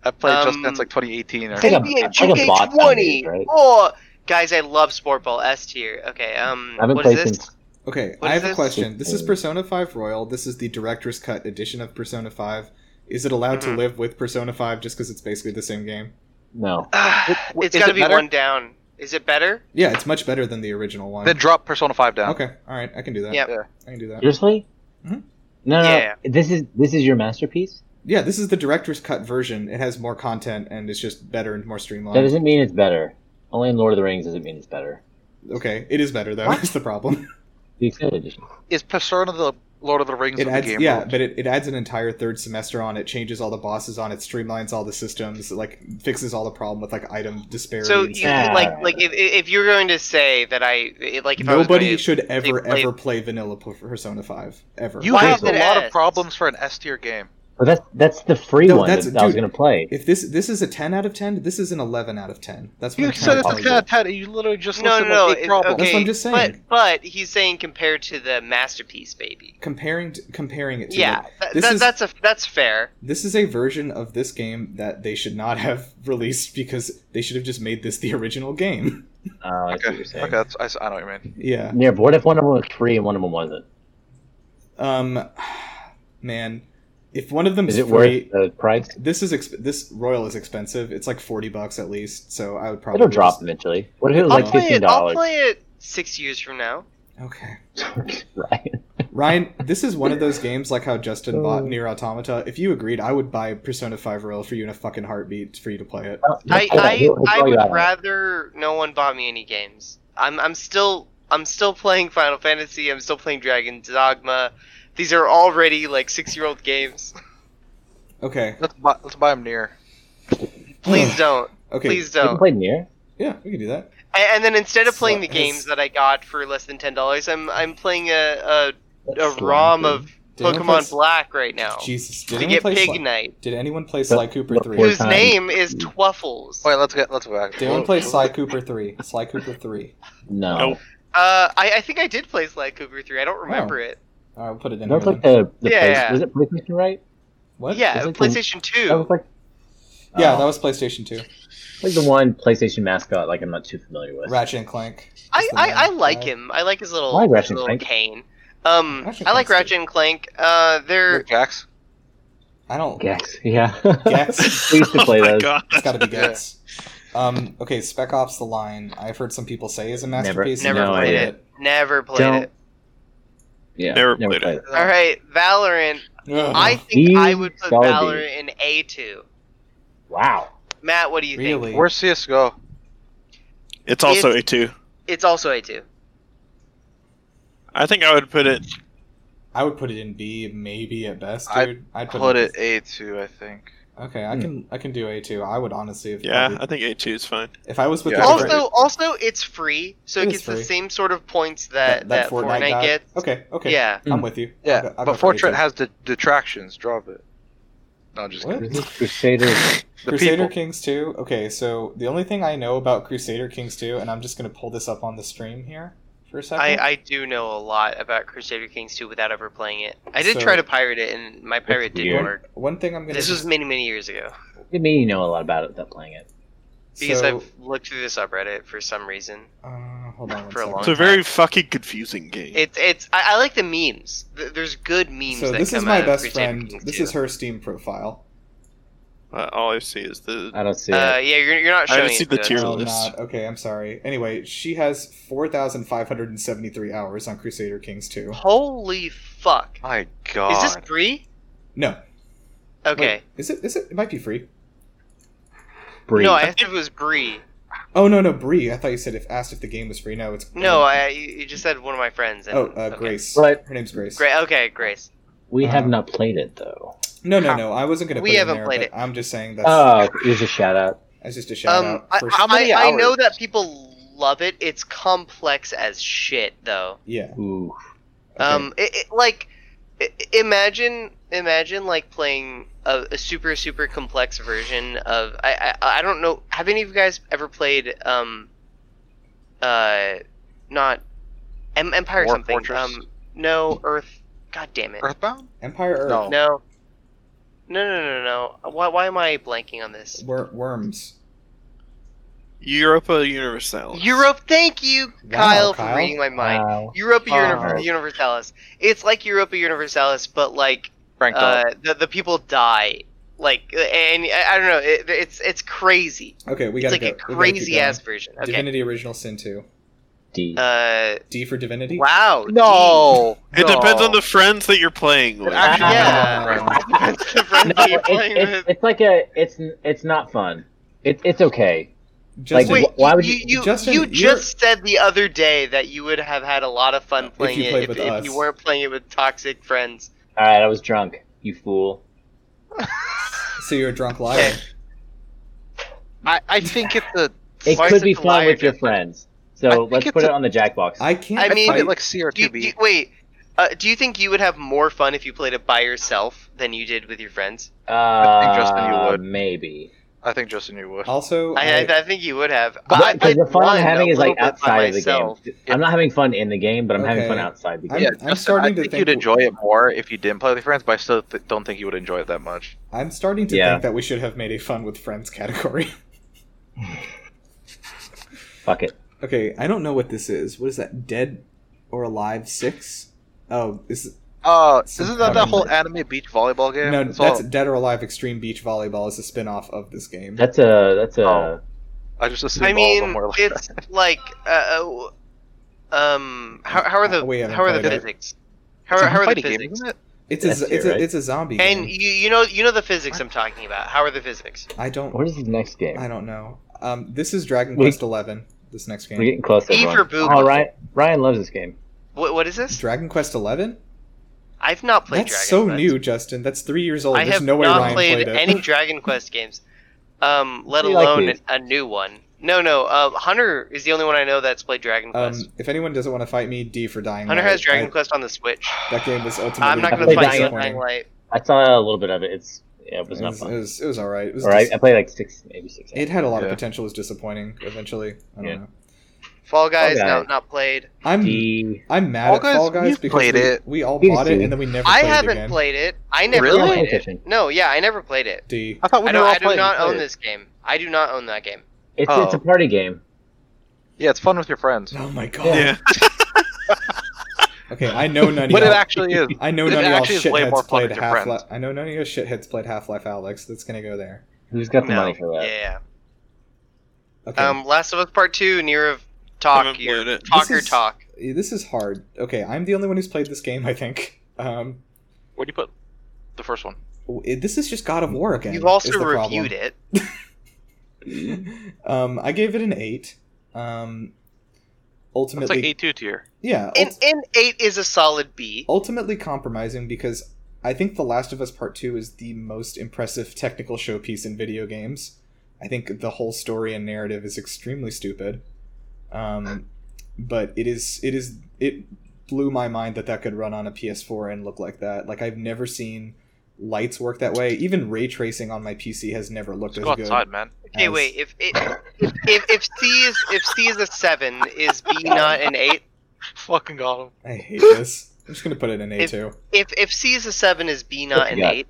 Speaker 6: I played Just
Speaker 2: Um,
Speaker 6: Dance like 2018 or
Speaker 5: It's like a-
Speaker 6: something.
Speaker 2: NBA
Speaker 5: it's like a bot
Speaker 2: 2K20.
Speaker 5: nowadays, right?
Speaker 2: Oh, guys, I love Sportball S tier. Okay, um,
Speaker 5: I haven't
Speaker 2: what is
Speaker 5: played
Speaker 2: this?
Speaker 5: since.
Speaker 1: Okay,
Speaker 2: What
Speaker 1: I
Speaker 2: is
Speaker 1: have a
Speaker 2: this?
Speaker 1: question. This is
Speaker 5: Mm.
Speaker 1: Persona 5 Royal. This is the director's cut edition of Persona 5. Is it allowed to
Speaker 2: Mhm.
Speaker 1: live with Persona 5 just because it's basically the same game?
Speaker 5: No.
Speaker 2: Ah,
Speaker 6: Wh- wh-
Speaker 2: it's
Speaker 6: is
Speaker 2: got to
Speaker 6: it
Speaker 2: be
Speaker 6: better?
Speaker 2: one down. Is it better?
Speaker 1: Yeah, it's much better than the original one.
Speaker 6: Then drop Persona 5 down.
Speaker 1: Mm. Okay, all right, I can do that.
Speaker 2: Yep.
Speaker 6: Yeah.
Speaker 1: I can do that.
Speaker 5: Seriously?
Speaker 1: Mhm.
Speaker 5: No, no,
Speaker 2: Yeah.
Speaker 5: This is this is your masterpiece.
Speaker 1: Yeah, this is the director's cut version. It has more content and it's just better and more streamlined.
Speaker 5: That doesn't mean it's better. Only in Lord of the Rings doesn't mean it's better.
Speaker 1: Okay, it is better though. That's the problem.
Speaker 5: The extended edition.
Speaker 6: Is Persona the Lord of the Rings
Speaker 1: It
Speaker 6: of
Speaker 1: adds,
Speaker 6: the game?
Speaker 1: yeah,
Speaker 6: world?
Speaker 1: but it, it adds an entire third semester on it. Changes all the bosses on it. Streamlines all the systems. Like fixes all the problem with like item disparity.
Speaker 2: So
Speaker 1: and
Speaker 2: you
Speaker 1: stuff.
Speaker 5: Yeah.
Speaker 2: like like if, if you're going to say that I it- like if I
Speaker 1: nobody
Speaker 2: was going
Speaker 1: should ever
Speaker 2: play-
Speaker 1: ever play vanilla P- Persona Five ever.
Speaker 6: you
Speaker 2: Why
Speaker 6: have
Speaker 5: is
Speaker 6: a
Speaker 5: it
Speaker 6: lot
Speaker 2: S?
Speaker 6: of problems for an S tier game.
Speaker 5: But that's that's the free
Speaker 1: No,
Speaker 5: one that,
Speaker 1: that's-
Speaker 5: I was
Speaker 1: dude.
Speaker 5: gonna play.
Speaker 1: if this this is a ten out of ten, this is an eleven out of ten. That's what
Speaker 6: You
Speaker 1: I'm
Speaker 6: said
Speaker 1: trying
Speaker 6: it's
Speaker 1: to tell
Speaker 6: a 10 out
Speaker 1: you.
Speaker 6: of 10 and you literally just
Speaker 2: no
Speaker 6: listed
Speaker 2: no no
Speaker 6: like eight
Speaker 2: it-
Speaker 6: problems.
Speaker 2: okay,
Speaker 1: That's what I'm just saying.
Speaker 2: but but he's saying compared to the masterpiece baby.
Speaker 1: Comparing t- comparing it to
Speaker 2: Yeah,
Speaker 1: them.
Speaker 2: that,
Speaker 1: This
Speaker 2: that,
Speaker 1: is-
Speaker 2: that's a that's fair.
Speaker 1: this is a version of this game that they should not have released because they should have just made this the original game.
Speaker 5: Oh, I see what you're
Speaker 6: Okay,
Speaker 5: saying.
Speaker 6: okay that's, I, s- I know what you mean.
Speaker 1: yeah.
Speaker 5: Yeah, but what if one of them was free and one of them wasn't?
Speaker 1: Um, man, If one of them
Speaker 5: Is
Speaker 1: is
Speaker 5: it
Speaker 1: free,
Speaker 5: worth the price?
Speaker 1: this is exp- this royal is expensive. It's like forty bucks at least. So I would probably
Speaker 5: It'll drop
Speaker 1: just-
Speaker 5: eventually. What if it was
Speaker 2: I'll
Speaker 5: like
Speaker 2: play
Speaker 5: fifteen
Speaker 2: it. I'll
Speaker 5: dollars?
Speaker 2: play it six years from now.
Speaker 1: Okay,
Speaker 5: Right.
Speaker 1: Ryan, this is one of those games like how Justin
Speaker 5: Oh.
Speaker 1: bought Near Automata. If you agreed, I would buy Persona Five Royal for you in a fucking heartbeat for you to play it.
Speaker 2: I
Speaker 5: Yeah, he'll- he'll
Speaker 2: I, I
Speaker 5: call you
Speaker 2: would
Speaker 5: out on it.
Speaker 2: rather no one bought me any games. I'm I'm still I'm still playing Final Fantasy. I'm still playing Dragon Dogma. These are already like six year old games.
Speaker 1: Okay,
Speaker 6: Let's buy, let's buy him near.
Speaker 2: Please don't.
Speaker 1: okay,
Speaker 2: Please
Speaker 5: You can
Speaker 2: don't.
Speaker 5: play near.
Speaker 1: yeah, we can do that.
Speaker 2: And, and then instead of playing the
Speaker 1: Slut.
Speaker 2: games that I got for less than ten dollars, I'm I'm playing a a, a
Speaker 5: That's
Speaker 2: ROM
Speaker 5: sloppy.
Speaker 2: of
Speaker 1: Did anyone play
Speaker 2: Pokemon
Speaker 1: Sly-
Speaker 2: Black right now
Speaker 1: Jesus, did
Speaker 2: to
Speaker 1: anyone
Speaker 2: get
Speaker 1: play?
Speaker 2: Pig
Speaker 1: Sly-
Speaker 2: Knight,
Speaker 1: Did anyone play Sly Cooper Three?
Speaker 5: Four
Speaker 2: whose
Speaker 5: times. Hmm.
Speaker 2: name is Twuffles.
Speaker 6: Wait, let's get let's go back.
Speaker 1: Did anyone play Sly Cooper Three? Sly Cooper Three.
Speaker 5: No.
Speaker 4: Nope.
Speaker 2: Uh, I, I think I did play Sly Cooper three. I don't remember it.
Speaker 1: All right, we'll put it in.
Speaker 5: That was
Speaker 1: here
Speaker 5: like the, the
Speaker 2: Yeah,
Speaker 5: place,
Speaker 2: yeah.
Speaker 5: was it PlayStation right?
Speaker 1: What?
Speaker 2: Yeah,
Speaker 5: Is it the-
Speaker 2: PlayStation two.
Speaker 5: That was like
Speaker 1: Yeah,
Speaker 5: Oh.
Speaker 1: that was PlayStation 2.
Speaker 5: like the one PlayStation mascot like I'm not too familiar with.
Speaker 1: Ratchet and Clank. is
Speaker 2: I,
Speaker 1: the
Speaker 2: I,
Speaker 1: name.
Speaker 2: I like
Speaker 1: Uh,
Speaker 2: him. I like his little,
Speaker 5: I like
Speaker 2: his
Speaker 5: Ratchet and
Speaker 2: little
Speaker 5: Clank.
Speaker 2: cane. Um,
Speaker 1: Ratchet and
Speaker 2: I like
Speaker 1: Clank's
Speaker 2: Ratchet and Clank. Uh, they're
Speaker 6: Jax.
Speaker 1: I don't.
Speaker 5: Gex, yeah.
Speaker 1: Gex.
Speaker 5: We used to play
Speaker 4: oh my
Speaker 5: those.
Speaker 4: God.
Speaker 1: It's gotta be Gex. Um, okay, Spec Ops The Line. I've heard some people say is a masterpiece.
Speaker 2: Never
Speaker 1: I've
Speaker 2: played
Speaker 1: heard
Speaker 2: it. never played
Speaker 5: Don't-
Speaker 2: it.
Speaker 5: Yeah,
Speaker 4: Never played
Speaker 5: played
Speaker 2: All right, Valorant.
Speaker 1: Ugh.
Speaker 2: I think I
Speaker 5: He's
Speaker 2: would put
Speaker 5: Uh-huh. gotta be.
Speaker 2: Valorant in A two.
Speaker 5: Wow.
Speaker 2: Matt, what do you
Speaker 1: really.
Speaker 2: think?
Speaker 6: Where's CS:GO?
Speaker 4: It's also a two.
Speaker 2: It's also A two.
Speaker 4: I think I would put it.
Speaker 1: I would put it in B, maybe at best,
Speaker 6: I'd
Speaker 1: dude. I'd,
Speaker 6: Put it A2, I think.
Speaker 1: Okay, I can I can do A two. I would honestly if
Speaker 4: Yeah,
Speaker 1: probably-
Speaker 4: I think A two is fine.
Speaker 1: if I was with
Speaker 6: Yeah.
Speaker 1: a
Speaker 2: Also, uh,
Speaker 1: different-
Speaker 2: also it's free, so
Speaker 1: It
Speaker 2: it,
Speaker 1: is
Speaker 2: gets
Speaker 1: free.
Speaker 2: the same sort of points that that, Fortnite,
Speaker 1: guy-
Speaker 2: gets.
Speaker 1: Okay, okay,
Speaker 2: Yeah.
Speaker 1: I'm with you.
Speaker 6: Yeah,
Speaker 1: I'll go- I'll
Speaker 6: but
Speaker 1: go for
Speaker 6: Fortran
Speaker 1: A2.
Speaker 6: has the detractions. Drop it. No, I'm just
Speaker 1: What?
Speaker 6: kidding.
Speaker 5: This is Crusaders.
Speaker 6: The
Speaker 1: Crusader
Speaker 6: people.
Speaker 1: Kings 2. Okay, so the only thing I know about Crusader Kings 2, and I'm just going to pull this up on the stream here for a second.
Speaker 2: I, I do know a lot about Crusader Kings 2 without ever playing it. I did
Speaker 1: So-
Speaker 2: try to pirate it, and my pirate didn't
Speaker 5: weird.
Speaker 2: work.
Speaker 1: One thing I'm going to
Speaker 2: This was many, many years ago.
Speaker 5: It mean you know a lot about it without playing it.
Speaker 2: Because I've looked through the subreddit for some reason.
Speaker 1: Uh, hold on one
Speaker 2: for a
Speaker 1: second.
Speaker 2: long
Speaker 4: It's a very fucking confusing game.
Speaker 2: It's it's. I, I like the memes. Th- There's good memes.
Speaker 1: so
Speaker 2: that
Speaker 1: this
Speaker 2: come
Speaker 1: is my
Speaker 2: out of
Speaker 1: best
Speaker 2: Crusader
Speaker 1: friend.
Speaker 2: Kings
Speaker 1: This
Speaker 2: 2.
Speaker 1: is her Steam profile.
Speaker 4: Uh, all I see is the.
Speaker 5: I don't see
Speaker 2: Uh,
Speaker 5: it.
Speaker 2: yeah, you're, you're not
Speaker 4: I
Speaker 2: showing.
Speaker 4: haven't seen
Speaker 2: it
Speaker 4: the
Speaker 2: to us.
Speaker 4: tier
Speaker 1: No, I'm
Speaker 4: list.
Speaker 1: not. Okay, I'm sorry. Anyway, she has 4,573 hours on Crusader Kings 2.
Speaker 2: Holy fuck!
Speaker 6: My
Speaker 2: Is
Speaker 6: God.
Speaker 2: this free?
Speaker 1: No.
Speaker 2: Okay.
Speaker 1: Wait, is it? Is it? It might be free.
Speaker 5: Brief.
Speaker 2: No, I asked if it was Bree.
Speaker 1: Oh no, no, Bree. I thought you said if asked if the game was free. No, it's
Speaker 2: No, I. You you just said one of my friends. And,
Speaker 1: Oh, uh,
Speaker 2: okay.
Speaker 1: Grace.
Speaker 5: But-
Speaker 1: Her name's Grace.
Speaker 2: Gra- okay, Grace.
Speaker 5: we have
Speaker 1: uh,
Speaker 5: not played it though.
Speaker 1: No, no, no. I wasn't gonna.
Speaker 2: We
Speaker 1: put it in
Speaker 2: haven't
Speaker 1: there,
Speaker 2: played
Speaker 1: but
Speaker 2: it.
Speaker 1: I'm just saying that's
Speaker 5: Oh, here's a shout out.
Speaker 1: that's just a shout
Speaker 2: Um,
Speaker 1: out.
Speaker 2: I,
Speaker 1: for-
Speaker 2: I,
Speaker 6: many
Speaker 2: I know
Speaker 6: hours?
Speaker 2: that people love it. It's complex as shit, though.
Speaker 1: yeah.
Speaker 5: Ooh.
Speaker 1: okay.
Speaker 2: Um, it, it, like, i i- imagine, imagine like playing a, a super, super complex version of. I, I, I don't know. Have any of you guys ever played um, uh, not, em- Empire
Speaker 6: War
Speaker 2: something?
Speaker 6: Fortress?
Speaker 2: Um, no Earth. God damn it.
Speaker 6: Earthbound?
Speaker 1: Empire Earth.
Speaker 6: No.
Speaker 2: No. No, no, no, no. Why, why am I blanking on this?
Speaker 1: Wor- worms.
Speaker 4: Europa Universalis.
Speaker 2: Europe. Thank you,
Speaker 1: Wow,
Speaker 2: Kyle,
Speaker 1: Kyle.
Speaker 2: for reading my mind.
Speaker 5: Wow.
Speaker 2: Europa Univer-
Speaker 6: Wow.
Speaker 2: Universalis. It's like Europa Universalis, but like
Speaker 6: Frank
Speaker 2: uh, the the people die. Like, and I I don't know. It, it's it's crazy.
Speaker 1: Okay, we
Speaker 2: It's
Speaker 1: gotta
Speaker 2: like a
Speaker 1: go. We gotta keep
Speaker 2: crazy ass
Speaker 1: going.
Speaker 2: version. Okay.
Speaker 1: Divinity Original Sin 2.
Speaker 5: D.
Speaker 2: Uh,
Speaker 1: D for Divinity.
Speaker 2: wow.
Speaker 6: No.
Speaker 4: It
Speaker 6: no.
Speaker 4: depends on the friends that you're playing with.
Speaker 6: Actually,
Speaker 2: Yeah. That's the friend
Speaker 5: no,
Speaker 2: that you're
Speaker 5: it's,
Speaker 2: playing
Speaker 5: it's,
Speaker 2: with.
Speaker 5: it's like a it's it's not fun. It, it's okay.
Speaker 1: Justin,
Speaker 5: like,
Speaker 2: Wait,
Speaker 5: wh- why would
Speaker 2: you
Speaker 5: you-
Speaker 2: you,
Speaker 1: Justin,
Speaker 2: you
Speaker 1: you're-
Speaker 2: just said the other day that you would have had a lot of fun
Speaker 1: If
Speaker 2: playing
Speaker 1: you
Speaker 2: it
Speaker 1: played
Speaker 2: if,
Speaker 1: with
Speaker 2: if
Speaker 1: us.
Speaker 2: you weren't playing it with toxic friends.
Speaker 5: All right, I was drunk. You fool.
Speaker 1: so you're a drunk liar.
Speaker 6: I, I think it's a.
Speaker 5: It
Speaker 2: Why
Speaker 5: could
Speaker 2: is
Speaker 5: be
Speaker 2: it
Speaker 5: fun
Speaker 2: liar
Speaker 5: with your
Speaker 2: different?
Speaker 5: friends.
Speaker 6: I
Speaker 5: So
Speaker 6: think
Speaker 5: let's
Speaker 6: it's
Speaker 5: put
Speaker 6: a-
Speaker 5: it on the Jackbox.
Speaker 1: I can't.
Speaker 2: I mean-
Speaker 1: fight-
Speaker 6: Played it like
Speaker 2: Do you, do
Speaker 6: CR2B.
Speaker 2: you- wait, uh, do you think you would have more fun if you played it by yourself than you did with your friends?
Speaker 5: Uh,
Speaker 6: think Justin, you would.
Speaker 5: Maybe.
Speaker 6: I think Justin, you would.
Speaker 1: also,
Speaker 2: I,
Speaker 1: I,
Speaker 2: I, I think you would have.
Speaker 5: But
Speaker 2: I
Speaker 5: because
Speaker 2: played
Speaker 5: the fun
Speaker 2: one
Speaker 5: I'm having
Speaker 2: a
Speaker 5: is like
Speaker 2: little bit by
Speaker 5: outside of the game.
Speaker 2: myself.
Speaker 5: I'm not having fun in the game, but I'm having fun
Speaker 1: Okay.
Speaker 5: outside the
Speaker 1: I'm-
Speaker 5: game.
Speaker 6: yeah,
Speaker 1: I'm
Speaker 6: Justin,
Speaker 1: starting
Speaker 6: I
Speaker 1: to
Speaker 6: think,
Speaker 1: think-
Speaker 6: you'd enjoy it more if you didn't play with friends, but I still th- don't think you would enjoy it that much.
Speaker 1: am starting to
Speaker 5: Yeah.
Speaker 1: think that we should have made a fun with friends category.
Speaker 5: Fuck it.
Speaker 1: okay, I don't know what this is. What is that? Dead or Alive Six? Oh, is
Speaker 6: Uh,
Speaker 1: Some
Speaker 6: isn't that that
Speaker 1: common
Speaker 6: whole
Speaker 1: word.
Speaker 6: anime beach volleyball game?
Speaker 1: no,
Speaker 6: It's
Speaker 1: that's
Speaker 6: all-
Speaker 1: Dead or Alive Extreme Beach Volleyball is a spin off of this game.
Speaker 5: That's a that's a
Speaker 6: Oh. I just assumed
Speaker 2: I
Speaker 6: all of
Speaker 2: mean,
Speaker 6: them were like that.
Speaker 2: it's like uh, uh, um, how, how are the
Speaker 1: We haven't
Speaker 2: how are the
Speaker 1: played it.
Speaker 2: physics? How are,
Speaker 6: a
Speaker 2: how are the
Speaker 6: fighting game,
Speaker 2: physics?
Speaker 6: isn't it?
Speaker 1: it's a
Speaker 5: that's it,
Speaker 1: it's a,
Speaker 5: right?
Speaker 1: it's a zombie
Speaker 2: And
Speaker 1: game.
Speaker 2: you you know you know the physics I'm talking about. How are the physics?
Speaker 1: I don't
Speaker 5: what is his next game?
Speaker 1: I don't know. Um, this is Dragon
Speaker 5: Wait.
Speaker 1: Quest Eleven. This next game.
Speaker 5: We're getting close.
Speaker 2: Beaver
Speaker 5: everyone.
Speaker 2: Boob.
Speaker 5: Oh, Ryan, Ryan loves this game.
Speaker 2: What what is this?
Speaker 1: Dragon Quest Eleven.
Speaker 2: I've not played
Speaker 1: That's so
Speaker 2: Dragon Quest.
Speaker 1: new, Justin. That's three years old.
Speaker 2: I
Speaker 1: There's
Speaker 2: have
Speaker 1: no way
Speaker 2: not
Speaker 1: Ryan
Speaker 2: played,
Speaker 1: played, it. Um,
Speaker 2: any Dragon Quest games, um, let
Speaker 5: We like
Speaker 2: alone
Speaker 5: these.
Speaker 2: a new one. No, no. Uh, Hunter is the only one I know that's played Dragon
Speaker 1: Um,
Speaker 2: Quest.
Speaker 1: if anyone doesn't want to fight me, D for dying.
Speaker 2: Hunter
Speaker 1: Light.
Speaker 2: has Dragon
Speaker 1: I-
Speaker 2: Quest on the Switch.
Speaker 1: That game was ultimately.
Speaker 2: I'm not
Speaker 5: I
Speaker 2: going to
Speaker 5: played
Speaker 2: fight you
Speaker 5: Dying
Speaker 2: on Dying Light.
Speaker 5: I saw a little bit of it. It's yeah, it was
Speaker 1: It
Speaker 5: not
Speaker 1: was, it
Speaker 5: fun.
Speaker 1: was, it was all right. It was
Speaker 5: Or I,
Speaker 1: dis-
Speaker 5: I played like six, maybe six.
Speaker 1: it had a lot of
Speaker 6: Yeah.
Speaker 1: potential. It was disappointing. Eventually, I don't
Speaker 5: Yeah.
Speaker 1: know.
Speaker 2: Fall Guys,
Speaker 5: Guys.
Speaker 2: Not, not played.
Speaker 1: I'm
Speaker 5: D.
Speaker 1: I'm mad
Speaker 6: Fall
Speaker 1: at Fall
Speaker 6: Guys-
Speaker 1: Guys
Speaker 6: you've
Speaker 1: because
Speaker 6: played
Speaker 1: we,
Speaker 6: it.
Speaker 1: we all
Speaker 5: You've
Speaker 1: bought it
Speaker 5: seen
Speaker 1: and then we never.
Speaker 2: I
Speaker 1: played
Speaker 2: haven't
Speaker 1: it again.
Speaker 2: played it. I never
Speaker 6: Really?
Speaker 2: played it.
Speaker 5: PlayStation.
Speaker 2: No, yeah, I never played it.
Speaker 1: D.
Speaker 6: I thought we
Speaker 2: I,
Speaker 6: were
Speaker 2: don't,
Speaker 6: all
Speaker 2: I do
Speaker 6: playing.
Speaker 2: not own
Speaker 6: it.
Speaker 2: this game. I do not own that game.
Speaker 5: It's it's a
Speaker 6: Oh.
Speaker 5: party game.
Speaker 6: Yeah, it's fun with your friends.
Speaker 1: Oh my god.
Speaker 4: Yeah.
Speaker 1: Okay, I know none of
Speaker 6: But it
Speaker 1: y'all.
Speaker 6: actually is.
Speaker 1: I know
Speaker 6: it
Speaker 1: none of y'all
Speaker 6: actually is way more
Speaker 1: shitheads
Speaker 6: fun
Speaker 1: played
Speaker 6: with your
Speaker 1: Half Life.
Speaker 6: friends.
Speaker 1: I know none of you shitheads played Half Life, Alex. That's gonna go there.
Speaker 5: Who's got the
Speaker 2: No.
Speaker 5: money for that?
Speaker 2: Yeah.
Speaker 1: Okay.
Speaker 2: Um, Last of Us Part Two, Near of
Speaker 4: Haven't
Speaker 2: Talk,
Speaker 4: played
Speaker 2: your
Speaker 4: it.
Speaker 2: talker
Speaker 1: This is-
Speaker 2: talk.
Speaker 1: this is hard. Okay, I'm the only one who's played this game. I think. Um,
Speaker 6: Where do you put the first one?
Speaker 1: it- this is just God of War again.
Speaker 2: You've also reviewed it.
Speaker 1: it. Um, I gave it an eight. Um,
Speaker 6: It's
Speaker 1: ultimately,
Speaker 6: like A two tier.
Speaker 1: yeah.
Speaker 2: And,
Speaker 1: ult-
Speaker 2: and eight is a solid B.
Speaker 1: ultimately compromising because I think The Last of Us Part 2 is the most impressive technical showpiece in video games. I think the whole story and narrative is extremely stupid. Um, but it is it is it blew my mind that that could run on a PS4 and look like that. Like I've never seen lights work that way. Even ray tracing on my PC has never looked
Speaker 6: Just
Speaker 1: as
Speaker 6: go
Speaker 1: good.
Speaker 6: outside, man.
Speaker 2: Okay,
Speaker 1: as-
Speaker 2: wait. If, it, if if if C is if C is a seven, is B not an eight?
Speaker 6: Fucking got him.
Speaker 1: I hate this. I'm just gonna put it in A
Speaker 2: If-
Speaker 1: two.
Speaker 2: If if C is a seven, is B not an
Speaker 5: Yeah.
Speaker 2: eight?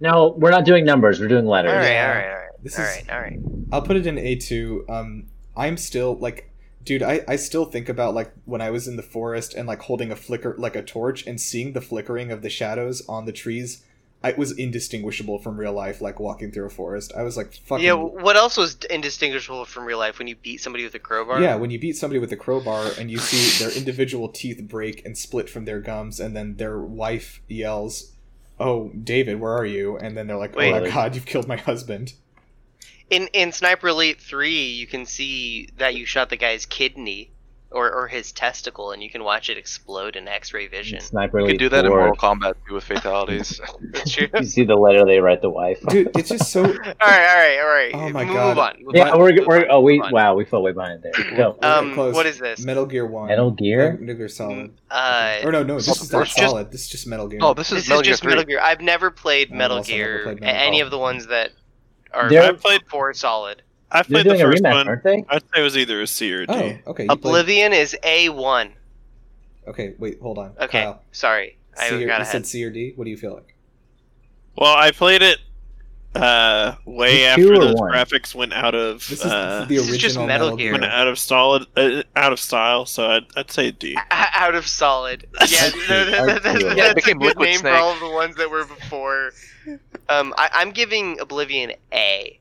Speaker 5: No, we're not doing numbers. We're doing
Speaker 2: All
Speaker 5: letters.
Speaker 2: right,
Speaker 1: Yeah.
Speaker 2: all right, all right,
Speaker 1: This
Speaker 2: all
Speaker 1: is
Speaker 2: right, all right.
Speaker 1: I'll put it in A2. Um, I'm still like, dude, I, I still think about like when I was in the forest and like holding a flicker, like a torch, and seeing the flickering of the shadows on the trees. I, it was indistinguishable from real life, like walking through a forest. I was like, fucking.
Speaker 2: Yeah. What else was indistinguishable from real life when you beat somebody with a crowbar?
Speaker 1: Yeah, when you beat somebody with a crowbar and you see their individual teeth break and split from their gums, and then their wife yells, "Oh, David, where are you?" And then they're like,
Speaker 2: Wait.
Speaker 1: "Oh my God, you've killed my husband."
Speaker 2: In in Sniper Elite Three, you can see that you shot the guy's kidney or or his testicle, and you can watch it explode in X-ray vision.
Speaker 5: Sniper
Speaker 6: You
Speaker 5: Elite
Speaker 6: could do that in
Speaker 5: 4.
Speaker 6: Mortal Kombat too with fatalities.
Speaker 2: That's true.
Speaker 5: You see the letter they write the wife.
Speaker 1: Dude, it's just so
Speaker 2: All right, all right, all right.
Speaker 1: Oh my
Speaker 2: move,
Speaker 1: God.
Speaker 2: on. Move
Speaker 5: yeah,
Speaker 2: on,
Speaker 5: we're,
Speaker 2: move
Speaker 5: we're
Speaker 2: on,
Speaker 5: oh we
Speaker 2: move on.
Speaker 5: wow we fell way behind there. Go
Speaker 1: we're getting
Speaker 2: Um,
Speaker 1: close.
Speaker 2: what is this?
Speaker 1: Metal Gear One.
Speaker 5: Metal Gear.
Speaker 1: Metal Gear Solid.
Speaker 2: Uh,
Speaker 1: Or no, no,
Speaker 6: Well,
Speaker 1: this is
Speaker 6: the
Speaker 1: not
Speaker 6: first one-
Speaker 1: solid. Oh, This is just Metal Gear.
Speaker 6: no, this is
Speaker 2: This
Speaker 6: Metal
Speaker 2: is
Speaker 6: Gear
Speaker 2: just Metal
Speaker 6: Three.
Speaker 2: Gear. I've never played
Speaker 1: I've
Speaker 2: Metal
Speaker 1: also never
Speaker 2: Gear,
Speaker 1: played
Speaker 2: a-
Speaker 1: Metal
Speaker 2: any
Speaker 1: Gear.
Speaker 2: of the ones that are
Speaker 5: They're-
Speaker 4: I played.
Speaker 2: four solid.
Speaker 4: I
Speaker 5: They're
Speaker 4: played the
Speaker 5: doing a
Speaker 4: first
Speaker 5: rematch,
Speaker 4: one.
Speaker 5: aren't they?
Speaker 4: I'd say it was either a C or a D.
Speaker 1: oh, okay. you played-
Speaker 2: Oblivion is A one.
Speaker 1: Okay, wait, hold on.
Speaker 2: Okay,
Speaker 1: Kyle,
Speaker 2: sorry, I
Speaker 1: C or,
Speaker 2: got
Speaker 1: you
Speaker 2: ahead.
Speaker 1: said C or D. What do you feel like?
Speaker 4: Well, I played it uh, way
Speaker 5: Two
Speaker 4: after
Speaker 5: or
Speaker 4: those
Speaker 5: one?
Speaker 4: graphics went out of
Speaker 1: This is
Speaker 4: uh,
Speaker 1: the original
Speaker 2: this is just Metal Gear.
Speaker 4: went out of solid uh, out of style. So I'd, I'd say D.
Speaker 2: O- Out of solid. Yeah,
Speaker 1: see,
Speaker 2: no, that-
Speaker 1: I
Speaker 2: that-
Speaker 1: see.
Speaker 2: that's,
Speaker 1: Yeah, it
Speaker 2: that's a
Speaker 6: became
Speaker 2: good
Speaker 6: Liquid
Speaker 2: name for
Speaker 6: Snake.
Speaker 2: all of the ones that were before. Um, I, I'm giving Oblivion A.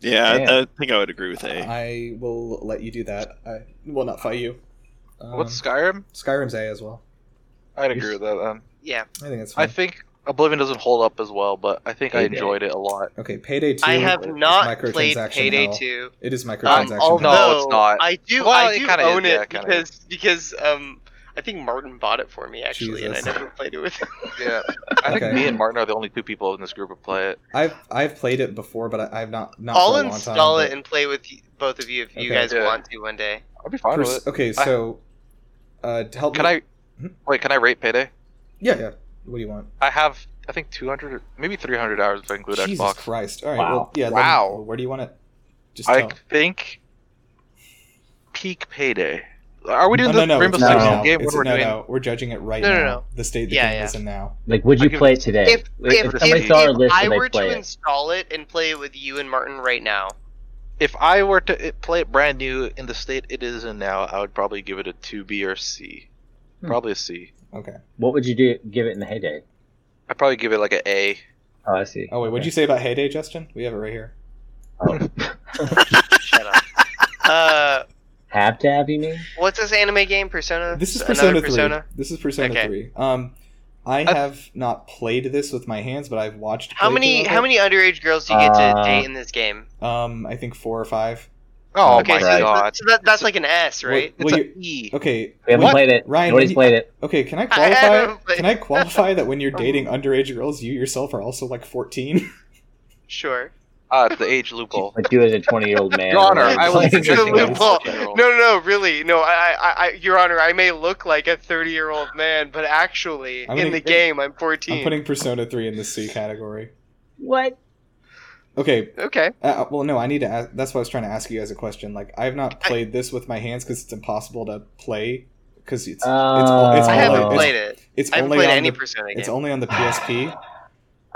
Speaker 4: Yeah,
Speaker 5: Damn.
Speaker 4: I, I think I would agree with A.
Speaker 1: I will let you do that. I will not fight you. Um,
Speaker 6: What's Skyrim?
Speaker 1: Skyrim's A as well.
Speaker 6: I'd agree with that. Then
Speaker 2: Yeah,
Speaker 1: I think that's
Speaker 6: I
Speaker 1: fine.
Speaker 6: think Oblivion doesn't hold up as well, but I think I
Speaker 5: Payday.
Speaker 6: enjoyed it a lot.
Speaker 1: okay, Payday Two.
Speaker 2: I have
Speaker 1: is
Speaker 2: not played
Speaker 1: microtransaction
Speaker 2: Payday
Speaker 1: hell.
Speaker 2: Two.
Speaker 1: It is
Speaker 2: Um,
Speaker 1: microtransaction.
Speaker 2: although
Speaker 1: hell.
Speaker 6: No, it's not.
Speaker 2: I do,
Speaker 6: Well,
Speaker 2: I
Speaker 6: it
Speaker 2: do
Speaker 6: kinda
Speaker 2: own
Speaker 6: is,
Speaker 2: it
Speaker 6: yeah, it kinda
Speaker 2: because because um, I think Martin bought it for me actually, and I
Speaker 1: Jesus.
Speaker 2: never played it with. him.
Speaker 6: Yeah, I think
Speaker 1: Okay.
Speaker 6: me and Martin are the only two people in this group who play it.
Speaker 1: I've I've played it before, but I, I've not not
Speaker 2: I'll
Speaker 1: for a long
Speaker 2: install
Speaker 1: time,
Speaker 2: it
Speaker 1: but-
Speaker 2: and play with you, both of you if you
Speaker 1: Okay.
Speaker 2: guys
Speaker 6: Yeah.
Speaker 2: want to one day.
Speaker 6: I'd be fine with
Speaker 1: Pers-
Speaker 6: it.
Speaker 1: okay,
Speaker 6: I-
Speaker 1: so uh, to help
Speaker 6: Can
Speaker 1: me-
Speaker 6: I?
Speaker 1: Mhm.
Speaker 6: Wait, can I rate Payday?
Speaker 1: Yeah, yeah. What do you want?
Speaker 6: I have, I think, 200, maybe 300 hours if I include
Speaker 1: Jesus
Speaker 6: Xbox.
Speaker 1: Christ! All right,
Speaker 5: Wow.
Speaker 1: well, yeah. let me-
Speaker 6: Wow.
Speaker 1: where do you want it? Just
Speaker 6: I
Speaker 1: tell.
Speaker 6: think peak Payday. Are we doing
Speaker 1: no,
Speaker 6: the
Speaker 1: no, no,
Speaker 6: Rainbow
Speaker 1: it's not
Speaker 6: Six
Speaker 1: now.
Speaker 6: game
Speaker 1: It's-
Speaker 6: when we're
Speaker 1: no,
Speaker 6: doing?
Speaker 1: no, we're judging it right
Speaker 2: No, no,
Speaker 1: now.
Speaker 2: no.
Speaker 1: The state the
Speaker 2: Yeah,
Speaker 1: game
Speaker 2: yeah.
Speaker 1: is in now.
Speaker 5: Like, would you
Speaker 6: I'll give
Speaker 5: play it today?
Speaker 2: If
Speaker 5: Like,
Speaker 2: if,
Speaker 5: if
Speaker 2: if,
Speaker 5: somebody saw our
Speaker 2: if
Speaker 5: list
Speaker 2: I
Speaker 5: and they
Speaker 2: were
Speaker 5: play
Speaker 2: to
Speaker 5: it.
Speaker 2: install it and play it with you and Martin right now,
Speaker 6: If I were to it- play it brand new in the state it is in now, I would probably give it a two B or C.
Speaker 5: Hmm.
Speaker 6: Probably a C.
Speaker 1: Okay.
Speaker 5: What would you do? Give it in the heyday?
Speaker 6: I probably give it like an A.
Speaker 5: Oh, I see.
Speaker 1: Oh wait, what'd you say about Heyday, Justin? We have it right here.
Speaker 2: Shut up. Uh,
Speaker 5: Hab tab, you mean?
Speaker 2: what's this anime game? Persona.
Speaker 1: This is
Speaker 2: Uh, Another
Speaker 1: Persona Three. This is Persona
Speaker 2: Okay.
Speaker 1: Three. Um, I
Speaker 6: I-
Speaker 1: have not played this with my hands, but I've watched.
Speaker 2: How
Speaker 1: playthrough
Speaker 2: many
Speaker 1: of
Speaker 2: how
Speaker 1: it.
Speaker 2: many underage girls do you get to
Speaker 5: Uh,
Speaker 2: date in this game?
Speaker 1: Um, I think four or five.
Speaker 6: Oh
Speaker 2: okay,
Speaker 6: my
Speaker 2: so,
Speaker 6: god.
Speaker 2: so that, that's like an S,
Speaker 1: Well-
Speaker 2: right?
Speaker 1: well,
Speaker 2: it's
Speaker 1: you-
Speaker 2: an E.
Speaker 1: Okay.
Speaker 5: We haven't
Speaker 1: what?
Speaker 5: played it.
Speaker 1: Ryan,
Speaker 5: Nobody's
Speaker 1: when you-
Speaker 5: played it.
Speaker 1: Okay, can I
Speaker 2: I
Speaker 1: qualify?
Speaker 2: haven't played-
Speaker 1: Can I qualify that when you're dating underage girls, you yourself are also like 14?
Speaker 2: Sure.
Speaker 6: Ah, it's the age loophole.
Speaker 5: Like you as a twenty-year-old man.
Speaker 6: Your Honor, I was
Speaker 5: Like,
Speaker 2: It's a
Speaker 6: suggesting that it's
Speaker 2: loophole.
Speaker 6: a
Speaker 2: No,
Speaker 6: 14-year-old.
Speaker 2: no, no, really, no. I, I, I, Your Honor, I may look like a thirty-year-old man, but actually,
Speaker 1: I'm
Speaker 2: in
Speaker 1: gonna-
Speaker 2: the game, I'm
Speaker 1: I'm
Speaker 2: 14
Speaker 1: putting Persona 3 in the C category.
Speaker 5: What?
Speaker 1: Okay.
Speaker 2: Okay.
Speaker 1: Uh, well, no, I need to ask. That's what I was trying to ask you as a question. Like, I've not
Speaker 2: I-
Speaker 1: played this with my hands because it's impossible to play because it's
Speaker 5: Uh,
Speaker 1: it's
Speaker 2: I haven't
Speaker 1: it's-
Speaker 2: played it.
Speaker 1: it's
Speaker 2: I haven't
Speaker 1: only
Speaker 2: played
Speaker 1: on
Speaker 2: any
Speaker 1: the,
Speaker 2: Persona game.
Speaker 1: it's only on the PSP.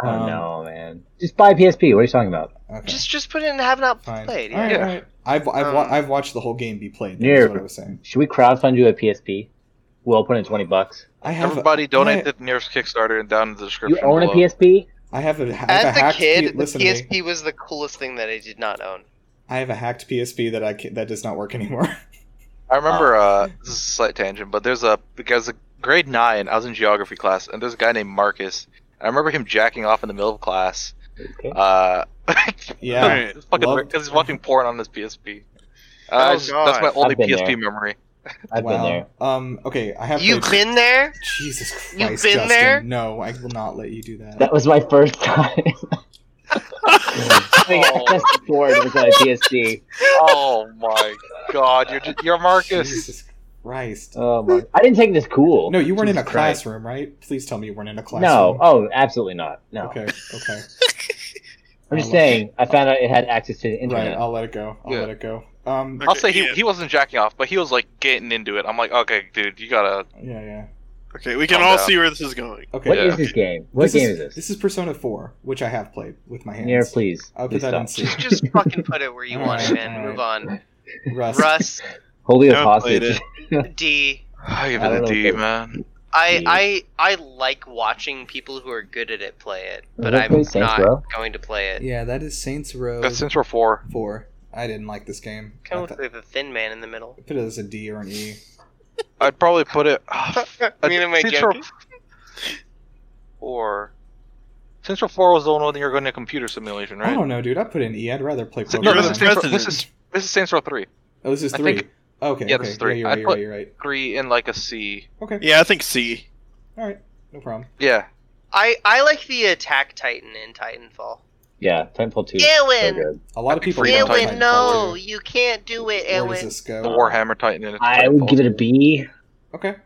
Speaker 5: I don't
Speaker 1: Um,
Speaker 5: know, Oh, man. Just buy PSP. What are you talking about?
Speaker 1: Okay.
Speaker 2: Just, just put it in have not
Speaker 1: Fine.
Speaker 2: played.
Speaker 1: All right,
Speaker 2: yeah.
Speaker 1: all right. I've I've, wa-
Speaker 2: Um,
Speaker 1: I've watched the whole game be played. That's
Speaker 5: Yeah.
Speaker 1: what I was saying.
Speaker 5: Should we crowdfund you a PSP? We'll put in twenty bucks.
Speaker 1: I have
Speaker 6: Everybody
Speaker 1: a,
Speaker 6: donate
Speaker 1: I,
Speaker 6: to the nearest Kickstarter and down in the
Speaker 5: You
Speaker 6: description.
Speaker 5: own a
Speaker 6: below.
Speaker 5: PSP?
Speaker 1: I have a, I have
Speaker 2: As
Speaker 1: a
Speaker 2: a
Speaker 1: hacked P-
Speaker 2: kid, the
Speaker 1: listen to me.
Speaker 2: PSP was the coolest thing that I did not own.
Speaker 1: I have a hacked PSP that I ca- that does not work anymore.
Speaker 6: I remember uh, this is a slight tangent, but there's a because grade nine, I was in geography class, and there's a guy named Marcus. I remember him jacking off in the middle of class.
Speaker 5: Okay.
Speaker 6: Uh,
Speaker 1: yeah.
Speaker 4: Alright.
Speaker 6: it's fucking
Speaker 1: Loved-
Speaker 6: because he's watching porn on his PSP. Uh,
Speaker 2: Oh,
Speaker 6: I just- that's my
Speaker 2: God.
Speaker 6: only
Speaker 5: I've been
Speaker 6: PSP
Speaker 5: there.
Speaker 6: memory.
Speaker 5: I've been there.
Speaker 1: Um. Okay. I have.
Speaker 2: You've
Speaker 1: played-
Speaker 2: been there?
Speaker 1: Jesus Christ,
Speaker 2: You've been
Speaker 1: Justin.
Speaker 2: there?
Speaker 1: No, I will not let you do that.
Speaker 5: That was my first time. I got tested for it uh, with my PSP.
Speaker 6: Oh my God, you're just, you're Marcus.
Speaker 1: Jesus Christ.
Speaker 5: Oh my! I didn't take this cool.
Speaker 1: Oh, no, you weren't in a
Speaker 5: Jesus Christ.
Speaker 1: classroom, right? Please tell me you weren't in a
Speaker 5: No.
Speaker 1: classroom.
Speaker 5: Oh, absolutely not. No.
Speaker 1: Okay. Okay.
Speaker 5: I'm just saying. I found out it had access to the
Speaker 1: Right. oh,
Speaker 5: internet.
Speaker 1: I'll let it go. I'll
Speaker 6: Yeah.
Speaker 1: let it go. Um.
Speaker 4: Okay.
Speaker 6: I'll say he,
Speaker 4: yeah.
Speaker 6: he wasn't jacking off, but he was like getting into it. I'm like, okay, dude, you gotta.
Speaker 1: Yeah. Yeah.
Speaker 4: Okay, we can
Speaker 6: Calm
Speaker 4: all
Speaker 6: down.
Speaker 4: see where this is going.
Speaker 1: Okay.
Speaker 5: What is
Speaker 6: Yeah.
Speaker 5: this game? What game is, this?
Speaker 1: This is Persona 4, which I have played with my hands.
Speaker 5: Near, please.
Speaker 1: I'll put
Speaker 5: please
Speaker 1: that
Speaker 5: stop.
Speaker 1: in C.
Speaker 2: Just, just fucking put it where you want it, man. Move on.
Speaker 1: Rust.
Speaker 2: Russ,
Speaker 5: Holding a
Speaker 4: Don't play
Speaker 5: hostage.
Speaker 4: it.
Speaker 2: D,
Speaker 6: I give
Speaker 5: I
Speaker 6: it
Speaker 5: don't
Speaker 6: a
Speaker 5: know
Speaker 6: D,
Speaker 5: if it-
Speaker 6: man.
Speaker 2: I I I like watching people who are good at it play it, but
Speaker 5: Don't
Speaker 2: I'm
Speaker 5: play Saints
Speaker 2: not
Speaker 5: Row.
Speaker 2: going to play it.
Speaker 1: Yeah, that is Saints Row
Speaker 5: Uh,
Speaker 6: That's since we're four.
Speaker 1: 4. I didn't like this game. I
Speaker 2: Kind of
Speaker 1: thought-
Speaker 2: looks like the thin man in the middle.
Speaker 1: put it as a D or an E.
Speaker 6: I'd probably put it. uh,
Speaker 2: I mean, am I
Speaker 6: Central
Speaker 2: joking?
Speaker 6: Four. Central Four was the only one that you're going to computer simulation,
Speaker 1: I
Speaker 6: right?
Speaker 5: Oh.
Speaker 1: don't know, dude. I'd put an E. I'd rather play
Speaker 6: No, this
Speaker 1: Pokemon.
Speaker 6: is,
Speaker 4: You're the
Speaker 6: Saints Row- this is this is Saints Row Three.
Speaker 1: oh, this is
Speaker 6: I
Speaker 1: 3.
Speaker 6: think-
Speaker 1: okay,
Speaker 6: yeah,
Speaker 1: okay.
Speaker 6: this is three.
Speaker 1: Yeah, you're
Speaker 6: I'd
Speaker 1: right, you're
Speaker 6: put-
Speaker 1: right, you're right.
Speaker 6: Three and like a C.
Speaker 1: Okay,
Speaker 4: Yeah, I think C.
Speaker 1: alright. No problem.
Speaker 6: Yeah.
Speaker 2: I I like the Attack Titan in Titanfall.
Speaker 5: Yeah, Titanfall Two. is So
Speaker 2: Ewan,
Speaker 5: good.
Speaker 1: A lot of
Speaker 6: That'd be
Speaker 1: people...
Speaker 6: free
Speaker 1: love
Speaker 6: on Titanfall,
Speaker 2: Ewan,
Speaker 1: Titanfall
Speaker 2: no,
Speaker 1: too.
Speaker 2: you can't do it,
Speaker 1: Where does
Speaker 2: Ewan.
Speaker 1: this
Speaker 6: The
Speaker 1: go?
Speaker 6: Warhammer Titan. And
Speaker 5: Oh. I would give it a B.
Speaker 1: Okay.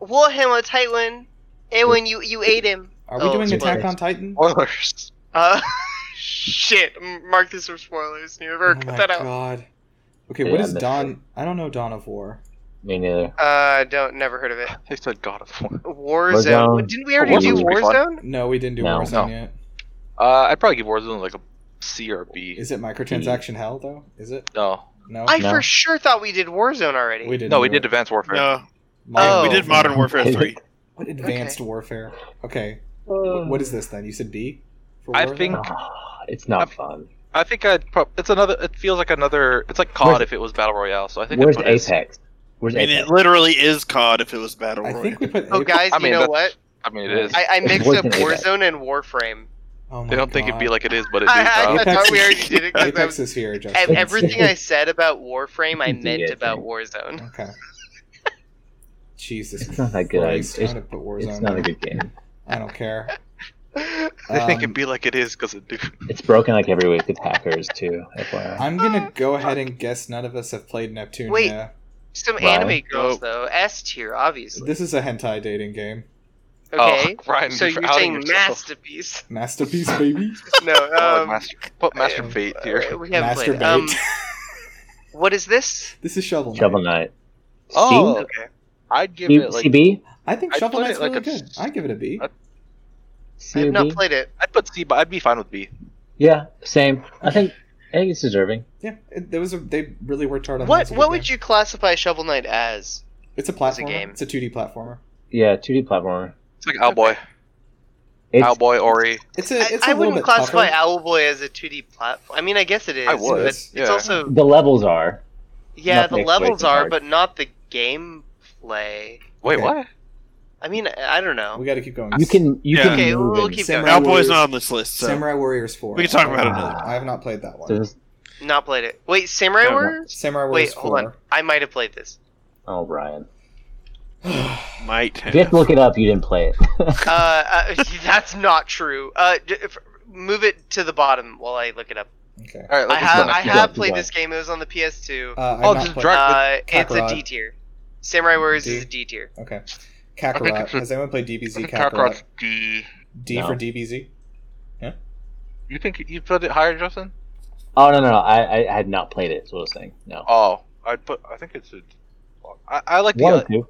Speaker 2: Warhammer Titan, Ewan, you you ate him.
Speaker 1: Are we
Speaker 2: Oh,
Speaker 1: doing
Speaker 2: spoilers.
Speaker 1: Attack on Titan?
Speaker 6: Spoilers.
Speaker 2: Uh, shit. m- Mark this for spoilers. Never
Speaker 1: Oh
Speaker 2: cut
Speaker 1: my
Speaker 2: that out.
Speaker 1: god. Okay,
Speaker 5: Yeah,
Speaker 1: what
Speaker 5: I
Speaker 1: is
Speaker 5: missed
Speaker 1: Dawn... I don't know Dawn of War.
Speaker 5: Me neither.
Speaker 2: Uh, don't never heard of it.
Speaker 6: They said God of War.
Speaker 2: Warzone.
Speaker 5: Warzone.
Speaker 2: Didn't we already
Speaker 5: Warzone's
Speaker 2: do
Speaker 6: pretty fun.
Speaker 2: Warzone?
Speaker 1: No, we didn't do
Speaker 5: No.
Speaker 1: Warzone
Speaker 6: No.
Speaker 1: yet.
Speaker 6: Uh, I'd probably give Warzone like a C or a B.
Speaker 1: Is it microtransaction hell, though? Is it?
Speaker 6: no.
Speaker 1: No?
Speaker 2: I
Speaker 5: No.
Speaker 2: for sure thought we did Warzone already.
Speaker 1: we didn't
Speaker 6: No, we
Speaker 1: do
Speaker 6: did
Speaker 1: it.
Speaker 6: Advanced Warfare.
Speaker 4: No,
Speaker 2: Oh.
Speaker 4: we did Modern Warfare three.
Speaker 1: What advanced warfare? Okay. Wh- What is this then? You said B? For
Speaker 6: I
Speaker 1: Warzone?
Speaker 6: think-
Speaker 5: Ah, it's not fun.
Speaker 6: I think I'd. Pro- it's another. It feels like another. It's like COD
Speaker 5: Where's-
Speaker 6: if it was battle royale. So I think. I'd
Speaker 5: Where's
Speaker 6: put it as-
Speaker 5: Apex? Where's
Speaker 4: I mean, it
Speaker 5: Apex?
Speaker 4: literally is COD if it was battle
Speaker 1: I
Speaker 4: royale.
Speaker 1: think we put.
Speaker 2: Oh, guys,
Speaker 6: I mean,
Speaker 2: you know
Speaker 6: that's-
Speaker 2: what?
Speaker 6: I mean, it is.
Speaker 2: I, I mixed
Speaker 5: Wasn't
Speaker 2: up
Speaker 5: it bad?
Speaker 2: Warzone and Warframe.
Speaker 1: Oh my
Speaker 6: They don't think it'd be
Speaker 1: God.
Speaker 6: like it is, but it is.
Speaker 2: I, I
Speaker 6: uh,
Speaker 1: Apex
Speaker 2: thought we
Speaker 1: is-
Speaker 2: already did it because I
Speaker 1: Apex
Speaker 2: was.
Speaker 1: is here, Justin.
Speaker 2: ev- Everything I said about Warframe, I
Speaker 5: You did
Speaker 2: meant
Speaker 5: it,
Speaker 2: about
Speaker 5: right?
Speaker 2: Warzone.
Speaker 1: Okay. Jesus.
Speaker 5: It's not that good.
Speaker 1: Christ, I'm
Speaker 5: It's-
Speaker 1: gonna put Warzone.
Speaker 5: It's not a
Speaker 1: in.
Speaker 5: good game.
Speaker 1: I don't care.
Speaker 6: They think
Speaker 1: Um,
Speaker 6: it'd be like it is because it do.
Speaker 5: It's broken like every week with hackers too. FYI.
Speaker 1: I'm gonna go ahead and guess none of us have played Neptunia.
Speaker 2: Wait. Some
Speaker 5: Ryan?
Speaker 2: anime girls, though. S tier, obviously.
Speaker 1: This is a hentai dating game.
Speaker 2: Okay.
Speaker 6: Oh, Ryan,
Speaker 2: so you're
Speaker 6: outing
Speaker 2: saying
Speaker 6: yourself.
Speaker 2: masterpiece?
Speaker 1: Masterpiece, baby.
Speaker 2: No,
Speaker 6: Oh, like
Speaker 2: um,
Speaker 6: master, put master
Speaker 2: um,
Speaker 6: fate here.
Speaker 2: we haven't played. it.
Speaker 1: Masturbate.
Speaker 2: Um, what is this?
Speaker 1: this is Shovel Knight.
Speaker 5: Shovel Knight. C?
Speaker 6: Oh,
Speaker 2: Okay.
Speaker 6: I'd give
Speaker 5: B-
Speaker 6: it like
Speaker 5: CB?
Speaker 1: I think
Speaker 6: I'd
Speaker 1: Shovel
Speaker 6: put
Speaker 1: Knight's
Speaker 6: it like
Speaker 1: really
Speaker 6: a-
Speaker 1: good. I give it a B.
Speaker 6: I'd-
Speaker 5: C
Speaker 2: I
Speaker 5: or
Speaker 2: have not
Speaker 5: B?
Speaker 2: played it.
Speaker 6: I'd put C, but I'd be fine with B.
Speaker 5: Yeah, same. I think I think it's deserving.
Speaker 1: Yeah, it, there was a, they really worked hard on
Speaker 2: What What would you classify Shovel Knight as?
Speaker 1: It's a platformer.
Speaker 2: a game.
Speaker 1: It's a 2D platformer.
Speaker 5: yeah, 2D platformer.
Speaker 6: It's like Owlboy,
Speaker 5: It's,
Speaker 6: Owlboy, Ori.
Speaker 1: It's a.
Speaker 2: I,
Speaker 1: It's a
Speaker 2: I
Speaker 1: little bit
Speaker 2: wouldn't classify
Speaker 1: tougher.
Speaker 2: Owlboy as a 2D platform. I mean, I guess it is.
Speaker 6: I would,
Speaker 2: But it's
Speaker 6: yeah.
Speaker 2: also
Speaker 5: the levels are.
Speaker 2: yeah,
Speaker 5: That
Speaker 2: the
Speaker 5: makes
Speaker 2: levels
Speaker 5: way too
Speaker 2: are,
Speaker 5: hard.
Speaker 2: but not the gameplay.
Speaker 6: Wait,
Speaker 1: Okay.
Speaker 6: what?
Speaker 2: I mean, I I don't know.
Speaker 1: We got to keep going.
Speaker 5: You can you
Speaker 4: Yeah.
Speaker 5: can
Speaker 2: Okay,
Speaker 5: move
Speaker 2: we'll
Speaker 5: in
Speaker 2: keep
Speaker 5: sim-
Speaker 2: going.
Speaker 4: Owlboy's not on this list, so
Speaker 1: Samurai Warriors Four. Ah,
Speaker 4: We can talk about it another
Speaker 1: I have not played that one.
Speaker 5: so just-
Speaker 2: Not played it. Wait, Samurai
Speaker 5: Yeah,
Speaker 2: Warriors?
Speaker 1: Samurai
Speaker 2: Wait,
Speaker 1: Warriors
Speaker 2: hold on. I might have played this.
Speaker 5: Oh, Brian.
Speaker 1: Four.
Speaker 4: might
Speaker 5: If you have
Speaker 4: have.
Speaker 5: to look it up, you didn't play it.
Speaker 2: Uh, uh, that's not true. Uh, j- if, move it to the bottom while I look it up.
Speaker 1: okay.
Speaker 6: All right,
Speaker 2: I
Speaker 6: look
Speaker 2: have I
Speaker 5: Keep
Speaker 2: have
Speaker 5: going,
Speaker 2: played
Speaker 5: keep
Speaker 2: this game. It was on the PS2.
Speaker 1: Uh, I've
Speaker 6: Oh,
Speaker 1: not
Speaker 6: just
Speaker 1: played-
Speaker 6: drag-
Speaker 2: Uh, it's a
Speaker 1: Kakarot.
Speaker 2: D tier. Samurai Warriors
Speaker 1: D?
Speaker 2: is a D tier.
Speaker 1: Okay.
Speaker 6: think
Speaker 1: Kakarot.
Speaker 6: it's a-
Speaker 1: Has anyone played DBZ Kakarot?
Speaker 6: Kakarot's D.
Speaker 1: D
Speaker 5: No.
Speaker 1: for DBZ.
Speaker 6: You think you put it higher, Justin?
Speaker 5: oh no no, no. I, I had not played it. Is what I was saying. No.
Speaker 6: Oh, I'd put. I think it's a. I, I like the
Speaker 5: One
Speaker 6: uh,
Speaker 5: or two.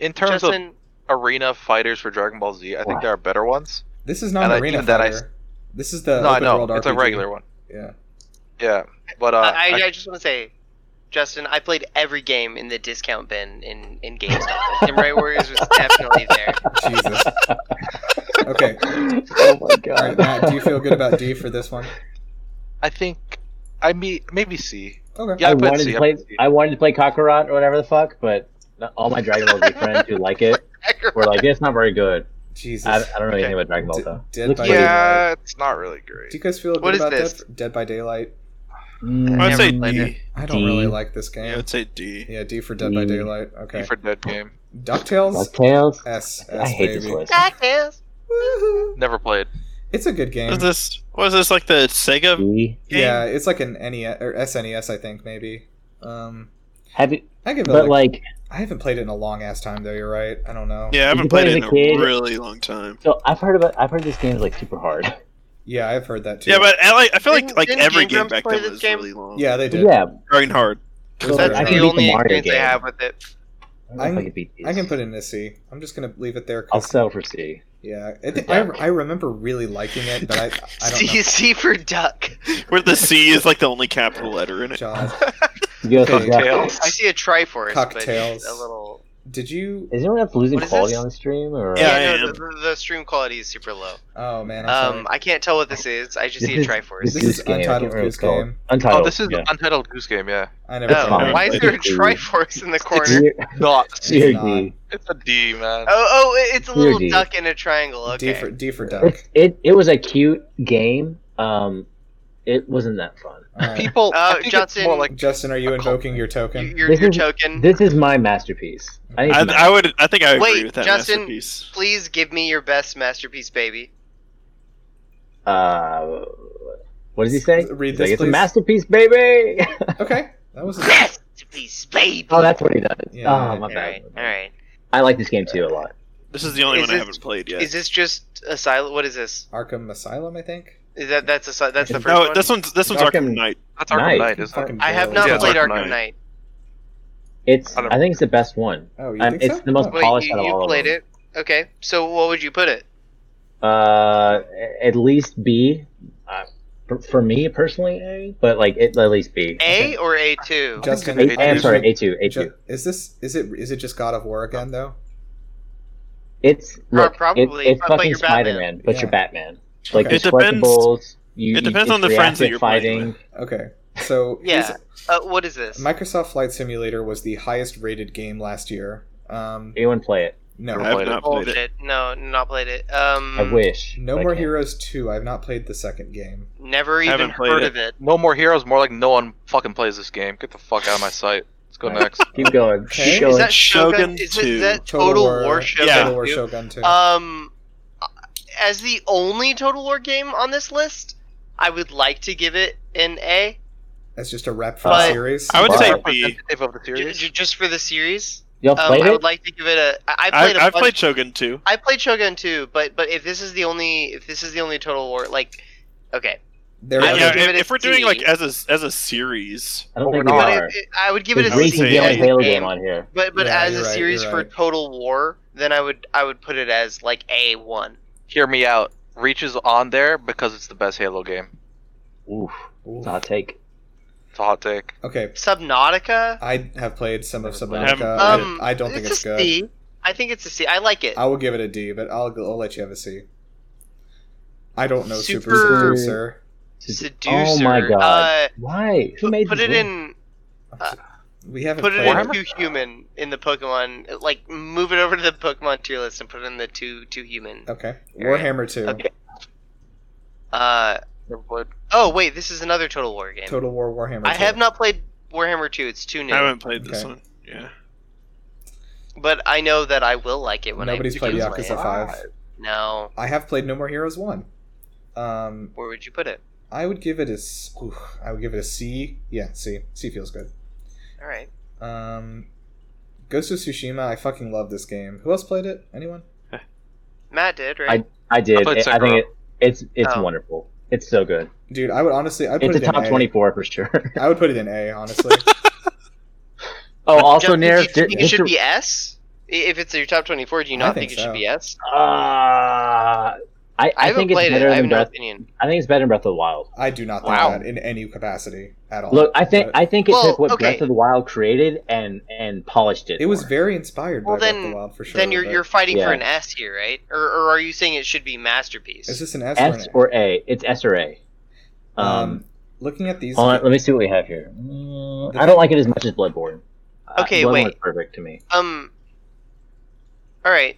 Speaker 6: in terms
Speaker 2: Justin,
Speaker 6: of arena fighters for Dragon Ball Z. I think
Speaker 5: Wow.
Speaker 6: there are better ones.
Speaker 1: This is not
Speaker 6: And I-
Speaker 1: an arena
Speaker 6: even that I-
Speaker 1: fighter. This is the
Speaker 6: no, I
Speaker 1: open
Speaker 6: know
Speaker 1: world
Speaker 6: it's a
Speaker 1: RPG.
Speaker 6: regular one.
Speaker 1: Yeah.
Speaker 6: Yeah, but uh,
Speaker 2: I,
Speaker 6: I-
Speaker 2: I, I just want to say, Justin, I played every game in the discount bin in in GameStop. Samurai Warriors was definitely there.
Speaker 1: Jesus. Okay.
Speaker 5: oh my
Speaker 1: All right,
Speaker 5: god.
Speaker 1: Matt. Do you feel good about D for this one?
Speaker 6: I think I mean maybe C.
Speaker 1: Okay.
Speaker 6: Yeah,
Speaker 5: I
Speaker 6: I put
Speaker 5: wanted
Speaker 6: C,
Speaker 5: to
Speaker 6: I
Speaker 5: play.
Speaker 6: put C.
Speaker 5: I wanted to play Kakarot or whatever the fuck, but not all my Dragon Ball Z friends who like it were like, "It's not very good."
Speaker 1: Jesus.
Speaker 5: I, I don't know
Speaker 6: Okay.
Speaker 5: anything about Dragon Ball
Speaker 1: D-
Speaker 5: though.
Speaker 1: Dead
Speaker 5: Looks
Speaker 1: by
Speaker 5: like-
Speaker 1: Daylight.
Speaker 6: Yeah, it's not really
Speaker 1: Do you
Speaker 6: great.
Speaker 1: guys feel
Speaker 2: What
Speaker 1: good
Speaker 2: is
Speaker 1: about
Speaker 2: this?
Speaker 1: Dead, Dead by Daylight?
Speaker 5: Mm,
Speaker 4: I'd say
Speaker 5: never-
Speaker 4: D.
Speaker 1: I don't
Speaker 5: D.
Speaker 1: really like this game.
Speaker 4: Yeah, I'd say D.
Speaker 1: Yeah, D for Dead by
Speaker 5: D.
Speaker 1: Daylight. Okay.
Speaker 6: You for Dead Game.
Speaker 1: DuckTales?
Speaker 5: DuckTales.
Speaker 1: S. S,
Speaker 5: I hate
Speaker 1: baby.
Speaker 5: this list.
Speaker 2: DuckTales.
Speaker 1: Woohoo.
Speaker 6: Never played.
Speaker 1: It's a good game.
Speaker 4: Is this was this like the Sega?
Speaker 5: D.
Speaker 4: game?
Speaker 1: Yeah, it's like an NES or SNES, I think maybe. Um,
Speaker 5: Have you,
Speaker 1: I give it.
Speaker 5: but
Speaker 1: like,
Speaker 5: like,
Speaker 1: I haven't played it in a long ass time though. You're right. I don't know.
Speaker 4: Yeah, I haven't
Speaker 5: play
Speaker 4: played it in
Speaker 5: as a
Speaker 4: a
Speaker 5: kid?
Speaker 4: really long time.
Speaker 5: so I've heard about. I've heard this game is like super hard.
Speaker 1: Yeah, I've heard that too.
Speaker 4: Yeah, but I, like, I feel like
Speaker 2: Didn't-
Speaker 4: like
Speaker 2: didn't
Speaker 4: every
Speaker 2: Game
Speaker 4: game
Speaker 2: Grumps
Speaker 4: back
Speaker 2: play
Speaker 4: then
Speaker 2: this
Speaker 4: was
Speaker 2: game?
Speaker 4: really long.
Speaker 1: yeah, they did.
Speaker 5: yeah,
Speaker 4: Growing hard.
Speaker 1: Those
Speaker 2: That's
Speaker 1: are-
Speaker 5: I
Speaker 2: the
Speaker 5: can beat
Speaker 2: only
Speaker 5: the Mario
Speaker 2: experience I
Speaker 5: game.
Speaker 2: have with it.
Speaker 5: I don't know if
Speaker 1: I'm-
Speaker 5: I could beat these.
Speaker 1: I can put in a C. I'm just gonna leave it there. 'cause-
Speaker 5: I'll sell for C.
Speaker 1: Yeah, I, think I, I remember really liking it, but I I don't
Speaker 2: C,
Speaker 1: know.
Speaker 2: C for duck.
Speaker 4: Where the C is like the only capital letter in it.
Speaker 1: Jaws.
Speaker 5: You go with the
Speaker 1: Cocktail.
Speaker 5: Jack-
Speaker 2: I see a Triforce, but
Speaker 1: Cocktails.
Speaker 2: it's a little.
Speaker 1: Did you?
Speaker 5: Is anyone else losing
Speaker 2: What is
Speaker 5: quality
Speaker 2: this?
Speaker 5: on the stream? Or
Speaker 4: Yeah,
Speaker 2: Yeah,
Speaker 4: I
Speaker 2: no,
Speaker 4: am.
Speaker 2: the, the- the stream quality is super low.
Speaker 1: Oh man, I'm
Speaker 2: Um,
Speaker 1: sorry.
Speaker 2: I can't tell what this is. I just
Speaker 5: This
Speaker 2: see a
Speaker 5: is-
Speaker 2: Triforce.
Speaker 5: This,
Speaker 1: This
Speaker 5: Goose
Speaker 1: is
Speaker 5: game. I can't
Speaker 1: Untitled
Speaker 5: remember what it's
Speaker 1: Goose
Speaker 5: called.
Speaker 1: Game.
Speaker 5: Untitled.
Speaker 6: Oh, this is
Speaker 5: yeah.
Speaker 6: Untitled Goose Game. Yeah,
Speaker 1: I never.
Speaker 5: That's
Speaker 2: Oh,
Speaker 1: played
Speaker 5: fine.
Speaker 1: it.
Speaker 2: why is there a
Speaker 5: It's-
Speaker 2: Triforce in the corner?
Speaker 5: You're-
Speaker 6: not.
Speaker 5: you're
Speaker 1: not.
Speaker 5: D.
Speaker 6: It's a D, man.
Speaker 2: Oh, oh, it's a
Speaker 5: Here,
Speaker 2: little
Speaker 5: D.
Speaker 2: duck in a triangle. Okay.
Speaker 1: D for D for duck.
Speaker 5: It's, it it was a cute game. Um, it wasn't that fun.
Speaker 1: All right.
Speaker 6: People, I
Speaker 2: Uh,
Speaker 6: think it's
Speaker 2: Justin-
Speaker 6: more like
Speaker 1: Justin, are you invoking your
Speaker 2: Your,
Speaker 1: token?
Speaker 2: your,
Speaker 5: This
Speaker 2: your
Speaker 5: is-
Speaker 2: token.
Speaker 5: This is my masterpiece. I, need
Speaker 4: I,
Speaker 5: some
Speaker 4: I would. I think I agree
Speaker 2: Wait,
Speaker 4: with that
Speaker 2: Justin-
Speaker 4: masterpiece.
Speaker 2: Please give me your best masterpiece, baby.
Speaker 5: ma- uh, what does he say?
Speaker 1: Read
Speaker 5: He's like,
Speaker 1: this,
Speaker 5: it's a
Speaker 1: please."
Speaker 5: masterpiece, baby.
Speaker 1: Okay, that was. A,
Speaker 2: Masterpiece, baby.
Speaker 5: oh, that's what he does.
Speaker 1: Yeah.
Speaker 5: oh, my
Speaker 2: all right,
Speaker 5: bad.
Speaker 2: all right.
Speaker 5: I like this game too a lot.
Speaker 4: This is the only
Speaker 2: Is
Speaker 4: one I
Speaker 2: this-
Speaker 4: haven't played yet.
Speaker 2: Is this just asylum? What is this?
Speaker 1: Arkham Asylum, I think.
Speaker 2: Is that that's a, that's the first
Speaker 4: no,
Speaker 2: one.
Speaker 4: this one's this one's
Speaker 5: Arkham-
Speaker 4: Arkham Knight.
Speaker 6: that's Arkham
Speaker 5: Nice.
Speaker 6: Knight, isn't it?
Speaker 1: Fucking
Speaker 2: I have
Speaker 1: barely.
Speaker 2: not
Speaker 6: Yeah,
Speaker 2: played
Speaker 6: Arkham
Speaker 2: Arkham
Speaker 6: Knight.
Speaker 2: Knight.
Speaker 5: It's.
Speaker 6: I
Speaker 5: I,
Speaker 6: don't-
Speaker 5: think it's the best one.
Speaker 1: Oh, you
Speaker 5: Um,
Speaker 1: think
Speaker 5: it's
Speaker 1: so?
Speaker 5: the most
Speaker 1: Oh.
Speaker 2: Wait,
Speaker 5: polished out
Speaker 2: you,
Speaker 5: of
Speaker 2: you
Speaker 5: all
Speaker 2: played
Speaker 5: of them.
Speaker 2: it? Okay, so what would you put it?
Speaker 5: Uh, at least B. Uh, for, for me personally, A. But like, it, at least B.
Speaker 2: A or A two?
Speaker 1: Oh. Justin,
Speaker 5: A, I'm
Speaker 1: you-
Speaker 5: sorry, A two, A
Speaker 1: Ju-
Speaker 5: two.
Speaker 1: is this is it is it just God of War again though?
Speaker 5: It's look, it-
Speaker 2: probably,
Speaker 5: it's
Speaker 2: but- but
Speaker 5: fucking
Speaker 2: you're Batman.
Speaker 5: Spider Man, but
Speaker 1: Yeah.
Speaker 5: you're Batman. Like
Speaker 1: Okay.
Speaker 5: okay.
Speaker 4: It depends-
Speaker 5: You,
Speaker 4: it depends
Speaker 5: you,
Speaker 4: on the friends that
Speaker 5: reactive
Speaker 4: you're playing
Speaker 5: fighting.
Speaker 1: Okay, so
Speaker 2: Yeah.
Speaker 1: here's-
Speaker 2: Uh, what is this?
Speaker 1: Microsoft Flight Simulator was the highest rated game last year. Um,
Speaker 5: Anyone play it?
Speaker 1: no,
Speaker 6: Never
Speaker 4: I have
Speaker 6: played it.
Speaker 4: not played it.
Speaker 2: Bullshit. No, not played it. Um,
Speaker 5: I wish.
Speaker 1: No
Speaker 5: but I
Speaker 1: More
Speaker 5: can't.
Speaker 1: Heroes Two. I've not played the second game.
Speaker 2: Never even
Speaker 4: Haven't played
Speaker 2: heard
Speaker 4: it.
Speaker 2: of it.
Speaker 6: No more heroes. More like no one fucking plays this game. Get the fuck out of my sight. Let's go
Speaker 5: Alright.
Speaker 6: next.
Speaker 5: Keep going.
Speaker 1: Okay.
Speaker 5: Keep
Speaker 1: Is
Speaker 2: Is
Speaker 5: going.
Speaker 2: that Shogun?
Speaker 4: Shogun
Speaker 2: Is, that-
Speaker 4: 2.
Speaker 2: is that Total War, Shogun?
Speaker 4: Yeah.
Speaker 1: Total War
Speaker 2: 2?
Speaker 1: Shogun Two.
Speaker 2: Um, as the only Total War game on this list, I would like to give it an A,
Speaker 1: That's just a rep for
Speaker 2: but-
Speaker 1: the series.
Speaker 4: I would
Speaker 5: Wow.
Speaker 4: say B.
Speaker 6: Representative of the
Speaker 2: j-
Speaker 6: series.
Speaker 2: j- just for the series.
Speaker 5: Y'all
Speaker 2: Um,
Speaker 5: played
Speaker 2: I
Speaker 5: it?
Speaker 2: would like to give it a. I, I
Speaker 4: I,
Speaker 2: played a
Speaker 4: I've
Speaker 2: bunch-
Speaker 4: played Shogun too.
Speaker 2: I played Shogun too, but but if this is the only if this is the only Total War, like, okay,
Speaker 1: There
Speaker 2: I
Speaker 1: are
Speaker 2: would
Speaker 4: Yeah,
Speaker 2: give
Speaker 4: if,
Speaker 2: it a
Speaker 4: if we're
Speaker 2: C.
Speaker 4: doing like as a as a series,
Speaker 5: I don't think
Speaker 6: But
Speaker 5: we
Speaker 2: but
Speaker 5: are.
Speaker 2: it, it- I would give it a
Speaker 5: There's
Speaker 2: C
Speaker 5: recent
Speaker 4: Reese's
Speaker 2: as
Speaker 5: Yellow
Speaker 2: a
Speaker 5: Halo
Speaker 2: game,
Speaker 5: game on here.
Speaker 2: but but
Speaker 1: Yeah,
Speaker 2: as
Speaker 1: you're
Speaker 2: a
Speaker 1: right,
Speaker 2: series
Speaker 1: you're
Speaker 2: for
Speaker 1: right.
Speaker 2: Total War, then I would I would put it as like A one.
Speaker 6: Hear me out. Reach is on there because it's the best Halo game.
Speaker 5: Oof,
Speaker 1: Ooh.
Speaker 5: it's a hot take.
Speaker 6: It's a hot take.
Speaker 1: Okay,
Speaker 2: Subnautica.
Speaker 1: I have played some of
Speaker 5: Never
Speaker 1: Subnautica.
Speaker 4: played it.
Speaker 1: Uh, I-
Speaker 2: Um,
Speaker 1: I don't think it's
Speaker 2: a
Speaker 1: good.
Speaker 2: C. I I think it's a C. I like it.
Speaker 1: I will give it a D, but I'll, I'll let you have a C. I don't know Super,
Speaker 2: Super-
Speaker 1: Seducer.
Speaker 2: Seducer.
Speaker 5: Oh my god!
Speaker 2: Uh,
Speaker 5: Why? Who
Speaker 2: put-
Speaker 5: made
Speaker 2: put
Speaker 5: this
Speaker 2: it
Speaker 5: rule?
Speaker 2: in
Speaker 1: We haven't
Speaker 2: Uh, put it
Speaker 1: played
Speaker 2: in two human in the Pokemon. Like move it over to the Pokemon tier list and put it in the two two human.
Speaker 1: Okay.
Speaker 2: Alright.
Speaker 1: Warhammer 2.
Speaker 2: Okay.
Speaker 1: Oh.
Speaker 2: Uh
Speaker 6: Never played.
Speaker 2: oh wait, this is another Total War game.
Speaker 1: Total War Warhammer 2.
Speaker 2: I have not played Warhammer 2. It's too new.
Speaker 4: I haven't played this
Speaker 1: Okay.
Speaker 4: one. Yeah.
Speaker 2: But I know that I will like it when
Speaker 1: Nobody's
Speaker 2: I
Speaker 1: played
Speaker 2: do
Speaker 1: Yakuza
Speaker 2: play it.
Speaker 1: 5.
Speaker 2: No.
Speaker 1: I have played No More Heroes 1. Um,
Speaker 2: Where would you put it?
Speaker 1: I would give it a s- oof, I would give it a C. Yeah, C. C feels good.
Speaker 2: All right.
Speaker 1: Um, Ghost of Tsushima, I fucking love this game. Who else played it? Anyone?
Speaker 2: Matt did, right?
Speaker 5: I
Speaker 6: I
Speaker 5: did.
Speaker 6: played
Speaker 5: I, I think
Speaker 6: Sekiro.
Speaker 5: it, it's it's
Speaker 2: Oh.
Speaker 5: wonderful. It's so good.
Speaker 1: Dude, I would honestly I'd put
Speaker 5: It's a
Speaker 1: it in
Speaker 5: top
Speaker 1: A.
Speaker 5: twenty four for sure.
Speaker 1: I would put it in A, honestly.
Speaker 5: oh, also
Speaker 2: Justin, do
Speaker 5: Nair.
Speaker 2: you think it should be S? I- If it's your top 24, do you
Speaker 1: I
Speaker 2: not
Speaker 1: think
Speaker 2: think, it
Speaker 1: so.
Speaker 2: should be S?
Speaker 5: uh, I, I,
Speaker 2: I haven't
Speaker 5: think it's
Speaker 2: played it.
Speaker 5: better
Speaker 2: I have
Speaker 5: than
Speaker 2: no
Speaker 5: Breath.
Speaker 2: opinion.
Speaker 5: I think it's better than Breath of the Wild.
Speaker 1: I do not think
Speaker 2: Wow.
Speaker 1: that in any capacity at all.
Speaker 5: Look, I think
Speaker 1: But
Speaker 5: I think it
Speaker 2: Well,
Speaker 5: took what
Speaker 2: okay.
Speaker 5: Breath of the Wild created and and polished it.
Speaker 1: it was
Speaker 5: more.
Speaker 1: very inspired by
Speaker 2: Well,
Speaker 1: Breath of
Speaker 2: then-
Speaker 1: the Wild for sure.
Speaker 2: then you're
Speaker 1: but
Speaker 2: you're fighting for
Speaker 5: Yeah.
Speaker 2: an S here, right? Or, or are you saying it should be masterpiece?
Speaker 1: is this an S,
Speaker 5: S
Speaker 1: or an
Speaker 5: or A. It's S or A.
Speaker 1: A?
Speaker 5: Um,
Speaker 1: Um, looking at these
Speaker 5: hold on, let me see what we have here. Mm,
Speaker 1: The
Speaker 5: I don't like it as much as Bloodborne. Uh,
Speaker 2: Okay,
Speaker 5: Bloodborne
Speaker 2: wait.
Speaker 5: is perfect to me.
Speaker 2: um. All right.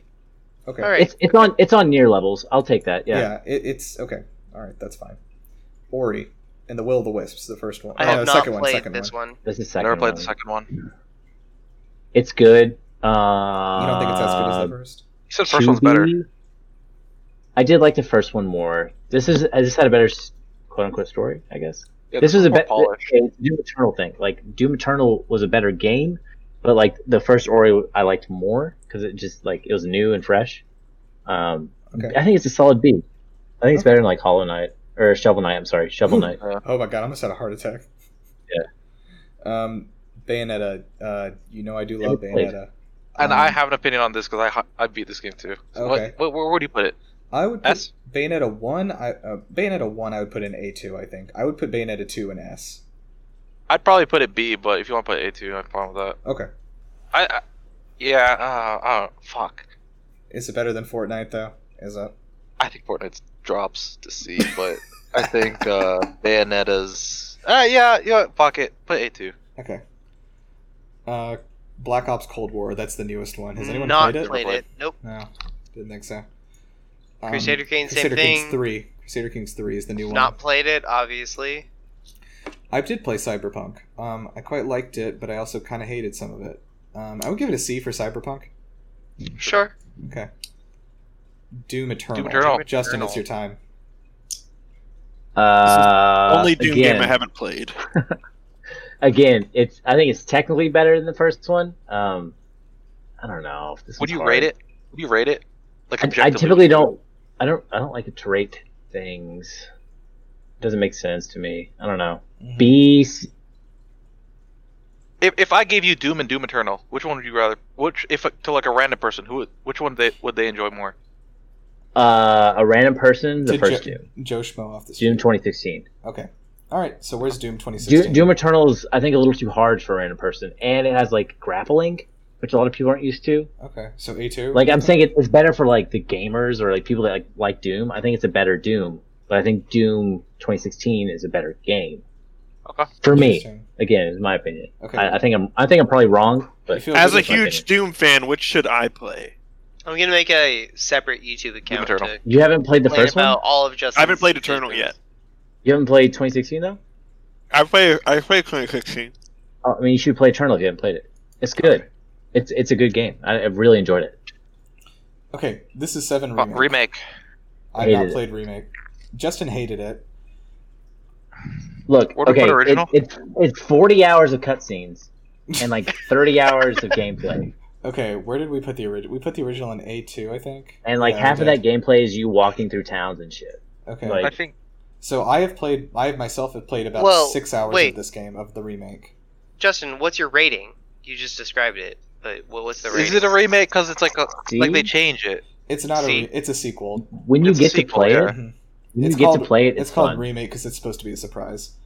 Speaker 1: Okay.
Speaker 2: All right.
Speaker 5: It's it's on it's on near levels. I'll take that. Yeah.
Speaker 1: Yeah, it, it's okay. All right, that's fine. Ori and the Will of the Wisps, the first one.
Speaker 2: I
Speaker 1: Oh,
Speaker 2: have
Speaker 1: no,
Speaker 2: not
Speaker 1: second one,
Speaker 2: played
Speaker 1: second
Speaker 2: this
Speaker 1: one.
Speaker 2: one.
Speaker 5: This is
Speaker 6: I
Speaker 5: second.
Speaker 6: never played
Speaker 5: one.
Speaker 6: the second one. You
Speaker 5: It's good. Uh,
Speaker 1: You don't think it's as good as the first?
Speaker 6: said first one's better.
Speaker 5: 2D? I did like the first one more. This is I just had a better s- quote unquote story, I guess.
Speaker 6: Yeah,
Speaker 5: this was a
Speaker 6: more
Speaker 5: better
Speaker 6: polished.
Speaker 5: Doom Eternal thing. Like Doom Eternal was a better game, but like the first Ori I liked more because it just like it was new and fresh. Um,
Speaker 1: Okay.
Speaker 5: I think it's a solid B. I think it's
Speaker 1: Okay.
Speaker 5: better than like Hollow Knight or Shovel Knight. I'm sorry, Shovel Knight.
Speaker 1: Oh my god, I almost had a heart attack. Yeah. Um, Bayonetta. Uh, you know I do love
Speaker 5: Never played.
Speaker 1: Bayonetta.
Speaker 5: uh,
Speaker 6: And
Speaker 1: Um,
Speaker 6: I have an opinion on this because I hu- I beat this game too. So
Speaker 1: Okay.
Speaker 6: What, where, where do you put it?
Speaker 1: I would put
Speaker 6: S?
Speaker 1: Bayonetta one. I uh, Bayonetta one. I would put in A two. I think I would put Bayonetta two in S.
Speaker 6: I'd probably put it B, but if you want to put A two, I have a problem with
Speaker 1: Okay.
Speaker 6: that. I, I yeah, uh, I don't, fuck.
Speaker 1: Is it better than Fortnite though? Is it?
Speaker 6: I think Fortnite drops to C, but I think uh, Bayonetta's. Uh, yeah, yeah, fuck it. Put A two.
Speaker 1: Okay. Uh, Black Ops Cold War. That's the newest one. Has anyone
Speaker 2: not
Speaker 1: played it?
Speaker 2: played it. Nope.
Speaker 1: No, didn't think so. Um,
Speaker 2: Crusader Kane, same
Speaker 1: Crusader
Speaker 2: thing.
Speaker 1: Kings three. Crusader Kings three is the new one.
Speaker 2: Not played it, obviously.
Speaker 1: I did play Cyberpunk. Um, I quite liked it, but I also kind of hated some of it. Um, I would give it a C for Cyberpunk.
Speaker 2: Sure.
Speaker 1: Okay. Doom Eternal.
Speaker 6: Doom Eternal.
Speaker 1: Justin,
Speaker 6: Eternal.
Speaker 1: it's your time.
Speaker 5: Uh,
Speaker 4: Only Doom
Speaker 5: again,
Speaker 4: game I haven't played.
Speaker 5: Again, it's I think it's technically better than the first one. Um, I don't know. if This
Speaker 6: Would
Speaker 5: is
Speaker 6: you
Speaker 5: hard.
Speaker 6: rate it? Would you rate it? Like
Speaker 5: I, I
Speaker 6: objectively?
Speaker 5: typically don't. I don't. I don't like to rate things. Doesn't make sense to me. I don't know.
Speaker 1: Mm-hmm.
Speaker 5: B. C-
Speaker 6: If, if I gave you Doom and Doom Eternal, which one would you rather? Which if to like a random person, who would- which one they would they enjoy more?
Speaker 5: Uh, a random person. The
Speaker 1: To
Speaker 5: first
Speaker 1: Ju-
Speaker 5: Doom.
Speaker 1: Joe Schmo off the
Speaker 5: Doom
Speaker 1: street.
Speaker 5: 2016.
Speaker 1: Okay. All right. So where's Doom
Speaker 5: Doom,
Speaker 1: 2016?
Speaker 5: Doom Eternal is I think a little too hard for a random person, and it has like grappling, which a lot of people aren't used to.
Speaker 1: okay. So A2.
Speaker 5: Like I'm saying, it, it's better for like the gamers or like people that like like Doom. I think it's a better Doom, but I think Doom 2016 is a better game.
Speaker 6: Okay.
Speaker 5: For me,
Speaker 1: Interesting.
Speaker 5: again, is my opinion.
Speaker 1: Okay.
Speaker 5: I, I think I'm. I think I'm probably wrong,
Speaker 1: You
Speaker 5: but
Speaker 1: feel
Speaker 4: As
Speaker 1: good
Speaker 4: a
Speaker 1: with my
Speaker 4: huge Doom fan, which should I play?
Speaker 2: I'm gonna make a separate YouTube account
Speaker 6: Eternal.
Speaker 2: to
Speaker 5: you haven't played the
Speaker 2: complain
Speaker 5: first one.
Speaker 2: about all of Justin's.
Speaker 4: I haven't played Eternal yet.
Speaker 5: You haven't played 2016 though.
Speaker 4: I play I play 2016.
Speaker 5: Oh, I mean, you should play Eternal if you haven't played it. It's good. It's it's a good game. I, I really enjoyed it.
Speaker 1: Okay. This is 7 Remake.
Speaker 6: Fuck, Oh, remake.
Speaker 1: I've not
Speaker 5: Hated it.
Speaker 1: played Remake. Justin hated it.
Speaker 5: Look,
Speaker 6: Where do we put
Speaker 5: okay, it-
Speaker 6: original?
Speaker 5: it's it's 40 hours of cutscenes and like 30 hours of gameplay,
Speaker 1: Okay. Where did we put the original? We put the original in A2, I think.
Speaker 5: and like
Speaker 1: Yeah,
Speaker 5: half
Speaker 1: we
Speaker 5: of that
Speaker 1: did.
Speaker 5: gameplay is you walking through towns and shit.
Speaker 1: Okay.
Speaker 5: like-
Speaker 6: I think
Speaker 1: so I have played. I have myself have played about
Speaker 2: Well,
Speaker 1: six hours
Speaker 2: wait.
Speaker 1: of this game of the remake.
Speaker 2: Justin, what's your rating? You just described it, but what was the rating?
Speaker 6: is it a remake because it's like a,
Speaker 5: See?
Speaker 6: like they change it?
Speaker 1: It's not a.
Speaker 6: See.
Speaker 1: Re- it's a sequel.
Speaker 5: when you
Speaker 6: It's a
Speaker 5: get
Speaker 6: sequel,
Speaker 5: to play
Speaker 6: yeah.
Speaker 5: it,
Speaker 1: Mhm.
Speaker 5: when
Speaker 1: It's
Speaker 5: you get
Speaker 1: called-
Speaker 5: to play it,
Speaker 1: It's,
Speaker 5: it's,
Speaker 1: called
Speaker 5: fun.
Speaker 1: remake because it's supposed to be a surprise.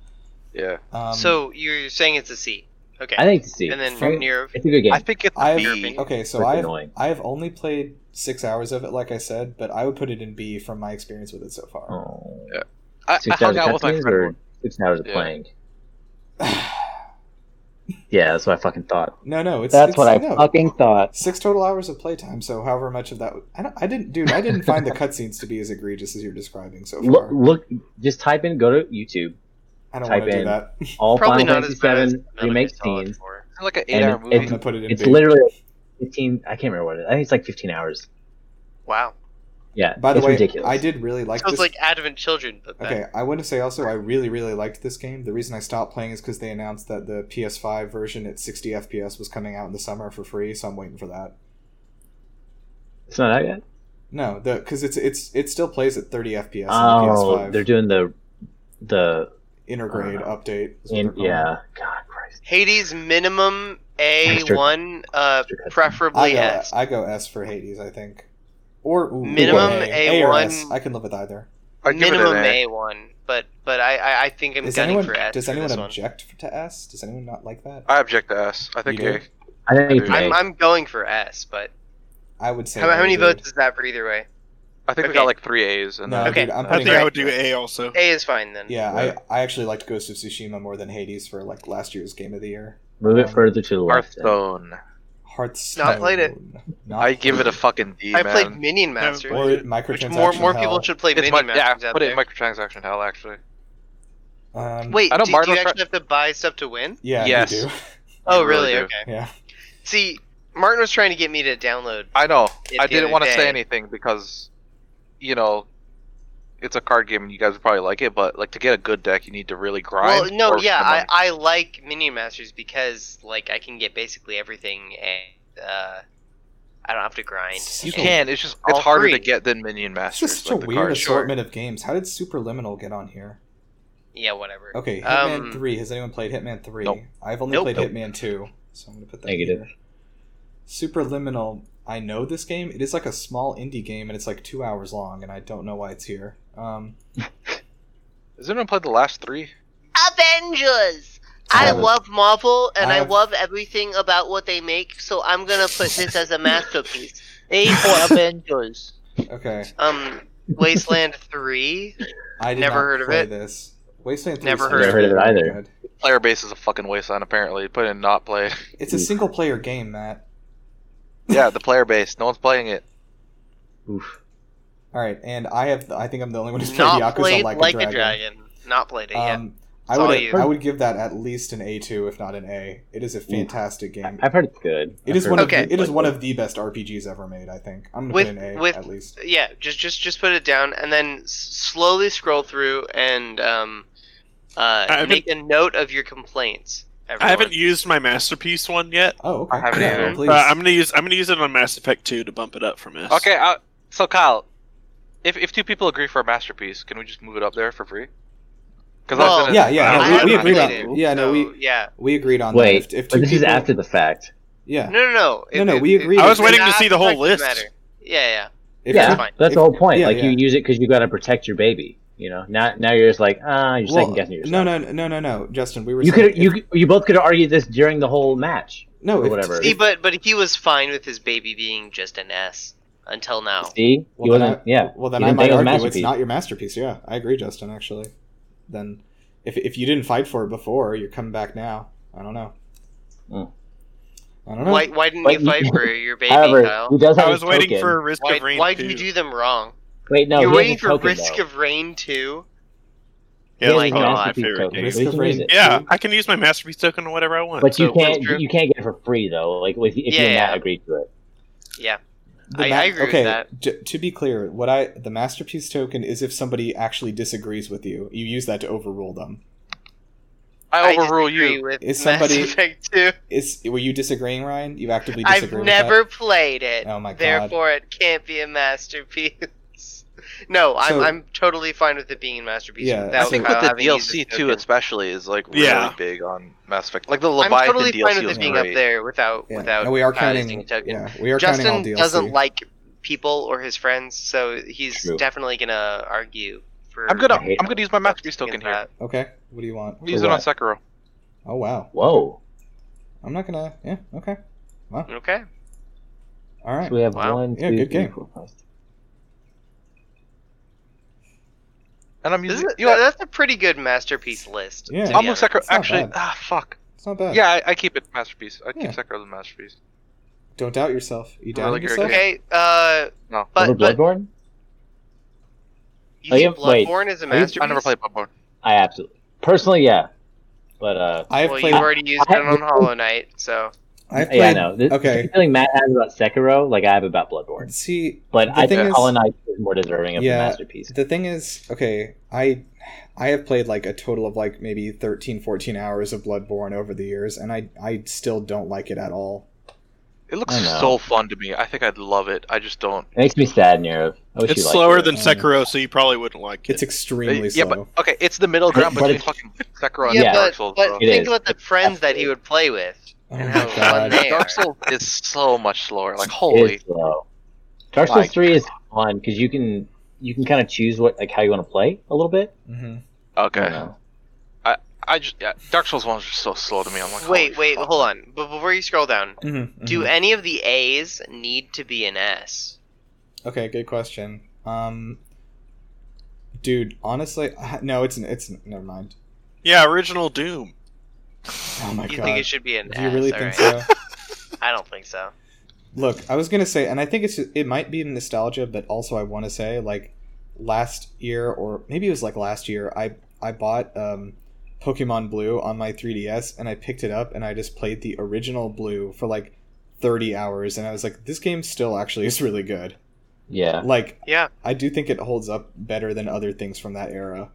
Speaker 6: Yeah.
Speaker 1: Um,
Speaker 2: so you're saying it's a C. Okay.
Speaker 5: I think to see.
Speaker 2: and then
Speaker 1: From-
Speaker 2: near
Speaker 5: it's a good game.
Speaker 6: I think it's
Speaker 1: I have-
Speaker 6: B.
Speaker 1: Okay, so
Speaker 5: Freaking
Speaker 1: I've
Speaker 5: annoying.
Speaker 1: I have only played six hours of it, like I said, but I would put it in B from my experience with it so far.
Speaker 5: Oh.
Speaker 6: I, I
Speaker 5: Six
Speaker 6: hung
Speaker 5: hours of
Speaker 6: out with my
Speaker 5: cutscenes
Speaker 6: friend
Speaker 5: or
Speaker 6: one-
Speaker 5: six hours of
Speaker 6: Yeah.
Speaker 5: playing. Yeah, that's what I fucking thought.
Speaker 1: no, no, it's
Speaker 5: That's
Speaker 1: it's-
Speaker 5: what I
Speaker 1: no.
Speaker 5: fucking thought.
Speaker 1: Six total hours of playtime. So however much of that, I, don't, I didn't, dude, I didn't find the cutscenes to be as egregious as you're describing so
Speaker 5: Look,
Speaker 1: far.
Speaker 5: look, just type in, go to YouTube,
Speaker 1: I don't
Speaker 5: type
Speaker 1: want to do
Speaker 5: in.
Speaker 1: that.
Speaker 5: all
Speaker 2: probably
Speaker 5: Final
Speaker 2: not as bad as
Speaker 5: Fantasy VII
Speaker 2: Metal Gear
Speaker 5: remake
Speaker 2: Solid
Speaker 5: scenes.
Speaker 2: 4.
Speaker 6: It's like an
Speaker 5: And
Speaker 6: eight-hour movie.
Speaker 1: I'm gonna put it in
Speaker 5: It's
Speaker 1: B.
Speaker 5: literally like fifteen. I can't remember what it. I think it's like fifteen hours.
Speaker 2: Wow.
Speaker 5: Yeah,
Speaker 1: By the
Speaker 5: it's
Speaker 1: way,
Speaker 5: ridiculous.
Speaker 1: I did really like
Speaker 2: Sounds
Speaker 1: this.
Speaker 2: like Advent Children, but that.
Speaker 1: Okay, I want to say also I really really liked this game. The reason I stopped playing is because they announced that the PS5 version at 60 FPS was coming out in the summer for free, so I'm waiting for that.
Speaker 5: It's not out yet.
Speaker 1: No, the because it's it's it still plays at 30 FPS on the
Speaker 5: Oh,
Speaker 1: PS5
Speaker 5: they're doing the the
Speaker 1: intergrade
Speaker 5: uh,
Speaker 1: update. is what they're
Speaker 5: in,
Speaker 1: calling it.
Speaker 5: yeah. God Christ.
Speaker 2: Hades minimum A one, uh,
Speaker 5: Extra cutscene.
Speaker 2: preferably
Speaker 1: I go,
Speaker 6: uh,
Speaker 2: S.
Speaker 1: I go S for Hades, I think, or ooh,
Speaker 2: Minimum
Speaker 1: or A or
Speaker 2: A1.
Speaker 1: S. I can live with either.
Speaker 6: I'd give it an
Speaker 2: Minimum
Speaker 6: A.
Speaker 2: A one, but but I I, I think I'm
Speaker 1: Does
Speaker 2: gunning
Speaker 1: anyone
Speaker 2: for S.
Speaker 1: does
Speaker 2: for
Speaker 1: anyone
Speaker 2: this one.
Speaker 1: object f- to S? Does anyone not like that?
Speaker 6: I object to S. I think
Speaker 1: You
Speaker 6: A.
Speaker 1: do?
Speaker 5: I think it's
Speaker 6: Dude.
Speaker 5: May.
Speaker 2: I'm I'm going for S, but
Speaker 1: I would say
Speaker 2: how, how
Speaker 1: A,
Speaker 2: many
Speaker 1: dude.
Speaker 2: votes is that for either way?
Speaker 6: I think we
Speaker 2: Okay.
Speaker 6: got like three A's. And
Speaker 1: No,
Speaker 6: then-
Speaker 2: Okay.
Speaker 1: dude, I'm
Speaker 4: I
Speaker 1: putting
Speaker 4: think I would do A also.
Speaker 2: A is fine then.
Speaker 1: Yeah,
Speaker 6: Yeah.
Speaker 1: I, I actually liked Ghost of Tsushima more than Hades for like last year's game of the year.
Speaker 5: Move it further to the left. then.
Speaker 6: Hearthstone.
Speaker 1: Hearthstone.
Speaker 2: Not played it.
Speaker 1: Not
Speaker 6: I give it a fucking D,
Speaker 2: I
Speaker 6: man.
Speaker 2: played Minion
Speaker 4: Haven't
Speaker 2: Master,
Speaker 1: or
Speaker 2: which
Speaker 1: microtransaction.
Speaker 2: more more
Speaker 1: hell.
Speaker 2: people should play
Speaker 6: It's
Speaker 2: Minion
Speaker 6: my, yeah,
Speaker 2: Masters out
Speaker 6: put it
Speaker 2: there.
Speaker 6: in microtransaction hell, actually.
Speaker 1: Um,
Speaker 2: Wait,
Speaker 6: I
Speaker 2: do,
Speaker 6: know
Speaker 2: do
Speaker 6: Marvel
Speaker 2: you
Speaker 6: Tra-
Speaker 2: actually have to buy stuff to win?
Speaker 1: Yeah,
Speaker 6: Yes.
Speaker 1: you do.
Speaker 2: Oh,
Speaker 6: You really
Speaker 2: really?
Speaker 6: do.
Speaker 2: Okay.
Speaker 1: yeah.
Speaker 2: See, Martin was trying to get me to download.
Speaker 6: I know.
Speaker 2: it
Speaker 6: I
Speaker 2: the
Speaker 6: didn't
Speaker 2: other
Speaker 6: want to
Speaker 2: day.
Speaker 6: say anything because, you know, it's a card game and you guys would probably like it, but like to get a good deck, you need to really grind.
Speaker 2: Well, no,
Speaker 6: or
Speaker 2: yeah,
Speaker 6: spend
Speaker 2: I,
Speaker 6: money.
Speaker 2: I like Minion Masters because like I can get basically everything, and uh, I don't have to grind.
Speaker 1: It's
Speaker 6: you
Speaker 1: such a-
Speaker 6: can. It's just
Speaker 2: All
Speaker 6: it's harder
Speaker 2: free.
Speaker 6: to get than Minion
Speaker 1: It's just
Speaker 6: Masters.
Speaker 1: such
Speaker 6: like,
Speaker 1: a
Speaker 6: the
Speaker 1: weird
Speaker 6: card.
Speaker 1: assortment of games. How did Superliminal get on here?
Speaker 2: Yeah, whatever.
Speaker 1: Okay, Hitman
Speaker 2: Um,
Speaker 1: Three. Has anyone played Hitman Three?
Speaker 6: Nope.
Speaker 1: I've only
Speaker 2: Nope.
Speaker 1: played
Speaker 2: Nope.
Speaker 1: Hitman Two, so I'm gonna put that.
Speaker 5: Negative.
Speaker 1: Here. Superliminal. I know this game. It is like a small indie game, and it's like two hours long, and I don't know why it's here. Um,
Speaker 6: Has anyone played the last three?
Speaker 2: Avengers. I
Speaker 1: Have it.
Speaker 2: love Marvel and
Speaker 1: I
Speaker 2: I,
Speaker 1: have-
Speaker 2: love everything about what they make, so I'm gonna put this as a masterpiece. A for Avengers.
Speaker 1: okay,
Speaker 2: Um, Wasteland Three.
Speaker 1: I did
Speaker 2: Never
Speaker 1: not
Speaker 2: heard of
Speaker 1: play
Speaker 2: it.
Speaker 1: This Wasteland 3
Speaker 2: Never
Speaker 1: sounds
Speaker 2: heard of
Speaker 5: it. Never heard of it
Speaker 1: really
Speaker 5: either.
Speaker 1: good.
Speaker 6: Player base is a fucking wasteland. Apparently, put in not play.
Speaker 1: It's a single player game, Matt.
Speaker 6: yeah, the player base. No one's playing it.
Speaker 5: Oof.
Speaker 1: All right, and I have. I think I'm the only one who's played
Speaker 2: Not
Speaker 1: Yakuza
Speaker 2: played
Speaker 1: like, a dragon.
Speaker 2: Not played it yet.
Speaker 1: Um, I
Speaker 2: It's all
Speaker 1: would
Speaker 2: you.
Speaker 1: I would give that at least an A two, if not an A. It is a fantastic game.
Speaker 5: I've heard it's good.
Speaker 1: It is
Speaker 5: I've
Speaker 1: one
Speaker 5: heard
Speaker 1: of
Speaker 2: Okay.
Speaker 1: the, it is
Speaker 5: like
Speaker 1: one
Speaker 5: it.
Speaker 1: of the best RPGs ever made. I think I'm gonna
Speaker 2: With-
Speaker 1: put an A
Speaker 2: with-
Speaker 1: at least.
Speaker 2: yeah, just just just put it down and then s- slowly scroll through and um, uh,
Speaker 4: haven't-
Speaker 2: make a note of your complaints.
Speaker 4: I
Speaker 2: Everyone.
Speaker 4: haven't used my masterpiece one yet.
Speaker 1: Oh, okay.
Speaker 6: I haven't
Speaker 1: Yeah,
Speaker 6: either.
Speaker 1: please.
Speaker 4: Uh, I'm gonna use I'm gonna use it on Mass Effect 2 to bump it up from this.
Speaker 6: Okay, uh, so Kyle, if if two people agree for a masterpiece, can we just move it up there for free? Because I was
Speaker 2: Well-
Speaker 6: gonna,
Speaker 1: yeah, yeah.
Speaker 4: I
Speaker 1: no, we, we
Speaker 4: haven't
Speaker 1: agreed on.
Speaker 4: played it,
Speaker 1: yeah, no,
Speaker 2: so,
Speaker 1: we
Speaker 2: yeah.
Speaker 1: we agreed on
Speaker 5: Wait,
Speaker 1: that. If, if two
Speaker 5: but this is
Speaker 1: people-
Speaker 5: after the fact.
Speaker 2: No,
Speaker 1: Yeah,
Speaker 2: no, no.
Speaker 1: No, no, we agreed.
Speaker 4: I was
Speaker 2: it
Speaker 4: waiting to
Speaker 2: does
Speaker 4: see the whole
Speaker 2: not
Speaker 4: list.
Speaker 2: matter. Yeah, yeah.
Speaker 1: If
Speaker 5: yeah,
Speaker 2: That's
Speaker 1: two-
Speaker 2: fine.
Speaker 5: that's
Speaker 1: if-
Speaker 5: the whole point.
Speaker 1: yeah,
Speaker 5: like you
Speaker 1: yeah.
Speaker 5: use it because you got to protect your baby. You know, now now you're just like ah, you're
Speaker 1: well,
Speaker 5: second guessing yourself.
Speaker 1: no, no, no, no, no, Justin. We were
Speaker 5: You
Speaker 1: saying
Speaker 5: could you you both could have argued this during the whole match.
Speaker 1: if- no
Speaker 5: or
Speaker 1: if-
Speaker 5: whatever.
Speaker 2: See,
Speaker 1: if-
Speaker 2: but but he was fine with his baby being just an S until now.
Speaker 5: See,
Speaker 1: Well,
Speaker 5: you
Speaker 1: then
Speaker 5: wasn't.
Speaker 1: I-
Speaker 5: yeah,
Speaker 1: Well, then
Speaker 5: You
Speaker 1: I
Speaker 5: didn't
Speaker 1: might
Speaker 5: think it was a
Speaker 1: argue it's
Speaker 5: masterpiece.
Speaker 1: not your masterpiece. Yeah, I agree, Justin. Actually, then if if you didn't fight for it before, you're coming back now. I don't know.
Speaker 5: Mm.
Speaker 1: I don't know.
Speaker 2: Why why didn't
Speaker 5: But
Speaker 2: you
Speaker 5: you-
Speaker 2: fight for your baby,
Speaker 5: However, he
Speaker 2: Kyle?
Speaker 5: does have
Speaker 4: I
Speaker 5: his
Speaker 4: was waiting
Speaker 5: token.
Speaker 4: for Risk
Speaker 2: Why
Speaker 4: of Rain
Speaker 2: why'd
Speaker 4: 2.
Speaker 2: you do them wrong?
Speaker 5: Wait, no,
Speaker 2: You're
Speaker 5: he has
Speaker 2: waiting
Speaker 5: his
Speaker 2: for
Speaker 5: token,
Speaker 2: Risk
Speaker 5: though.
Speaker 2: of Rain too.
Speaker 5: He
Speaker 4: Yeah,
Speaker 5: has
Speaker 2: my
Speaker 5: his
Speaker 2: God.
Speaker 5: masterpiece
Speaker 4: My favorite
Speaker 5: token,
Speaker 4: game.
Speaker 5: so
Speaker 1: Risk
Speaker 5: he
Speaker 1: of
Speaker 5: can use
Speaker 1: Rain.
Speaker 5: it.
Speaker 4: Yeah, I can use my masterpiece token on whatever I want.
Speaker 5: But you
Speaker 4: so-
Speaker 5: can't
Speaker 2: true.
Speaker 5: you can't get it for free though. Like with if you
Speaker 2: Yeah,
Speaker 5: and
Speaker 2: yeah.
Speaker 5: Matt agreed to it.
Speaker 1: The
Speaker 2: I- I agree with
Speaker 1: okay,
Speaker 2: that.
Speaker 1: j- to be clear, what I the masterpiece token is if somebody actually disagrees with you, you use that to overrule them.
Speaker 6: I overrule
Speaker 2: disagree
Speaker 6: you.
Speaker 2: With
Speaker 1: Is
Speaker 2: Mass
Speaker 1: somebody-
Speaker 2: Effect 2.
Speaker 1: Is were you disagreeing, Ryan? You actively
Speaker 2: I've
Speaker 1: disagree. with
Speaker 2: never played it.
Speaker 1: Oh my God.
Speaker 2: Therefore, it can't be a masterpiece. no, I'm,
Speaker 1: So-
Speaker 2: I'm totally fine with it being a masterpiece.
Speaker 1: Yeah,
Speaker 2: without
Speaker 6: I think
Speaker 2: Kyle
Speaker 6: with the
Speaker 2: having used
Speaker 6: DLC
Speaker 2: his
Speaker 6: too,
Speaker 2: token.
Speaker 6: especially is like really
Speaker 4: Yeah.
Speaker 6: big on Mass Effect. Like the
Speaker 2: I'm
Speaker 6: Leviathan
Speaker 2: totally
Speaker 6: DLC
Speaker 2: fine with
Speaker 6: was
Speaker 2: it being
Speaker 6: great.
Speaker 2: up there without
Speaker 1: Yeah.
Speaker 2: without
Speaker 1: no, we are
Speaker 2: Kyle
Speaker 1: counting.
Speaker 2: using a token.
Speaker 1: Yeah, we are counting all
Speaker 2: Justin
Speaker 1: DLC.
Speaker 2: doesn't like people or his friends, so he's
Speaker 5: True.
Speaker 2: definitely gonna argue for.
Speaker 6: I'm gonna
Speaker 5: I hate
Speaker 6: I'm gonna use my masterpiece token
Speaker 2: against
Speaker 6: here.
Speaker 2: that.
Speaker 1: okay, what do you want?
Speaker 6: I'm gonna use
Speaker 5: For
Speaker 6: it on
Speaker 5: what?
Speaker 6: Sekiro.
Speaker 1: Oh wow.
Speaker 5: Whoa.
Speaker 1: I'm not gonna. Yeah. Okay.
Speaker 2: Okay.
Speaker 1: All right.
Speaker 5: So we have
Speaker 2: Wow.
Speaker 5: one,
Speaker 1: Yeah,
Speaker 5: two,
Speaker 1: good
Speaker 5: three,
Speaker 1: game.
Speaker 5: four, five, six.
Speaker 6: And I'm
Speaker 2: This
Speaker 6: using
Speaker 2: is,
Speaker 6: you know,
Speaker 2: that's a pretty good masterpiece list.
Speaker 1: Yeah.
Speaker 2: to be
Speaker 6: almost
Speaker 2: honest.
Speaker 6: Sekiro.
Speaker 1: It's not
Speaker 6: Actually,
Speaker 1: bad.
Speaker 6: ah, fuck.
Speaker 1: It's not bad.
Speaker 6: Yeah, I, I keep it masterpiece. I
Speaker 1: Yeah.
Speaker 6: keep Sekiro as a masterpiece.
Speaker 1: Don't doubt yourself. You doubt
Speaker 6: Really good
Speaker 1: yourself.
Speaker 2: Okay. Uh,
Speaker 6: No.
Speaker 2: but
Speaker 5: Over
Speaker 2: but
Speaker 5: Bloodborne?
Speaker 2: you
Speaker 5: Are
Speaker 2: think
Speaker 5: you- wait.
Speaker 2: Bloodborne is a
Speaker 5: Are you- I
Speaker 2: masterpiece.
Speaker 6: I never played Bloodborne.
Speaker 5: I absolutely. Personally, yeah. But, uh,
Speaker 1: I have
Speaker 2: Well,
Speaker 1: played.
Speaker 2: you've already used
Speaker 5: I-
Speaker 2: it on Hollow Knight, so
Speaker 1: I have played.
Speaker 5: yeah, I know. This,
Speaker 1: okay.
Speaker 5: The feeling Matt has about Sekiro, like I have about Bloodborne.
Speaker 1: See,
Speaker 5: But
Speaker 1: The
Speaker 5: I
Speaker 1: thing
Speaker 5: think
Speaker 1: is-
Speaker 5: Hollow Knight is more deserving of
Speaker 1: Yeah.
Speaker 5: the masterpiece.
Speaker 1: the thing is okay i i have played like a total of like maybe 13 14 hours of bloodborne over the years and i i still don't like it at all
Speaker 6: It looks
Speaker 5: I know.
Speaker 6: so fun to me. I think I'd love it. I just don't.
Speaker 5: It makes me sad, Nero. I wish
Speaker 4: It's
Speaker 5: you liked
Speaker 4: slower
Speaker 5: it.
Speaker 4: than Sekiro, so you probably wouldn't like
Speaker 1: it's
Speaker 4: it.
Speaker 1: extremely
Speaker 6: yeah,
Speaker 1: slow Oh
Speaker 6: but okay, it's the middle ground
Speaker 5: But
Speaker 6: between
Speaker 5: it's-
Speaker 6: fucking Sekiro and
Speaker 2: yeah.
Speaker 6: Dark
Speaker 2: but
Speaker 6: Souls.
Speaker 2: but
Speaker 6: bro.
Speaker 5: It
Speaker 2: think
Speaker 5: is.
Speaker 2: about the friends that he would play with.
Speaker 1: oh
Speaker 2: and
Speaker 1: my
Speaker 2: how fun
Speaker 1: god
Speaker 2: they are.
Speaker 6: Dark Souls is so much slower. Like
Speaker 5: It
Speaker 6: holy,
Speaker 5: is slow. Dark
Speaker 6: My
Speaker 5: Souls Three is fun because you can you can kind of choose what like how you want to play a little bit.
Speaker 1: hmm
Speaker 5: You
Speaker 6: Okay.
Speaker 5: know.
Speaker 6: I just yeah, Dark Souls one's just so slow to me. I'm like,
Speaker 2: Wait,
Speaker 6: holy
Speaker 2: wait,
Speaker 6: fuck.
Speaker 2: hold on. But before you scroll down,
Speaker 1: hmm
Speaker 2: do any of the A's need to be an S?
Speaker 1: mm-hmm. okay good question um dude honestly I- no it's it's never mind
Speaker 4: Yeah, original Doom.
Speaker 1: oh my
Speaker 2: you
Speaker 1: god
Speaker 2: think it should be an
Speaker 1: do
Speaker 2: S?
Speaker 1: you really think
Speaker 2: alright.
Speaker 1: so
Speaker 2: I don't think so.
Speaker 1: Look, I was gonna say, and I think it's it might be nostalgia, but also I want to say like last year or maybe it was like last year, I I bought um, Pokemon Blue on my 3DS and I picked it up and I just played the original Blue for like 30 hours and I was like, this game still actually is really good.
Speaker 5: Yeah,
Speaker 1: Like,
Speaker 2: Yeah.
Speaker 1: I do think it holds up better than other things from that era.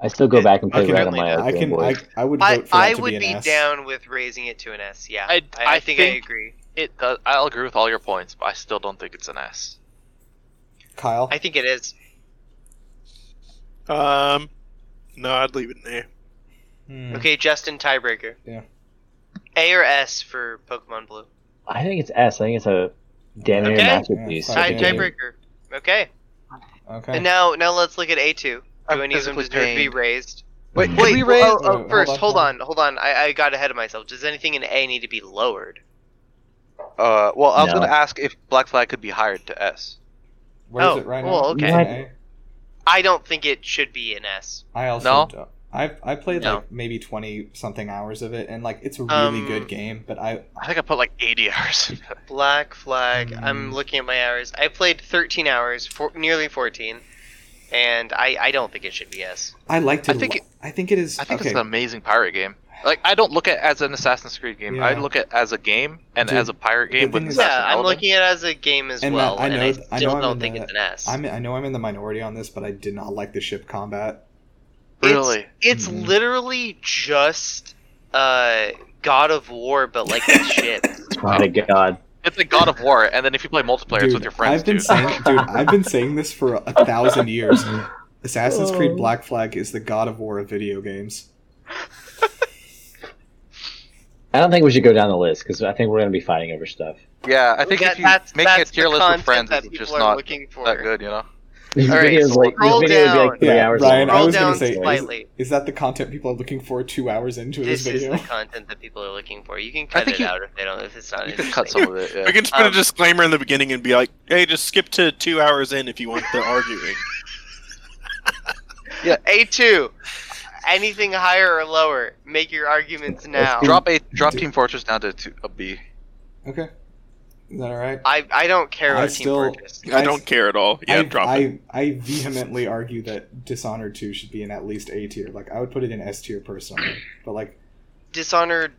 Speaker 5: I still go back and play
Speaker 1: I can-
Speaker 5: that on my
Speaker 1: I
Speaker 5: uh, Game
Speaker 1: can
Speaker 5: Boy.
Speaker 1: I, I would
Speaker 2: I,
Speaker 1: vote for that
Speaker 2: I
Speaker 1: to
Speaker 2: would
Speaker 1: be an
Speaker 2: be
Speaker 1: S.
Speaker 2: down with raising it to an S, yeah.
Speaker 6: I-
Speaker 2: I,
Speaker 6: I
Speaker 2: think, I
Speaker 6: think-
Speaker 2: agree.
Speaker 6: It does. I'll agree with all your points, but I still don't think it's an S.
Speaker 1: Kyle,
Speaker 2: I think it is.
Speaker 4: Um, no, I'd leave it in there.
Speaker 1: Hmm.
Speaker 2: Okay, Justin, tiebreaker.
Speaker 1: Yeah.
Speaker 2: A or S for Pokemon Blue?
Speaker 5: I think it's S. I think it's a damn near
Speaker 2: Okay.
Speaker 5: masterpiece.
Speaker 1: Yeah,
Speaker 2: Tie,
Speaker 1: Okay.
Speaker 2: tiebreaker. Okay.
Speaker 1: okay.
Speaker 2: And now now let's look at A2. Do
Speaker 6: I'm
Speaker 2: any of them
Speaker 6: physically
Speaker 2: deserve to be
Speaker 6: pained.
Speaker 2: raised?
Speaker 6: Wait,
Speaker 2: Wait,
Speaker 6: can we raise?
Speaker 2: oh, oh,
Speaker 1: Wait,
Speaker 2: first,
Speaker 1: hold
Speaker 2: hold
Speaker 1: on,
Speaker 2: on, hold on. I, I got ahead of myself. Does anything in A need to be lowered?
Speaker 6: Uh, well, I was
Speaker 5: No.
Speaker 6: gonna ask if Black Flag could be hired to S.
Speaker 1: Where is
Speaker 2: oh,
Speaker 1: it right
Speaker 2: well,
Speaker 1: now?
Speaker 2: okay.
Speaker 1: Is it an A?
Speaker 2: I don't think it should be an S.
Speaker 1: I also
Speaker 6: No?
Speaker 1: don't. I I played
Speaker 2: No.
Speaker 1: like maybe twenty something hours of it, and like it's a really
Speaker 2: Um,
Speaker 1: good game. But I
Speaker 6: I think I put like 80 hours. into it.
Speaker 2: Black Flag. I'm
Speaker 1: Hmm.
Speaker 2: looking at my hours. I played 13 hours, for, nearly 14, and I, I don't think it should be S.
Speaker 1: I liked
Speaker 6: I
Speaker 1: it. I
Speaker 6: think
Speaker 1: think
Speaker 6: it-
Speaker 1: I think it is.
Speaker 6: I think
Speaker 1: okay.
Speaker 6: it's an amazing pirate game. Like I don't look at it as an Assassin's Creed game. I
Speaker 1: Yeah.
Speaker 6: look at it as a game and
Speaker 1: Dude,
Speaker 6: as a pirate
Speaker 1: the
Speaker 6: game with
Speaker 1: thing is-
Speaker 6: assassin
Speaker 2: Yeah, I'm
Speaker 6: element.
Speaker 2: looking at it as a game as
Speaker 1: And Matt,
Speaker 2: well,
Speaker 1: I know-
Speaker 2: and I
Speaker 1: I
Speaker 2: still
Speaker 1: know I'm
Speaker 2: don't
Speaker 1: in
Speaker 2: think
Speaker 1: the-
Speaker 2: it's an S.
Speaker 1: I'm I know I'm in the minority on this, but I did not like the ship combat.
Speaker 2: It's-
Speaker 6: Really?
Speaker 2: It's
Speaker 1: Mhm.
Speaker 2: literally just uh God of War, but like a ship.
Speaker 5: Oh my god!
Speaker 6: It's like God of War, and then if you play multiplayer, it's with your friends
Speaker 1: I've been
Speaker 6: too.
Speaker 1: saying, dude, I've been saying this for a thousand years. Assassin's
Speaker 5: Oh.
Speaker 1: Creed Black Flag is the God of War of video games.
Speaker 5: I don't think we should go down the list because I think we're gonna be fighting over stuff.
Speaker 6: Yeah, I think
Speaker 2: That-
Speaker 6: if you
Speaker 2: that's,
Speaker 6: make
Speaker 2: that's
Speaker 6: it tier
Speaker 2: the
Speaker 6: list with
Speaker 2: content
Speaker 6: friends,
Speaker 2: that
Speaker 6: it's
Speaker 2: people
Speaker 6: just
Speaker 2: are
Speaker 6: not
Speaker 2: looking for.
Speaker 6: that good, you know.
Speaker 5: This
Speaker 2: All right,
Speaker 5: video is like this
Speaker 2: scroll
Speaker 5: video would be like three
Speaker 1: Yeah,
Speaker 5: hours.
Speaker 1: Ryan,
Speaker 5: long.
Speaker 1: I
Speaker 2: Scroll
Speaker 1: was
Speaker 2: down
Speaker 1: gonna say, is-
Speaker 2: slightly.
Speaker 1: Is that the content people are looking for two hours into this,
Speaker 2: This is
Speaker 1: video?
Speaker 2: the content that people are looking for. You can cut
Speaker 6: think
Speaker 2: it
Speaker 6: you-
Speaker 2: out if they don't. If it's not
Speaker 6: You could
Speaker 2: interesting.
Speaker 6: cut some of it.
Speaker 4: We
Speaker 6: Yeah.
Speaker 4: can just put
Speaker 2: Um,
Speaker 4: a disclaimer in the beginning and be like, "Hey, just skip to two hours in if you want the arguing."
Speaker 2: A two. Anything higher or lower, make your arguments now.
Speaker 6: Drop a drop Team Fortress down to two, a B.
Speaker 1: Okay, is that all right?
Speaker 2: I I don't care
Speaker 1: I
Speaker 2: about
Speaker 1: still-
Speaker 2: Team Fortress.
Speaker 4: I don't care at all. Yeah,
Speaker 1: I,
Speaker 4: drop
Speaker 1: I,
Speaker 4: it.
Speaker 1: I vehemently argue that Dishonored 2 should be in at least A tier. Like I would put it in S tier personally. But like
Speaker 2: Dishonored.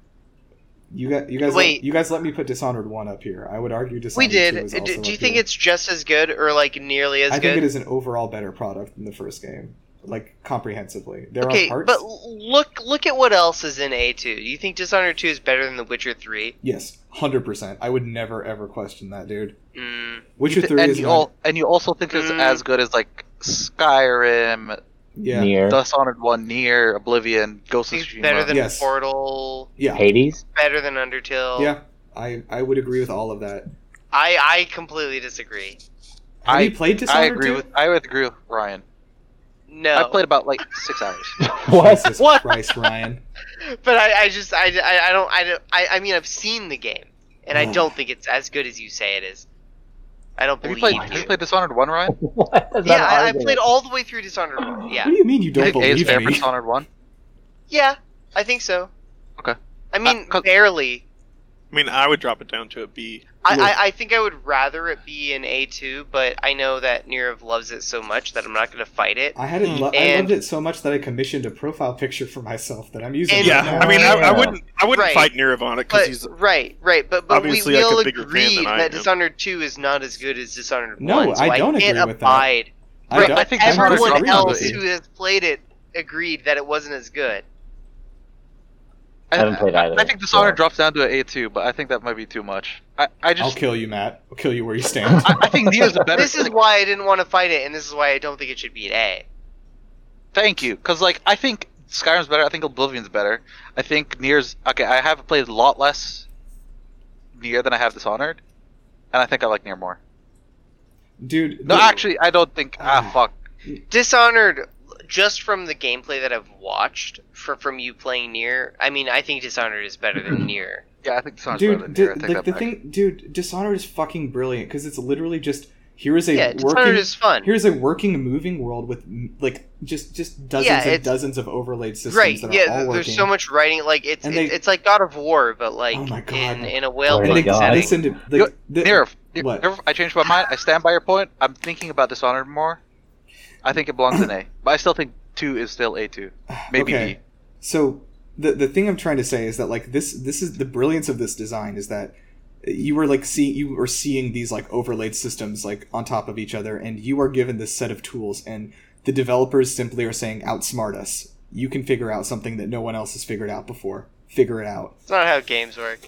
Speaker 1: you got you guys
Speaker 2: Wait.
Speaker 1: Let, you guys let me put Dishonored 1 up here. I would argue Dishonored
Speaker 2: We
Speaker 1: 2
Speaker 2: did.
Speaker 1: is
Speaker 2: Do,
Speaker 1: also
Speaker 2: do you
Speaker 1: up
Speaker 2: think
Speaker 1: here.
Speaker 2: it's just as good or like nearly as
Speaker 1: I
Speaker 2: good?
Speaker 1: think it is an overall better product than the first game. Like comprehensively. There
Speaker 2: okay,
Speaker 1: are parts
Speaker 2: but l- look look at what else is in A2. Do you think Dishonored 2 is better than The Witcher 3?
Speaker 1: Yes, 100%. I would never ever question that, dude.
Speaker 2: Mm,
Speaker 1: Witcher
Speaker 6: You th-
Speaker 1: 3
Speaker 6: and
Speaker 1: is
Speaker 6: you
Speaker 1: not,
Speaker 6: all, and you also think it's
Speaker 2: Mm.
Speaker 6: as good as like Skyrim,
Speaker 1: yeah.
Speaker 5: Near
Speaker 6: Dishonored One, Near, Oblivion, Ghost of
Speaker 2: it's
Speaker 6: Tsushima.
Speaker 2: better than
Speaker 1: Yes.
Speaker 2: Portal,
Speaker 1: Yeah.
Speaker 5: Hades.
Speaker 2: better than Undertale.
Speaker 1: Yeah. I I would agree with all of that.
Speaker 2: I, I completely disagree.
Speaker 1: Have
Speaker 6: I-
Speaker 1: you played
Speaker 6: I
Speaker 1: Dishonored
Speaker 6: agree
Speaker 1: 2?
Speaker 6: with I would agree with Ryan.
Speaker 2: No,
Speaker 6: I played about like six hours.
Speaker 5: What?
Speaker 1: Jesus
Speaker 2: What?
Speaker 1: Christ, Ryan.
Speaker 2: but I, I just I, I, I don't I don't I, I mean I've seen the game and I
Speaker 1: Mm.
Speaker 2: don't think it's as good as you say it is. I don't
Speaker 6: Have you
Speaker 2: believe
Speaker 6: played?
Speaker 2: you.
Speaker 6: Have you played Dishonored One, Ryan?
Speaker 5: What? That's not
Speaker 2: yeah,
Speaker 5: an
Speaker 2: I, I
Speaker 5: argument.
Speaker 2: played all the way through Dishonored One. Yeah,
Speaker 1: What do you mean you
Speaker 6: I
Speaker 1: don't
Speaker 6: think A is
Speaker 1: believe
Speaker 6: fair for
Speaker 1: me?
Speaker 6: Dishonored One.
Speaker 2: yeah, I think so.
Speaker 6: Okay.
Speaker 2: I mean,
Speaker 6: 'cause-
Speaker 2: barely.
Speaker 4: I mean, I would drop it down to a B.
Speaker 2: I,
Speaker 1: Yeah.
Speaker 2: I, I think I would rather it be an A two, but I know that Nirov loves it so much that I'm not going to fight it.
Speaker 1: I had it. Lo- I
Speaker 2: Hmm, And-
Speaker 1: loved it so much that I commissioned a profile picture for myself that I'm using.
Speaker 2: And-
Speaker 1: right
Speaker 4: Yeah,
Speaker 1: now.
Speaker 4: I mean, I, I
Speaker 5: Yeah.
Speaker 4: wouldn't, I wouldn't
Speaker 2: Right.
Speaker 4: fight Nirvana because
Speaker 2: But
Speaker 4: he's
Speaker 2: right, right, but but we,
Speaker 4: Obviously,
Speaker 2: we
Speaker 4: like, a
Speaker 2: all
Speaker 4: bigger fan
Speaker 2: agreed
Speaker 4: than I
Speaker 2: that
Speaker 4: am.
Speaker 2: Dishonored Two is not as good as Dishonored
Speaker 1: No,
Speaker 2: One. so
Speaker 1: I don't
Speaker 2: can't
Speaker 1: agree with that.
Speaker 2: abide.
Speaker 1: I
Speaker 2: right,
Speaker 1: don't-
Speaker 2: but
Speaker 6: think
Speaker 1: I'm not
Speaker 6: everyone
Speaker 1: agreeing
Speaker 2: everyone
Speaker 1: with
Speaker 2: else
Speaker 1: you.
Speaker 2: who has played it agreed that it wasn't as good.
Speaker 5: I haven't played either.
Speaker 6: I think Dishonored
Speaker 5: so-
Speaker 6: drops down to an A two, but I think that might be too much. I, I
Speaker 1: I'll
Speaker 6: just
Speaker 1: kill you, Matt. I'll kill you where you stand.
Speaker 6: I, I think Nier's a better.
Speaker 2: This is
Speaker 6: like,
Speaker 2: why I didn't want to fight it, and this is why I don't think it should be an A.
Speaker 6: thank you, because like I think Skyrim's better. I think Oblivion's better. I think Nier's okay. I have played a lot less Nier than I have Dishonored, and I think I like Nier more.
Speaker 1: Dude,
Speaker 6: No,
Speaker 1: the-
Speaker 6: actually, I don't think.
Speaker 1: Mm.
Speaker 6: Ah, fuck.
Speaker 2: Dishonored, just from the gameplay that I've watched for, from you playing Nier, I mean, I think Dishonored is better than Nier.
Speaker 6: Yeah, I think Dishonored's
Speaker 1: dude,
Speaker 6: better than
Speaker 1: di-
Speaker 6: Nier. I take
Speaker 1: like
Speaker 6: that
Speaker 1: the
Speaker 6: back.
Speaker 1: thing, dude, Dishonored is fucking brilliant because it's literally just here is a
Speaker 2: Yeah,
Speaker 1: working
Speaker 2: Dishonored is fun.
Speaker 1: here's a working moving world with mm, like just just dozens
Speaker 2: Yeah,
Speaker 1: and
Speaker 2: it's-
Speaker 1: dozens of overlaid systems
Speaker 2: Right,
Speaker 1: that are all
Speaker 2: yeah,
Speaker 1: working.
Speaker 2: there's so much writing. Like, it's
Speaker 1: And
Speaker 2: it-
Speaker 1: they-
Speaker 2: it's like God of War, but like
Speaker 1: Oh my God.
Speaker 2: in, in a
Speaker 5: Oh
Speaker 2: whale
Speaker 5: my
Speaker 1: and they
Speaker 2: like
Speaker 5: God.
Speaker 2: setting.
Speaker 1: listen to the,
Speaker 6: Yo,
Speaker 1: the-
Speaker 6: Nerf, Nerf,
Speaker 1: What?
Speaker 6: Nerf, I changed my mind. I stand by your point. I'm thinking about Dishonored more. I think it belongs in A, but I still think two is still A two, maybe
Speaker 1: okay.
Speaker 6: B.
Speaker 1: So the the thing I'm trying to say is that like this this is the brilliance of this design is that you were like seeing you were seeing these like overlaid systems like on top of each other and you are given this set of tools and the developers simply are saying outsmart us. You can figure out something that no one else has figured out before. Figure it out.
Speaker 2: It's not how games work.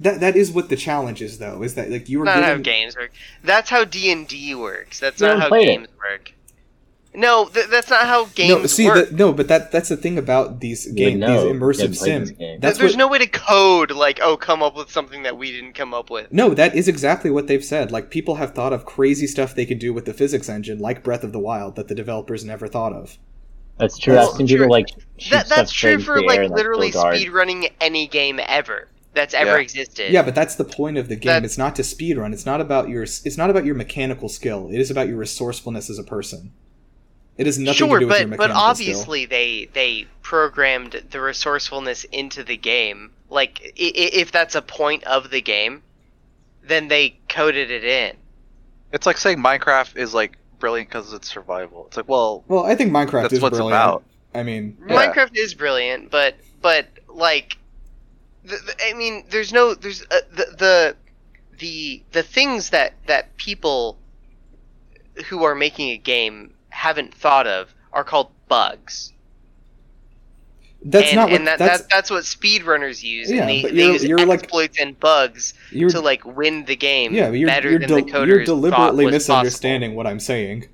Speaker 1: That that is what the challenge is though, is that like you were
Speaker 2: not how
Speaker 1: given
Speaker 2: games work. That's how D and D works. That's
Speaker 5: You
Speaker 2: not
Speaker 5: haven't
Speaker 2: how
Speaker 5: played it.
Speaker 2: games work. No, th- that's not how games
Speaker 1: no, see,
Speaker 2: work.
Speaker 1: the, no, but that that's the thing about these
Speaker 5: You
Speaker 1: games,
Speaker 5: know
Speaker 1: these
Speaker 5: you
Speaker 1: immersive
Speaker 5: haven't played
Speaker 1: sim.
Speaker 5: this game.
Speaker 1: That's
Speaker 2: There's
Speaker 1: what-
Speaker 2: no way to code like, oh, come up with something that we didn't come up with.
Speaker 1: No, that is exactly what they've said. Like people have thought of crazy stuff they could do with the physics engine, like Breath of the Wild, that the developers never thought of.
Speaker 5: That's true.
Speaker 2: That's
Speaker 5: I've seen
Speaker 2: true.
Speaker 5: people like shoot
Speaker 2: That, that's
Speaker 5: stuff
Speaker 2: true
Speaker 5: straight
Speaker 2: for
Speaker 5: into the air
Speaker 2: like
Speaker 5: and that's
Speaker 2: literally
Speaker 5: still dark.
Speaker 2: speedrunning any game ever that's ever
Speaker 6: Yeah.
Speaker 2: existed.
Speaker 1: Yeah, but that's the point of the game.
Speaker 2: That-
Speaker 1: it's not to speedrun. It's not about your. It's not about your mechanical skill. It is about your resourcefulness as a person. It has nothing
Speaker 2: sure,
Speaker 1: to do with your
Speaker 2: but but
Speaker 1: mechanical skill.
Speaker 2: obviously they they programmed the resourcefulness into the game. Like i- i- if that's a point of the game, then they coded it in.
Speaker 6: It's like saying Minecraft is like brilliant because it's survival. It's like, well,
Speaker 1: Well, I think Minecraft
Speaker 6: That's
Speaker 1: is
Speaker 6: what it's
Speaker 1: brilliant.
Speaker 6: about.
Speaker 1: I mean,
Speaker 6: Yeah.
Speaker 2: Minecraft is brilliant, but but like, th th- I mean, there's no there's uh, the the the the things that that people who are making a game haven't thought of are called bugs.
Speaker 1: that's
Speaker 2: and,
Speaker 1: not what.
Speaker 2: and that,
Speaker 1: that's,
Speaker 2: that's that's what speedrunners use.
Speaker 1: Yeah,
Speaker 2: and they,
Speaker 1: but
Speaker 2: they
Speaker 1: you're-
Speaker 2: use
Speaker 1: you're, like-
Speaker 2: exploits and bugs
Speaker 1: you're,
Speaker 2: to like win the game
Speaker 1: yeah, but you're,
Speaker 2: better
Speaker 1: you're,
Speaker 2: than
Speaker 1: del-
Speaker 2: the coders
Speaker 1: you're
Speaker 2: thought
Speaker 1: deliberately
Speaker 2: was
Speaker 1: misunderstanding what I'm saying.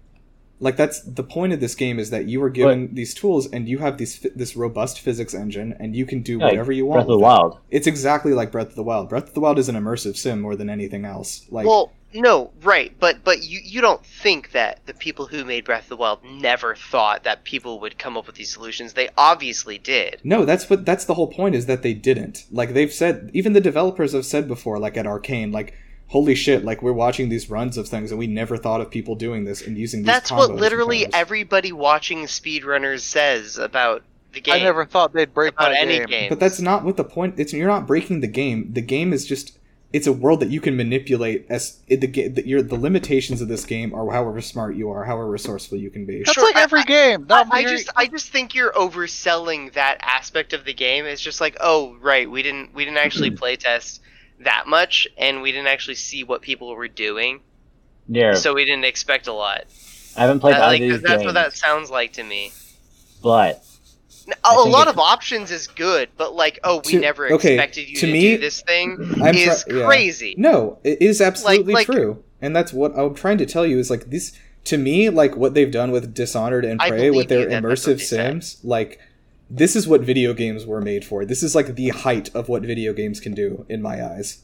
Speaker 1: Like that's the point of this game is that you are given these tools and you have these phy- this robust physics engine and you can do
Speaker 5: Yeah, like
Speaker 1: whatever you
Speaker 5: Breath
Speaker 1: want.
Speaker 5: of the
Speaker 1: with it.
Speaker 5: Wild.
Speaker 1: It's exactly like Breath of the Wild. Breath of the Wild is an immersive sim more than anything else. Like
Speaker 2: Possible. Well, no, right, but but you you don't think that the people who made Breath of the Wild never thought that people would come up with these solutions? They obviously did.
Speaker 1: No, that's what that's the whole point is that they didn't. Like they've said even the developers have said before like at Arcane like holy shit like we're watching these runs of things and we never thought of people doing this and using these
Speaker 2: That's what
Speaker 1: combos and
Speaker 2: literally
Speaker 1: powers.
Speaker 2: everybody watching speedrunners says about the game.
Speaker 6: I never thought they'd break
Speaker 2: about
Speaker 6: my
Speaker 2: any
Speaker 6: game.
Speaker 2: game.
Speaker 1: But that's not what the point. It's you're not breaking the game. The game is just it's a world that you can manipulate as it, the ga- that you're the limitations of this game are however smart you are, however resourceful you can be.
Speaker 6: That's
Speaker 2: Sure,
Speaker 6: like
Speaker 2: I-
Speaker 6: every game.
Speaker 2: I,
Speaker 6: Not
Speaker 2: I
Speaker 6: very-
Speaker 2: just I just think you're overselling that aspect of the game. It's just like, oh right, we didn't we didn't actually play test that much and we didn't actually see what people were doing.
Speaker 5: Yeah,
Speaker 2: So we didn't expect a lot.
Speaker 5: I haven't played
Speaker 2: That-
Speaker 5: either
Speaker 2: like,
Speaker 5: of these
Speaker 2: that's
Speaker 5: games,
Speaker 2: what that sounds like to me.
Speaker 5: but
Speaker 2: N-
Speaker 5: I
Speaker 2: A
Speaker 5: think
Speaker 2: lot
Speaker 5: it-
Speaker 2: of options is good, but like, oh, we
Speaker 1: To-
Speaker 2: never
Speaker 1: okay,
Speaker 2: expected you
Speaker 1: to
Speaker 2: to,
Speaker 1: me,
Speaker 2: do this thing
Speaker 1: I'm try-
Speaker 2: is
Speaker 1: yeah.
Speaker 2: crazy.
Speaker 1: No, it is absolutely
Speaker 2: like-
Speaker 1: true, and that's what I'm trying to tell you is like this to me like what they've done with Dishonored and
Speaker 2: I
Speaker 1: Prey
Speaker 2: believe
Speaker 1: with their
Speaker 2: you that that's what
Speaker 1: immersive
Speaker 2: they said.
Speaker 1: sims like. This is what video games were made for. This is like the height of what video games can do in my eyes.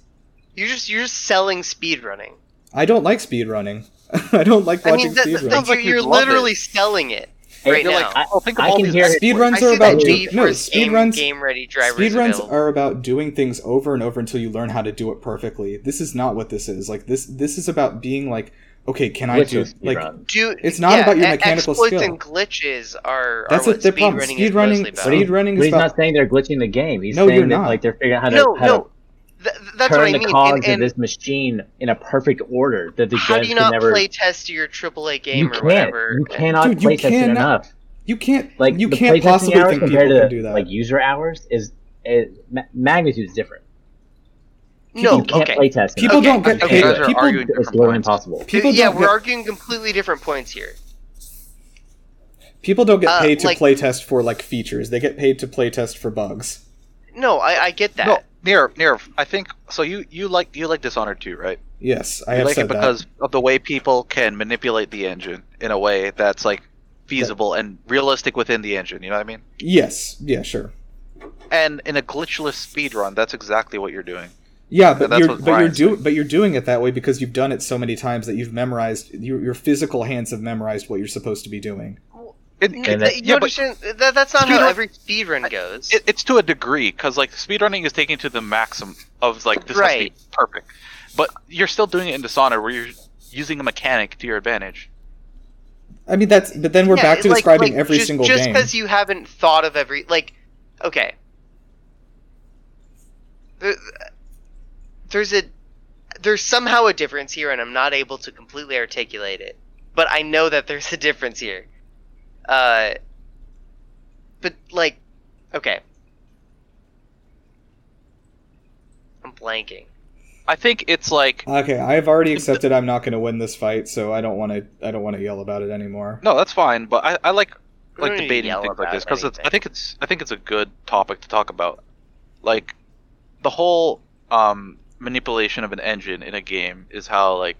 Speaker 2: You're just you're just selling speedrunning.
Speaker 1: I don't like speedrunning. I don't like
Speaker 2: I
Speaker 1: watching
Speaker 2: mean, that,
Speaker 1: speedrunning.
Speaker 2: that-
Speaker 6: Sounds like
Speaker 2: you're,
Speaker 6: you'd
Speaker 2: you're
Speaker 6: love
Speaker 2: literally selling it. Right
Speaker 6: You're
Speaker 2: now,
Speaker 6: like, oh, think of
Speaker 5: I
Speaker 6: all
Speaker 5: can
Speaker 6: these
Speaker 5: hear it.
Speaker 2: I
Speaker 1: Speedruns
Speaker 2: say
Speaker 1: are about
Speaker 2: that
Speaker 1: doing,
Speaker 2: G
Speaker 1: no
Speaker 2: for game,
Speaker 1: speedruns.
Speaker 2: game ready drivers
Speaker 1: Speedruns
Speaker 2: available.
Speaker 1: are about doing things over and over until you learn how to do it perfectly. This is not what this is. Like this this is about being like, okay, can I do
Speaker 5: Glitches,
Speaker 1: like
Speaker 5: speedrun.
Speaker 2: Do
Speaker 1: it's not
Speaker 2: yeah,
Speaker 1: about your
Speaker 2: e-
Speaker 1: mechanical
Speaker 2: exploits
Speaker 1: skill.
Speaker 2: and glitches are, are
Speaker 1: That's
Speaker 2: what
Speaker 1: what their problem.
Speaker 2: speedrunning is
Speaker 1: Speedrunning
Speaker 2: mostly about.
Speaker 5: What do you-
Speaker 1: speedrunning
Speaker 5: But
Speaker 1: is
Speaker 5: he's
Speaker 1: about
Speaker 5: not saying they're glitching the game. He's
Speaker 1: No,
Speaker 5: saying
Speaker 1: you're
Speaker 5: that
Speaker 1: not.
Speaker 5: like they're figuring out how to,
Speaker 2: no,
Speaker 5: how
Speaker 2: no. Th- that's
Speaker 5: to
Speaker 2: what I
Speaker 5: turn the
Speaker 2: mean. And,
Speaker 5: cogs
Speaker 2: and
Speaker 5: of this machine in a perfect order that the
Speaker 2: how do
Speaker 5: devs
Speaker 2: you
Speaker 5: can
Speaker 2: not
Speaker 5: never.
Speaker 2: play test your AAA game
Speaker 5: you
Speaker 2: or
Speaker 5: can't.
Speaker 2: whatever?
Speaker 5: You cannot
Speaker 1: Dude, you
Speaker 5: play test it
Speaker 1: cannot-
Speaker 5: enough.
Speaker 1: you can't
Speaker 5: Like
Speaker 1: like you
Speaker 5: the
Speaker 1: can't
Speaker 5: playtesting
Speaker 1: possibly
Speaker 5: hours
Speaker 1: think people
Speaker 5: compared to
Speaker 1: can do that.
Speaker 5: like user hours is, is ma- magnitude is different.
Speaker 2: No,
Speaker 5: you can't
Speaker 2: okay.
Speaker 5: play test.
Speaker 1: people
Speaker 2: okay,
Speaker 1: don't get
Speaker 6: okay,
Speaker 1: paid.
Speaker 6: you guys are
Speaker 1: people
Speaker 6: arguing
Speaker 5: It's
Speaker 6: different
Speaker 5: literally
Speaker 6: points.
Speaker 5: impossible.
Speaker 1: people
Speaker 2: yeah,
Speaker 1: don't
Speaker 2: we're
Speaker 1: get-
Speaker 2: arguing completely different points here.
Speaker 1: people don't get
Speaker 2: uh,
Speaker 1: paid to
Speaker 2: like-
Speaker 1: playtest for like features. They get paid to playtest for bugs.
Speaker 2: No, I, I get that.
Speaker 6: No, near, near. I think so. You you like you like Dishonored too, right?
Speaker 1: Yes, I
Speaker 6: you
Speaker 1: have
Speaker 6: like
Speaker 1: said
Speaker 6: it because of the way people can manipulate the engine in a way that's like feasible and realistic within the engine. You know what I mean?
Speaker 1: that. Yes, yeah, sure.
Speaker 6: And in a glitchless speed run, that's exactly what you're doing.
Speaker 1: Yeah, but
Speaker 6: that's
Speaker 1: you're
Speaker 6: what
Speaker 1: but you're
Speaker 6: Brian's
Speaker 1: do but you're doing it that way because you've done it so many times that you've memorized your, your physical hands have memorized what you're supposed to be doing.
Speaker 6: It,
Speaker 2: N-
Speaker 5: And
Speaker 2: th-
Speaker 5: that-
Speaker 2: you
Speaker 6: yeah, but-
Speaker 2: understand that, that's not how
Speaker 6: Speedrun-
Speaker 2: every speedrun goes.
Speaker 6: it- it's to a degree because like speedrunning is taken to the maximum of like this has to
Speaker 2: Right.
Speaker 6: be perfect, but you're still doing it in Dishonored where you're using a mechanic to your advantage.
Speaker 1: I mean that's but then we're
Speaker 2: Yeah,
Speaker 1: back to
Speaker 2: like-
Speaker 1: describing
Speaker 2: like,
Speaker 1: every
Speaker 2: just,
Speaker 1: single
Speaker 2: just
Speaker 1: game.
Speaker 2: because you haven't thought of every like, okay. There- There's a there's somehow a difference here, and I'm not able to completely articulate it, but I know that there's a difference here. Uh, but like, okay, I'm blanking.
Speaker 6: I think it's like
Speaker 1: Okay, I've already accepted I'm not going to win this fight, so I don't want to I don't want to yell about it anymore.
Speaker 6: no, that's fine, but I, I like
Speaker 2: We
Speaker 6: like
Speaker 2: don't need to
Speaker 6: debating
Speaker 2: yell
Speaker 6: things like
Speaker 2: about
Speaker 6: this because I
Speaker 2: anything.
Speaker 6: think it's I think it's a good topic to talk about. Like the whole um, manipulation of an engine in a game is how like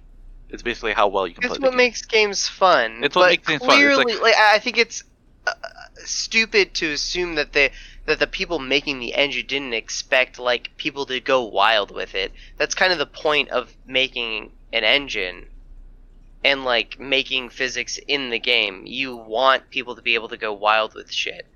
Speaker 6: it's basically how well you can
Speaker 2: It's
Speaker 6: play.
Speaker 2: what
Speaker 6: the game.
Speaker 2: makes games fun.
Speaker 6: It's what
Speaker 2: but
Speaker 6: makes things fun. It's
Speaker 2: clearly,
Speaker 6: like-
Speaker 2: like, I I think it's uh, uh, stupid to assume that the that the people making the engine didn't expect like people to go wild with it. That's kind of the point of making an engine and like making physics in the game. You want people to be able to go wild with shit.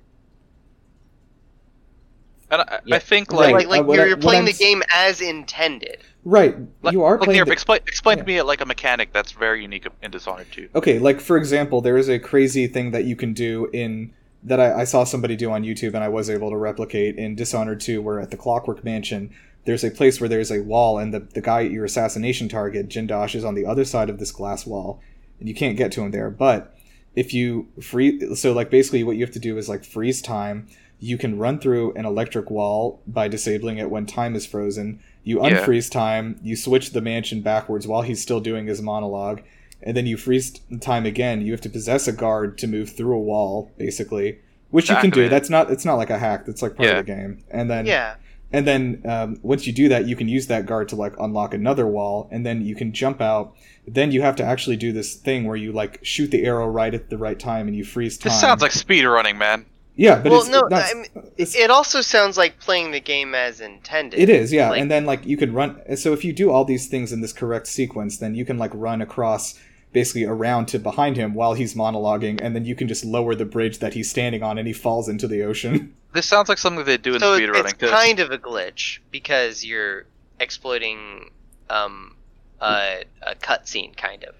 Speaker 6: And I,
Speaker 5: Yeah.
Speaker 6: I think
Speaker 1: Right.
Speaker 6: like
Speaker 2: Like like
Speaker 1: uh, what
Speaker 2: you're,
Speaker 1: I-
Speaker 2: you're
Speaker 1: what
Speaker 2: playing
Speaker 1: I'm
Speaker 2: the
Speaker 1: s-
Speaker 2: game as intended.
Speaker 1: Right,
Speaker 6: Like-
Speaker 1: you are
Speaker 6: like
Speaker 1: playing.
Speaker 6: Nir,
Speaker 1: the-
Speaker 6: explain explain to
Speaker 1: yeah.
Speaker 6: me like a mechanic that's very unique in Dishonored 2.
Speaker 1: okay, like for example, there is a crazy thing that you can do in that I, I saw somebody do on YouTube, and I was able to replicate in Dishonored Two, where at the Clockwork Mansion. There's a place where there's a wall, and the, the guy, your assassination target, Jindosh, is on the other side of this glass wall, and you can't get to him there. But if you free so like basically what you have to do is like freeze time you can run through an electric wall by disabling it when time is frozen you
Speaker 6: Yeah.
Speaker 1: unfreeze time you switch the mansion backwards while he's still doing his monologue and then you freeze time again you have to possess a guard to move through a wall basically which
Speaker 6: To
Speaker 1: you can do
Speaker 6: activate it.
Speaker 1: that's not it's not like a hack that's like part of the game and then
Speaker 2: Yeah.
Speaker 1: and then um, once you do that, you can use that guard to like unlock another wall, and then you can jump out. Then you have to actually do this thing where you like shoot the arrow right at the right time and you freeze time.
Speaker 6: This sounds like speedrunning, man.
Speaker 1: yeah, but
Speaker 2: Well,
Speaker 1: it's,
Speaker 2: no,
Speaker 1: that's-
Speaker 2: I mean,
Speaker 1: it's-
Speaker 2: It also sounds like playing the game as intended.
Speaker 1: it is, yeah.
Speaker 2: like-
Speaker 1: and then like you can run. So if you do all these things in this correct sequence, then you can like run across basically around to behind him while he's monologuing, and then you can just lower the bridge that he's standing on, and he falls into the ocean.
Speaker 6: This sounds like something they do in
Speaker 2: so it- it's
Speaker 6: speedrunning. too.
Speaker 2: kind of a glitch because you're exploiting um uh, a cutscene kind of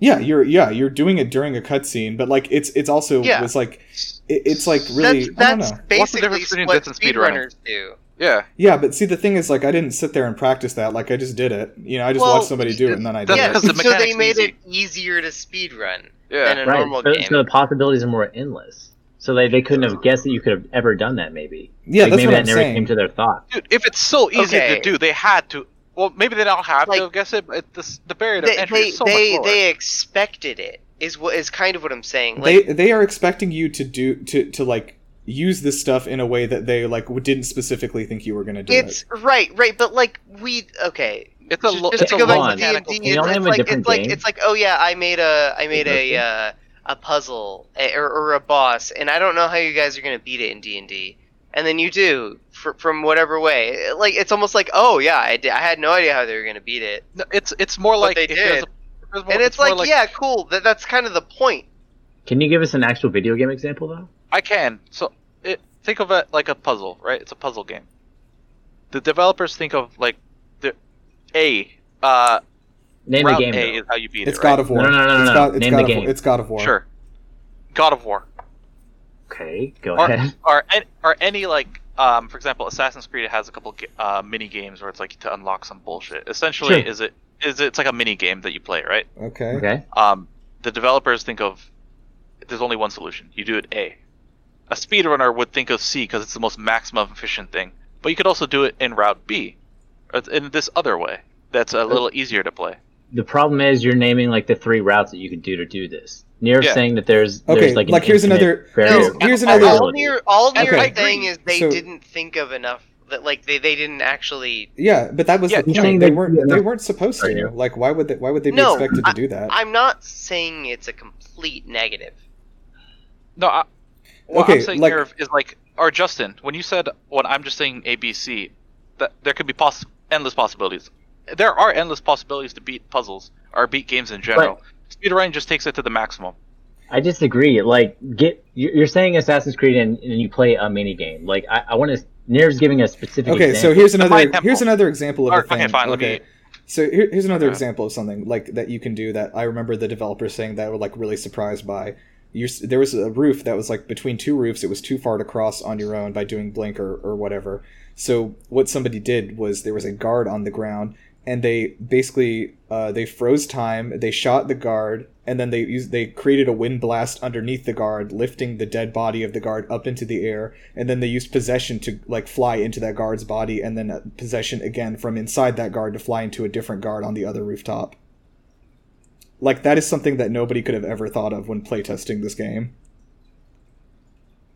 Speaker 1: Yeah, you're yeah you're doing it during a cutscene, but like it's it's also
Speaker 2: Yeah.
Speaker 1: was like it, it's like really I don't
Speaker 2: that's,
Speaker 1: know.
Speaker 2: that's
Speaker 6: What's the
Speaker 2: basically
Speaker 6: difference between
Speaker 2: what
Speaker 6: this and speedrunning?
Speaker 2: speedrunners do
Speaker 6: Yeah,
Speaker 1: Yeah, but see, the thing is, like, I didn't sit there and practice that. Like, I just did it. You know, I just
Speaker 2: Well,
Speaker 1: watched somebody do it, and then I did
Speaker 6: that's
Speaker 2: yeah
Speaker 1: it.
Speaker 6: because the
Speaker 2: so they
Speaker 6: mechanic's
Speaker 2: made
Speaker 6: easy.
Speaker 2: it easier to speedrun
Speaker 6: yeah.
Speaker 2: than a
Speaker 5: Right.
Speaker 2: normal
Speaker 5: So,
Speaker 2: game
Speaker 5: so the possibilities are more endless. So they, they couldn't have guessed that you could have ever done that. Maybe.
Speaker 1: Yeah,
Speaker 5: like,
Speaker 1: that's
Speaker 5: maybe
Speaker 1: what
Speaker 5: that
Speaker 1: I'm
Speaker 5: never
Speaker 1: saying.
Speaker 5: came to their thought.
Speaker 6: Dude, if it's so easy
Speaker 2: Okay.
Speaker 6: to do, they had to. Well, maybe they don't have
Speaker 2: Like-
Speaker 6: to have guessed it, but it, this, the barrier to
Speaker 2: they
Speaker 6: entry
Speaker 2: they
Speaker 6: is so
Speaker 2: they,
Speaker 6: much lower.
Speaker 2: they expected it is what is kind of what i'm saying like
Speaker 1: They they are expecting you to do to to like use this stuff in a way that they like w- didn't specifically think you were going to do
Speaker 2: it's
Speaker 1: it.
Speaker 2: right right but like we okay
Speaker 6: it's a
Speaker 2: Ju-
Speaker 6: lo-
Speaker 2: just
Speaker 6: it's
Speaker 2: to
Speaker 6: a
Speaker 2: go
Speaker 6: low
Speaker 2: back to
Speaker 5: lawn.
Speaker 2: D&D,
Speaker 6: mechanical.
Speaker 5: You
Speaker 2: it's,
Speaker 5: don't
Speaker 2: it's
Speaker 5: have a
Speaker 2: like it's
Speaker 5: different
Speaker 2: like
Speaker 5: game?
Speaker 2: it's like oh yeah, I made a I made a
Speaker 5: Okay.
Speaker 2: uh, a puzzle eh, or, or a boss, and I don't know how you guys are gonna beat it in D and D, and then you do fr- from whatever way. Eh, Like it's almost like oh yeah, I did, I had no idea how they were gonna beat it,
Speaker 6: No, It's it's more like
Speaker 2: they
Speaker 6: if there's
Speaker 2: did.
Speaker 6: a- if there's more-
Speaker 2: and it's,
Speaker 6: more
Speaker 2: like, yeah, cool. That that's kind of the point.
Speaker 5: Can you give us an actual video game example though?
Speaker 6: I can. So it, think of it like a puzzle, right? It's a puzzle game. The developers think of like the a uh,
Speaker 5: Name the
Speaker 6: route
Speaker 5: game.
Speaker 6: A
Speaker 5: though.
Speaker 6: is how you beat
Speaker 1: It's
Speaker 6: it. right?
Speaker 1: God of War.
Speaker 5: No, no, no, no,
Speaker 1: It's
Speaker 5: no.
Speaker 1: God, it's
Speaker 5: Name
Speaker 1: God
Speaker 5: the
Speaker 1: of,
Speaker 5: game.
Speaker 1: It's God of War.
Speaker 6: Sure. God of War.
Speaker 5: Okay, go
Speaker 6: Or-
Speaker 5: ahead.
Speaker 6: Are an- are any like um, for example, Assassin's Creed has a couple ga- uh, mini games where it's like to unlock some bullshit. Essentially,
Speaker 5: Sure.
Speaker 6: is it is it, it's like a mini game that you play, right?
Speaker 1: Okay.
Speaker 5: Okay.
Speaker 6: Um, the developers think of there's only one solution. You do it A. A speedrunner would think of C because it's the most maximum efficient thing, but you could also do it in Route B, or in this other way that's a little easier to play.
Speaker 5: The problem is you're naming like the three routes that you could do to do this. Near's
Speaker 6: Yeah.
Speaker 5: saying that there's
Speaker 1: Okay,
Speaker 5: there's like an
Speaker 1: like, here's
Speaker 5: infinite
Speaker 1: another-
Speaker 5: barrier.
Speaker 1: No, here's
Speaker 5: of
Speaker 1: another-
Speaker 2: All
Speaker 5: possibility.
Speaker 2: near, all near
Speaker 1: Okay.
Speaker 2: thing is they
Speaker 1: So-
Speaker 2: didn't think of enough. That like they, they didn't actually.
Speaker 1: Yeah, but that was
Speaker 6: Yeah,
Speaker 1: the
Speaker 9: you're
Speaker 1: point.
Speaker 9: saying
Speaker 1: They
Speaker 9: they-
Speaker 1: weren't
Speaker 9: yeah,
Speaker 1: they
Speaker 9: no.
Speaker 1: weren't supposed
Speaker 5: Sorry,
Speaker 1: to.
Speaker 5: no.
Speaker 1: Like why would they why would they be
Speaker 2: No,
Speaker 1: expected to do that?
Speaker 2: I'm not saying it's a complete negative.
Speaker 6: No, I, what
Speaker 1: Okay,
Speaker 6: I'm saying
Speaker 1: like-
Speaker 6: here is like, or Justin, when you said when I'm just saying A B C, that there could be poss- endless possibilities. There are endless possibilities to beat puzzles or beat games in general. Speedrunning just takes it to the maximum.
Speaker 5: I disagree. Like, get you- you're saying Assassin's Creed and, and you play a mini game. Like, I, I want to. Near's giving a specific.
Speaker 1: okay, so
Speaker 5: example.
Speaker 1: here's another
Speaker 6: Mind Temple.
Speaker 1: here's another example of
Speaker 6: Or-
Speaker 1: a thing.
Speaker 6: okay, fine. Let
Speaker 1: Okay.
Speaker 6: me.
Speaker 1: So here, here's another
Speaker 6: Yeah.
Speaker 1: example of something like that you can do that I remember the developers saying that were like really surprised by. you s there was a roof that was like between two roofs. It was too far to cross on your own by doing blink or, or whatever. So what somebody did was there was a guard on the ground, and they basically uh, they froze time. They shot the guard, and then they used, they created a wind blast underneath the guard, lifting the dead body of the guard up into the air. And then they used possession to like fly into that guard's body, and then uh, possession again from inside that guard to fly into a different guard on the other rooftop. Like that is something that nobody could have ever thought of when playtesting this game.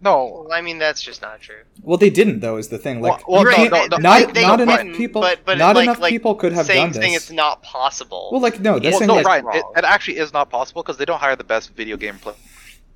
Speaker 3: No.
Speaker 2: Well, I mean that's just not true.
Speaker 1: Well, they didn't though. Is the thing like
Speaker 3: Well, well,
Speaker 2: Right,
Speaker 3: no,
Speaker 2: they-
Speaker 3: no, no.
Speaker 1: not e-,
Speaker 2: they
Speaker 1: not enough
Speaker 2: didn't,
Speaker 1: people?
Speaker 2: but, but
Speaker 1: not
Speaker 2: like,
Speaker 1: enough
Speaker 2: like
Speaker 1: people could have
Speaker 2: saying,
Speaker 1: done
Speaker 2: saying
Speaker 1: this.
Speaker 2: it's not possible.
Speaker 1: Well, like no, they're
Speaker 2: Well,
Speaker 1: saying
Speaker 3: no,
Speaker 1: like,
Speaker 3: Ryan, it,
Speaker 2: wrong.
Speaker 3: it actually is not possible because they don't hire the best video game play.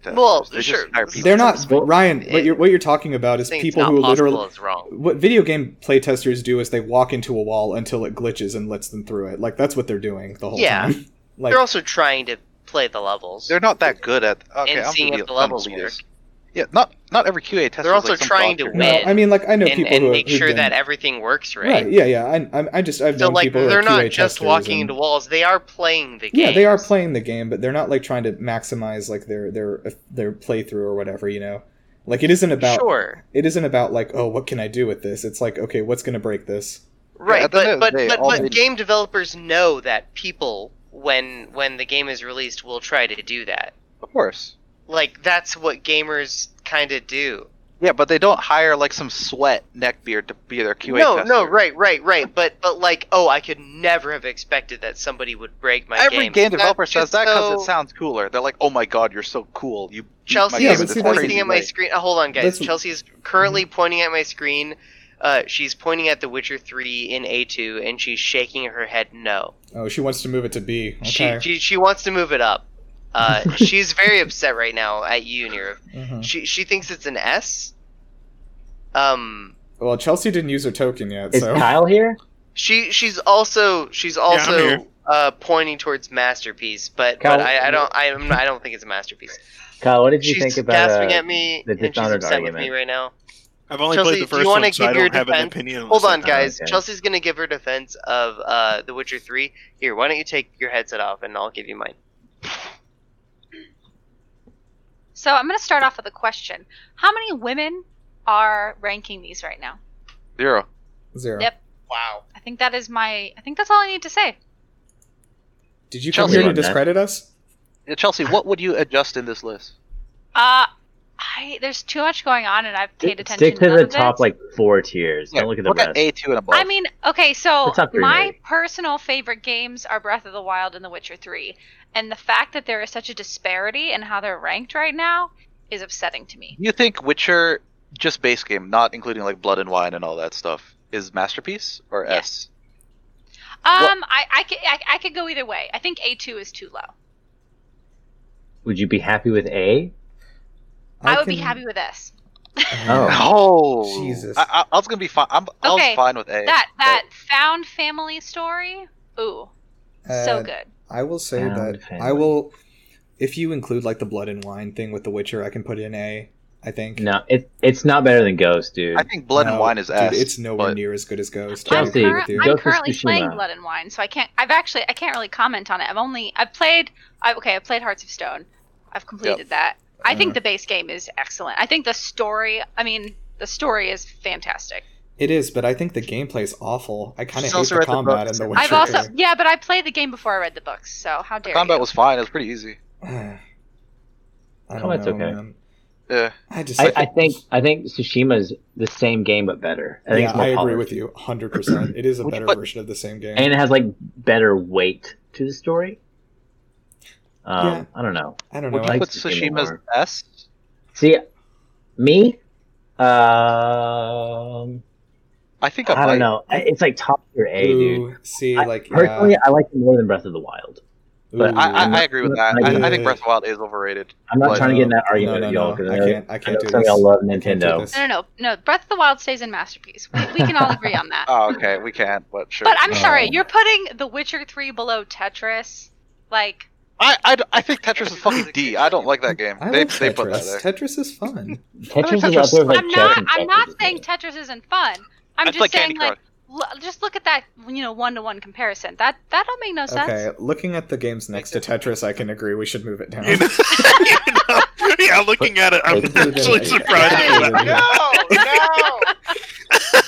Speaker 3: testers.
Speaker 2: Well,
Speaker 3: They just
Speaker 2: sure.
Speaker 3: hire people.
Speaker 1: they're not
Speaker 5: Well,
Speaker 1: Ryan. What
Speaker 2: it-
Speaker 1: you're what you're talking about is
Speaker 2: Saying
Speaker 1: people
Speaker 2: it's not
Speaker 1: who
Speaker 2: possible
Speaker 1: literally
Speaker 2: is wrong.
Speaker 1: what video game playtesters do is they walk into a wall until it glitches and lets them through it. Like that's what they're doing the whole
Speaker 2: Yeah.
Speaker 1: time. Like
Speaker 2: They're also trying to play the levels.
Speaker 3: They're not that good at okay,
Speaker 2: And
Speaker 3: I'm
Speaker 2: seeing
Speaker 3: gonna
Speaker 2: if
Speaker 3: be
Speaker 2: the levels
Speaker 3: honest with you. Yeah, not not every QA tester.
Speaker 2: They're also
Speaker 3: like some
Speaker 2: trying to
Speaker 3: doctor.
Speaker 1: no,
Speaker 2: win
Speaker 1: I mean, like I know
Speaker 2: and,
Speaker 1: people
Speaker 2: and
Speaker 1: who
Speaker 2: make
Speaker 1: who've
Speaker 2: sure
Speaker 1: been-
Speaker 2: that everything works
Speaker 1: right.
Speaker 2: right.
Speaker 1: Yeah, yeah. I I'm- I just I've
Speaker 2: So
Speaker 1: known
Speaker 2: like
Speaker 1: people who
Speaker 2: they're
Speaker 1: are QA
Speaker 2: not just
Speaker 1: testers
Speaker 2: walking
Speaker 1: and-
Speaker 2: into walls; they are playing the game.
Speaker 1: Yeah, they are playing the game, but they're not like trying to maximize like their their uh, their playthrough or whatever. You know, like it isn't about
Speaker 2: Sure,
Speaker 1: it isn't about like oh what can I do with this. It's like okay what's gonna break this.
Speaker 2: right,
Speaker 3: at the end
Speaker 2: but
Speaker 3: of
Speaker 2: but,
Speaker 3: the day,
Speaker 2: but,
Speaker 3: all
Speaker 2: but
Speaker 3: they-
Speaker 2: game developers know that people, when when the game is released, will try to do that.
Speaker 3: Of course.
Speaker 2: Like that's what gamers kind of do.
Speaker 3: Yeah, but they don't hire like some sweat neckbeard to be their QA
Speaker 2: no,
Speaker 3: tester.
Speaker 2: no, right, right, right. But but like, oh, I could never have expected that somebody would break my
Speaker 3: Every game,
Speaker 2: game.
Speaker 3: developer says that because it
Speaker 2: sounds.
Speaker 3: sounds cooler. They're like, "Oh my god, you're so cool." You beat my
Speaker 2: Chelsea
Speaker 1: Yeah, but
Speaker 3: game in
Speaker 2: is
Speaker 1: see,
Speaker 3: this
Speaker 1: that's-
Speaker 2: pointing
Speaker 3: crazy
Speaker 2: at my
Speaker 3: way."
Speaker 2: screen. uh, hold on, guys.
Speaker 1: That's-
Speaker 2: Chelsea is currently pointing at my screen. Uh, she's pointing at The Witcher 3 in A2, and she's shaking her head no.
Speaker 1: Oh, she wants to move it to B.
Speaker 2: She,
Speaker 1: Okay.
Speaker 2: she she wants to move it up. Uh, she's very upset right now at you, Nero.
Speaker 1: Mhm.
Speaker 2: She she thinks it's an S. Um,
Speaker 1: Well, Chelsea didn't use her token yet,
Speaker 5: is
Speaker 1: so
Speaker 5: Kyle here?
Speaker 2: she she's also she's
Speaker 4: I'm
Speaker 2: also
Speaker 4: here.
Speaker 2: uh pointing towards masterpiece, but
Speaker 5: Cal-
Speaker 2: but I, I don't I am I don't think it's a masterpiece.
Speaker 5: Kyle, what did you
Speaker 2: She's
Speaker 5: think about?
Speaker 2: gasping
Speaker 5: uh,
Speaker 2: at me,
Speaker 5: the
Speaker 2: and she's
Speaker 5: dishonored
Speaker 2: upset with me
Speaker 5: argument?
Speaker 2: right now.
Speaker 4: I've only
Speaker 2: Chelsea,
Speaker 4: played the
Speaker 2: do you
Speaker 4: first
Speaker 2: wanna
Speaker 4: one, so
Speaker 2: give
Speaker 4: I
Speaker 2: your
Speaker 4: don't have an
Speaker 2: defense?
Speaker 4: opinion.
Speaker 2: Hold
Speaker 4: this
Speaker 2: on,
Speaker 4: thing.
Speaker 2: guys.
Speaker 5: Oh, okay.
Speaker 2: Chelsea's gonna give her defense of uh, The Witcher Three. Here, why don't you take your headset off and I'll give you mine.
Speaker 10: So I'm going to start off with a question. How many women are ranking these right now?
Speaker 6: Zero.
Speaker 1: zero.
Speaker 10: Yep.
Speaker 2: Wow.
Speaker 10: I think that is my. I think that's all I need to say.
Speaker 1: Did you
Speaker 6: Chelsea
Speaker 1: come here
Speaker 5: won
Speaker 1: to
Speaker 5: that.
Speaker 1: discredit us?
Speaker 6: Yeah, Chelsea, what would you adjust in this list?
Speaker 10: Uh, I there's too much going on, and I've paid attention.
Speaker 5: Stick to
Speaker 10: none
Speaker 5: the
Speaker 10: of
Speaker 5: top
Speaker 10: it.
Speaker 5: like four tiers.
Speaker 6: Yeah,
Speaker 5: Don't look at the rest.
Speaker 6: at A2 and above.
Speaker 10: I mean, okay, so
Speaker 5: The top three,
Speaker 10: my
Speaker 5: maybe.
Speaker 10: personal favorite games are Breath of the Wild and The Witcher Three, and the fact that there is such a disparity in how they're ranked right now is upsetting to me.
Speaker 6: you think Witcher, just base game, not including like Blood and Wine and all that stuff, is masterpiece or
Speaker 10: Yeah.
Speaker 6: S?
Speaker 10: Um, I I could I, I could go either way. I think A two is too low.
Speaker 5: Would you be happy with A?
Speaker 10: I, would be happy with S.
Speaker 5: Oh.
Speaker 6: Oh,
Speaker 1: Jesus.
Speaker 6: I, I, I was gonna be fine. I'm, I was
Speaker 10: Okay,
Speaker 6: fine with A.
Speaker 10: That that found family story. Ooh, so
Speaker 1: Uh,
Speaker 10: good.
Speaker 1: I will say
Speaker 5: Sound
Speaker 1: that
Speaker 5: family.
Speaker 1: I will. If you include like the blood and wine thing with The Witcher, I can put in A. I think.
Speaker 5: No, it it's not better than Ghost, dude.
Speaker 3: I think Blood and
Speaker 1: No,
Speaker 3: Wine is
Speaker 1: dude,
Speaker 3: ass.
Speaker 1: it's nowhere
Speaker 3: but-
Speaker 1: near as good as Ghost. I
Speaker 10: I'm,
Speaker 5: Chelsea,
Speaker 1: agree
Speaker 10: curr-
Speaker 1: with you.
Speaker 5: go
Speaker 10: I'm
Speaker 5: for
Speaker 10: currently playing
Speaker 5: Tsushima.
Speaker 10: Blood and Wine, so I can't. I've actually I can't really comment on it. I've only I've played. I've, okay, I've played Hearts of Stone. I've completed that. I think
Speaker 6: Uh-huh.
Speaker 10: the base game is excellent. I think the story. I mean, the story is fantastic.
Speaker 1: It is, but I think the gameplay is awful. I kind of
Speaker 6: She's
Speaker 1: hate
Speaker 6: also
Speaker 1: the
Speaker 6: read the
Speaker 1: combat in
Speaker 6: books.
Speaker 1: The Witcher.
Speaker 10: I've also yeah, but I played the game before I read the books, so how dare
Speaker 6: Combat
Speaker 10: you?
Speaker 6: was fine. It was pretty easy.
Speaker 1: I don't
Speaker 5: Combat's
Speaker 1: know,
Speaker 5: okay.
Speaker 1: man.
Speaker 6: Yeah.
Speaker 1: I just.
Speaker 5: I, I think I think Tsushima's the same game but better. I think
Speaker 1: yeah,
Speaker 5: it's more
Speaker 1: I agree
Speaker 5: polished.
Speaker 1: with you, hundred percent. It is a
Speaker 6: Would you
Speaker 1: better
Speaker 6: put-
Speaker 1: version of the same game.
Speaker 5: and it has like better weight to the story. Um,
Speaker 1: Yeah.
Speaker 5: I don't know.
Speaker 1: I don't know.
Speaker 6: Would you
Speaker 5: like
Speaker 1: I-
Speaker 6: put
Speaker 5: the game
Speaker 6: Tsushima's
Speaker 5: more.
Speaker 6: S?
Speaker 5: See, me, um,
Speaker 6: I think I,
Speaker 5: I
Speaker 6: might.
Speaker 5: don't know. I- It's like top tier A, dude.
Speaker 1: Ooh, see,
Speaker 5: I-
Speaker 1: like
Speaker 5: Personally,
Speaker 1: yeah.
Speaker 5: I like it more than Breath of the Wild. but
Speaker 1: Ooh.
Speaker 6: I,
Speaker 5: I'm
Speaker 6: I, I
Speaker 5: not-
Speaker 6: agree with that. I, I
Speaker 1: Yeah.
Speaker 6: think Breath of the Wild is overrated.
Speaker 5: I'm not
Speaker 6: But-
Speaker 5: trying to get in that
Speaker 1: No,
Speaker 5: argument
Speaker 1: no,
Speaker 5: with y'all
Speaker 1: no.
Speaker 5: because
Speaker 1: I can't. I
Speaker 5: I know
Speaker 1: can't do
Speaker 5: some of
Speaker 1: this.
Speaker 5: y'all love
Speaker 1: I can't do
Speaker 5: Nintendo.
Speaker 1: this.
Speaker 10: no, no, no, no. Breath of the Wild stays in masterpiece. We, we can all agree on that.
Speaker 6: Oh, okay. We can't, but sure. Oh.
Speaker 10: But I'm sorry,
Speaker 5: Um,
Speaker 10: you're putting The Witcher 3 below Tetris. Like,
Speaker 6: I, I, I think Tetris is fucking D. I don't like that game.
Speaker 1: I
Speaker 6: they,
Speaker 1: like
Speaker 6: they put that
Speaker 1: Tetris.
Speaker 6: there.
Speaker 1: Tetris is fun.
Speaker 5: Tetris is
Speaker 6: Tetris-
Speaker 5: up there with, like
Speaker 10: I'm not.
Speaker 5: Chess and
Speaker 10: I'm
Speaker 5: stuff,
Speaker 10: not
Speaker 5: isn't
Speaker 10: saying
Speaker 5: it?
Speaker 10: Tetris isn't fun. I'm
Speaker 6: It's
Speaker 10: just
Speaker 6: like
Speaker 10: saying,
Speaker 6: Candy
Speaker 10: like, l- just look at that. You know, one to one comparison. That that don't make no sense.
Speaker 1: Okay, looking at the games next to Tetris, I can agree we should move it down.
Speaker 4: You know, you know, yeah, looking at it, I'm
Speaker 1: Let's do it
Speaker 4: actually
Speaker 1: anyway.
Speaker 4: surprised.
Speaker 1: Yeah.
Speaker 4: by that.
Speaker 2: no,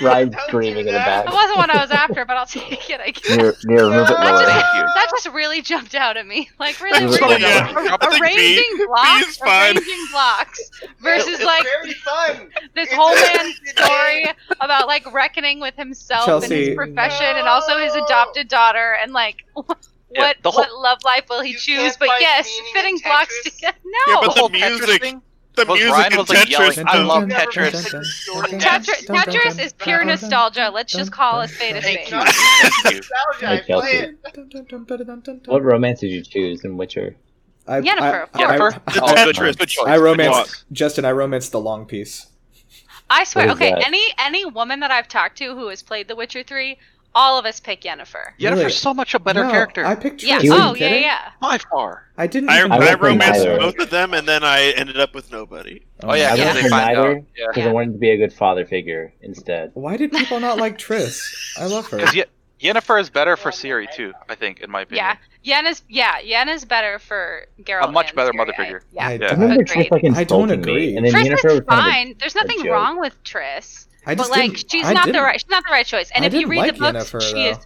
Speaker 5: Ryan
Speaker 2: Don't
Speaker 5: screaming
Speaker 2: do
Speaker 5: in the
Speaker 2: that.
Speaker 5: back
Speaker 10: That wasn't what I was after, but I'll take it. I guess.
Speaker 5: near near Rupert
Speaker 10: That
Speaker 5: Lower.
Speaker 10: just,
Speaker 6: Thank you.
Speaker 10: that just really jumped out at me. Like really,
Speaker 5: That's
Speaker 10: really
Speaker 5: fine, yeah.
Speaker 10: ar-
Speaker 4: I think B-
Speaker 10: arranging
Speaker 4: B
Speaker 10: blocks,
Speaker 4: is fine.
Speaker 10: arranging blocks versus like
Speaker 2: very fun.
Speaker 10: this
Speaker 2: It's
Speaker 10: whole
Speaker 2: very
Speaker 10: man's story about like reckoning with himself and
Speaker 1: Chelsea.
Speaker 10: his profession and also his adopted daughter and like what
Speaker 6: Yeah, the whole-
Speaker 10: what love life will he
Speaker 2: You
Speaker 10: choose
Speaker 2: can't
Speaker 10: but
Speaker 2: find
Speaker 10: yes
Speaker 2: meaning in
Speaker 10: fitting blocks
Speaker 2: Tetris.
Speaker 10: together
Speaker 4: Yeah,
Speaker 10: no
Speaker 4: but the
Speaker 6: whole
Speaker 4: music-
Speaker 6: thing?
Speaker 4: The
Speaker 6: Was
Speaker 4: music
Speaker 6: Ryan
Speaker 4: in
Speaker 6: was, like,
Speaker 4: Tetris.
Speaker 6: yelling, I
Speaker 4: though.
Speaker 6: love
Speaker 2: Never
Speaker 6: Tetris.
Speaker 2: played the story.
Speaker 10: Tetris, Tetris is pure nostalgia let's just call a spade a
Speaker 2: Thank
Speaker 10: spade
Speaker 2: you.
Speaker 6: Thank you.
Speaker 2: Nostalgia, I
Speaker 5: Hey,
Speaker 2: play
Speaker 5: Chelsea.
Speaker 2: it.
Speaker 5: What romance did you choose in Witcher?
Speaker 1: I,
Speaker 10: Yennefer,
Speaker 1: I,
Speaker 10: of
Speaker 1: I,
Speaker 6: course.
Speaker 1: I,
Speaker 4: The
Speaker 6: Oh,
Speaker 4: Tetris.
Speaker 5: good
Speaker 4: the
Speaker 6: choice.
Speaker 1: I romanced
Speaker 4: Blocks.
Speaker 1: Justin. I romanced the long piece.
Speaker 10: I swear
Speaker 5: What is
Speaker 10: okay
Speaker 5: that?
Speaker 10: any any woman that I've talked to who has played The Witcher 3 all of us pick Yennefer
Speaker 1: Really?
Speaker 6: Yennefer's so much a better
Speaker 1: No,
Speaker 6: character.
Speaker 1: I picked.
Speaker 10: yeah
Speaker 1: Triss, are you
Speaker 10: oh yeah
Speaker 1: kidding?
Speaker 10: yeah
Speaker 6: By far.
Speaker 1: I didn't.
Speaker 4: I,
Speaker 1: even-
Speaker 5: I
Speaker 4: I
Speaker 5: wouldn't
Speaker 4: romanced
Speaker 5: either.
Speaker 4: both of them, and then I ended up with nobody.
Speaker 6: Oh, yeah,
Speaker 5: I
Speaker 6: because
Speaker 5: went
Speaker 6: they
Speaker 5: for
Speaker 6: find out.
Speaker 5: neither
Speaker 6: Yeah.
Speaker 5: because I wanted to be a good father figure instead.
Speaker 1: Why did people not like Triss? I love her.
Speaker 6: Because Ye- Yennefer is better for Siri, too, I think, in my opinion.
Speaker 10: yeah Yen is yeah Yen is better for Geralt
Speaker 6: A much
Speaker 10: and
Speaker 6: better
Speaker 10: Ciri.
Speaker 6: mother figure.
Speaker 1: I,
Speaker 10: yeah
Speaker 6: Yeah.
Speaker 5: I
Speaker 1: don't-
Speaker 5: remember Triss
Speaker 10: Agreed.
Speaker 5: like
Speaker 1: I don't
Speaker 5: insulting me,
Speaker 1: agree.
Speaker 5: and then
Speaker 10: Triss
Speaker 5: Yennefer was kind
Speaker 10: is
Speaker 5: of.
Speaker 10: fine. There's nothing
Speaker 5: joke.
Speaker 10: wrong with Triss,
Speaker 1: I
Speaker 10: but
Speaker 1: just
Speaker 10: like
Speaker 1: didn't-
Speaker 10: she's
Speaker 1: I
Speaker 10: not the
Speaker 1: didn't-
Speaker 10: right she's not the right choice. And
Speaker 1: I
Speaker 10: if you
Speaker 1: didn't
Speaker 10: read
Speaker 1: like
Speaker 10: the books,
Speaker 1: Yennefer,
Speaker 10: she is
Speaker 1: though.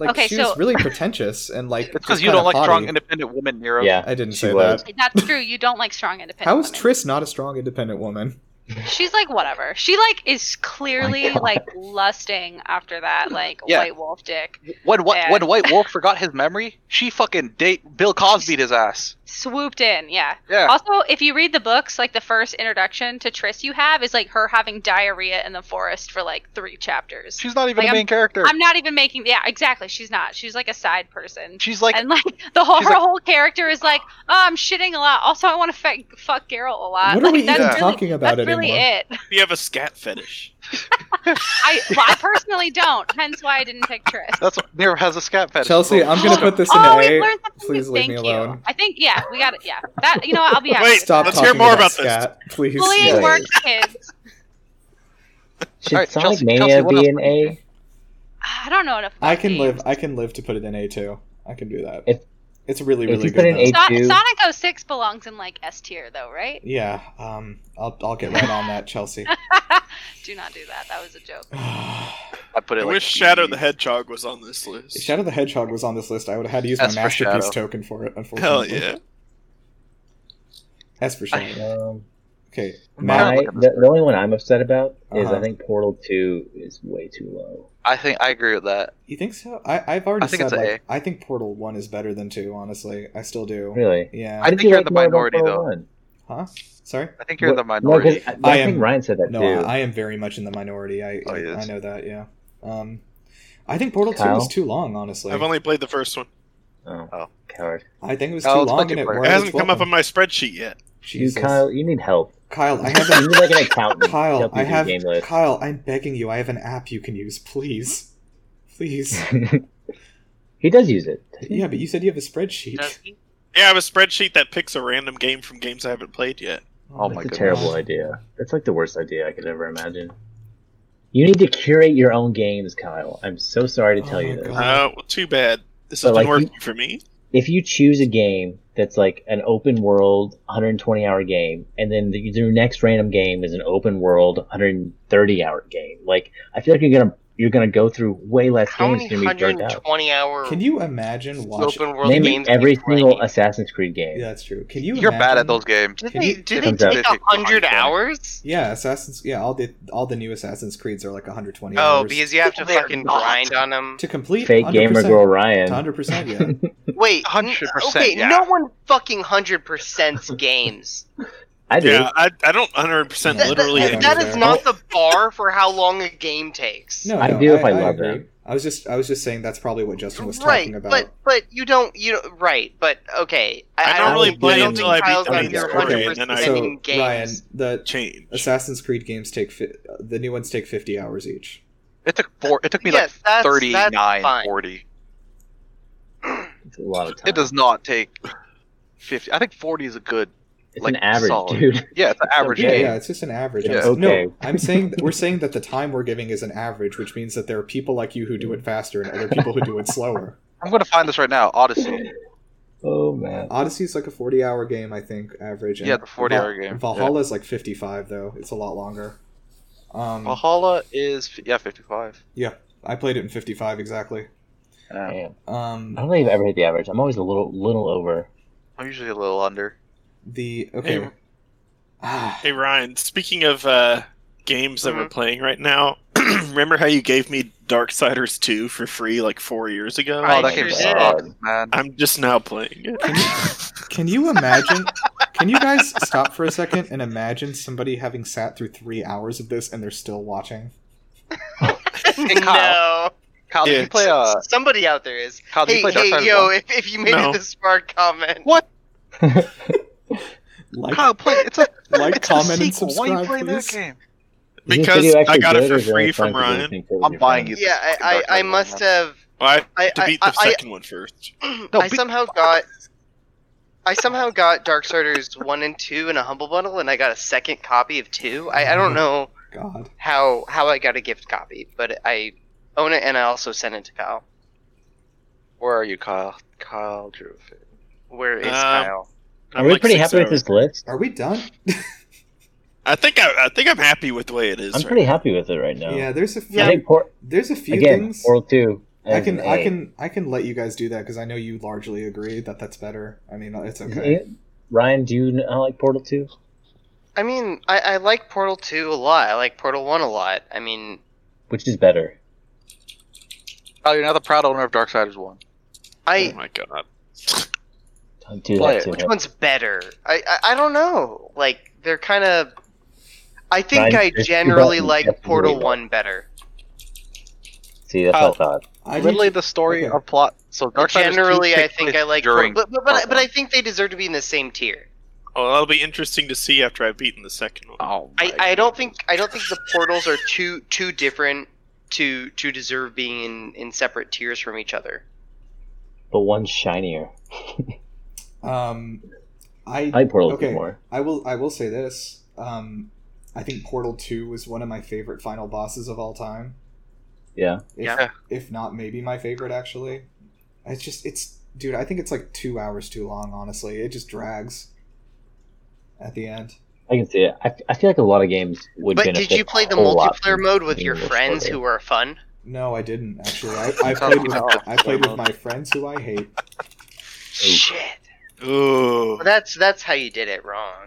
Speaker 1: Like
Speaker 10: Okay,
Speaker 1: she
Speaker 10: so-
Speaker 1: was really pretentious and like.
Speaker 6: It's because
Speaker 1: just
Speaker 6: you don't
Speaker 1: kinda
Speaker 6: like strong,
Speaker 1: haughty.
Speaker 6: independent women, Nero.
Speaker 5: Yeah,
Speaker 1: I didn't
Speaker 5: She
Speaker 1: say
Speaker 5: was.
Speaker 1: that.
Speaker 10: that's true. You don't like strong independent.
Speaker 1: How is
Speaker 10: women.
Speaker 1: Triss not a strong independent woman?
Speaker 10: She's like whatever. She like is
Speaker 1: Oh
Speaker 10: clearly
Speaker 5: My God.
Speaker 10: like lusting after that like
Speaker 6: Yeah.
Speaker 10: white wolf dick,
Speaker 6: When,
Speaker 10: Yeah.
Speaker 6: what, when White Wolf forgot his memory, she fucking date Bill Cosby his ass.
Speaker 10: swooped in. Yeah.
Speaker 6: Yeah.
Speaker 10: Also, if you read the books, like the first introduction to Triss you have is like her having diarrhea in the forest for like three chapters.
Speaker 6: She's not even
Speaker 10: Like,
Speaker 6: a main character.
Speaker 10: I'm not even making. Yeah, exactly. She's not. She's like a side person.
Speaker 6: She's like,
Speaker 10: and like the whole
Speaker 6: she's
Speaker 10: her
Speaker 6: like-
Speaker 10: whole character is like, oh, I'm shitting a lot. Also, I want to fe- fuck Geralt a lot.
Speaker 1: What are
Speaker 10: like,
Speaker 1: we even
Speaker 10: that's really,
Speaker 1: talking about
Speaker 10: That's really
Speaker 1: anymore?
Speaker 10: it.
Speaker 4: You have a scat fetish.
Speaker 10: I, well, I personally don't. Hence why I didn't pick Triss.
Speaker 6: that's what Nero has a scat fetish.
Speaker 1: Chelsea,
Speaker 6: Cool.
Speaker 1: I'm gonna put this in
Speaker 10: Oh, we
Speaker 1: A.
Speaker 10: learned something.
Speaker 1: Please
Speaker 10: new.
Speaker 1: leave
Speaker 10: Thank
Speaker 1: me
Speaker 10: you.
Speaker 1: alone.
Speaker 10: I think yeah, we got it. Yeah, that you know what? I'll be happy.
Speaker 4: Wait,
Speaker 10: with
Speaker 1: Stop
Speaker 10: that.
Speaker 4: Let's hear
Speaker 1: talking
Speaker 4: more about this.
Speaker 1: scat, please.
Speaker 10: Bullying
Speaker 5: Yeah.
Speaker 10: works, kids.
Speaker 5: Should
Speaker 6: All right,
Speaker 5: Sonic
Speaker 6: Chelsea-
Speaker 5: Mania
Speaker 6: Chelsea, what else
Speaker 5: be an
Speaker 6: would you
Speaker 5: A?
Speaker 10: I don't know enough. About
Speaker 1: I can
Speaker 10: these.
Speaker 1: live. I can live to put it in A two. I can do that.
Speaker 5: If-
Speaker 1: it's really
Speaker 5: if
Speaker 1: really
Speaker 5: you
Speaker 1: good.
Speaker 5: put in
Speaker 1: though.
Speaker 5: A-
Speaker 10: So-
Speaker 5: Dude.
Speaker 10: Sonic 06 belongs in like S tier though, right?
Speaker 1: yeah, um, I'll I'll get right on that, Chelsea.
Speaker 10: Do not do that. That was a joke.
Speaker 6: I put it
Speaker 4: I
Speaker 6: like
Speaker 4: wish Shadow
Speaker 6: B.
Speaker 4: the Hedgehog was on this list.
Speaker 1: If Shadow the Hedgehog was on this list, I would have had to use
Speaker 6: S
Speaker 1: my
Speaker 6: for
Speaker 1: masterpiece
Speaker 6: Shadow.
Speaker 1: token for it.
Speaker 4: Hell
Speaker 1: Unfortunately,
Speaker 4: yeah.
Speaker 1: S for Shadow.
Speaker 5: Um,
Speaker 1: Okay,
Speaker 5: my
Speaker 1: Matt,
Speaker 6: look at this
Speaker 5: the, the only one I'm upset about is
Speaker 1: Uh-huh.
Speaker 5: I think Portal Two is way too low.
Speaker 6: I think I agree with that.
Speaker 1: you think so? I I've already
Speaker 6: I think
Speaker 1: said
Speaker 6: it's a
Speaker 1: like I think Portal One is better than two. Honestly, I still do.
Speaker 5: Really,
Speaker 1: Yeah.
Speaker 6: I
Speaker 5: Did
Speaker 6: think you're
Speaker 5: like
Speaker 6: the
Speaker 5: more than
Speaker 6: minority,
Speaker 5: Portal
Speaker 6: though.
Speaker 5: One?
Speaker 1: huh? Sorry.
Speaker 6: I think you're the
Speaker 5: What- no, 'cause
Speaker 6: minority.
Speaker 5: I,
Speaker 1: I
Speaker 5: I think
Speaker 1: am-
Speaker 5: Ryan said that
Speaker 1: No,
Speaker 5: too.
Speaker 1: I, I am very much in the minority. I
Speaker 6: Oh,
Speaker 1: I,
Speaker 6: yes.
Speaker 1: I know that. Yeah. Um, I think Portal Two
Speaker 5: Kyle?
Speaker 1: was too long. Honestly,
Speaker 4: I've only played the first one.
Speaker 5: oh,
Speaker 6: Oh.
Speaker 5: coward.
Speaker 1: I think it was too
Speaker 6: Oh, it's
Speaker 1: long, and it,
Speaker 6: multiplayer.
Speaker 1: warranted
Speaker 4: It hasn't
Speaker 1: 12
Speaker 4: come up on my spreadsheet yet.
Speaker 5: You,
Speaker 1: Jesus.
Speaker 5: Kyle, you need help.
Speaker 1: Kyle, I have
Speaker 5: you
Speaker 1: an
Speaker 5: need like an accountant. to
Speaker 1: Kyle,
Speaker 5: help you
Speaker 1: I
Speaker 5: do
Speaker 1: have
Speaker 5: game list.
Speaker 1: Kyle. I'm begging you. I have an app you can use, please, please.
Speaker 5: he does use it.
Speaker 1: yeah, but you said you have a spreadsheet.
Speaker 4: Yeah, I have a spreadsheet that picks a random game from games I haven't played yet.
Speaker 3: Oh
Speaker 5: That's
Speaker 3: my
Speaker 5: a
Speaker 3: goodness.
Speaker 5: terrible idea. That's like the worst idea I could ever imagine. You need to curate your own games, Kyle. I'm so sorry to
Speaker 1: Oh
Speaker 5: tell you
Speaker 1: my
Speaker 5: this.
Speaker 1: God.
Speaker 4: Uh, well, too bad. This
Speaker 5: But,
Speaker 4: has
Speaker 5: like,
Speaker 4: been
Speaker 5: you-
Speaker 4: working for me.
Speaker 5: If you choose a game that's like an open world 120 hour game, and then the, your next random game is an open world 130 hour game, like I feel like you're gonna you're gonna go through way less
Speaker 2: How
Speaker 5: games
Speaker 2: many
Speaker 5: than we burnt out.
Speaker 2: 120 hour
Speaker 1: Can you imagine watching?
Speaker 2: open world
Speaker 5: Name
Speaker 2: games?
Speaker 5: every
Speaker 2: you play?
Speaker 5: single Assassin's Creed game.
Speaker 1: Yeah, that's true. Can you?
Speaker 3: You're bad
Speaker 1: imagine-
Speaker 3: at those games.
Speaker 2: Do
Speaker 1: Can
Speaker 2: they,
Speaker 1: you-
Speaker 2: do they
Speaker 5: Comes out.
Speaker 2: take a hundred
Speaker 3: 120.
Speaker 2: hours?
Speaker 1: Yeah, Assassins. Yeah, all the all the new Assassin's Creeds are like 120
Speaker 2: Oh,
Speaker 1: hours
Speaker 2: because you have to
Speaker 6: They're
Speaker 2: fucking
Speaker 6: not.
Speaker 2: grind on them.
Speaker 1: to complete.
Speaker 5: Fake
Speaker 1: 100%,
Speaker 5: gamer girl Ryan.
Speaker 1: 100%. Yeah.
Speaker 2: Wait, n-
Speaker 6: 100%,
Speaker 2: Okay,
Speaker 6: yeah.
Speaker 2: no one fucking hundred percent games.
Speaker 5: I do.
Speaker 4: Yeah, I, I don't 100%
Speaker 2: That-
Speaker 4: literally
Speaker 2: that-
Speaker 1: think
Speaker 2: that
Speaker 1: so.
Speaker 2: is not the bar for how long a game takes.
Speaker 1: No,
Speaker 5: I
Speaker 1: no,
Speaker 5: do if I love
Speaker 1: agree.
Speaker 5: them.
Speaker 1: I was just I was just saying that's probably what Justin was
Speaker 2: right,
Speaker 1: talking about.
Speaker 2: but but you don't you don't, right, but okay.
Speaker 4: I
Speaker 2: I,
Speaker 4: don't really
Speaker 2: think-
Speaker 4: play
Speaker 2: I don't
Speaker 4: until
Speaker 2: think
Speaker 4: I beat
Speaker 2: Kyle's
Speaker 4: the
Speaker 2: out
Speaker 5: main
Speaker 2: here
Speaker 5: story,
Speaker 2: 100%
Speaker 4: and then I-
Speaker 1: so
Speaker 2: in games.
Speaker 1: Ryan, the
Speaker 4: change.
Speaker 1: Assassin's Creed games take fi- the new ones take 50 hours each.
Speaker 3: It took four. It took me
Speaker 2: yes,
Speaker 3: like
Speaker 2: that's, that's
Speaker 3: 39,
Speaker 2: fine.
Speaker 3: 40.
Speaker 5: It's a lot of time.
Speaker 3: It does not take 50. I think 40 is a good.
Speaker 5: it's
Speaker 3: like,
Speaker 5: an average,
Speaker 3: solid.
Speaker 5: dude.
Speaker 3: Yeah, it's an average
Speaker 1: Yeah,
Speaker 5: Okay.
Speaker 3: game.
Speaker 1: yeah, it's just an average.
Speaker 3: Yeah.
Speaker 1: I'm-
Speaker 5: Okay.
Speaker 1: No, I'm saying that we're saying that the time we're giving is an average, which means that there are people like you who do it faster and other people who do it slower.
Speaker 3: I'm going to find this right now. Odyssey.
Speaker 5: Oh man.
Speaker 1: Odyssey is like a 40 hour game, I think, average. and
Speaker 3: Yeah, the 40 hour
Speaker 1: Val-
Speaker 3: game.
Speaker 1: Valhalla is like 55 though. It's a lot longer. Um,
Speaker 3: Yeah. Valhalla is yeah 55.
Speaker 1: I played it in 55 exactly.
Speaker 5: Damn.
Speaker 1: Um,
Speaker 5: I don't think I've ever hit the average. I'm always a little little over.
Speaker 3: I'm usually a little under.
Speaker 1: The okay.
Speaker 4: Hey.
Speaker 1: Ah,
Speaker 4: Hey, Ryan, speaking of uh, games that we're playing right now, remember how you gave me Darksiders 2 for free like four years ago?
Speaker 2: I
Speaker 3: Oh, that
Speaker 2: sure
Speaker 3: game
Speaker 2: did.
Speaker 3: sucks, man.
Speaker 4: I'm just now playing it.
Speaker 1: can you, can you imagine? Can you guys stop for a second and imagine somebody having sat through three hours of this and they're still watching?
Speaker 3: Hey, Kyle. Kyle, did
Speaker 4: Yeah,
Speaker 3: you play uh?
Speaker 2: no, somebody out there is.
Speaker 3: Kyle, did
Speaker 2: Hey,
Speaker 3: you play
Speaker 2: hey,
Speaker 3: Darksiders
Speaker 2: yo!
Speaker 3: 1?
Speaker 2: If, if you made
Speaker 4: No.
Speaker 2: the smart comment,
Speaker 1: Like,
Speaker 3: Kyle, play. It's a
Speaker 1: like,
Speaker 3: it's a
Speaker 1: comment, and
Speaker 3: sequel. Why are you
Speaker 1: subscribe,
Speaker 3: playing
Speaker 1: please.
Speaker 3: that game?
Speaker 5: Is this
Speaker 4: Because
Speaker 5: video actually
Speaker 4: I got it
Speaker 5: good, or
Speaker 4: for
Speaker 5: is only
Speaker 4: free from
Speaker 5: fun 'cause you're
Speaker 4: Ryan.
Speaker 5: listening to it with
Speaker 3: I'm
Speaker 5: your
Speaker 3: buying
Speaker 5: friends?
Speaker 3: it.
Speaker 2: yeah, I, I, I
Speaker 3: Darksiders
Speaker 2: must
Speaker 3: one,
Speaker 2: have.
Speaker 4: Well, I
Speaker 2: I
Speaker 4: have to
Speaker 2: I,
Speaker 4: beat the
Speaker 2: I,
Speaker 4: second one first.
Speaker 2: I,
Speaker 3: No,
Speaker 2: I
Speaker 3: beat-
Speaker 2: somehow got. I somehow got Darksiders one and two in a humble bundle, and I got a second copy of two. I, I
Speaker 4: Mm-hmm.
Speaker 2: don't know
Speaker 1: God,
Speaker 2: how how I got a gift copy, but I own it, and I also sent it to Kyle.
Speaker 3: Where are you, Kyle? Kyle drew. a fit.
Speaker 2: Where is
Speaker 4: Um,
Speaker 2: Kyle?
Speaker 5: Are
Speaker 4: I'm,
Speaker 5: we
Speaker 4: like,
Speaker 5: pretty
Speaker 4: six
Speaker 5: happy with
Speaker 4: hours.
Speaker 5: this list?
Speaker 1: are we done?
Speaker 4: I think I, I think I'm happy with the way it is.
Speaker 5: I'm
Speaker 4: right
Speaker 5: pretty happy with it right now.
Speaker 1: Yeah, there's a few.
Speaker 5: I think por-
Speaker 1: There's a few
Speaker 5: again,
Speaker 1: things.
Speaker 5: World Two.
Speaker 1: I
Speaker 5: has
Speaker 1: can
Speaker 5: an
Speaker 1: I
Speaker 5: A.
Speaker 1: can I can let you guys do that because I know you largely agree that that's better. I mean, uh, it's
Speaker 5: Is
Speaker 1: okay.
Speaker 5: it- Ryan, do you not like Portal Two?
Speaker 2: I mean, I, I like Portal two a lot. I like Portal one a lot. I mean,
Speaker 5: Which is better?
Speaker 3: Kyle, Oh, you're not the proud owner of Darksiders One.
Speaker 4: Oh
Speaker 2: I
Speaker 4: my god.
Speaker 5: Don't do
Speaker 3: Play
Speaker 5: that
Speaker 3: it.
Speaker 5: to
Speaker 2: which
Speaker 5: him.
Speaker 2: one's better? I I, I don't know. Like they're kind of. I think
Speaker 5: Ryan,
Speaker 2: I
Speaker 5: there's two
Speaker 2: generally
Speaker 5: buttons.
Speaker 2: like
Speaker 5: That's
Speaker 2: Portal
Speaker 5: really
Speaker 2: one better.
Speaker 5: See, that's
Speaker 3: Kyle.
Speaker 5: what I thought.
Speaker 1: I
Speaker 3: Literally, the story
Speaker 1: okay.
Speaker 3: or plot. So Darksiders
Speaker 2: generally,
Speaker 3: 2
Speaker 2: I
Speaker 3: takes
Speaker 2: think
Speaker 3: place
Speaker 2: I like
Speaker 3: during.
Speaker 2: Portal, but but, but, I,
Speaker 3: Portal
Speaker 2: but I
Speaker 3: one.
Speaker 2: think they deserve to be in the same tier.
Speaker 4: Well, that'll be interesting to see after I've beaten the second one.
Speaker 3: Oh,
Speaker 2: I,
Speaker 3: my
Speaker 2: I don't think I don't think the portals are too too different to to deserve being in, in separate tiers from each other.
Speaker 5: But one's shinier.
Speaker 1: um,
Speaker 5: I like Portal
Speaker 1: Okay.
Speaker 5: Two more.
Speaker 1: I will I will say this. Um, I think Portal Two was one of my favorite final bosses of all time.
Speaker 5: Yeah.
Speaker 1: If,
Speaker 3: Yeah.
Speaker 1: if not maybe my favorite actually. It's just it's dude. I think it's like two hours too long. Honestly, it just drags. At the end,
Speaker 5: I can see it. I, I feel like a lot of games would
Speaker 2: But
Speaker 5: benefit.
Speaker 2: did you play
Speaker 5: a
Speaker 2: the
Speaker 5: whole lot
Speaker 2: multiplayer
Speaker 5: from
Speaker 2: mode with
Speaker 5: being
Speaker 2: your
Speaker 5: this
Speaker 2: friends
Speaker 5: shorter.
Speaker 2: who are fun?
Speaker 1: no, I didn't actually. I, I played with I played with my friends who I hate.
Speaker 2: Shit.
Speaker 4: Ooh.
Speaker 2: Well, that's that's how you did it wrong.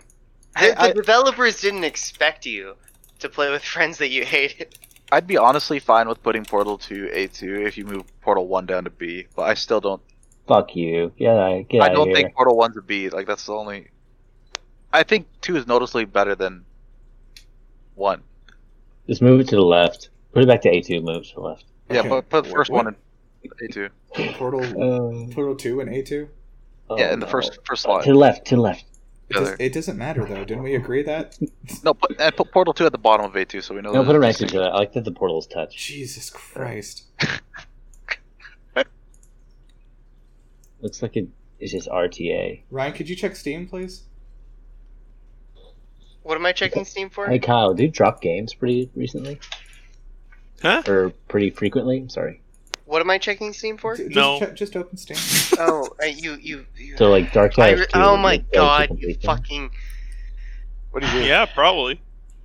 Speaker 2: The, the
Speaker 3: I-
Speaker 2: developers didn't expect you to play with friends that you hated.
Speaker 3: I'd be honestly fine with putting Portal 2 A2 if you move Portal 1 down to B, but I still don't.
Speaker 5: Fuck you. Get out, get
Speaker 3: I
Speaker 5: out
Speaker 3: don't
Speaker 5: of here.
Speaker 3: think Portal 1's a B. Like, that's the only. I think 2 is noticeably better than 1.
Speaker 5: Just move it to the left. Put it back to A2. Move it to the left.
Speaker 3: Yeah,
Speaker 1: Okay.
Speaker 3: but put the first
Speaker 1: What-
Speaker 3: one in A2.
Speaker 1: Portal
Speaker 5: Uh,
Speaker 1: Portal Two and A Two.
Speaker 5: oh,
Speaker 3: yeah, in the
Speaker 5: no.
Speaker 3: first first
Speaker 5: To
Speaker 3: slot.
Speaker 5: the left. To the left.
Speaker 1: It, does,
Speaker 3: Together.
Speaker 1: it doesn't matter though. Didn't we agree that?
Speaker 3: No, put, and put Portal 2 at the bottom of A2 so we
Speaker 6: Oh,
Speaker 3: know
Speaker 5: No,
Speaker 3: that-
Speaker 5: put it right to the. I like that the portals touch.
Speaker 1: Jesus Christ.
Speaker 5: Looks like it. It's just RTA.
Speaker 1: Ryan, could you check Steam, please?
Speaker 2: What am I checking Steam for?
Speaker 5: Hey Kyle, do you drop games pretty recently
Speaker 4: Huh?
Speaker 5: or pretty frequently? Sorry.
Speaker 2: What am I checking Steam for?
Speaker 1: J- Just
Speaker 4: No.
Speaker 1: check- just open Steam.
Speaker 2: oh, uh, you you. you
Speaker 5: So like Dark
Speaker 2: I
Speaker 5: Souls.
Speaker 2: re-
Speaker 5: 2,
Speaker 2: oh
Speaker 5: you
Speaker 2: my
Speaker 5: know,
Speaker 2: god!
Speaker 5: different
Speaker 2: You
Speaker 5: thing.
Speaker 2: fucking.
Speaker 3: What do you do?
Speaker 4: Yeah, probably.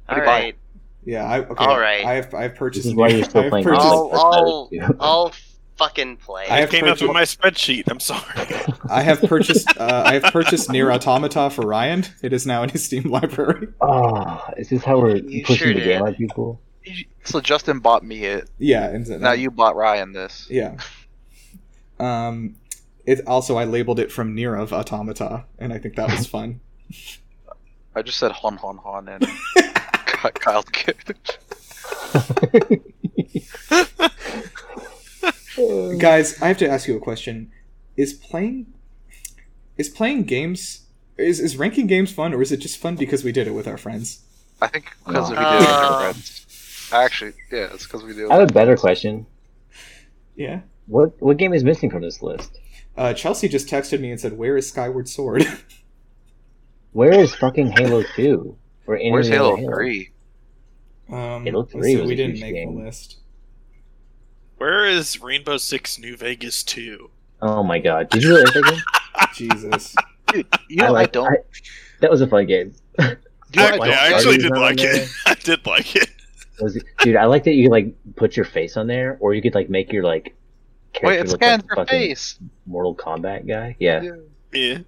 Speaker 2: All
Speaker 3: do you buy?
Speaker 2: right,
Speaker 1: Yeah, I, okay.
Speaker 2: All right.
Speaker 1: I have, I have purchased.
Speaker 5: This is why you're
Speaker 1: I
Speaker 5: still
Speaker 1: have
Speaker 5: playing.
Speaker 1: purchased-
Speaker 5: Dark
Speaker 2: I'll-
Speaker 5: Souls
Speaker 2: I'll-
Speaker 5: 2.
Speaker 2: I'll fucking play.
Speaker 1: I
Speaker 4: It
Speaker 1: have
Speaker 4: came up
Speaker 1: purchased-
Speaker 4: in my spreadsheet. I'm sorry.
Speaker 1: I have purchased. Uh, I have purchased Near Automata for Ryan. It is now in his Steam library.
Speaker 5: Ah, is this how we're
Speaker 2: You
Speaker 5: pushing
Speaker 2: sure
Speaker 5: the game
Speaker 2: did.
Speaker 5: on people?
Speaker 3: So Justin bought me it.
Speaker 1: Yeah, and so-
Speaker 3: Now you bought Ryan this.
Speaker 1: Yeah. Um, it also I labeled it from Near of Automata, and I think that was fun.
Speaker 3: I just said hon hon hon and Ky- Kyle kicked.
Speaker 1: Guys, I have to ask you a question: Is playing, is playing games, is is ranking games fun, or is it just fun because we did it with our friends?
Speaker 3: I think because we did
Speaker 2: Aw.
Speaker 3: it with our friends. Actually, yeah, it's because we do.
Speaker 5: I have a better question.
Speaker 1: Yeah.
Speaker 5: What what game is missing from this list?
Speaker 1: Uh, Chelsea just texted me and said, "Where is Skyward Sword?"
Speaker 5: Where is fucking Halo Two? Or any
Speaker 3: Where's
Speaker 5: other
Speaker 3: Halo Three?
Speaker 1: um,
Speaker 5: Halo
Speaker 1: let's
Speaker 5: 3
Speaker 1: see,
Speaker 5: was
Speaker 1: we
Speaker 5: a
Speaker 1: didn't
Speaker 5: huge
Speaker 1: make
Speaker 5: game.
Speaker 1: the list.
Speaker 4: Where is Rainbow Six New Vegas 2?
Speaker 5: Oh my god! Did you really like that game?
Speaker 1: Jesus.
Speaker 3: Dude, you know I,
Speaker 5: like-
Speaker 3: don't.
Speaker 5: I- that was a fun game.
Speaker 3: you know
Speaker 4: Actually,
Speaker 3: I don't
Speaker 4: I
Speaker 5: like
Speaker 4: actually
Speaker 5: Guardians
Speaker 4: did
Speaker 5: on
Speaker 4: like
Speaker 5: there?
Speaker 4: it. I did like it.
Speaker 5: Was it- dude, I like that you could like put your face on there, or you could like make your like character
Speaker 3: Wait, it
Speaker 5: look like
Speaker 3: scans
Speaker 5: a
Speaker 3: your
Speaker 5: fucking
Speaker 3: face,
Speaker 5: Mortal Kombat guy. Yeah.
Speaker 3: Yeah.
Speaker 4: Yeah.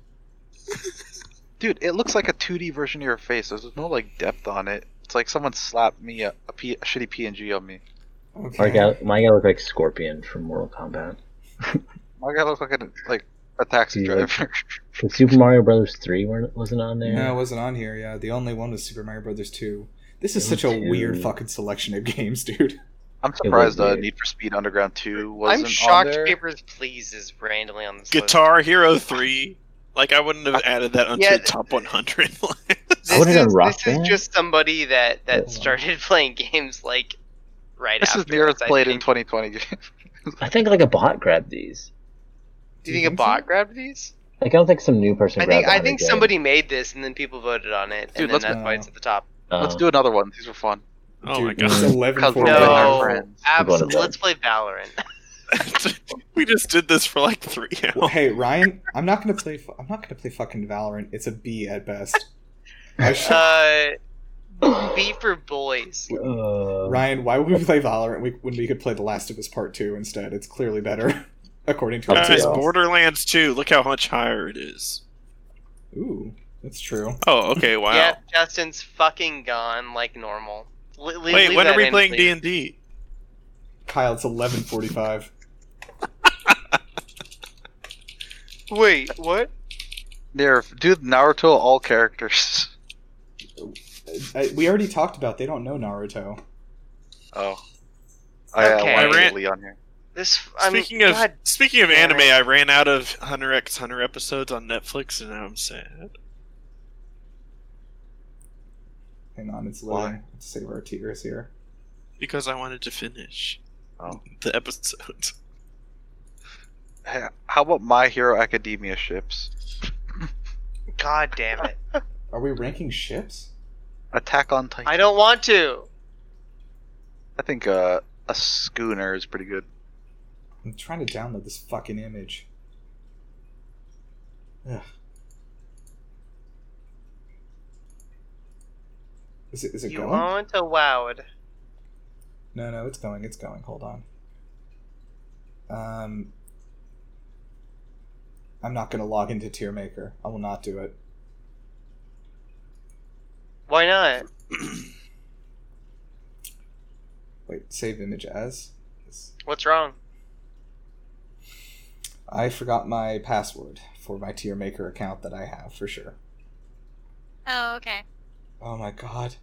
Speaker 3: dude. It looks like a 2D version of your face. There's no like depth on it. It's like someone slapped me a, a, P, a shitty PNG on me.
Speaker 1: Okay.
Speaker 5: Our guy, my guy looked like Scorpion from Mortal Kombat.
Speaker 3: My guy looks like a like a taxi
Speaker 5: Yeah.
Speaker 3: driver.
Speaker 5: Like, Super Mario Brothers three weren't, wasn't on there.
Speaker 1: No, it wasn't on here. Yeah, the only one was Super Mario Brothers Two. This is
Speaker 5: It
Speaker 1: such
Speaker 5: was
Speaker 1: a weird
Speaker 5: two.
Speaker 1: fucking selection of games, dude.
Speaker 3: I'm surprised uh,
Speaker 5: weird.
Speaker 3: Need for Speed Underground 2 wasn't
Speaker 2: I'm shocked.
Speaker 3: on there.
Speaker 2: Papers Please is randomly on this list.
Speaker 4: Guitar Hero 3. Like, I wouldn't have added that onto
Speaker 2: Yeah.
Speaker 4: the top 100
Speaker 2: This,
Speaker 5: I would've
Speaker 2: is,
Speaker 5: done Rock
Speaker 2: this is
Speaker 5: Band.
Speaker 2: just somebody that
Speaker 5: Hold
Speaker 2: that
Speaker 5: on.
Speaker 2: started playing games like right
Speaker 3: This
Speaker 2: after.
Speaker 3: is nearest
Speaker 2: us, I
Speaker 3: played in
Speaker 2: think.
Speaker 3: 2020.
Speaker 5: I think like a bot grabbed these.
Speaker 2: Do you think a bot grabbed these?
Speaker 5: Like I don't think some new person.
Speaker 2: I think
Speaker 5: grabbed
Speaker 2: I
Speaker 5: the
Speaker 2: think
Speaker 5: game.
Speaker 2: somebody made this and then people voted on it, and
Speaker 3: Dude,
Speaker 2: then
Speaker 3: let's-
Speaker 2: that's why it's at the top.
Speaker 5: Uh,
Speaker 3: Let's do another one. These were fun.
Speaker 4: oh my
Speaker 1: Dude, It's
Speaker 4: god.
Speaker 5: God.
Speaker 1: eleven
Speaker 3: Because
Speaker 1: for
Speaker 3: we're with our
Speaker 2: No,
Speaker 3: friends.
Speaker 2: absolutely.
Speaker 5: Voted on.
Speaker 2: Let's play Valorant.
Speaker 4: we just did this for like three hours.
Speaker 1: Hey Ryan, I'm not gonna play. fu- I'm not gonna play fucking Valorant. It's a B at best. I sh-
Speaker 2: Uh, B for boys.
Speaker 5: Uh,
Speaker 1: Ryan, why would we play Valorant we- when we could play The Last of Us Part Two instead? It's clearly better, according to
Speaker 5: That's
Speaker 4: Guys,
Speaker 5: it.
Speaker 1: our
Speaker 4: Borderlands 2. Look how much higher it is.
Speaker 1: Ooh, that's true.
Speaker 4: Oh, okay. Wow.
Speaker 2: Yeah, Justin's fucking gone like normal. Le- le-
Speaker 4: Wait,
Speaker 2: leave
Speaker 4: when
Speaker 2: that
Speaker 4: are we
Speaker 2: in,
Speaker 4: playing
Speaker 2: please.
Speaker 4: D&D?
Speaker 1: Kyle, it's eleven forty-five.
Speaker 2: Wait, what?
Speaker 3: They're dude Naruto all characters.
Speaker 1: I, we already talked about they don't know Naruto.
Speaker 3: Oh, I,
Speaker 2: Okay.
Speaker 3: I
Speaker 4: I ran-
Speaker 3: want Lee on here.
Speaker 2: This. I'm,
Speaker 4: speaking of
Speaker 2: God,
Speaker 4: speaking of
Speaker 2: damn
Speaker 4: anime,
Speaker 2: it.
Speaker 4: I ran out of Hunter x Hunter episodes on Netflix, and now I'm sad.
Speaker 1: Hang on, it's
Speaker 3: Why?
Speaker 1: loading. Let's save our Tigris here.
Speaker 4: because I wanted to finish
Speaker 3: Oh.
Speaker 4: the episode.
Speaker 3: Hey, How about My Hero Academia ships?
Speaker 2: God damn it!
Speaker 1: Are we ranking ships?
Speaker 3: Attack on Titan.
Speaker 2: I don't want to.
Speaker 3: I think uh, a schooner is pretty good.
Speaker 1: I'm trying to download this fucking image. Ugh. Is it, is it
Speaker 2: You
Speaker 1: going?
Speaker 2: want a wowed?
Speaker 1: No, no, it's going. It's going. Hold on. Um, I'm not going to log into Tiermaker. I will not do it.
Speaker 2: Why not?
Speaker 1: Wait, save image as? Yes.
Speaker 2: What's wrong?
Speaker 1: I forgot my password for my Tiermaker account that I have for sure.
Speaker 9: Oh, okay.
Speaker 1: Oh my god.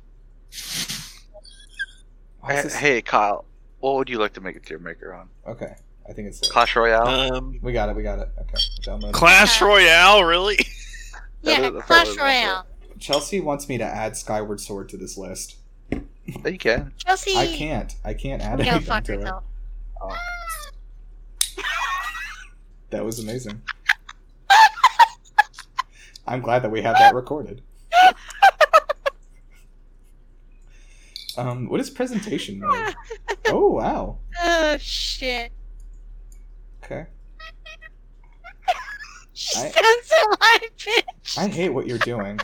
Speaker 1: Why is
Speaker 3: Hey,
Speaker 1: this-
Speaker 3: hey, Kyle, what would you like to make a tier maker on?
Speaker 1: Okay, I think it's. there.
Speaker 3: Clash
Speaker 2: Oh.
Speaker 3: Royale.
Speaker 4: Um,
Speaker 1: We got it. We got it. Okay. Download.
Speaker 4: Clash Royale, really?
Speaker 3: That
Speaker 9: Yeah,
Speaker 3: is- that's
Speaker 9: Clash
Speaker 3: what I was gonna
Speaker 9: Royale.
Speaker 1: Chelsea wants me to add Skyward Sword to this list.
Speaker 3: Yeah, you can.
Speaker 9: Chelsea.
Speaker 1: I can't. I can't add
Speaker 9: Go
Speaker 1: anything
Speaker 9: fuck
Speaker 1: to it.
Speaker 9: yourself.
Speaker 1: That was amazing. I'm glad that we have that recorded. um, what is presentation mode? Oh wow.
Speaker 9: Oh shit.
Speaker 1: Okay.
Speaker 9: She
Speaker 1: I-
Speaker 9: sounds so high pitched.
Speaker 1: I hate what you're doing.